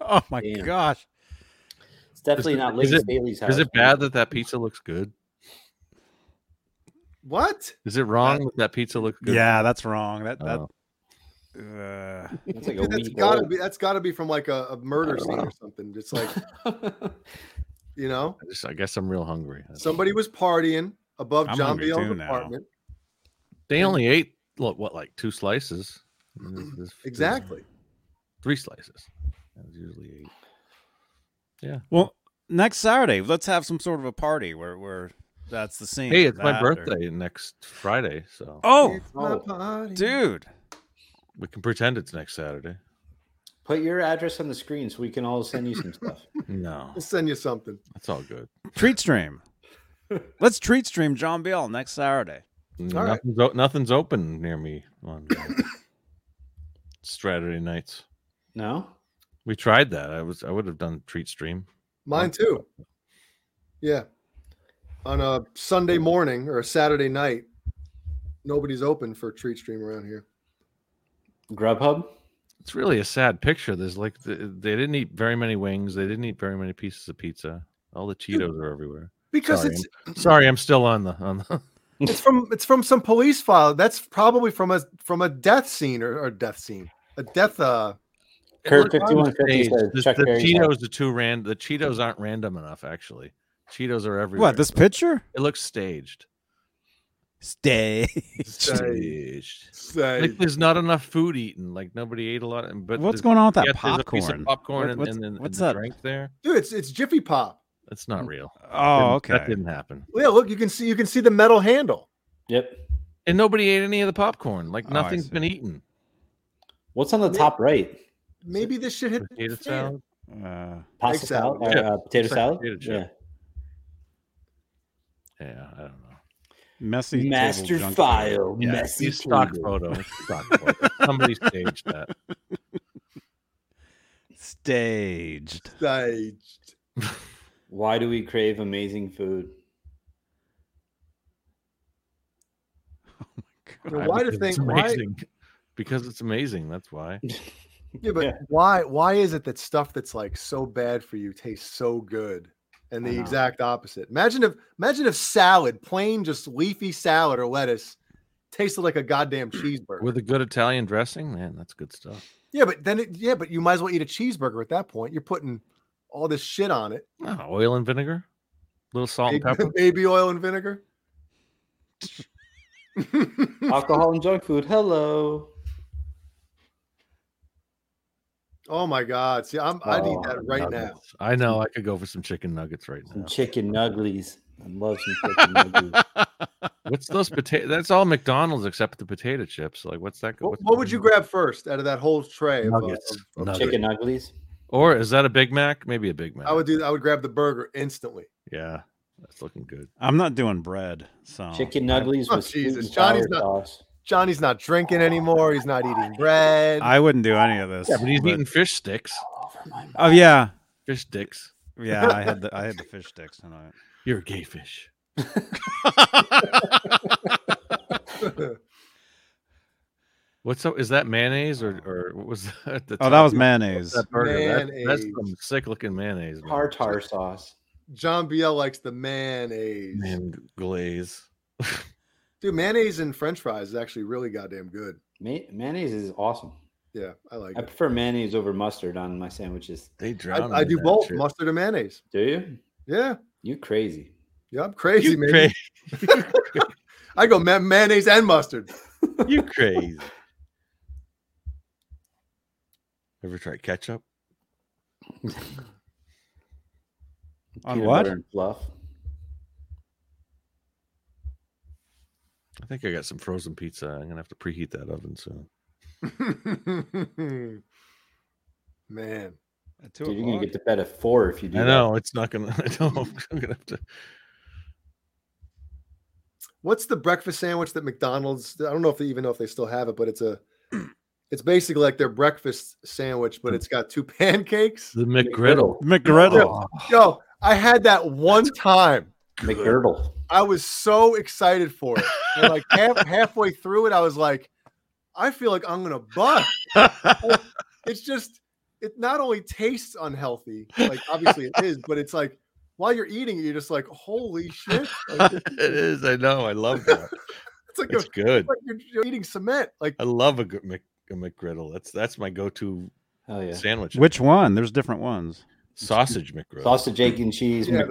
B: Oh my
D: Damn.
B: gosh.
D: It's definitely not
A: is
D: Lane
A: it-
D: Staley's house.
A: Is it bad that that pizza looks good?
C: What?
A: Is it wrong that that pizza looks good?
B: Yeah, that's wrong. That that
A: Oh,
B: uh,
D: It's like a
C: Dude, that's
D: week
C: gotta
D: old.
C: be that's gotta be from like a, a murder scene or something. It's like you know,
A: I, just, I guess I'm real hungry.
C: somebody was partying above
B: I'm
C: John
B: hungry
C: Bion's
B: too now.
C: apartment.
A: They only ate look what like two slices. And this- this- this-
C: Exactly.
A: Three slices. That was usually eight.
B: Well, next Saturday, let's have some sort of a party where where that's the scene.
A: Hey, it's my
B: That or-
A: birthday next Friday, so
B: Oh,
C: It's my
D: Oh.
C: party.
B: dude.
A: we can pretend it's next Saturday.
D: Put your address on the screen so we can all send you some stuff.
A: No,
C: We'll send you something.
A: that's all good.
B: Treat stream. Let's treat stream John Biel next Saturday.
C: right.
A: nothing's, o- nothing's open near me on uh, Saturday nights.
D: No?
A: We tried that. I was I would have done treat stream.
C: Mine too. Yeah. On a Sunday morning or a Saturday night, nobody's open for treat stream around here.
D: Grubhub?
A: It's really a sad picture. There's like th- they didn't eat very many wings. They didn't eat very many pieces of pizza. All the Cheetos are everywhere.
C: Because
A: Sorry,
C: it's
A: I'm, sorry, I'm still on the on the.
C: It's from it's from some police file. That's probably from a from a death scene or, or death scene, a death. Uh,
D: Kurt
A: Look, I'm
D: 5150
A: staged.
D: says
A: the,
D: Chuck
A: the
D: Berry's house.
A: Cheetos are too random. The Cheetos aren't random enough. Actually, Cheetos are everywhere.
B: What this picture?
A: It looks staged.
B: Stay.
A: Staged.
C: say,
A: Like there's not enough food eaten. Like nobody ate a lot. and- But
B: What's
A: there's-
B: going on with that
A: yet there's a piece
B: popcorn?
A: of popcorn
B: What-
A: and-
B: what's-
A: and, and,
B: what's
A: and the
B: up?
A: drink there.
C: dude, it's it's Jiffy Pop.
A: That's not real.
B: Oh,
A: Didn't- That
B: okay.
A: didn't happen.
C: Yeah, look, you can see you can see the metal handle.
D: Yep.
A: And nobody ate any of the popcorn. Like
B: Oh, I
A: nothing's
B: see.
A: been eaten.
D: What's on the top right?
C: Maybe this shit hit the
A: Potato
C: fan.
A: salad.
B: Uh,
D: Pasta salad?
C: salad.
D: or,
A: Yeah.
D: uh, potato
A: It's like
D: salad?
A: potato
D: yeah.
A: chip. Yeah, I don't know.
B: messy table
D: Master
B: junk
D: file.
A: Yeah,
D: messy
A: it's stock
D: table.
A: photo. It's stock photo. Somebody staged that.
B: Staged.
C: Staged.
D: Why do we crave amazing food?
C: You know, why do
A: Because
C: things?
A: it's
C: Why?
A: amazing. Because it's amazing. That's why.
C: Yeah, but
D: Yeah.
C: why? Why is it that stuff that's like so bad for you tastes so good, and
D: I
C: the
D: know.
C: exact opposite? Imagine if imagine if salad, plain just leafy salad or lettuce, tasted like a goddamn cheeseburger.
A: With a good Italian dressing, man, that's good stuff.
C: Yeah, but then it, yeah, but you might as well eat a cheeseburger at that point. You're putting all this shit on it.
A: Ah, oil and vinegar, little salt and
C: Baby,
A: pepper.
C: baby oil and vinegar.
A: Uh,
D: Alcohol and junk food. Hello.
C: Oh my God! See, I'm I need
D: Oh,
C: that right now.
A: Nuggets. I know. I could go for some chicken nuggets right
D: Some
A: now.
D: chicken nugglies. I love some chicken nugglies.
A: What's those potato? That's all McDonald's except the potato chips. Like, what's that? go-
C: What,
A: what's
C: what
A: the-
C: would you grab first out of that whole tray? Of, uh,
A: Nuggets.
C: of- of
A: Nuggets.
D: Chicken nugglies.
A: Or is that a Big Mac? Maybe a Big Mac.
C: I would do. I would grab the burger instantly.
A: Yeah, that's looking good.
B: I'm not doing bread, so
D: Chicken nugglies
C: Oh,
D: with sweet
C: Jesus,
D: and
C: Johnny's
D: sour
C: not-
D: sauce.
C: Johnny's not drinking anymore. He's not eating bread.
B: I wouldn't do any of this.
A: Yeah, but he's
B: but-
A: eating fish sticks.
B: Oh yeah,
A: Fish sticks.
B: yeah. I had the I had the fish sticks tonight.
A: You're a gay fish. What's up? Is that mayonnaise or or what was that? at the
B: Oh, that
A: top?
B: was mayonnaise.
A: That burger. That, that's
C: Mayonnaise.
A: some sick looking mayonnaise. man.
D: Tartar sauce.
C: John Biel likes the mayonnaise.
A: and glaze.
C: Dude, mayonnaise and French fries is actually really goddamn good.
D: May- mayonnaise is awesome.
C: Yeah, I like
D: I
C: it.
D: prefer mayonnaise over mustard on my sandwiches.
A: They
C: I,
A: drown.
C: I do both mustard and mayonnaise.
D: Do you?
C: Yeah,
D: You crazy.
C: yeah, I'm crazy,
A: You,
C: man.
A: cra-
C: I go ma- mayonnaise and mustard.
A: you crazy. Ever try ketchup?
B: On
D: Peanut
B: what?
D: butter and fluff.
A: I think I got some frozen pizza. I'm gonna have to preheat that oven soon.
C: man,
B: At two
D: Dude, you're gonna
B: o'clock?
D: get to bed at four if you do.
A: I
D: that.
A: know it's not gonna. I know I'm gonna have to.
C: what's the breakfast sandwich that McDonald's? I don't know if they even know if they still have it, but it's a. It's basically like their breakfast sandwich,
A: Hmm.
C: but it's got two pancakes.
A: The McGriddle.
B: McGriddle.
A: Oh,
C: Yo, I had that one time.
D: McGirdle.
C: I was so excited for it. And like half, halfway through it, I was like, I feel like I'm gonna bust. It's just it not only tastes unhealthy, like obviously it is, but it's like while you're eating it, you're just like, holy shit. Like,
A: it is. I know. I love that.
C: it's like, a,
A: It's good.
C: like you're, you're eating cement. Like
A: I love a, good Mc, a McGriddle. That's that's my go-to
D: Oh yeah.
A: sandwich.
B: Which one? There's different ones.
A: sausage McGriddle?
D: Sausage, egg, and cheese,
C: Yeah, but-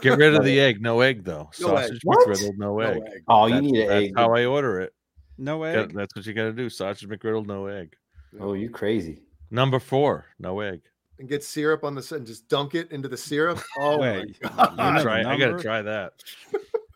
A: Get rid of the egg. No egg though.
C: No egg.
A: sausage
C: What?
A: McGriddle. No
C: no
A: egg.
C: egg.
D: Oh, you
A: That's-
D: need an
A: that's
D: egg.
A: how I order it.
B: No
A: Yeah,
B: egg.
A: that's what you got to do. Sausage McGriddle, no egg.
D: oh, you crazy.
A: Number four, no egg.
C: and get syrup on the s- and just dunk it into the syrup. Oh my
B: Wait,
C: God.
B: you
A: I,
B: know
A: try, I gotta
B: number?
A: try that.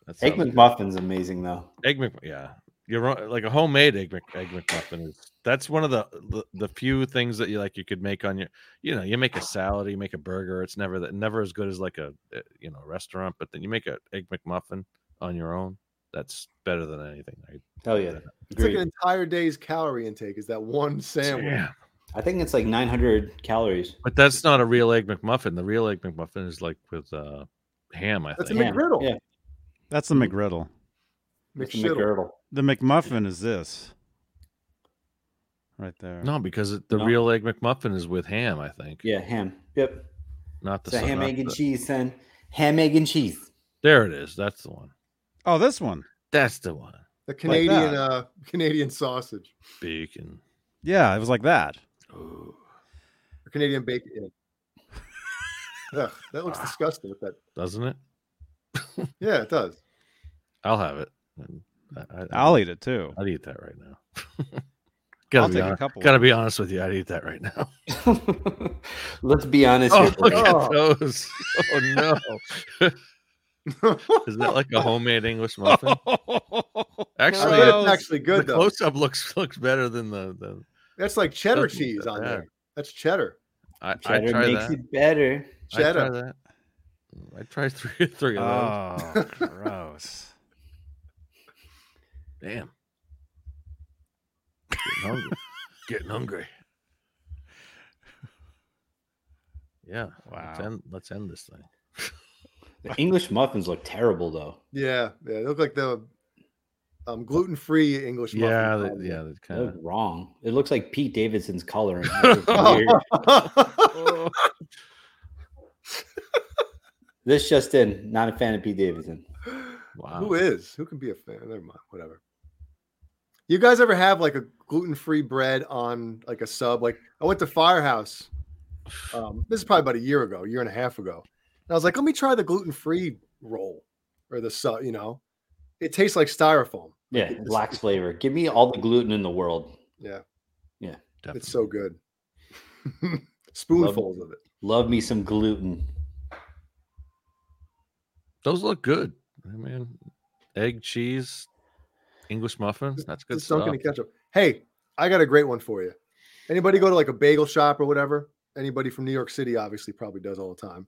A: That's
D: Egg McMuffin's amazing though.
A: egg Mc, yeah. You're wrong, like a homemade egg, Mc, egg McMuffin is. That's one of the, the the few things that you like you could make on your. You know, you make a salad, you make a burger. It's never that never as good as like a uh, you know restaurant, but then you make a egg McMuffin on your own. That's better than anything. I,
D: Hell Oh, yeah.
C: It's like
D: Agreed.
C: an entire day's calorie intake is that one sandwich.
A: Damn.
D: I think it's like 900 calories.
A: But that's not a real egg McMuffin. The real egg McMuffin is like with uh, ham. I
C: That's
A: think.
C: a
D: Ham.
C: McGriddle.
D: Yeah,
B: That's the McGriddle.
D: it's a
C: McShiddle.
D: McGirdle.
B: The McMuffin is this, right there.
A: No, because it, the
D: No.
A: real egg McMuffin is with ham. I think.
D: Yeah, ham. Yep.
A: Not the
D: It's a ham,
A: not
D: egg, and
A: the-
D: cheese, son. Ham, egg, and cheese.
A: There it is. That's the one.
B: Oh, this one.
A: That's the one.
C: The Canadian
B: that.
C: uh Canadian sausage.
A: Bacon.
B: Yeah, it was like that.
A: Ooh.
C: or Canadian bacon. in. Ugh, that looks disgusting with that.
A: Doesn't it?
C: Yeah, it does.
A: I'll have it. And I,
B: I'll eat it too.
A: I'd eat that right now. gotta
B: I'll
A: be
B: take a
A: honest,
B: couple.
A: Gotta be honest with you. I'd eat that right now.
D: Let's be honest
A: Oh,
D: here.
A: look
D: folks.
A: at those. Oh no. is that like a homemade English muffin?
C: I
A: Actually,
C: bet
A: it's-
C: it's actually good
A: the
C: though.
A: close up looks looks better than the, the
C: That's like cheddar
A: doesn't look
C: cheese
A: that
C: on
A: bad.
C: there. That's cheddar.
A: I, I
D: Cheddar
A: try
D: makes
A: that.
D: it better.
A: I try
C: Cheddar.
A: that. I try three three of those.
B: Oh, gross.
A: Damn. Getting hungry. Getting hungry. Yeah. Let's
B: Wow.
A: end, let's end this thing.
D: The English muffins look terrible though.
C: Yeah, yeah. They look like the um, gluten-free English. muffin
A: yeah, that-
C: probably.
A: yeah, that
D: They
A: kind
D: look
A: of.
D: wrong. It looks like Pete Davidson's coloring. It's
A: Oh.
D: weird. This just in. Not a fan of Pete Davidson.
A: Wow.
C: Who is? Who can be a fan? Never mind. Whatever. You guys ever have like a gluten-free bread on like a sub? Like I went to Firehouse. Um, this is probably about a year ago, a year and a half ago. And I was like, let me try the gluten-free roll or the sub. You know, it tastes like styrofoam.
D: Yeah, it lacks flavor. Give me all the gluten in the world.
C: Yeah,
A: Definitely.
C: it's so good. Spoonfuls of it.
D: Love me some gluten.
A: Those look good. I mean, egg, cheese, English muffin. That's good
C: Just
A: stuff.
C: Sunken in ketchup. Hey, I got a great one for you. Anybody go to like a bagel shop or whatever? Anybody from New York City obviously probably does all the time.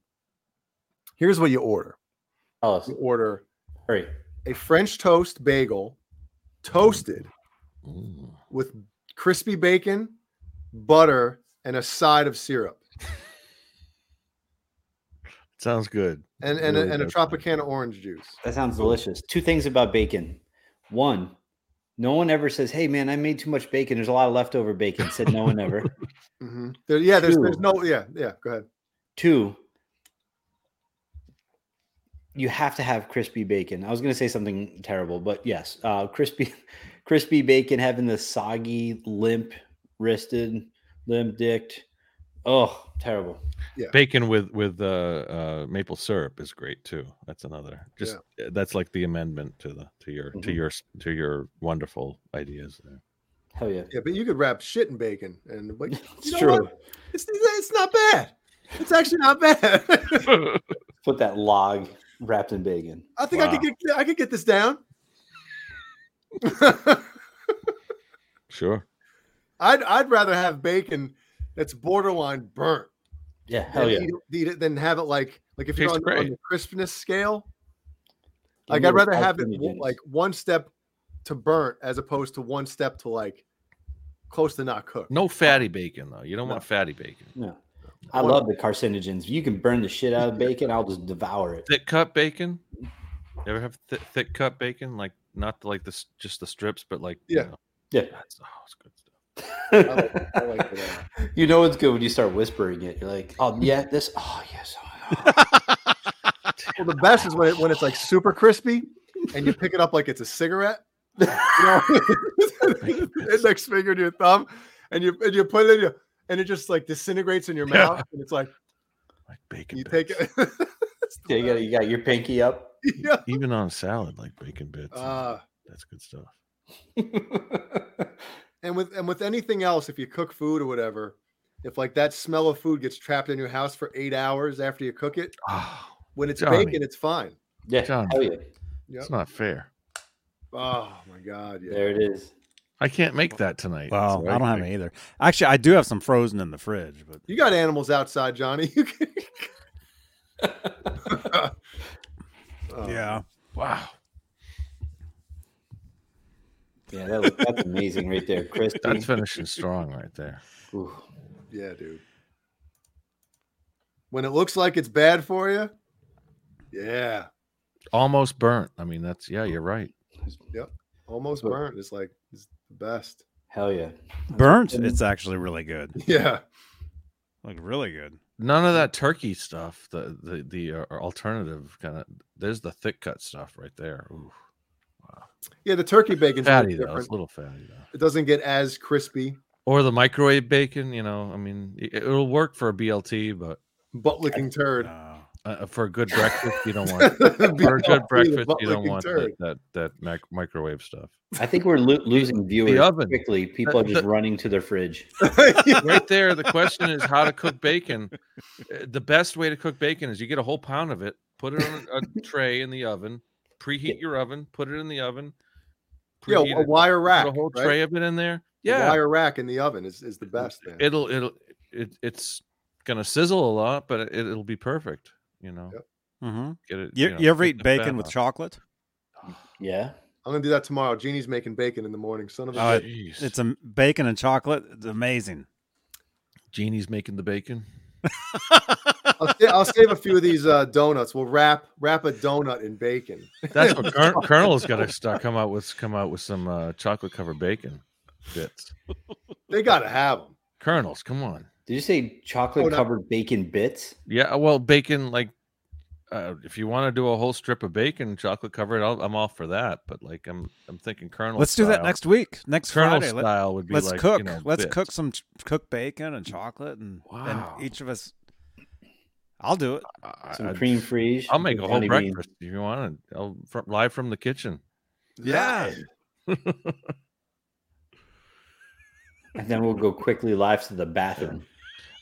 C: Here's what you order.
D: Tell us.
C: You order
D: Hurry.
C: a French toast bagel, toasted
A: Ooh.
C: with crispy bacon, butter, and a side of syrup.
A: Sounds good.
C: And
A: It
C: and,
A: really
C: a, and a
A: does sound good.
C: Tropicana orange juice.
D: That sounds delicious. Two things about bacon. One, no one ever says, "Hey, man, I made too much bacon. There's a lot of leftover bacon." Said no one ever.
C: Mhm. There, yeah, there's, there's
D: Two.
C: no yeah, yeah, go ahead.
D: Two, you have to have crispy bacon. I was going to say something terrible, but yes, uh, crispy, crispy bacon having the soggy, limp wristed, limp dicked. Oh, terrible.
A: Bacon with with uh, uh, maple syrup is great too. That's another. Just uh, that's like the amendment to the to your to
C: Mm-hmm.
D: Mhm.
A: your to your wonderful ideas. There.
D: Hell yeah.
C: Yeah, but you could wrap shit in bacon and like
D: It's
C: you know
D: true.
C: what? It's it's not bad. It's actually not bad.
D: Put that log wrapped in bacon.
C: I think I could
D: Wow.
C: get I could get this down.
A: Sure.
C: I'd I'd rather have bacon that's borderline burnt
D: Yeah. Hell
C: than,
D: yeah.
C: eat, it- eat it than have it like like if
A: Tastes
C: you're on, on
A: great.
C: the crispness scale.
D: Give
C: like
D: me
C: I'd
D: the
C: rather have it
D: skin
C: w-
D: again.
C: like one step to burnt as opposed to one step to like close to not cooked.
A: No fatty bacon though. You don't
C: No.
A: want fatty bacon.
D: No. I
C: Or-
D: love the carcinogens. You can burn the shit out of bacon. I'll just devour it.
A: Thick cut bacon.
C: Mm.
A: You ever have th- thick cut bacon? Like not like this, just the strips, but like you
C: Yeah.
A: know.
D: Yeah.
A: That's, oh, it's good stuff.
C: I like it, uh,
D: you know it's good when you start whispering it. You're like, oh yeah, this. Oh yes. oh, yeah."
C: well, the best is when it, when it's like super crispy and you pick it up like it's a cigarette. You know, index finger to your thumb, and you and you put it in your and it just like disintegrates in your
A: Yeah.
C: mouth, and it's like
A: Like bacon.
C: you
A: bits.
C: take it.
D: Yeah, you got you got your pinky up.
C: yeah.
A: even on a salad, like bacon bits. and
C: Uh,
A: that's good stuff.
C: and with and with anything else, if you cook food or whatever, if like that smell of food gets trapped in your house for eight hours after you cook it,
A: Oh,
C: when it's
A: Johnny.
C: bacon, it's fine.
D: yeah.
A: John.
D: Hell yeah.
C: Yep.
A: it's not fair.
C: Oh my god, yeah.
D: There it is.
A: I can't make that tonight.
B: Well,
A: so
B: I don't have any either. Actually, I do have some frozen in the fridge, but
C: You got animals outside, Johnny. You can... Oh,
B: yeah.
A: Wow.
D: Yeah, that was, that's amazing right there, Chris.
A: That's finishing strong right there.
C: yeah, dude. When it looks like it's bad for you, yeah,
A: Almost burnt. I mean, that's yeah, you're right.
C: almost
D: Well-
C: burnt. It's like it's the best.
D: Hell yeah.
B: Burnt, it's actually really good.
C: Yeah,
B: Like really good.
A: None of that turkey stuff, the the the uh, alternative kind of there's the thick cut stuff right there. Ooh.
C: yeah. The turkey bacon's a little
A: Fatty though,
C: different.
A: it's a little fatty though.
C: It doesn't get as crispy,
A: Or the microwave bacon, you know. I mean, it, it'll work for a BLT, but
C: butt licking turd.
B: No.
A: uh, for a good breakfast, you don't want for a
C: Butt-licking
A: good breakfast, you don't
C: butt-licking
A: want
C: turd.
A: that that, that mic- microwave stuff.
D: I think we're lo- losing viewers
A: oven.
D: quickly. People are just running to their fridge.
A: right there the question is how to cook bacon Uh, the best way to cook bacon is you get a whole pound of it put it on a a tray in the oven preheat your oven put it in the oven
C: Yeah,
A: preheat
C: a
A: it,
C: wire
A: put
C: rack.
A: a whole
C: right?
A: tray of it in there
C: A
A: yeah
C: wire rack in the oven is, is the best. Man.
A: it'll it'll it, it's gonna sizzle a lot but it, it'll be perfect you know
C: Yep.
B: Mm-hmm.
A: get it
B: You,
A: know,
B: you ever
A: get
B: eat
A: the fat
B: bacon with
A: off.
B: chocolate?
D: Yeah.
C: I'm gonna do that tomorrow. Jeannie's making bacon in the morning. Son of a
B: Oh,
C: bitch.
B: it-
A: Jeez.
B: It's a bacon and chocolate. It's amazing.
A: Jeannie's making the bacon
C: I'll, sa- I'll save a few of these uh, donuts. We'll wrap wrap a donut in bacon.
A: that's what Colonel- colonel's got to start come out with come out with some uh, chocolate covered bacon bits
C: They gotta have them.
A: colonels come on
D: Did you
A: Oh,
D: say chocolate covered bacon bits?
A: Yeah, uh, well, bacon like uh, if you want to do a whole strip of bacon, chocolate covered, I'll, I'm all for that. But like, I'm I'm thinking Colonel.
B: Let's do that
A: style-
B: next week. Next
A: Colonel
B: Friday. Let-
A: style would be
B: Let's
A: like
B: cook.
A: You know,
B: Let's
A: bits.
B: cook some ch- cook bacon and chocolate, and,
A: Wow.
B: and each of us. I'll do it.
A: I,
D: Some
A: I-
D: cream frige.
A: I'll make a whole
D: Johnny beans.
A: breakfast if you want. it. I'll fr- live from the kitchen.
C: Yeah.
D: And then we'll go quickly live to the bathroom.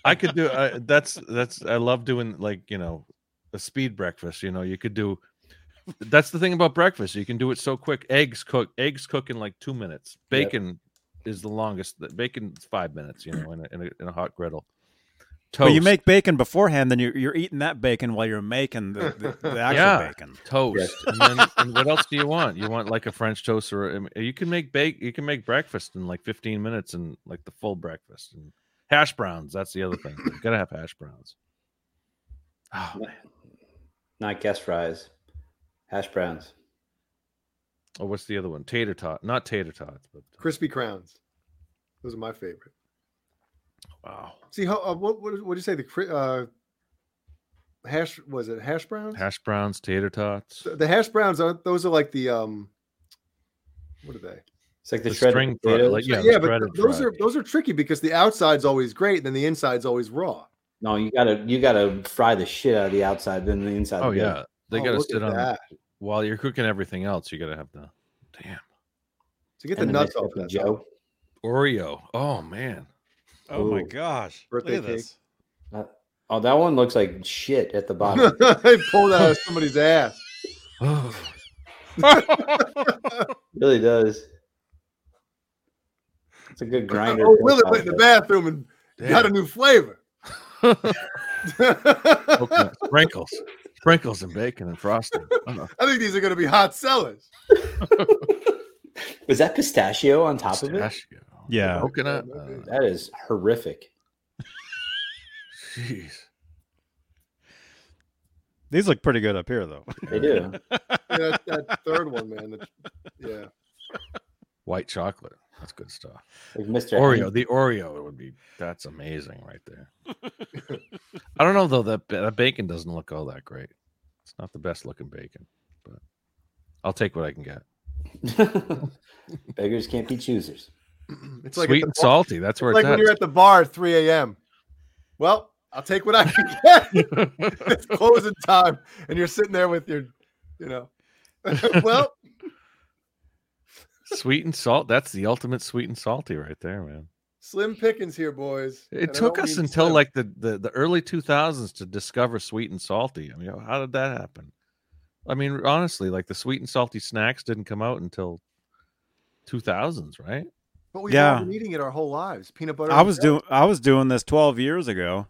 A: I could do. I, that's that's. I love doing like you know a speed breakfast. You know, you could do. That's the thing about breakfast. You can do it so quick. Eggs cook. Eggs cook in like two minutes.
D: Yep.
A: Bacon is the longest. Bacon's five minutes. You know, in a, in a, in a hot griddle. Toast.
B: But you make bacon beforehand, then you're, you're eating that bacon while you're making the, the, the actual
A: Yeah.
B: bacon.
A: toast. And then and what else do you want? You want like a French toast or um, you can make bake you can make breakfast in like 15 minutes and like the full breakfast and hash browns. That's the other thing. You gotta have hash browns. Oh, man.
D: Not guest fries, hash browns.
A: oh what's the other one? Tater tot. Not tater tots, but
C: Crispy crowns. Those are my favorite.
A: wow.
C: See how uh, what what what did you say the cri- uh, hash was it hash browns?
A: Hash browns, tater tots.
C: The- The hash browns aren't those are like the um what are they?
D: It's like the,
A: The
D: shredded
A: string fry,
D: potatoes.
A: like, yeah.
C: yeah, but
A: shredded
C: th- those
A: fried.
C: are those are tricky because the outside's always great and then the inside's always raw.
D: No, you gotta you gotta fry the shit out of the outside, then the inside.
A: Oh
D: good.
A: yeah. They
C: Oh,
A: gotta
C: look at
A: sit on
C: that.
A: while you're cooking everything else, you gotta have the damn
C: So get
D: And
C: the
D: then
C: nuts
D: they
C: off
D: dip in
C: that.
D: Joe.
A: Oreo. Oh man.
B: Oh my
D: Ooh.
B: gosh.
C: Birthday
B: Look at
C: cake.
B: this.
D: Oh, that one looks like shit at the bottom.
C: they pulled out of somebody's ass.
D: really does. It's a good grinder.
C: oh,
D: for
C: Willard went in the
D: pasta.
C: bathroom and got a new flavor.
A: Coconut sprinkles. Sprinkles and bacon and frosting. Oh,
C: I think these are going to be hot sellers.
D: Was that pistachio on top
A: pistachio.
B: Yeah.
A: Coconut.
C: Yeah,
A: Uh,
C: maybe.
D: of it? That is horrific.
A: Jeez.
B: These look pretty good up here, though.
D: They do.
C: Yeah, that, that third one, man. the- yeah.
A: White chocolate. That's good stuff.
D: Like Mr.
A: Oreo.
D: Hank-
A: The Oreo would be that's amazing right there. I don't know though that ba- that bacon doesn't look all that great. It's not the best looking bacon, but I'll take what I can get.
D: Beggars can't be choosers.
C: It's
A: Sweet
C: like, at
A: and
C: the bar-
A: salty. That's where
C: like when
A: it's
C: you're at the bar at 3 a.m. Well, I'll take what I can get.
A: at.
C: it's closing time. And you're sitting there with your, you know, well,
A: sweet and salt. That's the ultimate sweet and salty right there, man.
C: slim pickings here, boys.
A: It
C: And I
A: took
C: don't
A: us
C: mean
A: until
C: slim.
A: like the, the the early 2000s to discover sweet and salty. I mean, how did that happen? I mean, honestly, like the sweet and salty snacks didn't come out until 2000s, right?
C: But we've
B: Yeah.
C: all been eating it our whole lives. Peanut butter.
B: I
C: and
B: was
C: jelly.
B: doing I was doing this 12 years ago.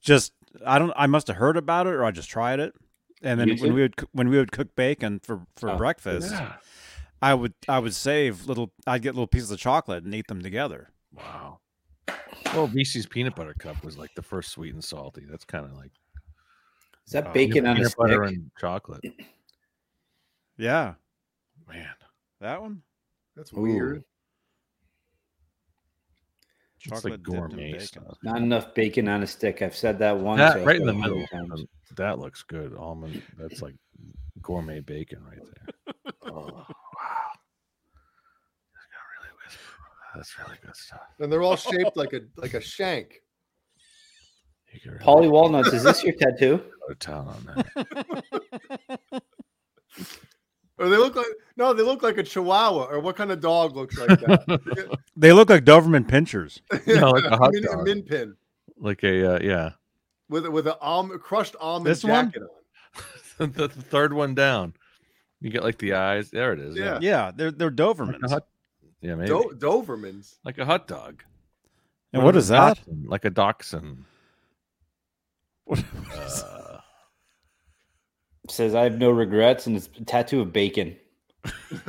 B: Just I don't I must have heard about it or I just tried it. And then
D: You
B: when
D: too?
B: we would coo- when we would cook bacon for for
D: Oh,
B: breakfast, I would I would save little I'd get little pieces of chocolate and eat them together.
A: Wow. Well, VC's peanut butter cup was like the first sweet and salty. That's kind of like
D: Is that
B: Oh,
D: bacon on a
A: Uh, peanut
D: stick?
A: butter and chocolate.
B: Yeah,
A: Man,
B: that one.
C: That's
D: Ooh.
C: weird.
A: it's
B: Chocolate
A: like
B: dipped in
A: gourmet
B: bacon.
A: stuff.
D: Not enough bacon on a stick. I've said that once.
A: That
D: I've
A: right in
D: said
A: the
D: it a hundred
A: middle.
D: times.
A: um, That looks good. Almond. That's like gourmet bacon right there. Oh, wow. That's really good stuff.
C: And they're all shaped like a like a shank.
A: You can really
D: Polly Walnuts, is this your tattoo?
A: go to town on that.
C: Or they look like no, they look like a chihuahua. Or what kind of dog looks like that?
B: They look like Doberman pinchers.
A: No, like a hot
C: min,
A: dog.
C: min pin
A: like a uh, yeah,
C: with with a almond, crushed almond
B: This one?
C: jacket
A: the, the third one down. You get like the eyes. There it is.
C: Yeah.
B: Yeah, they're they're
A: like a
B: Dobermans.
A: hot, yeah,
C: on.
A: maybe
C: Do- Doverman's.
A: like a hot dog.
B: And what is that?
A: Dachshund, Like a dachshund.
B: What-
A: Uh,
D: Says I have no regrets, and it's a tattoo of bacon.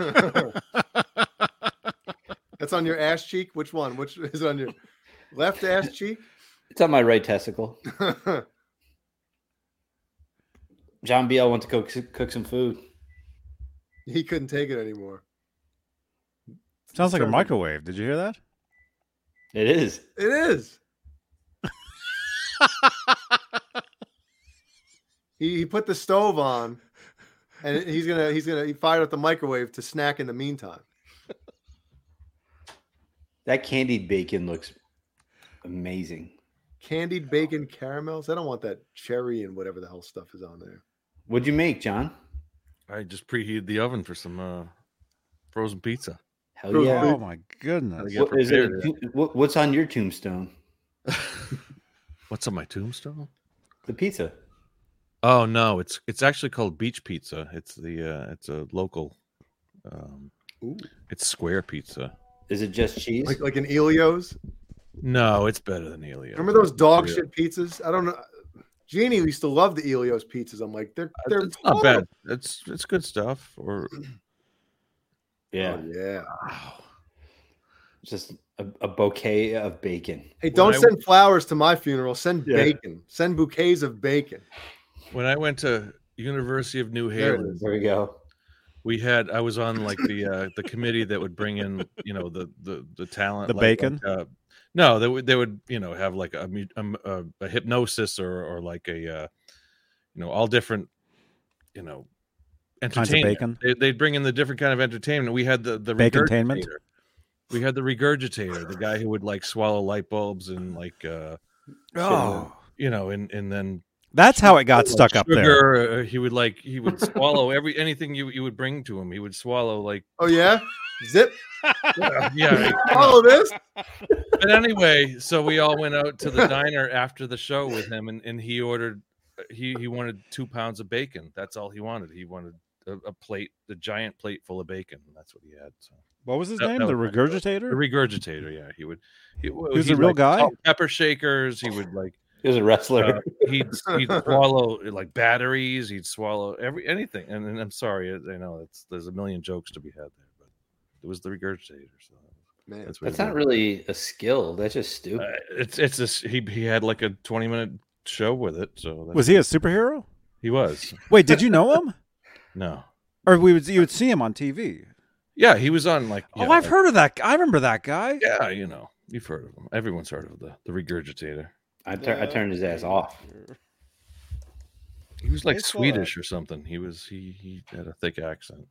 C: That's on your ass cheek. Which one? Which is on your left ass cheek?
D: It's on my right testicle. John B. L. went to go c- cook some food.
C: he couldn't take it anymore.
B: Sounds like a microwave. Did you hear that?
D: It is.
C: It is. he, he put the stove on, and he's gonna he's gonna he fired up the microwave to snack in the meantime.
D: That candied bacon looks amazing.
C: Candied bacon caramels. I don't want that cherry and whatever the hell stuff is on there.
D: What'd you make, John?
A: I just preheated the oven for some uh, frozen pizza.
D: Hell yeah!
B: Oh my goodness.
A: Yeah,
D: What is it?
A: prepared,
D: What, what's on your tombstone?
A: What's on my tombstone?
D: The pizza.
A: Oh no, it's it's actually called Beach Pizza. It's the uh, it's a local. Um,
E: Ooh.
A: it's square pizza.
D: Is it just cheese?
E: like like an Elio's.
A: No, it's better than Elio.
E: Remember those dog shit pizzas? I don't know. Jeannie used to love the Elio's pizzas. I'm like, they're they're Oh,
A: It's not bad. It's it's good stuff. Or
D: yeah.
E: Oh, yeah.
A: Uh,
D: Just a, a bouquet of bacon.
E: Hey, don't
A: I-
E: send flowers to my funeral. Send
D: Yeah.
E: bacon. Send bouquets of bacon.
A: when I went to University of New
E: There it
A: Haven,
D: There we go.
A: we had I was on like the uh, the committee that would bring in you know the the the talent
B: The
A: like,
B: bacon?
A: like, uh, no, they would they would you know have like a mu- um, a, a hypnosis or or like a uh, you know all different you know
B: Kinds of
A: entertainment.
B: bacon.
A: They, they'd bring in the different kind of entertainment. We had the the
B: Bacontainment?
A: regurgitator. We had the regurgitator, the guy who would like swallow light bulbs and like uh
B: Oh,
A: you know and and then
B: that's how it got stuck up there.
A: sugar, uh, he would like he would swallow every anything you you would bring to him. He would swallow like
E: Oh yeah, zip.
A: yeah.
E: Follow this.
A: But anyway, so we all went out to the diner after the show with him, and, and he ordered he he wanted two pounds of bacon. That's all he wanted. He wanted a, a plate, a giant plate full of bacon. That's what he had. So
B: What was his
A: That-
B: name?
A: that
B: The
A: was- a
B: regurgitator.
A: regurgitator, yeah. He would. He, he
B: was a real guy?
A: Pepper shakers. He would like
D: He was a wrestler.
A: Uh, he'd, he'd swallow like batteries. He'd swallow every anything. And, and I'm sorry, I I know it's there's a million jokes to be had there, but it was the regurgitator. So
E: Man,
A: that's what
D: That's
A: he
D: not
A: did.
D: really a skill. That's just stupid.
A: Uh, it's it's this. He he had like a 20 minute show with it. So that's,
B: Was he a superhero?
A: He was.
B: Wait, did you know him?
A: No.
B: Or we would you would see him on TV?
A: Yeah, he was on like.
B: Oh,
A: yeah,
B: I've
A: like-
B: heard of that. g- I remember that guy.
A: Yeah, you know, you've heard of him. Everyone's heard of the the regurgitator.
D: I, tur- I turned his ass off.
A: He was like
B: I saw that.
A: Swedish or something. He was he he had a thick accent.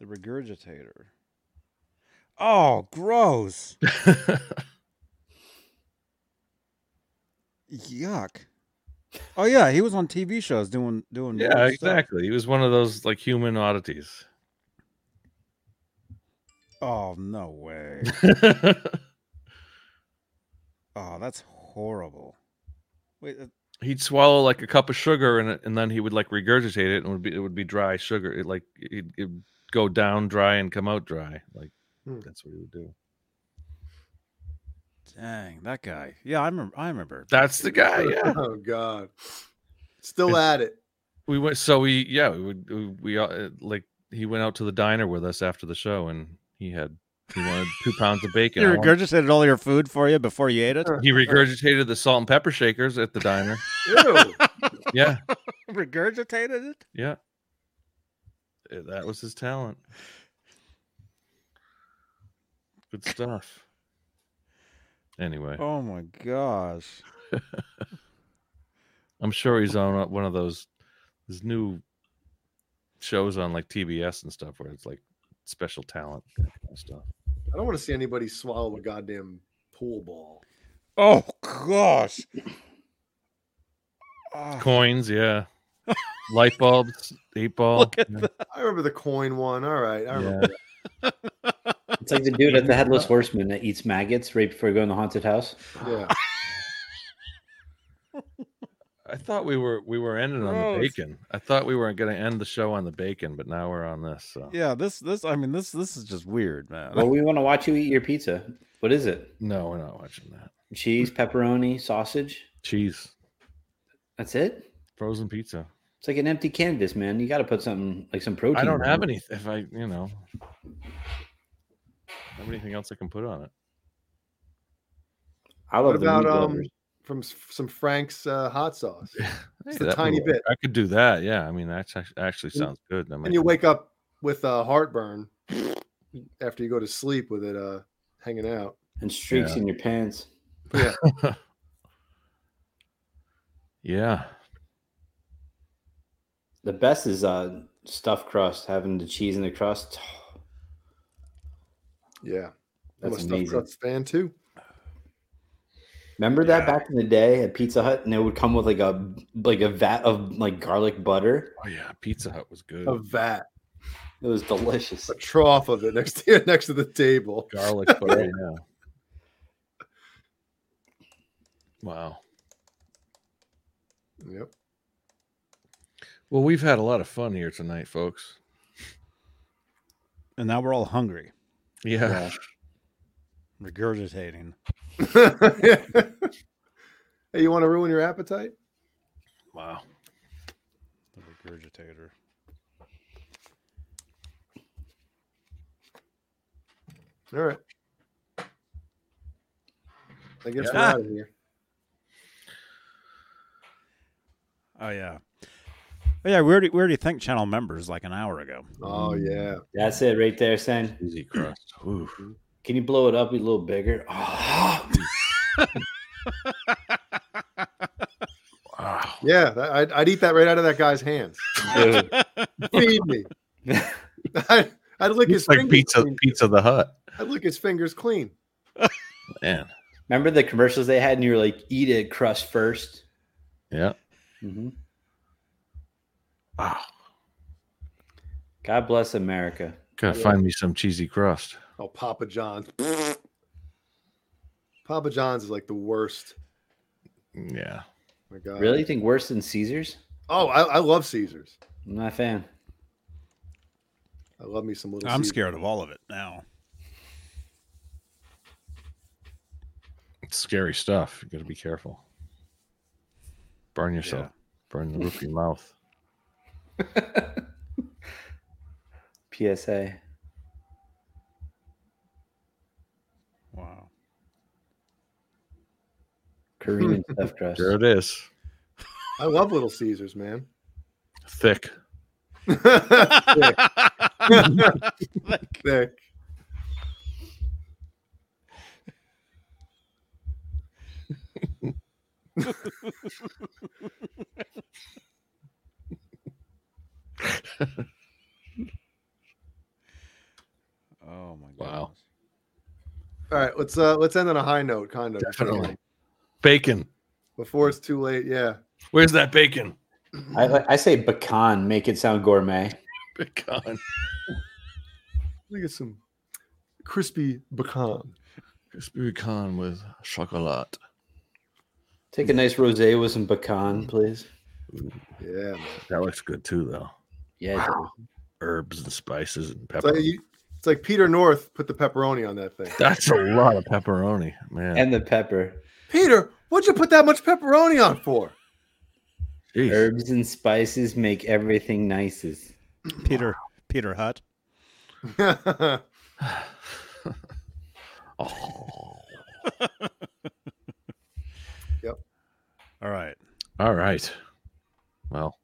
B: The regurgitator. Oh, gross. Yuck. Oh yeah, he was on TV shows doing doing weird
A: yeah,
B: stuff.
A: exactly. He was one of those like human oddities.
B: Oh no way. Oh, that's horrible. Wait, uh,
A: he'd swallow like a cup of sugar and it- and then he would like regurgitate it and it would be it would be dry sugar. It like it'd, it'd go down dry and come out dry. Like
E: Hmm.
A: that's what he would do.
B: dang, that guy. Yeah, I remember. I remember.
A: That's the guy. Yeah.
E: Oh god. Still at it.
A: we went. So we yeah we would we, we uh, like he went out to the diner with us after the show and he had he wanted two pounds of bacon.
B: You
A: I wanted-
B: regurgitated all your food for you before you ate it.
A: he regurgitated the salt and pepper shakers at the diner.
E: Ew.
A: Yeah.
B: regurgitated it.
A: Yeah. Uh, That was his talent. Good stuff. Anyway,
B: Oh my gosh.
A: I'm sure he's on a- one of those his new shows on like TBS and stuff where it's like special talent kind of stuff.
E: I don't want to see anybody swallow a goddamn pool ball.
B: Oh gosh. Ah,
A: Coins, yeah. Light bulbs, eight ball.
B: Look at
A: yeah.
E: I remember the coin one. All right. I remember.
A: Yeah.
D: It's like the dude at the Headless Horseman that eats maggots right before going to the haunted house.
E: Yeah.
A: I thought we were we were ending on the
B: Gross.
A: bacon. I thought we weren't going to end the show on the bacon, but now we're on this. So.
B: yeah, this this I mean this this is just weird, man.
D: Well, we want to watch you eat your pizza. What is it?
A: No, we're not watching that.
D: Cheese, pepperoni, sausage.
A: Cheese,
D: That's it.
A: frozen pizza.
D: It's like an empty canvas, man. You got to put something like some protein.
A: I don't
D: on
A: have
D: it.
A: any. If I, you know, have anything else I can put on it?
D: I
E: What
D: love the
E: about
D: meat
E: um
D: lovers.
E: from s- some Frank's uh, hot sauce?
A: Hey,
E: Just a
A: that
E: tiny
A: would
E: bit.
A: work. I could do that. Yeah, I mean that's act- actually
E: And-
A: sounds good. I might
E: And you
A: do
E: wake up with uh, heartburn after you go to sleep with it uh, hanging out.
D: and streaks in your pants.
A: that. yeah,
D: The best is uh stuffed crust, having the cheese in the crust.
E: Yeah. I'm
D: That's
E: a stuffed
D: amazing.
E: crust fan too.
D: Remember that back in the day at Pizza Hut, and it would come with like a like a vat of like garlic butter.
A: oh yeah, Pizza Hut was good.
E: A vat,
D: It was delicious.
E: a trough of it next to next to the table.
A: Garlic butter, yeah. Wow,
C: Yep.
A: Well, we've had a lot of fun here tonight, folks.
B: And now we're all hungry,
A: Yeah.
B: regurgitating.
C: hey, you want to ruin your appetite?
A: Wow.
B: The regurgitator.
C: All right. I guess we're
B: Yeah.
C: out of here.
B: Oh yeah. Oh, yeah, we already, we already thanked channel members like an hour ago.
C: Oh yeah.
D: That's it right there, Sen.
A: Easy crust. Ooh.
D: Can you blow it up a little bigger? Oh,
A: Wow.
C: Yeah, that- I'd, I'd eat that right out of that guy's hands.
D: dude.
C: Feed me. I, I'd lick his
A: It's like
C: fingers.
A: pizza,
C: clean.
A: pizza the hut.
C: I'd lick his fingers clean.
A: Man.
D: Remember the commercials they had, and you were like, "Eat it, crust 1st
A: Yeah.
D: Mm-hmm.
A: Wow.
D: God bless America.
A: Gotta find me some cheesy crust.
C: Oh, Papa John's. Papa John's is like the worst. Oh
A: Yeah.
C: My God.
D: Really? You think worse than Caesar's?
C: Oh, I, I love Caesars.
D: I'm not a fan.
C: I love me some little.
B: I'm
C: Caesars.
B: scared of all of it now.
A: It's scary stuff. You gotta be careful. Burn yourself. Burn the roof of your mouth.
D: PSA.
B: Wow.
D: Korean stuffed crust.
A: There it is.
C: I love Little Caesars, man.
A: Thick.
C: Thick. Thick.
B: Oh my god.
A: Wow.
C: All right, let's uh let's end on a high note, kind of.
A: Definitely. Bacon.
C: Before it's too late, yeah.
A: Where's that bacon?
D: I, I say pecan, make it sound gourmet.
A: Pecan.
C: Look at some crispy pecan.
A: Crispy pecan with chocolate.
D: Take a nice rosé with some pecan, please.
C: Yeah. man.
A: That looks good too, though.
D: Yeah. dude.
A: Herbs and spices and
C: It's
A: pepper.
C: like, you, it's like Peter North put the pepperoni on that thing.
A: That's a lot of pepperoni, man.
D: And the pepper.
C: Peter, what'd you put that much pepperoni on for?
A: Jeez.
D: Herbs and spices make everything nicest.
B: Peter Peter Hutt.
A: Oh.
B: All right.
A: All right. Well,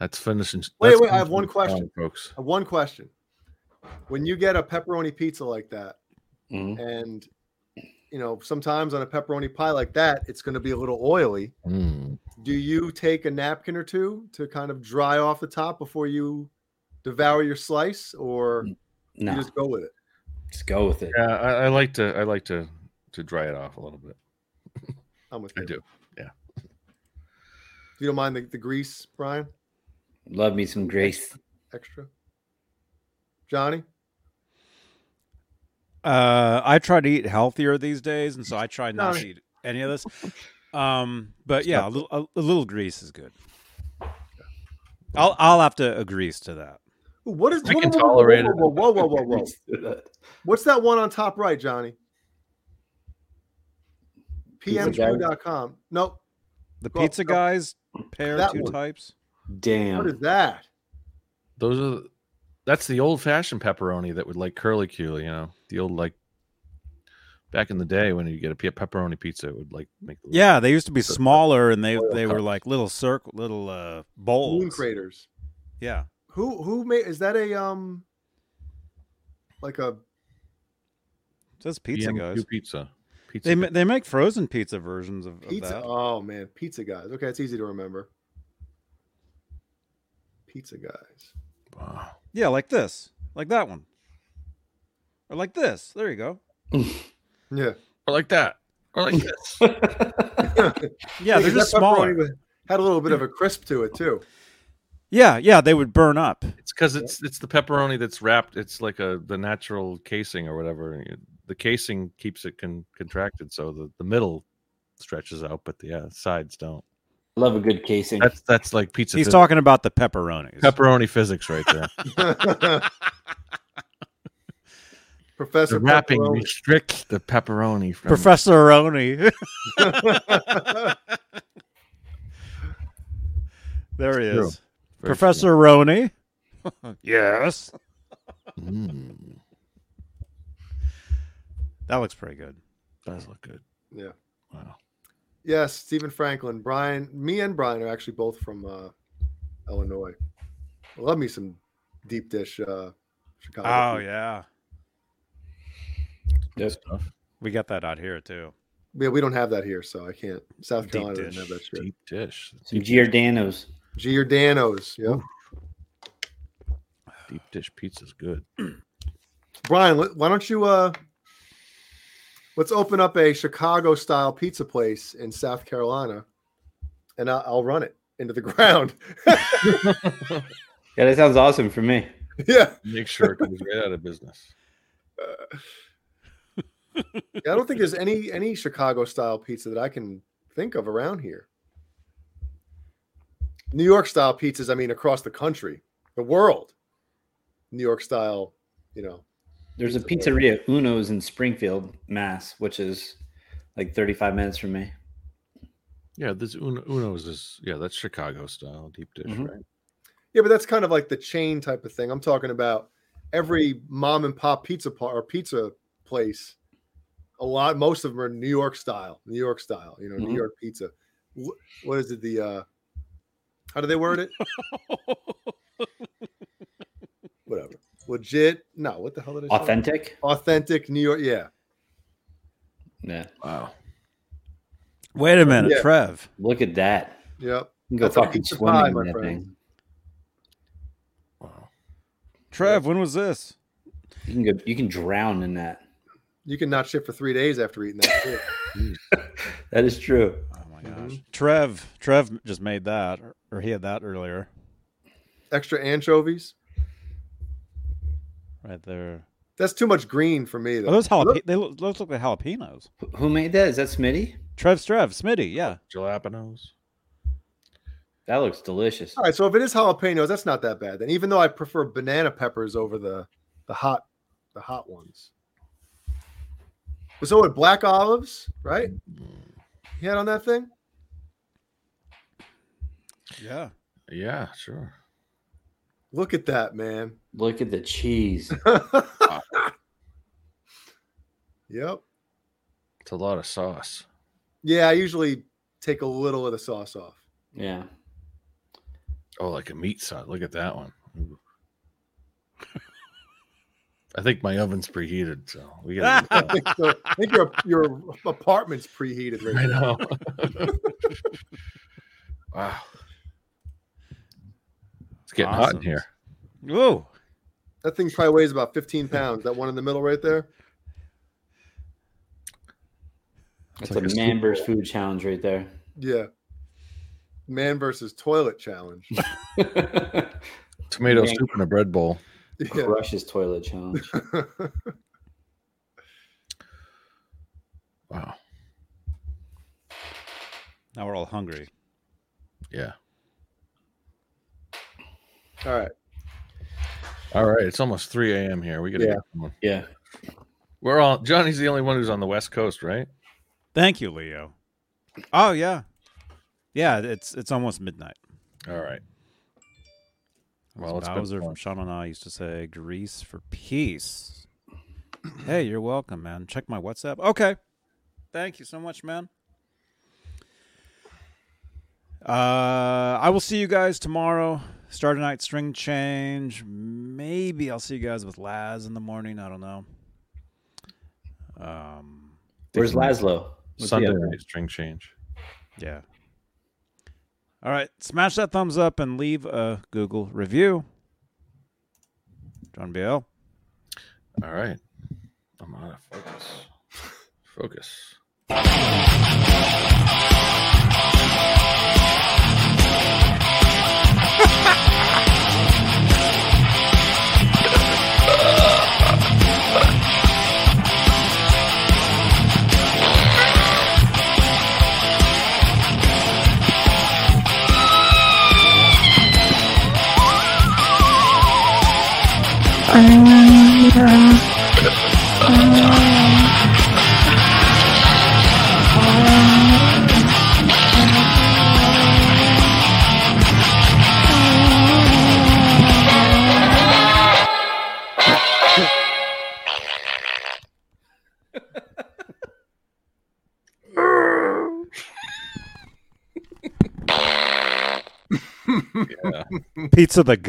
A: that's finishing.
C: Wait,
A: that's
C: wait, I have
A: finishing
C: one
A: the
C: question.
A: time, folks.
C: One question. When you get a pepperoni pizza like that,
D: Mhm.
C: and you know, sometimes on a pepperoni pie like that, it's gonna be a little oily.
A: Mm.
C: Do you take a napkin or two to kind of dry off the top before you devour your slice, or you
D: No,
C: just go with it?
D: just go with it.
A: Yeah, I, I like to. I like to to dry it off a little bit.
C: I'm with
A: I
C: you.
A: do.
C: You don't mind the, the grease, Brian?
D: Love me some grace.
C: Extra. Johnny?
B: Uh, I try to eat healthier these days, and so I try not to
C: Sorry.
B: eat any of this. Um, but yeah, a little, a, a little grease is good. I'll I'll have to agree to that.
C: Ooh, What is
A: I
C: whoa,
A: can
C: whoa, whoa, whoa,
A: tolerate
C: whoa,
A: it.
C: Whoa, whoa, whoa, whoa, whoa. What's that one on top right, Johnny?
D: Pizza guy?
C: PMQ.com. Nope.
B: The
C: Well,
B: pizza
C: no.
B: guys pair
C: That
B: two
C: one.
B: types.
C: What
D: Damn.
C: is that?
A: Those are. the- That's the old fashioned pepperoni that would like curly cue. You know, the old like. Back in the day, when you get a pe- pepperoni pizza, it would like make. the-
B: Yeah, they used to be
A: The- the
B: smaller, and they
A: oil
B: they were
A: cups.
B: like little circle, little uh
C: Moon
B: bowls.
C: craters.
B: Yeah,
C: Who who made is that a um like a
B: it says pizza
A: PMQ
B: guys.
A: Pizza. Pizza.
B: They ma-
A: guy.
B: they make frozen pizza versions of, of
C: pizza?
B: that.
C: Oh man, pizza guys. Okay, it's easy to remember. Pizza guys.
A: Wow.
B: Yeah, like this, like that one, or like this. There you go.
C: Yeah.
A: Or like that. Or like this.
B: Yeah, they're
C: Because
B: just
C: that pepperoni
B: smaller.
C: was- Had a little bit of a crisp to it too.
B: Yeah, yeah, they would burn up.
A: It's because it's it's the pepperoni that's wrapped. It's like a the natural casing or whatever. The casing keeps it con- contracted, so the, the middle stretches out, but the yeah, sides don't.
D: Love a good casing.
A: That's that's like pizza.
B: He's
A: phys-
B: talking about the pepperonis.
A: pepperoni physics right there.
C: Professor
A: the wrapping
C: Pepperoni.
A: restricts the pepperoni from.
B: Professor Aroni. there he
A: It's true.
B: is. Professor Aroni. yes.
A: Mm,
B: That looks pretty good.
A: does look good.
C: Yeah.
A: Wow.
C: Yes, Stephen Franklin. Brian, me and Brian are actually both from uh, Illinois. I love me some deep dish uh, Chicago.
B: Oh,
C: food.
B: yeah.
A: Good stuff.
B: We got that out here, too.
C: Yeah, we don't have that here, so Oh, I can't. South
B: Deep
C: Carolina
B: dish,
C: doesn't have that shit.
A: Deep dish.
D: Some Giordano's.
C: Giordano's. Yeah.
A: Deep dish pizza's good.
C: Brian, let- why don't you uh let's open up a Chicago style pizza place in South Carolina and I'll, I'll run it into the ground.
D: Yeah, that sounds awesome for me.
C: yeah.
A: Make sure it goes right out of business.
C: I don't think there's any any Chicago style pizza that I can think of around here. New York style pizzas, I mean across the country, the world. New York style, you know.
D: There's a pizzeria Uno's in Springfield, Mass, which is like 35 minutes from me.
A: Yeah, this Uno, Uno's is yeah, that's Chicago style deep dish,
C: Mm-hmm.
D: Mhm.
A: right?
C: Yeah, but that's kind of like the chain type of thing. I'm talking about every mom and pop pizza par- or pizza place. A lot, most of them are New York style. New York style, you know,
D: Mhm.
C: New York pizza. Wh- What is it? The uh how do they word it? Whatever. Legit? No. What the hell did I say?
D: Authentic?
C: Authentic New York. Yeah.
D: Yeah.
A: Wow.
B: Wait a minute,
C: Yeah.
B: Trev.
D: Look at that.
C: Yep.
D: You can go
C: That's a
D: fucking
C: pizza
D: swimming
C: pie,
D: in
C: my
D: that
C: friend.
D: thing.
A: Wow.
B: Trev, when was this?
D: You can go, you can drown in that.
C: You can not shit for three days after eating that. shit.
D: That is true.
B: Oh, my
C: Mm-hmm.
B: gosh. Trev. Trev just made that, or- or he had that earlier.
C: Extra anchovies.
B: Right there.
C: That's too much green for me. Though.
B: Oh, those
C: Look,
B: jalap- they look, those look like jalapenos.
D: Wh- Who made that? Is that Smitty?
B: Trev Strev, Smitty, yeah.
A: Jalapenos.
D: That looks delicious.
C: All right, so if it is jalapenos, that's not that bad. Then, even though I prefer banana peppers over the the hot the hot ones. So with black olives, right? You had on that thing.
B: Yeah.
A: Yeah, sure.
C: Look at that, man.
D: Look at the cheese.
C: Yep.
A: It's a lot of sauce.
C: Yeah, I usually take a little of the sauce off.
D: Yeah.
A: Oh, like a meat sauce. Look at that one. Ooh. I think my oven's preheated, so we got.
C: I think, so, I think your your apartment's preheated right
A: I
C: now.
A: know. wow. It's getting hot in
B: Awesome.
A: here.
B: Whoa.
C: That thing probably weighs about 15 pounds. That one in the middle right there.
D: That's
A: like a
D: a
A: soup
D: man versus food challenge right there.
C: Yeah. Man versus toilet challenge.
A: Tomato
D: Yeah.
A: soup in a bread bowl.
C: Yeah.
D: Crush's toilet challenge.
A: Wow.
B: Now we're all hungry.
A: Yeah.
C: All right.
A: All right. It's almost 3 a.m. here. We got to
C: Yeah.
A: get going.
D: Yeah.
A: We're all, Johnny's the only one who's on the West Coast, right?
B: Thank you, Leo. Oh yeah. Yeah, it's it's almost midnight.
A: All right. Well,
B: Well,
A: it's been
B: Bowser
A: fun.
B: from Sean and I used to say Grease for peace. hey, you're welcome, man. Check my WhatsApp. Okay. Thank you so much, man. Uh I will see you guys tomorrow. Start a night string change. Maybe I'll see you guys with Laz in the morning. I don't know. Um
D: Where's Laszlo? What's he
A: Sunday
D: up to?
A: night string change.
B: Yeah. All right, smash that thumbs up and leave a Google review. John BL.
A: All right. I'm out of focus. Focus.
B: Pizza the